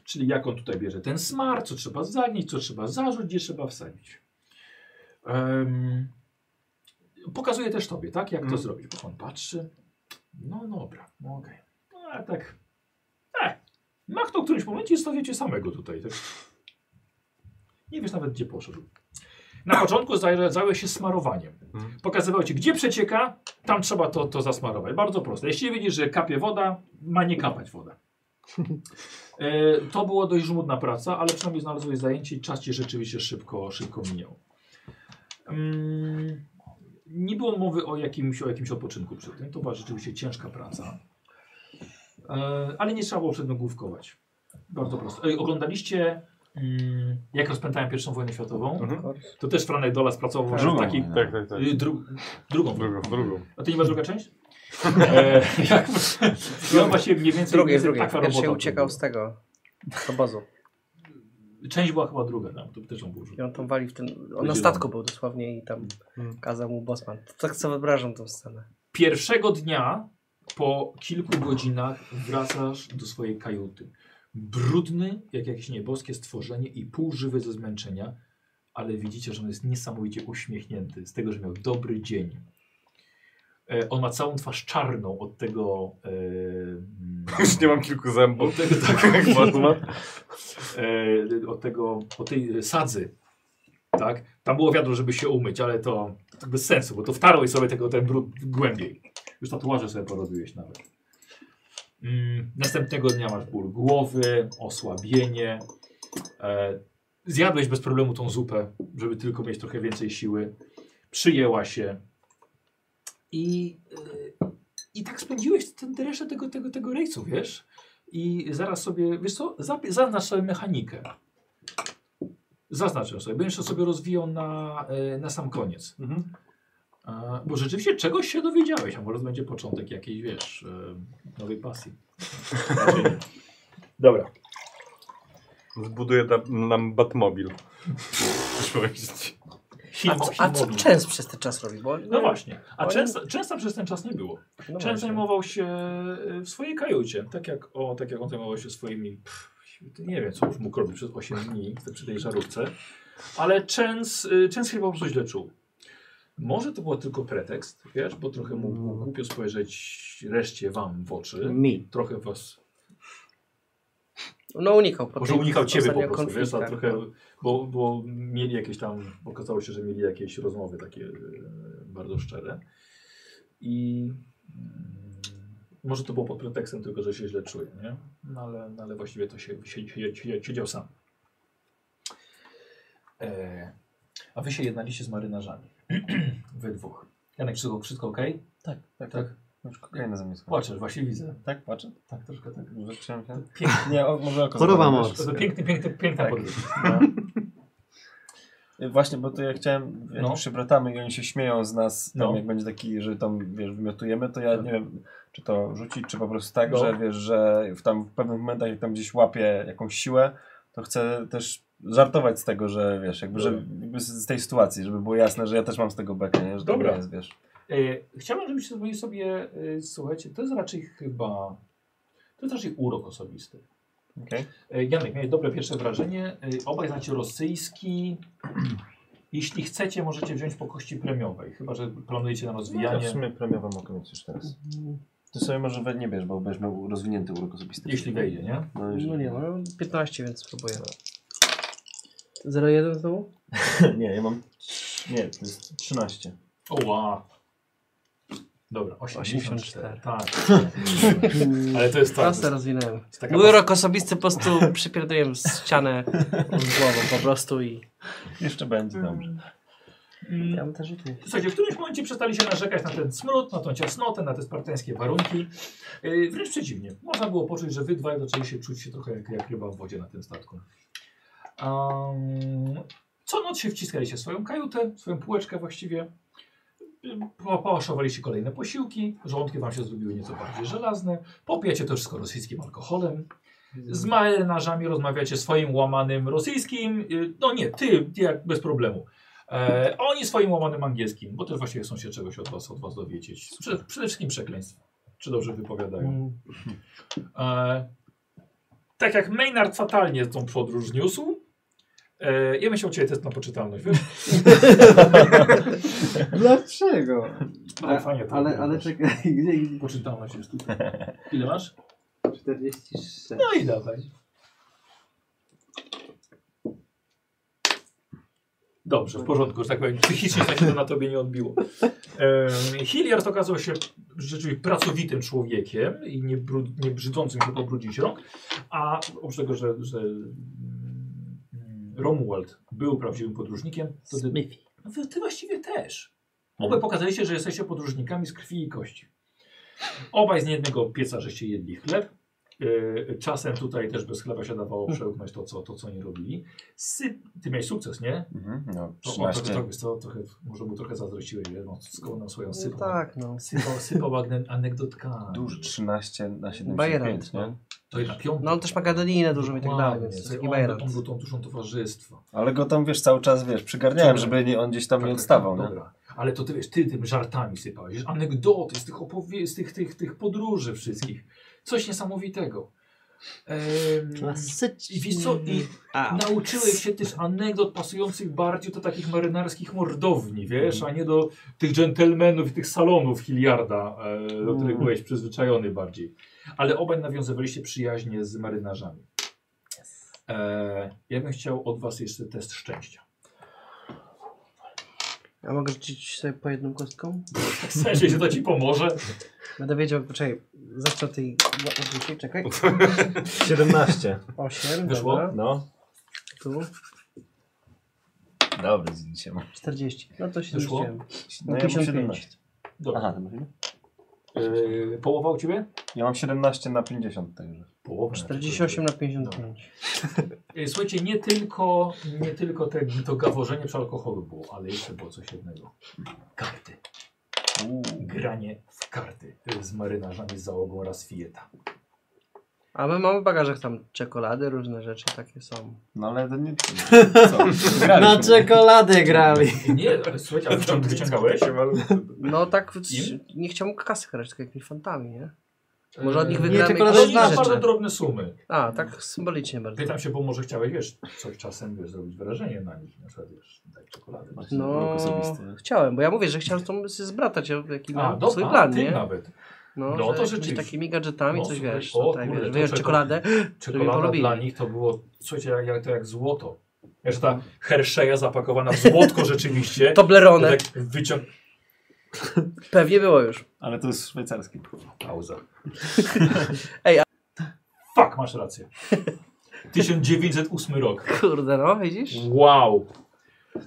Speaker 1: Czyli jak on tutaj bierze ten smar, co trzeba zagnić, co trzeba zarzuć, gdzie trzeba wsadzić. Em, pokazuje też tobie, tak, jak to zrobić. Bo on patrzy, no dobra, no okej. No ale tak, e, mach to w którymś momencie i stawiacie samego tutaj. Tak. Nie wiesz nawet, gdzie poszedł. Na początku zaj- zająłeś się smarowaniem. Pokazywał ci, gdzie przecieka, tam trzeba to, to zasmarować. Bardzo proste. Jeśli widzisz, że kapie woda, ma nie kapać woda. E, to była dość żmudna praca, ale przynajmniej znalazłeś zajęcie i czas ci rzeczywiście szybko, szybko minął. Mm, nie było mowy o jakimś, o jakimś odpoczynku przy tym. To była rzeczywiście ciężka praca. E, ale nie trzeba było przed nią główkować. Bardzo prosto. Ej, oglądaliście, mm, jak rozpętałem pierwszą wojnę światową?
Speaker 5: Mhm.
Speaker 1: To też Franek Dolas pracował
Speaker 12: Tak.
Speaker 1: w takiej...
Speaker 5: Tak, tak, tak.
Speaker 1: Y, Dru drugą.
Speaker 5: Drugą, drugą.
Speaker 1: A ty nie masz druga
Speaker 3: <laughs>
Speaker 1: część? e, jak, I on właśnie mniej więcej...
Speaker 3: Drugie,
Speaker 1: mniej więcej
Speaker 3: drugie.
Speaker 1: taka
Speaker 3: Pierwszy
Speaker 1: robota
Speaker 3: się
Speaker 1: to
Speaker 3: uciekał
Speaker 1: była.
Speaker 3: z tego obozu.
Speaker 1: Część była chyba druga, tam, to też on był
Speaker 3: I on tam wali w ten. On na
Speaker 1: Będzie
Speaker 3: statku był dosłownie i tam
Speaker 1: Mm.
Speaker 3: kazał mu Bosman. To tak sobie wyobrażam tą scenę.
Speaker 1: Pierwszego dnia po kilku godzinach wracasz do swojej kajuty. Brudny, jak jakieś nieboskie stworzenie i półżywy ze zmęczenia, ale widzicie, że on jest niesamowicie uśmiechnięty z tego, że miał dobry dzień. E, on ma całą twarz czarną od tego... E, mm,
Speaker 5: <laughs> Już nie mam kilku zębów.
Speaker 1: Od tego, tak,
Speaker 5: Jak Batman.
Speaker 1: e, od tego, od tej sadzy. Tak? Tam było wiadro, żeby się umyć, ale to, to bez sensu, bo to wtarłeś sobie tego ten brud głębiej. Już tatuaże sobie porobiłeś nawet. Mm, następnego dnia masz ból głowy, osłabienie. E, zjadłeś bez problemu tą zupę, żeby tylko mieć trochę więcej siły. Przyjęła się. I, e, i tak spędziłeś ten resztę tego, tego, tego rejsu, wiesz? I zaraz sobie, wiesz co, zapi- zaznacz sobie mechanikę. Zaznaczę sobie, będziesz to sobie rozwijał na, e, na sam koniec. A, bo rzeczywiście czegoś się dowiedziałeś, a może to będzie początek jakiejś, wiesz, e, nowej pasji. Raczej nie. Dobra.
Speaker 5: Zbuduje da, nam Batmobil. Coś powiedzieć.
Speaker 1: Film,
Speaker 3: A co, a co Częst przez ten czas robi? Bo,
Speaker 1: No właśnie. A
Speaker 3: Oni-
Speaker 1: często, często przez ten czas nie było.
Speaker 3: No
Speaker 1: Czym
Speaker 3: właśnie.
Speaker 1: zajmował się y, w swojej kajucie, tak jak, o, tak jak on zajmował się swoimi, pff, nie wiem co już mógł robić przez 8 dni w tej- przy tej żarówce, ale Częs, Częs chyba po prostu źle czuł. Może to było tylko pretekst, wiesz, bo trochę mu było głupio spojrzeć reszcie wam w oczy,
Speaker 6: Mi.
Speaker 1: trochę was,
Speaker 3: No unikał. po
Speaker 1: może
Speaker 3: tym
Speaker 1: unikał ciebie po
Speaker 3: ostatnio
Speaker 1: prostu, wiesz, a
Speaker 3: konfliktach. no.
Speaker 1: trochę, bo, bo mieli jakieś tam, okazało się, że mieli jakieś rozmowy takie e, bardzo szczere i mm, może to było pod pretekstem tylko, że się źle czuje, nie? No ale, no ale właściwie to się, się, się, się siedział sam. E, a wy się jednaliście z marynarzami, <clears throat> wy dwóch. Janek, wszystko, wszystko ok?
Speaker 12: Tak, tak,
Speaker 1: Tak?
Speaker 12: Już kokainę zamiast.
Speaker 1: Płaczesz, właśnie widzę.
Speaker 12: Tak, płaczę?
Speaker 1: Tak, troszkę tak.
Speaker 12: Zatrzymam się.
Speaker 1: Pięknie.
Speaker 12: Nie, o, może oko
Speaker 2: Choroba
Speaker 12: zamknę.
Speaker 2: morska.
Speaker 1: To piękny, piękny, piękna
Speaker 12: Tak.
Speaker 1: podróż.
Speaker 12: No. Właśnie, bo to ja chciałem, jak
Speaker 1: No.
Speaker 12: już się bratamy i oni się śmieją z nas, tam
Speaker 1: No.
Speaker 12: jak będzie taki, że tam, wiesz, wymiotujemy, to ja
Speaker 1: Tak.
Speaker 12: nie wiem, czy to rzucić, czy po prostu tak,
Speaker 1: No.
Speaker 12: że wiesz, że w, tam, w pewnych momentach, jak tam gdzieś łapię jakąś siłę, to chcę też żartować z tego, że wiesz, jakby, że, jakby z z tej sytuacji, żeby było jasne, że ja też mam z tego bekę, nie? że to
Speaker 1: Dobra.
Speaker 12: nie jest, wiesz.
Speaker 1: E, chciałbym, żebyście sobie, sobie e, słuchajcie, to jest raczej chyba, to jest raczej urok osobisty.
Speaker 12: Okej.
Speaker 1: E, Janek, miałeś dobre pierwsze wrażenie, e, obaj znacie rosyjski. <clears throat> Jeśli chcecie, możecie wziąć po kości premiowej, chyba że planujecie
Speaker 12: Ja
Speaker 1: na
Speaker 12: No, w
Speaker 1: rozwijanie,
Speaker 12: sumie premiową mogę mieć już teraz.
Speaker 3: Mhm.
Speaker 12: Ty sobie może we- nie bierz, bo będziesz miał rozwinięty urok osobisty.
Speaker 1: jeśli wejdzie, nie?
Speaker 12: No, jeżeli...
Speaker 3: No nie, no 15, więc spróbuję. 0,1 znowu?
Speaker 12: nie, ja mam... Nie, to jest 13.
Speaker 1: Oła, Dobra, 84.
Speaker 3: 84.
Speaker 1: Tak. Ale to jest tak. <laughs>
Speaker 3: Proste rozwinęłem.
Speaker 1: jest taka
Speaker 3: Mój rok osobisty po
Speaker 1: <laughs>
Speaker 3: prostu przypierdoliłem z ścianę z głową po prostu i...
Speaker 4: Jeszcze będzie dobrze.
Speaker 1: Mm,
Speaker 3: Ja bym też rzucił.
Speaker 1: Słuchajcie, w którymś momencie przestali się narzekać na ten smród, na tą ciasnotę, na te spartańskie warunki. Yy, wręcz przeciwnie. Można było poczuć, że wy dwaj zaczęli się czuć się trochę jak, jak ryba w wodzie na tym statku. Um, co noc się wciskaliście w swoją kajutę, w swoją półeczkę właściwie. Yy, po- Pałaszowaliście kolejne posiłki, żołądki wam się zrobiły nieco bardziej żelazne. Popijacie to wszystko rosyjskim alkoholem. Z marynarzami rozmawiacie swoim łamanym rosyjskim. Yy, No nie, ty, jak bez problemu. E, oni swoim łamanym angielskim, bo też właściwie chcą się czegoś od was, od was dowiedzieć. Przede, przede wszystkim przekleństwa. Czy dobrze wypowiadają? E, tak jak Maynard fatalnie tą podróż zniósł, e, ja bym chciał ciebie test na poczytalność, wiesz?
Speaker 6: <laughs> Dlaczego?
Speaker 1: Ale fajnie to
Speaker 6: ale, ale
Speaker 1: wyglądasz.
Speaker 6: czekaj, gdzie, gdzie?
Speaker 1: Poczytalność jest tutaj. Ile masz?
Speaker 6: 46.
Speaker 1: No i dawaj. Dobrze, w porządku, że tak powiem, psychicznie tak się to na tobie nie odbiło. Um, Hilliard okazał się rzeczywiście pracowitym człowiekiem i nie, brud, nie brzydzącym się pobrudzić rąk, a oprócz tego, że, że mm, Romuald był prawdziwym podróżnikiem, to ty, no wy, ty właściwie też. Obaj pokazaliście, że jesteście podróżnikami z krwi i kości. Obaj z jednego pieca żeście jedli chleb, Yy, Czasem tutaj też bez chleba się dawało
Speaker 4: Hmm.
Speaker 1: przełknąć to, co, to, co nie robili. Sy... Ty miałeś sukces, nie?
Speaker 4: Mhm, no,
Speaker 1: To on trochę,
Speaker 4: 13.
Speaker 1: trochę, co, trochę, może mu trochę zazdrościłeś, że no, skoro nam swoją sypał.
Speaker 3: Tak, no.
Speaker 1: Sypał, sypał agne- anegdotkami.
Speaker 4: Duży 13 na 75,
Speaker 3: Bajerant,
Speaker 4: nie?
Speaker 3: no.
Speaker 1: To i na piątek.
Speaker 3: No on też ma gadaninę dużą i tak dalej,
Speaker 1: Dokładnie.
Speaker 3: więc to jest taki
Speaker 1: on, był
Speaker 3: bajerant.
Speaker 1: tą, tą duszą towarzystwa. Tak,
Speaker 4: Ale go tam, wiesz, cały czas, wiesz, przygarniałem, żeby nie, on gdzieś tam nie odstawał, nie?
Speaker 1: Dobra. Ale to ty wiesz, ty tym żartami sypałeś, wiesz, anegdoty z tych, opowie- z tych, tych, tych podróży wszystkich. Coś niesamowitego. Ehm, I
Speaker 2: Klasycznie.
Speaker 1: wiesz co, i
Speaker 3: A,
Speaker 1: Nauczyłeś się też anegdot pasujących bardziej do takich marynarskich mordowni, wiesz, a nie do tych dżentelmenów i tych salonów Hilliarda, e, do których byłeś przyzwyczajony bardziej. Ale obaj nawiązywaliście przyjaźnie z marynarzami. E, ja bym chciał od was jeszcze test szczęścia. <laughs>
Speaker 3: ja mogę rzucić sobie po jedną kostką?
Speaker 1: W sensie, że to ci pomoże.
Speaker 3: Będę wiedział, poczekaj, zacznę od tej ładniejszej,
Speaker 1: <laughs>
Speaker 3: czekaj.
Speaker 16: 17.
Speaker 3: Osiem,
Speaker 1: Wyszło?
Speaker 3: dobra,
Speaker 16: No.
Speaker 3: tu,
Speaker 4: Dobry, zjedliście mu.
Speaker 3: 40. No to się
Speaker 1: Wyszło?
Speaker 3: rzuciłem.
Speaker 4: No, ja mam
Speaker 3: 55.
Speaker 4: 17.
Speaker 1: Dobra.
Speaker 4: Aha, to masz ile?
Speaker 1: E, połowa u ciebie?
Speaker 4: Ja mam 17 na 50, także.
Speaker 1: Połowa.
Speaker 3: 48 na 55.
Speaker 1: E, Słuchajcie, nie tylko, nie tylko te, to gaworzenie przy alkoholu było, ale jeszcze było coś jednego. Karty.
Speaker 4: Uuu.
Speaker 1: granie w karty z marynarzami z załogą oraz Fieta.
Speaker 3: A my mamy w bagażach tam czekolady, różne rzeczy takie są.
Speaker 4: No ale to nie... Co?
Speaker 2: Na
Speaker 4: Graliśmy.
Speaker 2: czekoladę grali.
Speaker 1: E, Nie, ale słuchajcie, ale wycią- wyciągałeś?
Speaker 3: No tak, w- nie chciałbym kasy grać, tylko jakimiś fantami, nie? Może od nich znaczy.
Speaker 1: Eee,
Speaker 2: Nie,
Speaker 3: wygramy
Speaker 2: tylko
Speaker 1: Ale
Speaker 2: to
Speaker 1: to
Speaker 2: jest
Speaker 3: jakieś
Speaker 1: nie
Speaker 2: dla
Speaker 1: na
Speaker 3: rzeczy.
Speaker 2: rzeczy.
Speaker 1: bardzo drobne sumy.
Speaker 3: A, tak symbolicznie bardzo.
Speaker 1: Pytam się, bo może chciałeś, wiesz, coś czasem wiesz, zrobić wrażenie na nich, na przykład, wiesz, dać czekoladę.
Speaker 3: No, chciałem, bo ja mówię, że chciałem tą z- zbratać, jak jaki
Speaker 1: A,
Speaker 3: mam
Speaker 1: dobra,
Speaker 3: swój plan,
Speaker 1: ty
Speaker 3: nie?
Speaker 1: nawet. No,
Speaker 3: No, że
Speaker 1: to
Speaker 3: jakimiś
Speaker 1: rzeczywiście.
Speaker 3: takimi gadżetami,
Speaker 1: No,
Speaker 3: coś
Speaker 1: słuchaj,
Speaker 3: wiesz,
Speaker 1: o
Speaker 3: tutaj,
Speaker 1: kurde,
Speaker 3: wiesz,
Speaker 1: to
Speaker 3: wyjąć
Speaker 1: czego-
Speaker 3: czekoladę,
Speaker 1: Czekolada
Speaker 3: polubili.
Speaker 1: dla nich to było, słuchajcie, jak, jak, to jak złoto. Wiesz, ta herszeja zapakowana w złotko rzeczywiście.
Speaker 3: Toblerone,
Speaker 1: tak wyciąg...
Speaker 3: pewnie było już.
Speaker 4: Ale to jest szwajcarski.
Speaker 1: Pauza.
Speaker 3: <laughs> Ej, a-
Speaker 1: Fuck, masz
Speaker 3: <laughs>
Speaker 1: rację. 1908 rok.
Speaker 3: Kurde, no, widzisz?
Speaker 1: Wow.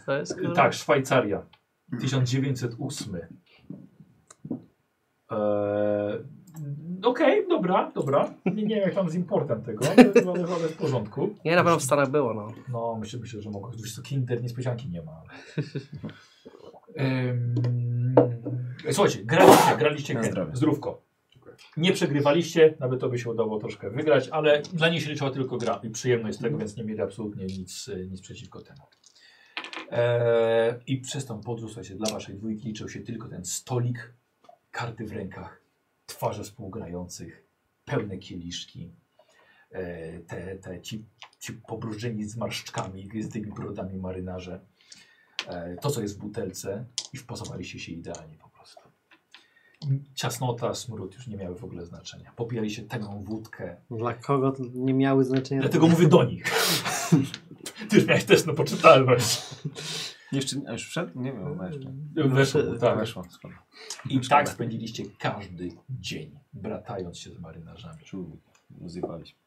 Speaker 3: To jest kurde.
Speaker 1: Tak, Szwajcaria.
Speaker 3: Mm.
Speaker 1: 1908. Eee, Okej, dobra, dobra. Nie, nie wiem jak tam z importem tego, ale, ale, ale w porządku.
Speaker 3: Nie, na pewno w Stanach było, no.
Speaker 1: No, myślę, myślę że mogę. Wiesz co, Kinder niespodzianki nie ma. Ym, Słuchajcie, graliście, graliście
Speaker 4: Na
Speaker 1: chętnie.
Speaker 4: zdrowie.
Speaker 1: zdrówko. Nie przegrywaliście, nawet to by się udało troszkę wygrać, ale dla nich się liczyła tylko gra i przyjemność z tego, więc nie mieli absolutnie nic, y, nic przeciwko temu. Eee, I przez tą podróż, słuchajcie, dla waszej dwójki liczył się tylko ten stolik, karty w rękach, twarze współgrających, pełne kieliszki, e, te, te, ci, ci pobrużeni z marszczkami, z tymi brodami marynarze, e, to co jest w butelce i wpasowaliście się idealnie po prostu. Ciasnota, smród już nie miały w ogóle znaczenia. Popijali się tęgą wódkę.
Speaker 2: Dla kogo to nie miały
Speaker 1: <laughs>
Speaker 2: znaczenia?
Speaker 1: Dlatego mówię do nich. Ty już miałeś też na no, poczytalność.
Speaker 4: Jeszcze, a już wszedł? Nie wiem, chyba jeszcze.
Speaker 1: Weszło, tak.
Speaker 4: Weszło, spoko.
Speaker 1: I tak spędziliście każdy dzień, bratając się z marynarzami.
Speaker 4: Czuł, zjebaliśmy.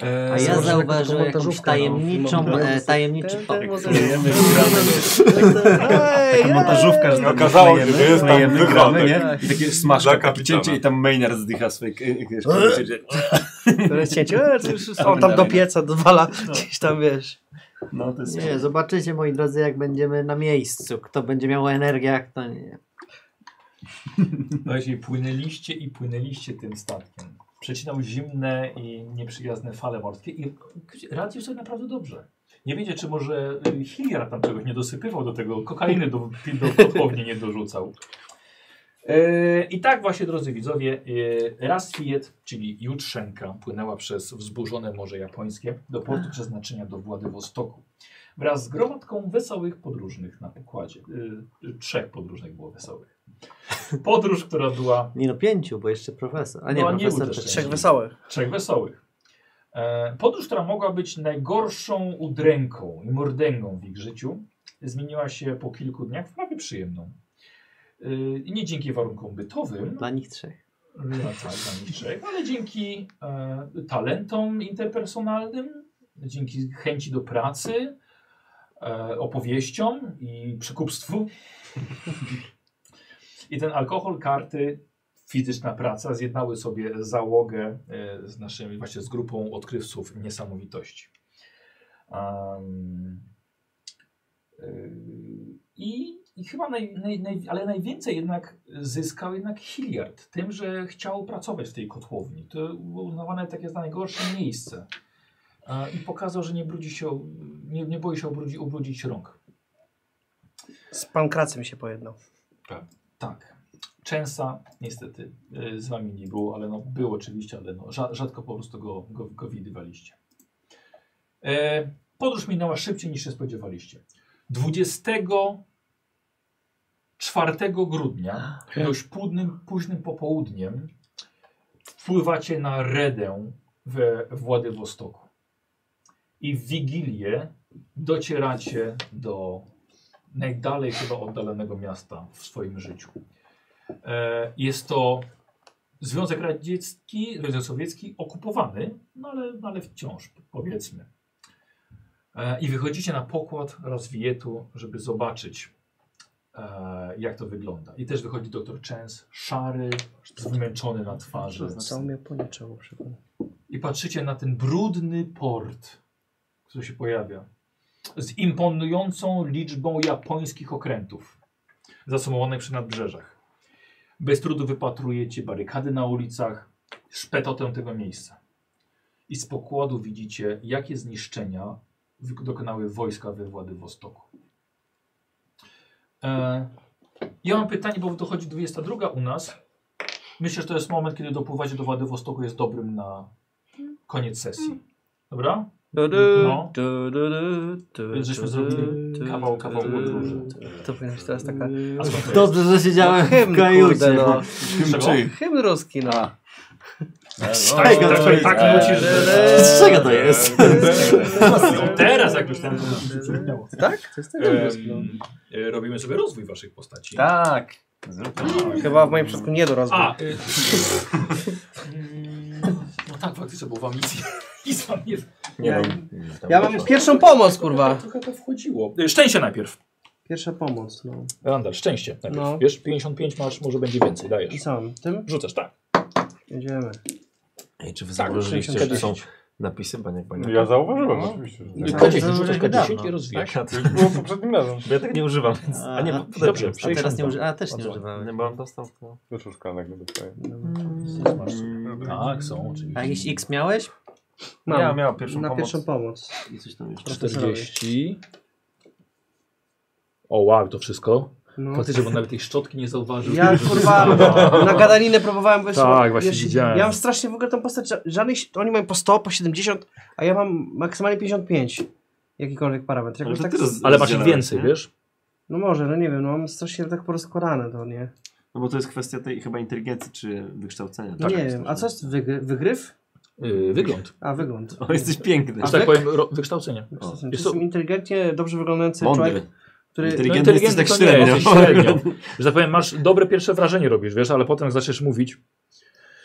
Speaker 2: A ja
Speaker 3: może
Speaker 2: zauważyłem jakąś
Speaker 3: taką montażówkę,
Speaker 2: tajemniczą,
Speaker 3: no.
Speaker 2: e, tajemniczy
Speaker 3: Ten-
Speaker 2: pokój.
Speaker 3: ten może-
Speaker 4: Taka montażówka, że
Speaker 17: Okazało się, że jest tam
Speaker 4: klejemy,
Speaker 17: wyglądek.
Speaker 4: gramy, nie? I takie
Speaker 17: Dla
Speaker 4: smaszka, takie
Speaker 17: kapitana.
Speaker 4: cięcie i tam Maynard zdycha swoje... e, k- k-
Speaker 1: E?
Speaker 4: k-
Speaker 3: Które cięcie, e, to już- on tam do pieca dowala, gdzieś tam wiesz.
Speaker 4: No, to jest...
Speaker 2: Nie, zobaczycie moi drodzy, jak będziemy na miejscu. Kto będzie miał energię, a kto nie.
Speaker 1: No jeśli płynęliście i płynęliście tym statkiem. Przecinał zimne i nieprzyjazne fale morskie i radził sobie naprawdę dobrze. Nie wiecie, czy może y, Hilliard tam czegoś nie dosypywał do tego, kokainy do, do kotłowni nie dorzucał. E, I tak właśnie, drodzy widzowie, e, raz Fiat, czyli Jutrzenka, płynęła przez wzburzone Morze Japońskie do portu przeznaczenia do Władywostoku. Wraz z gromadką wesołych podróżnych na pokładzie. E, trzech podróżnych było wesołych. Podróż, która była
Speaker 2: Nie no, pięciu, bo jeszcze profesor. A nie,
Speaker 1: No, a nie
Speaker 2: profesor
Speaker 1: uderz
Speaker 2: też.
Speaker 1: się.
Speaker 3: Trzech wesołych.
Speaker 1: Trzech wesołych. E, podróż, która mogła być najgorszą udręką i mordęgą w ich życiu, zmieniła się po kilku dniach w prawie przyjemną. E, I nie dzięki warunkom bytowym,
Speaker 2: Dla nich trzech.
Speaker 1: no tak, dla nich trzech, ale dzięki e, talentom interpersonalnym, dzięki chęci do pracy, e, opowieściom i przekupstwu. I ten alkohol, karty, fizyczna praca zjednały sobie załogę e, z naszymi, właśnie z grupą odkrywców niesamowitości. Em, y, I, i chyba naj, naj, naj, ale najwięcej jednak zyskał jednak Hilliard tym, że chciał pracować w tej kotłowni. To było uznawane takie za najgorsze miejsce. E, I pokazał, że nie, brudzi się, o- nie, nie boi się ubrudzić, ubrudzić rąk.
Speaker 3: Z pankracem się pojednał.
Speaker 1: Tak. Częsa niestety y, z wami nie było, ale no był oczywiście, ale no, rza- rzadko po prostu go, go, go widywaliście. E, podróż minęła szybciej niż się spodziewaliście. 24 grudnia, dość późnym, późnym popołudniem, wpływacie na Redę we Władywostoku. I w Wigilię docieracie do najdalej chyba oddalonego miasta w swoim życiu. E, jest to Związek Radziecki, Związek Sowiecki okupowany, no ale, no ale wciąż powiedzmy. E, I wychodzicie na pokład rozwietu, żeby zobaczyć e, jak to wygląda. I też wychodzi doktor Częs, szary, zmęczony na twarzy.
Speaker 3: Co mnie policzyło, przepraszam.
Speaker 1: I patrzycie na ten brudny port, który się pojawia. Z imponującą liczbą japońskich okrętów zasumowanych przy nadbrzeżach. Bez trudu wypatrujecie barykady na ulicach, szpetotę tego miejsca. I z pokładu widzicie, jakie zniszczenia wy- dokonały wojska we Władywostoku. E, ja mam pytanie, bo dochodzi 22 u nas. Myślę, że to jest moment, kiedy dopływacie do Władywostoku jest dobrym na koniec sesji. Dobra?
Speaker 3: Du, du,
Speaker 1: No.
Speaker 3: du, du, du, du,
Speaker 1: Żeśmy
Speaker 3: du,
Speaker 1: zrobili
Speaker 3: du,
Speaker 1: kawał-
Speaker 3: du,
Speaker 1: kawał
Speaker 3: du,
Speaker 1: podróży.
Speaker 3: To powinna być teraz taka...
Speaker 1: A
Speaker 2: <laughs>
Speaker 1: skąd No, to jest?
Speaker 2: Dobrze, że siedziałem w
Speaker 3: Hymn,
Speaker 2: kajucie.
Speaker 3: kurde, no.
Speaker 1: Czego?
Speaker 3: Hymn ruski, no.
Speaker 1: no,
Speaker 2: Tak, tak, tak, tak,
Speaker 4: Eee,
Speaker 1: musi, że-
Speaker 2: Z czego to jest?
Speaker 1: No Teraz jak już tam to mi się przypomniało.
Speaker 3: Tak? To jest ten hymn ruski, no.
Speaker 1: Em, e, Robimy sobie rozwój waszych postaci.
Speaker 4: Tak. Zrób to.
Speaker 3: Chyba w moim przypadku nie do rozwoju.
Speaker 1: A! y, mm, No tak, faktycznie, bo wam nic, <laughs> nic wam nie...
Speaker 4: Nie
Speaker 3: Ja mam pierwszą pomoc, kurwa.
Speaker 1: Trochę to wchodziło. Y, Szczęście najpierw.
Speaker 3: Pierwsza pomoc, no.
Speaker 1: Randal, szczęście najpierw.
Speaker 3: No.
Speaker 1: Wiesz, 55 masz, może będzie więcej,
Speaker 3: I
Speaker 1: dajesz.
Speaker 3: sam tym
Speaker 1: Rzucasz, tak.
Speaker 3: jedziemy.
Speaker 17: Ej, czy wy
Speaker 3: Tak,
Speaker 17: zauważyliście, że są napisy baniak
Speaker 4: No
Speaker 17: baniak?
Speaker 5: Ja zauważyłem no. oczywiście.
Speaker 1: Y,
Speaker 2: Tak,
Speaker 1: K10,
Speaker 2: to
Speaker 1: rzucasz
Speaker 2: już niedawno.
Speaker 1: K10 i rozwijasz.
Speaker 17: Jak ja to...
Speaker 5: To już było poprzednim razem.
Speaker 17: Bo ja tak nie używam, więc... A
Speaker 4: no,
Speaker 17: nie, bo
Speaker 1: dobrze,
Speaker 17: podatki
Speaker 2: A
Speaker 17: dostaję.
Speaker 2: teraz nie uży... A też nie
Speaker 17: Bardzo
Speaker 2: używamy.
Speaker 17: ładnie, Bo on dostał... to-
Speaker 5: Do szuszkanek do dostaję.
Speaker 1: Tak, są oczywiście.
Speaker 2: A jakiś X miałeś?
Speaker 3: Mam.
Speaker 4: Ja miałem pierwszą
Speaker 3: No. Na
Speaker 4: pomoc.
Speaker 3: pierwszą pomoc.
Speaker 4: I coś tam jeszcze.
Speaker 1: 40. O wow, to wszystko.
Speaker 3: No.
Speaker 1: Faktycznie, bo nawet tej szczotki nie zauważył. <laughs>
Speaker 3: Ja kurwa na gadaninę próbowałem go jeszcze-
Speaker 1: Tak, właśnie
Speaker 3: jeszcze-
Speaker 1: widziałem.
Speaker 3: Ja mam strasznie w ogóle tą postać, ża- żadnych, oni mają po 100, po 70, a ja mam maksymalnie 55. Jakikolwiek parametr. Jakoś tak,
Speaker 1: Ale masz ich więcej, wiesz?
Speaker 3: no może, no nie wiem, no mam strasznie tak porozkładane to, nie?
Speaker 4: No bo to jest kwestia tej chyba inteligencji czy wykształcenia.
Speaker 3: nie wiem, a co jest wygry, wygryw?
Speaker 1: Y, wygląd.
Speaker 3: A, wygląd.
Speaker 4: O, jesteś piękny.
Speaker 1: Że
Speaker 3: A
Speaker 1: tak
Speaker 3: wy-
Speaker 1: powiem, ro, wykształcenie.
Speaker 3: Wiesz co,
Speaker 4: O.
Speaker 3: to
Speaker 1: Jest
Speaker 3: Jestem inteligentnie, dobrze wyglądający człowiek,
Speaker 4: Mądry.
Speaker 3: który...
Speaker 1: No,
Speaker 4: Inteligentny jesteś tak
Speaker 1: inteligentny to
Speaker 4: średnio.
Speaker 1: nie, jesteś średnio. Że tak powiem, masz dobre pierwsze wrażenie robisz, wiesz, ale potem zaczniesz mówić.
Speaker 4: <laughs>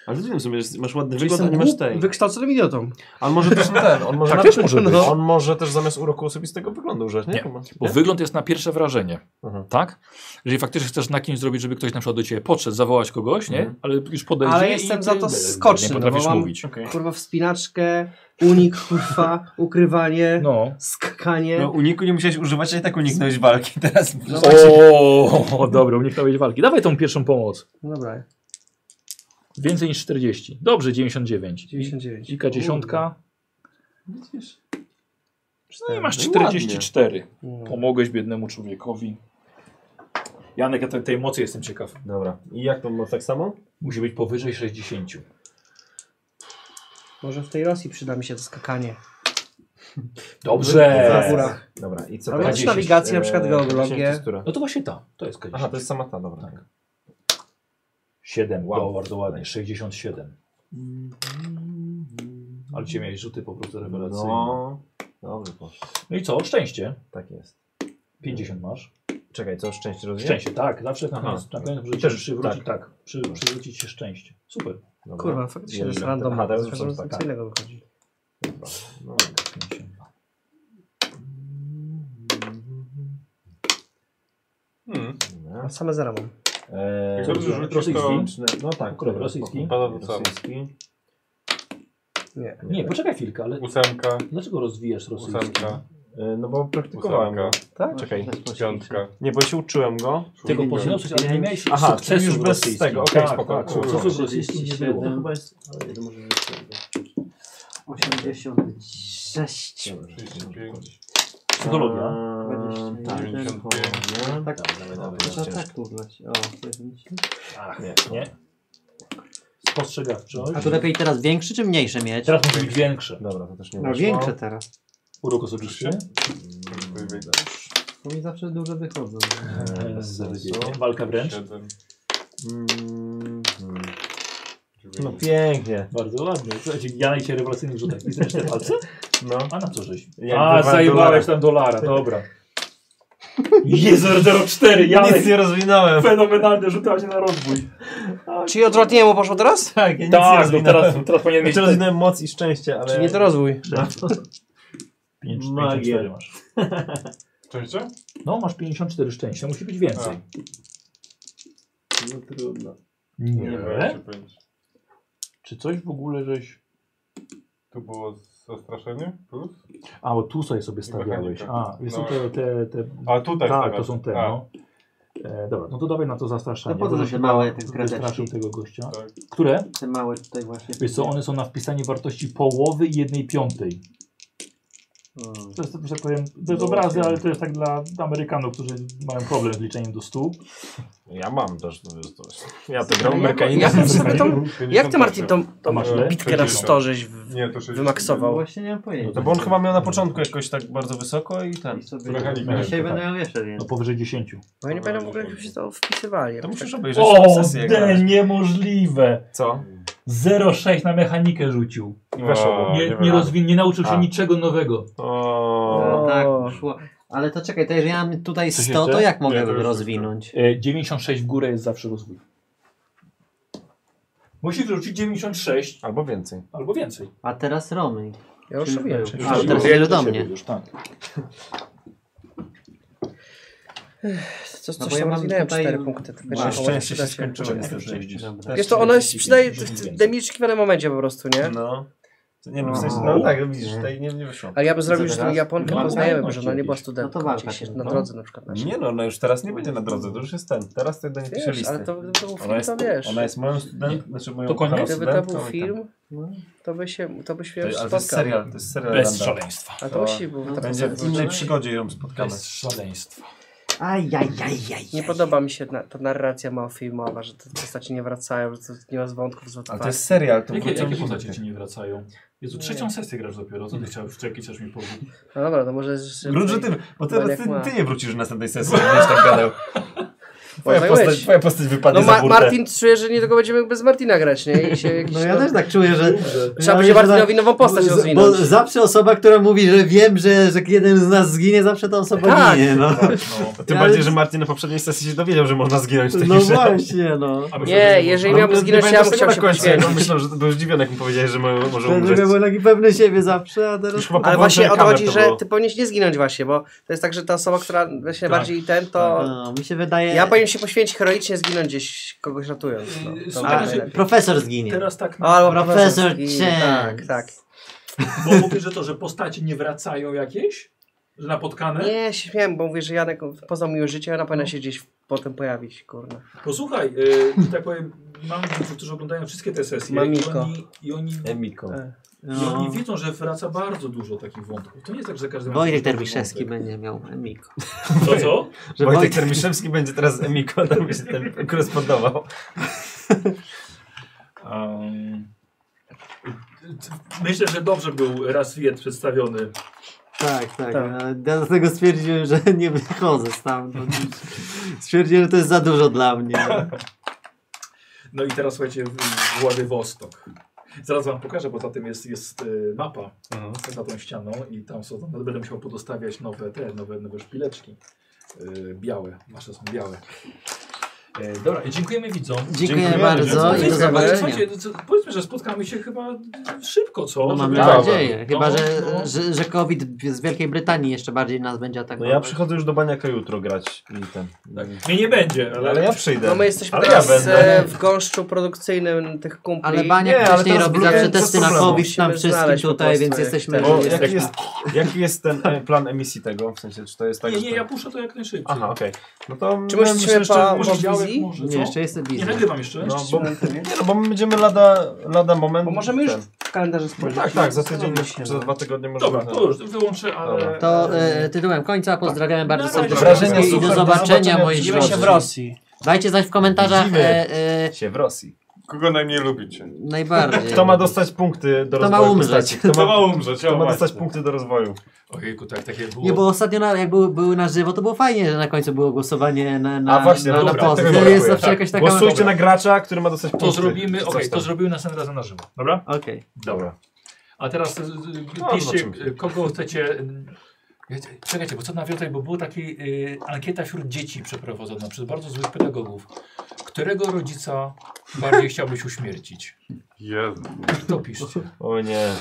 Speaker 4: Ale rozumiem sobie, że masz ładny
Speaker 3: Czyli
Speaker 4: wygląd, a nie
Speaker 3: jestem
Speaker 4: masz
Speaker 3: głup,
Speaker 4: tej.
Speaker 3: wykształconym idiotą.
Speaker 4: Ale może też ten, on może,
Speaker 1: Tak
Speaker 4: na-
Speaker 1: też może być.
Speaker 4: on może też zamiast uroku osobistego wyglądu użyć, nie?
Speaker 1: Nie,
Speaker 4: Kuba?
Speaker 1: Bo wygląd jest na pierwsze wrażenie,
Speaker 4: Mhm.
Speaker 1: tak? Jeżeli faktycznie chcesz na kimś zrobić, żeby ktoś na przykład do ciebie podszedł, zawołać kogoś, nie?
Speaker 4: Mhm.
Speaker 1: Ale już podejdzie
Speaker 3: Ale
Speaker 1: i
Speaker 3: jestem
Speaker 1: ty
Speaker 3: za to
Speaker 1: nie
Speaker 3: skoczny, no bo
Speaker 1: potrafisz
Speaker 3: mam-
Speaker 1: mówić.
Speaker 4: Okej.
Speaker 3: Kurwa, wspinaczkę, unik, kurwa, ukrywanie,
Speaker 1: No.
Speaker 3: skakanie.
Speaker 12: No uniku nie musiałeś używać, a i tak uniknąłeś walki teraz.
Speaker 3: No
Speaker 1: O, <laughs> dobra, uniknąłeś walki. Dawaj tą pierwszą pomoc.
Speaker 3: No dobra,
Speaker 1: Więcej niż 40. Dobrze, 99.
Speaker 3: 99.
Speaker 1: Dzika dziesiątka. No i masz
Speaker 4: No i
Speaker 1: 44.
Speaker 3: No.
Speaker 1: Pomogłeś biednemu człowiekowi. Janek, ja te- tej mocy jestem ciekaw.
Speaker 4: Dobra. I jak to ma tak samo?
Speaker 1: Musi być powyżej 60.
Speaker 3: Może w tej Rosji przyda mi się to skakanie.
Speaker 1: Dobrze.
Speaker 3: Na górach.
Speaker 4: Dobra, i co
Speaker 3: Ale
Speaker 4: teraz?
Speaker 1: też
Speaker 4: 10,
Speaker 3: nawigację, na przykład
Speaker 4: e,
Speaker 3: geologię.
Speaker 4: 10 to jest która?
Speaker 1: No to właśnie ta. To jest K10.
Speaker 4: Aha, to jest sama ta, dobra.
Speaker 1: Tak. 7, wow, bardzo ładnie. 67. Ale cię miałeś rzuty po prostu rewelacyjne. No.
Speaker 4: No, dobrze poszło.
Speaker 1: i co? Szczęście.
Speaker 4: Tak jest.
Speaker 1: 50 masz.
Speaker 4: Czekaj, co? Szczęście rozumiem?
Speaker 1: Szczęście, tak. Zawsze na
Speaker 4: Aha.
Speaker 1: koniec, na koniec
Speaker 4: Też,
Speaker 1: możecie przywrócić, tak.
Speaker 4: tak.
Speaker 1: przy, przywrócić się szczęście. Super.
Speaker 4: Dobra.
Speaker 3: Kurwa, faktycznie to jest
Speaker 4: Jeden.
Speaker 3: random.
Speaker 4: Aha, teraz
Speaker 3: Z
Speaker 4: już
Speaker 3: każdym
Speaker 4: są
Speaker 3: razem
Speaker 4: tak.
Speaker 3: co innego wychodzi.
Speaker 4: Dobra. No,
Speaker 1: 52.
Speaker 5: Hmm.
Speaker 4: dobra.
Speaker 3: A Same zera mam.
Speaker 4: Eee,
Speaker 5: Co, żeby
Speaker 4: rosyjski?
Speaker 5: troszkę-
Speaker 4: No tak,
Speaker 1: Akurat rosyjski.
Speaker 5: Pan
Speaker 4: rosyjski.
Speaker 3: Nie.
Speaker 1: Nie, poczekaj chwilkę, ale
Speaker 5: Ósemka,
Speaker 1: dlaczego rozwijasz rosyjski?
Speaker 5: ósemka,
Speaker 4: E, No bo praktykowałem
Speaker 5: ósemka,
Speaker 4: go. Tak? Czekaj.
Speaker 5: piątka.
Speaker 4: Nie, bo się uczyłem go.
Speaker 1: Tylko
Speaker 5: Szóstka.
Speaker 1: podniosłeś, ale nie miałeś
Speaker 4: Aha,
Speaker 1: sukcesu
Speaker 4: czyli już
Speaker 1: w
Speaker 4: bez
Speaker 1: rosyjskim.
Speaker 4: tego. Okej,
Speaker 1: tak,
Speaker 4: spoko.
Speaker 1: Tak,
Speaker 5: Kurwa.
Speaker 1: sukcesu w rosyjskim nie było.
Speaker 7: 86.
Speaker 5: 35,
Speaker 1: Psychologia.
Speaker 4: Eee, Tak,
Speaker 5: 91.
Speaker 4: tak. Dawaj, dawaj,
Speaker 7: Trzeba
Speaker 4: dawaj.
Speaker 7: tak równać. O, 90.
Speaker 1: Ach,
Speaker 4: Nie.
Speaker 1: nie. Spostrzegawczość.
Speaker 2: A to lepiej teraz większy czy mniejszy mieć?
Speaker 1: Teraz musi być większe.
Speaker 4: Dobra, to też nie
Speaker 2: No
Speaker 4: wyszło.
Speaker 2: większe teraz.
Speaker 1: Urok osobisty.
Speaker 7: Bo mi zawsze duże wychodzą.
Speaker 4: Eee, bez sensu.
Speaker 1: E, Zarybienie. Walka wręcz.
Speaker 5: 7,
Speaker 4: Mm, mm.
Speaker 5: 9.
Speaker 4: No pięknie.
Speaker 1: Bardzo ładnie. Słuchajcie, Janek się rewelacyjnych rzutach. Widzisz te palce?
Speaker 4: No.
Speaker 1: A na co żeś?
Speaker 4: Jak
Speaker 1: A,
Speaker 4: dwa
Speaker 1: zajebałeś
Speaker 4: dolary.
Speaker 1: tam dolara, dobra. Jezu, 004, Janek!
Speaker 4: Nic nie rozwinąłem.
Speaker 1: Fenomenalny, rzucał się na rozwój.
Speaker 3: Czyli odwrotnie mu poszło teraz?
Speaker 4: Tak, ja nic nie
Speaker 1: Tak, no
Speaker 4: rozwinąłem.
Speaker 1: teraz, teraz powinien mieć...
Speaker 4: Znaczy rozwinąłem moc i szczęście, ale...
Speaker 3: Czyli nie to rozwój.
Speaker 1: Pięć-
Speaker 4: Magia.
Speaker 1: 54 masz.
Speaker 5: Szczęście?
Speaker 1: No, masz 54 szczęścia, musi być więcej.
Speaker 4: No trudno.
Speaker 1: Nie.
Speaker 5: wiem, czy pięć.
Speaker 1: Czy coś w ogóle żeś...
Speaker 5: Tu było zastraszenie? Plus?
Speaker 1: A, bo tu sobie sobie stawiałeś. A,
Speaker 5: No.
Speaker 1: są te... te, te...
Speaker 5: A tutaj
Speaker 1: Tak,
Speaker 5: stawiasz.
Speaker 1: to są te,
Speaker 5: A,
Speaker 1: no. E, dobra, no to dawaj na to zastraszanie.
Speaker 7: No po co
Speaker 1: bo
Speaker 7: te
Speaker 1: żeby
Speaker 7: małe te
Speaker 1: Wystraszył
Speaker 7: kredeczki?
Speaker 1: tego gościa.
Speaker 5: Tak.
Speaker 1: Które?
Speaker 7: Te małe tutaj właśnie.
Speaker 1: Wiesz co, one są na wpisanie wartości połowy i jednej piątej.
Speaker 7: Mm.
Speaker 1: To jest, że tak powiem, bez obrazy, ale to jest tak dla Amerykanów, którzy mają problem z liczeniem do stu.
Speaker 4: Ja mam też. to jest- to jest- Ja to grałem mekanizm.
Speaker 3: Ja sobie tą... Jak ty
Speaker 5: 58.
Speaker 3: Martin tą, tą
Speaker 1: masz
Speaker 5: le?
Speaker 3: bitkę na
Speaker 5: 60.
Speaker 3: 100 żeś w...
Speaker 5: Nie, to 60.
Speaker 7: No
Speaker 3: Wymaksował.
Speaker 7: właśnie nie mam pojęcia.
Speaker 4: No bo on chyba miał na początku jakoś tak bardzo wysoko i ten.
Speaker 7: I sobie...
Speaker 5: Trochę nie wiem.
Speaker 7: Dzisiaj
Speaker 1: tak.
Speaker 7: będę miał jeszcze więcej.
Speaker 1: No powyżej 10.
Speaker 3: Bo ja nie pamiętam w ogóle, jak się to wpisywali.
Speaker 4: To musisz obejrzeć
Speaker 1: O,
Speaker 4: sesję. jak
Speaker 1: de,
Speaker 4: grałeś.
Speaker 1: niemożliwe!
Speaker 4: Co?
Speaker 1: 0,6 na mechanikę rzucił.
Speaker 4: I weszło.
Speaker 5: A,
Speaker 1: Nie,
Speaker 5: No, nie
Speaker 1: nie,
Speaker 5: wiem.
Speaker 1: rozwin, nie nauczył się
Speaker 4: A.
Speaker 1: niczego nowego.
Speaker 4: O,
Speaker 7: No, tak, szło. Ale to czekaj, to jeżeli ja mam tutaj
Speaker 1: Coś
Speaker 2: 100 to
Speaker 1: jeszcze?
Speaker 2: jak mogę
Speaker 5: Nie, to już
Speaker 2: rozwinąć?
Speaker 1: E, 96 w górę jest zawsze rozwój. Musisz rzucić 96
Speaker 4: Albo więcej.
Speaker 1: albo więcej.
Speaker 7: A teraz Romy.
Speaker 3: Ja już
Speaker 7: Czyli
Speaker 3: wiem.
Speaker 7: był.
Speaker 3: czy-
Speaker 7: A,
Speaker 1: Już
Speaker 7: teraz
Speaker 1: siebie,
Speaker 2: jedziesz do mnie.
Speaker 1: Już, tak.
Speaker 3: Co,
Speaker 7: No
Speaker 3: coś
Speaker 7: bo ja
Speaker 3: tam
Speaker 7: mam
Speaker 3: rozwinąłem
Speaker 7: tutaj-
Speaker 3: 4 punkty. tylko
Speaker 7: Moje
Speaker 3: nie
Speaker 4: Moje
Speaker 3: było
Speaker 4: szczęście się
Speaker 3: właśnie
Speaker 4: skończyło niestety.
Speaker 7: Dobra.
Speaker 3: Wiesz to, ona się przydaje w- w demiliczkiwanym momencie po prostu, nie?
Speaker 4: No. Nie no, w sensie, no tak, widzisz, tutaj nie, nie wyszło.
Speaker 3: Ale ja bym zrobił,
Speaker 7: Co
Speaker 3: że tą
Speaker 7: teraz?
Speaker 3: Japonkę
Speaker 1: No,
Speaker 3: poznajemy, bo
Speaker 1: umiejętności
Speaker 3: że ona nie była
Speaker 1: jakieś.
Speaker 7: No to
Speaker 3: studentką.
Speaker 7: walka
Speaker 3: gdzieś się
Speaker 7: się,
Speaker 3: na
Speaker 7: no.
Speaker 3: drodze na przykład. naszej.
Speaker 4: Nie no, ona już teraz nie będzie na drodze, to już jest ten. Teraz to do niej pisze
Speaker 3: Wiesz, ale
Speaker 4: listy.
Speaker 3: to, to był
Speaker 4: Ona
Speaker 3: film,
Speaker 4: jest,
Speaker 3: to wiesz.
Speaker 4: ona jest moją studentką, znaczy moją
Speaker 1: To koniec?
Speaker 4: kochaną
Speaker 3: Gdyby to był
Speaker 4: studentką i tak.
Speaker 3: film, to by się, to by się
Speaker 4: To,
Speaker 3: już
Speaker 4: ale to jest
Speaker 3: spotkał.
Speaker 4: serial, to jest serial.
Speaker 1: Bez
Speaker 4: random.
Speaker 1: szaleństwa.
Speaker 3: A to musi był tak
Speaker 4: Będzie w innej przygodzie ją spotkamy.
Speaker 1: Bez szaleństwa.
Speaker 2: Ajajajajaj.
Speaker 3: Nie podoba mi się na, ta narracja małofilmowa, że te postaci nie wracają, że to nie ma z wątków z
Speaker 4: Ale to jest serial, to
Speaker 1: Jakie,
Speaker 4: wrócą
Speaker 1: jakie
Speaker 4: ci
Speaker 1: postacie
Speaker 4: ludzie.
Speaker 1: ci nie wracają? Jezu, trzecią sesję grasz dopiero, co ty chciałeś, czy jaki chcesz mi powiedzieć?
Speaker 3: No dobra, to może jeszcze...
Speaker 4: Wróć, że ty, bo ty,
Speaker 3: Maniak
Speaker 4: ty,
Speaker 3: ma.
Speaker 4: ty nie wrócisz w następnej sesji, będziesz tak gadał.
Speaker 12: Twoja
Speaker 10: Zająłeś.
Speaker 12: postać, twoja postać wypadnie
Speaker 10: No
Speaker 12: za
Speaker 10: Ma-
Speaker 12: burtę.
Speaker 10: Martin czuje, że niedługo będziemy bez Martina grać, nie? I się jakiś,
Speaker 2: No ja też tak czuję, że...
Speaker 10: Trzeba
Speaker 2: ja
Speaker 10: będzie
Speaker 2: myślę, że-
Speaker 10: Martinowi nową postać
Speaker 2: bo-
Speaker 10: rozwinąć.
Speaker 2: Bo zawsze osoba, która mówi, że wiem, że, że jeden z nas zginie, zawsze ta osoba
Speaker 10: Tak.
Speaker 2: ginie. No,
Speaker 1: No.
Speaker 4: Tym
Speaker 2: Ja-
Speaker 4: bardziej, że Martin na poprzedniej sesji się dowiedział, że można zginąć w tej
Speaker 2: no
Speaker 4: grze.
Speaker 2: właśnie, no.
Speaker 1: A myślę, że-
Speaker 10: Nie, jeżeli miałby
Speaker 4: nie
Speaker 10: zginąć, ja
Speaker 4: pamiętam
Speaker 10: bym chciał
Speaker 4: tego na
Speaker 10: się
Speaker 4: końcu,
Speaker 10: poświęcić.
Speaker 4: bo Myślałem, że był zdziwiony, jak mu powiedziałeś, że mo- może
Speaker 2: Że
Speaker 4: umrzeć.
Speaker 2: byłem taki pewny siebie zawsze, a teraz...
Speaker 4: Już chyba po
Speaker 10: Ale właśnie o to
Speaker 4: włączeniu
Speaker 10: chodzi,
Speaker 4: kamer
Speaker 10: że
Speaker 4: było.
Speaker 10: ty powinieneś nie zginąć właśnie, bo to jest tak, że ta osoba, która właśnie
Speaker 1: Tak.
Speaker 10: bardziej ten, to...
Speaker 2: No, mi się wydaje...
Speaker 10: Ja powinienem się poświęcić heroicznie, zginąć gdzieś kogoś ratując. No,
Speaker 1: Yy,
Speaker 10: to
Speaker 1: słuchaj,
Speaker 10: będzie
Speaker 1: że-
Speaker 10: lepiej.
Speaker 2: Profesor zginie.
Speaker 1: Teraz tak,
Speaker 10: O, albo
Speaker 2: Profesor
Speaker 10: zginie,
Speaker 2: Chang.
Speaker 10: Tak, tak.
Speaker 1: bo mówisz, że to, że postacie nie wracają jakieś? Że napotkane?
Speaker 10: Nie, się śmiałem, bo mówię, że Janek poznał miłe życie, a na pewno się gdzieś potem pojawić, kurna.
Speaker 1: Posłuchaj, yy, że tak powiem, mam widzów, którzy oglądają wszystkie te sesje
Speaker 10: Mamiko.
Speaker 1: i oni, i oni,
Speaker 4: Emiko.
Speaker 10: Tak.
Speaker 1: i oni
Speaker 2: No.
Speaker 1: wiedzą, że wraca bardzo dużo takich wątków. To nie jest tak, że każdy ma... taki
Speaker 2: Wojtek Derwiszewski
Speaker 1: wątek.
Speaker 2: będzie miał Emiko.
Speaker 1: To
Speaker 2: <laughs>
Speaker 1: co?
Speaker 2: Że
Speaker 4: Wojtek
Speaker 2: Wojtek...
Speaker 4: Termiszewski będzie teraz Emiko, tam by się ten korespondował.
Speaker 1: Um, myślę, że dobrze był raz Fiat przedstawiony.
Speaker 2: Tak, tak.
Speaker 10: Tak.
Speaker 2: ale Ja dlatego stwierdziłem, że nie wychodzę stamtąd. Stwierdziłem, że to jest za dużo dla mnie.
Speaker 1: No i teraz słuchajcie, w- Władywostok. Zaraz wam pokażę, bo za tym jest, jest y, mapa,
Speaker 2: Mhm.
Speaker 1: za tą ścianą i tam są, tam będę musiał podostawiać nowe te, nowe, nowe szpileczki. Y, białe, nasze są białe. Y, dobra, i dziękujemy widzom.
Speaker 2: Dziękuję
Speaker 5: Dziękujemy,
Speaker 2: bardzo No i
Speaker 1: Słuchajcie,
Speaker 2: do zobaczenia.
Speaker 1: Słuchajcie, co- powiedzmy, że spotkamy się chyba szybko, co?
Speaker 2: No, mam
Speaker 1: Żeby-
Speaker 2: nadzieję.
Speaker 1: No,
Speaker 2: Chyba, że,
Speaker 1: no.
Speaker 2: że, że COVID z Wielkiej Brytanii jeszcze bardziej nas będzie
Speaker 4: No
Speaker 2: atakował.
Speaker 4: ja przychodzę już do baniaka jutro grać i ten.
Speaker 1: Tak. Mnie nie będzie, ale...
Speaker 4: Ale ja przyjdę.
Speaker 10: No my jesteśmy
Speaker 4: Ale ja
Speaker 10: teraz
Speaker 4: będę.
Speaker 10: e, w gąszczu produkcyjnym tych kumpli.
Speaker 2: Ale Baniak
Speaker 4: Nie, ale
Speaker 2: wcześniej
Speaker 4: teraz
Speaker 2: robił
Speaker 4: blokady
Speaker 2: zawsze
Speaker 4: bez
Speaker 2: testy na
Speaker 4: problemu.
Speaker 2: COVID tam
Speaker 10: Musimy
Speaker 2: wszystkim
Speaker 10: znaleźć po
Speaker 2: tutaj,
Speaker 10: prostu
Speaker 2: więc
Speaker 10: jak
Speaker 2: jesteśmy...
Speaker 10: ten-
Speaker 4: Bo
Speaker 2: jest-
Speaker 4: jaki jest, jaki jest ten e, plan emisji tego? W sensie, czy to jest tak,
Speaker 1: Nie,
Speaker 4: że
Speaker 1: nie,
Speaker 4: to-
Speaker 1: ja puszczę to jak najszybciej.
Speaker 4: Aha, okej. No to...
Speaker 10: Czy
Speaker 4: my-
Speaker 10: myślicie
Speaker 4: myślę,
Speaker 10: pa-
Speaker 4: że-
Speaker 1: Może
Speaker 10: Może
Speaker 1: białek,
Speaker 10: wizji?
Speaker 1: może, co?
Speaker 2: Nie, jeszcze jestem
Speaker 1: Nie
Speaker 2: busy.
Speaker 1: nagrywam jeszcze.
Speaker 4: No bo, nie, no, bo my będziemy lada, lada moment...
Speaker 10: Bo możemy już
Speaker 4: ten.
Speaker 10: w kalendarze spojrzeć.
Speaker 4: Tak, tak, za tydzień,
Speaker 10: Zastanowić się,
Speaker 4: czy za
Speaker 10: no.
Speaker 4: dwa tygodnie możemy...
Speaker 1: Dobra, to już wyłączę, ale...
Speaker 4: Dobra.
Speaker 2: To e, tytułem końca pozdrawiam
Speaker 4: No,
Speaker 2: bardzo
Speaker 1: Na razie.
Speaker 2: serdecznie
Speaker 4: Wrażenie
Speaker 2: i
Speaker 4: super,
Speaker 2: do
Speaker 4: do
Speaker 2: zobaczenia
Speaker 4: zobaczenia.
Speaker 2: moi
Speaker 4: Widzimy się
Speaker 2: drodzy.
Speaker 4: w
Speaker 10: Rosji.
Speaker 2: Dajcie zaś w komentarzach
Speaker 4: Widzimy.
Speaker 2: e, e,
Speaker 4: Się w Rosji.
Speaker 5: Kogo najmniej lubicie?
Speaker 2: najbardziej.
Speaker 4: Kto ma dostać punkty do
Speaker 2: Kto ma
Speaker 4: rozwoju
Speaker 2: umrzeć?
Speaker 4: postaci?
Speaker 5: Kto ma umrzeć?
Speaker 4: Kto
Speaker 5: O,
Speaker 4: ma dostać
Speaker 5: właśnie.
Speaker 4: punkty do rozwoju?
Speaker 1: Ojejku, tak, takie było.
Speaker 2: Nie, bo ostatnio na, jak były, były na żywo, to było fajnie, że na końcu było głosowanie na, na,
Speaker 4: A właśnie,
Speaker 2: na,
Speaker 4: dobra,
Speaker 2: na post.
Speaker 4: tego
Speaker 2: To
Speaker 4: brakuje.
Speaker 2: jest zawsze jakaś taka...
Speaker 4: Głosujcie na gracza, który ma dostać punkty.
Speaker 1: To zrobimy,
Speaker 4: Coś
Speaker 1: okej,
Speaker 4: tam.
Speaker 1: to zrobimy następnym razem na żywo, dobra?
Speaker 2: Okej.
Speaker 1: Dobra. A teraz y, y,
Speaker 4: No,
Speaker 1: piszcie,
Speaker 4: zobaczymy.
Speaker 1: y, kogo chcecie... y, wiecie, Czekajcie, bo co nawiązać, bo była taka y, ankieta wśród dzieci przeprowadzona przez bardzo złych pedagogów. Którego rodzica bardziej chciałbyś uśmiercić?
Speaker 5: Jezu.
Speaker 1: To piszcie.
Speaker 4: O nie.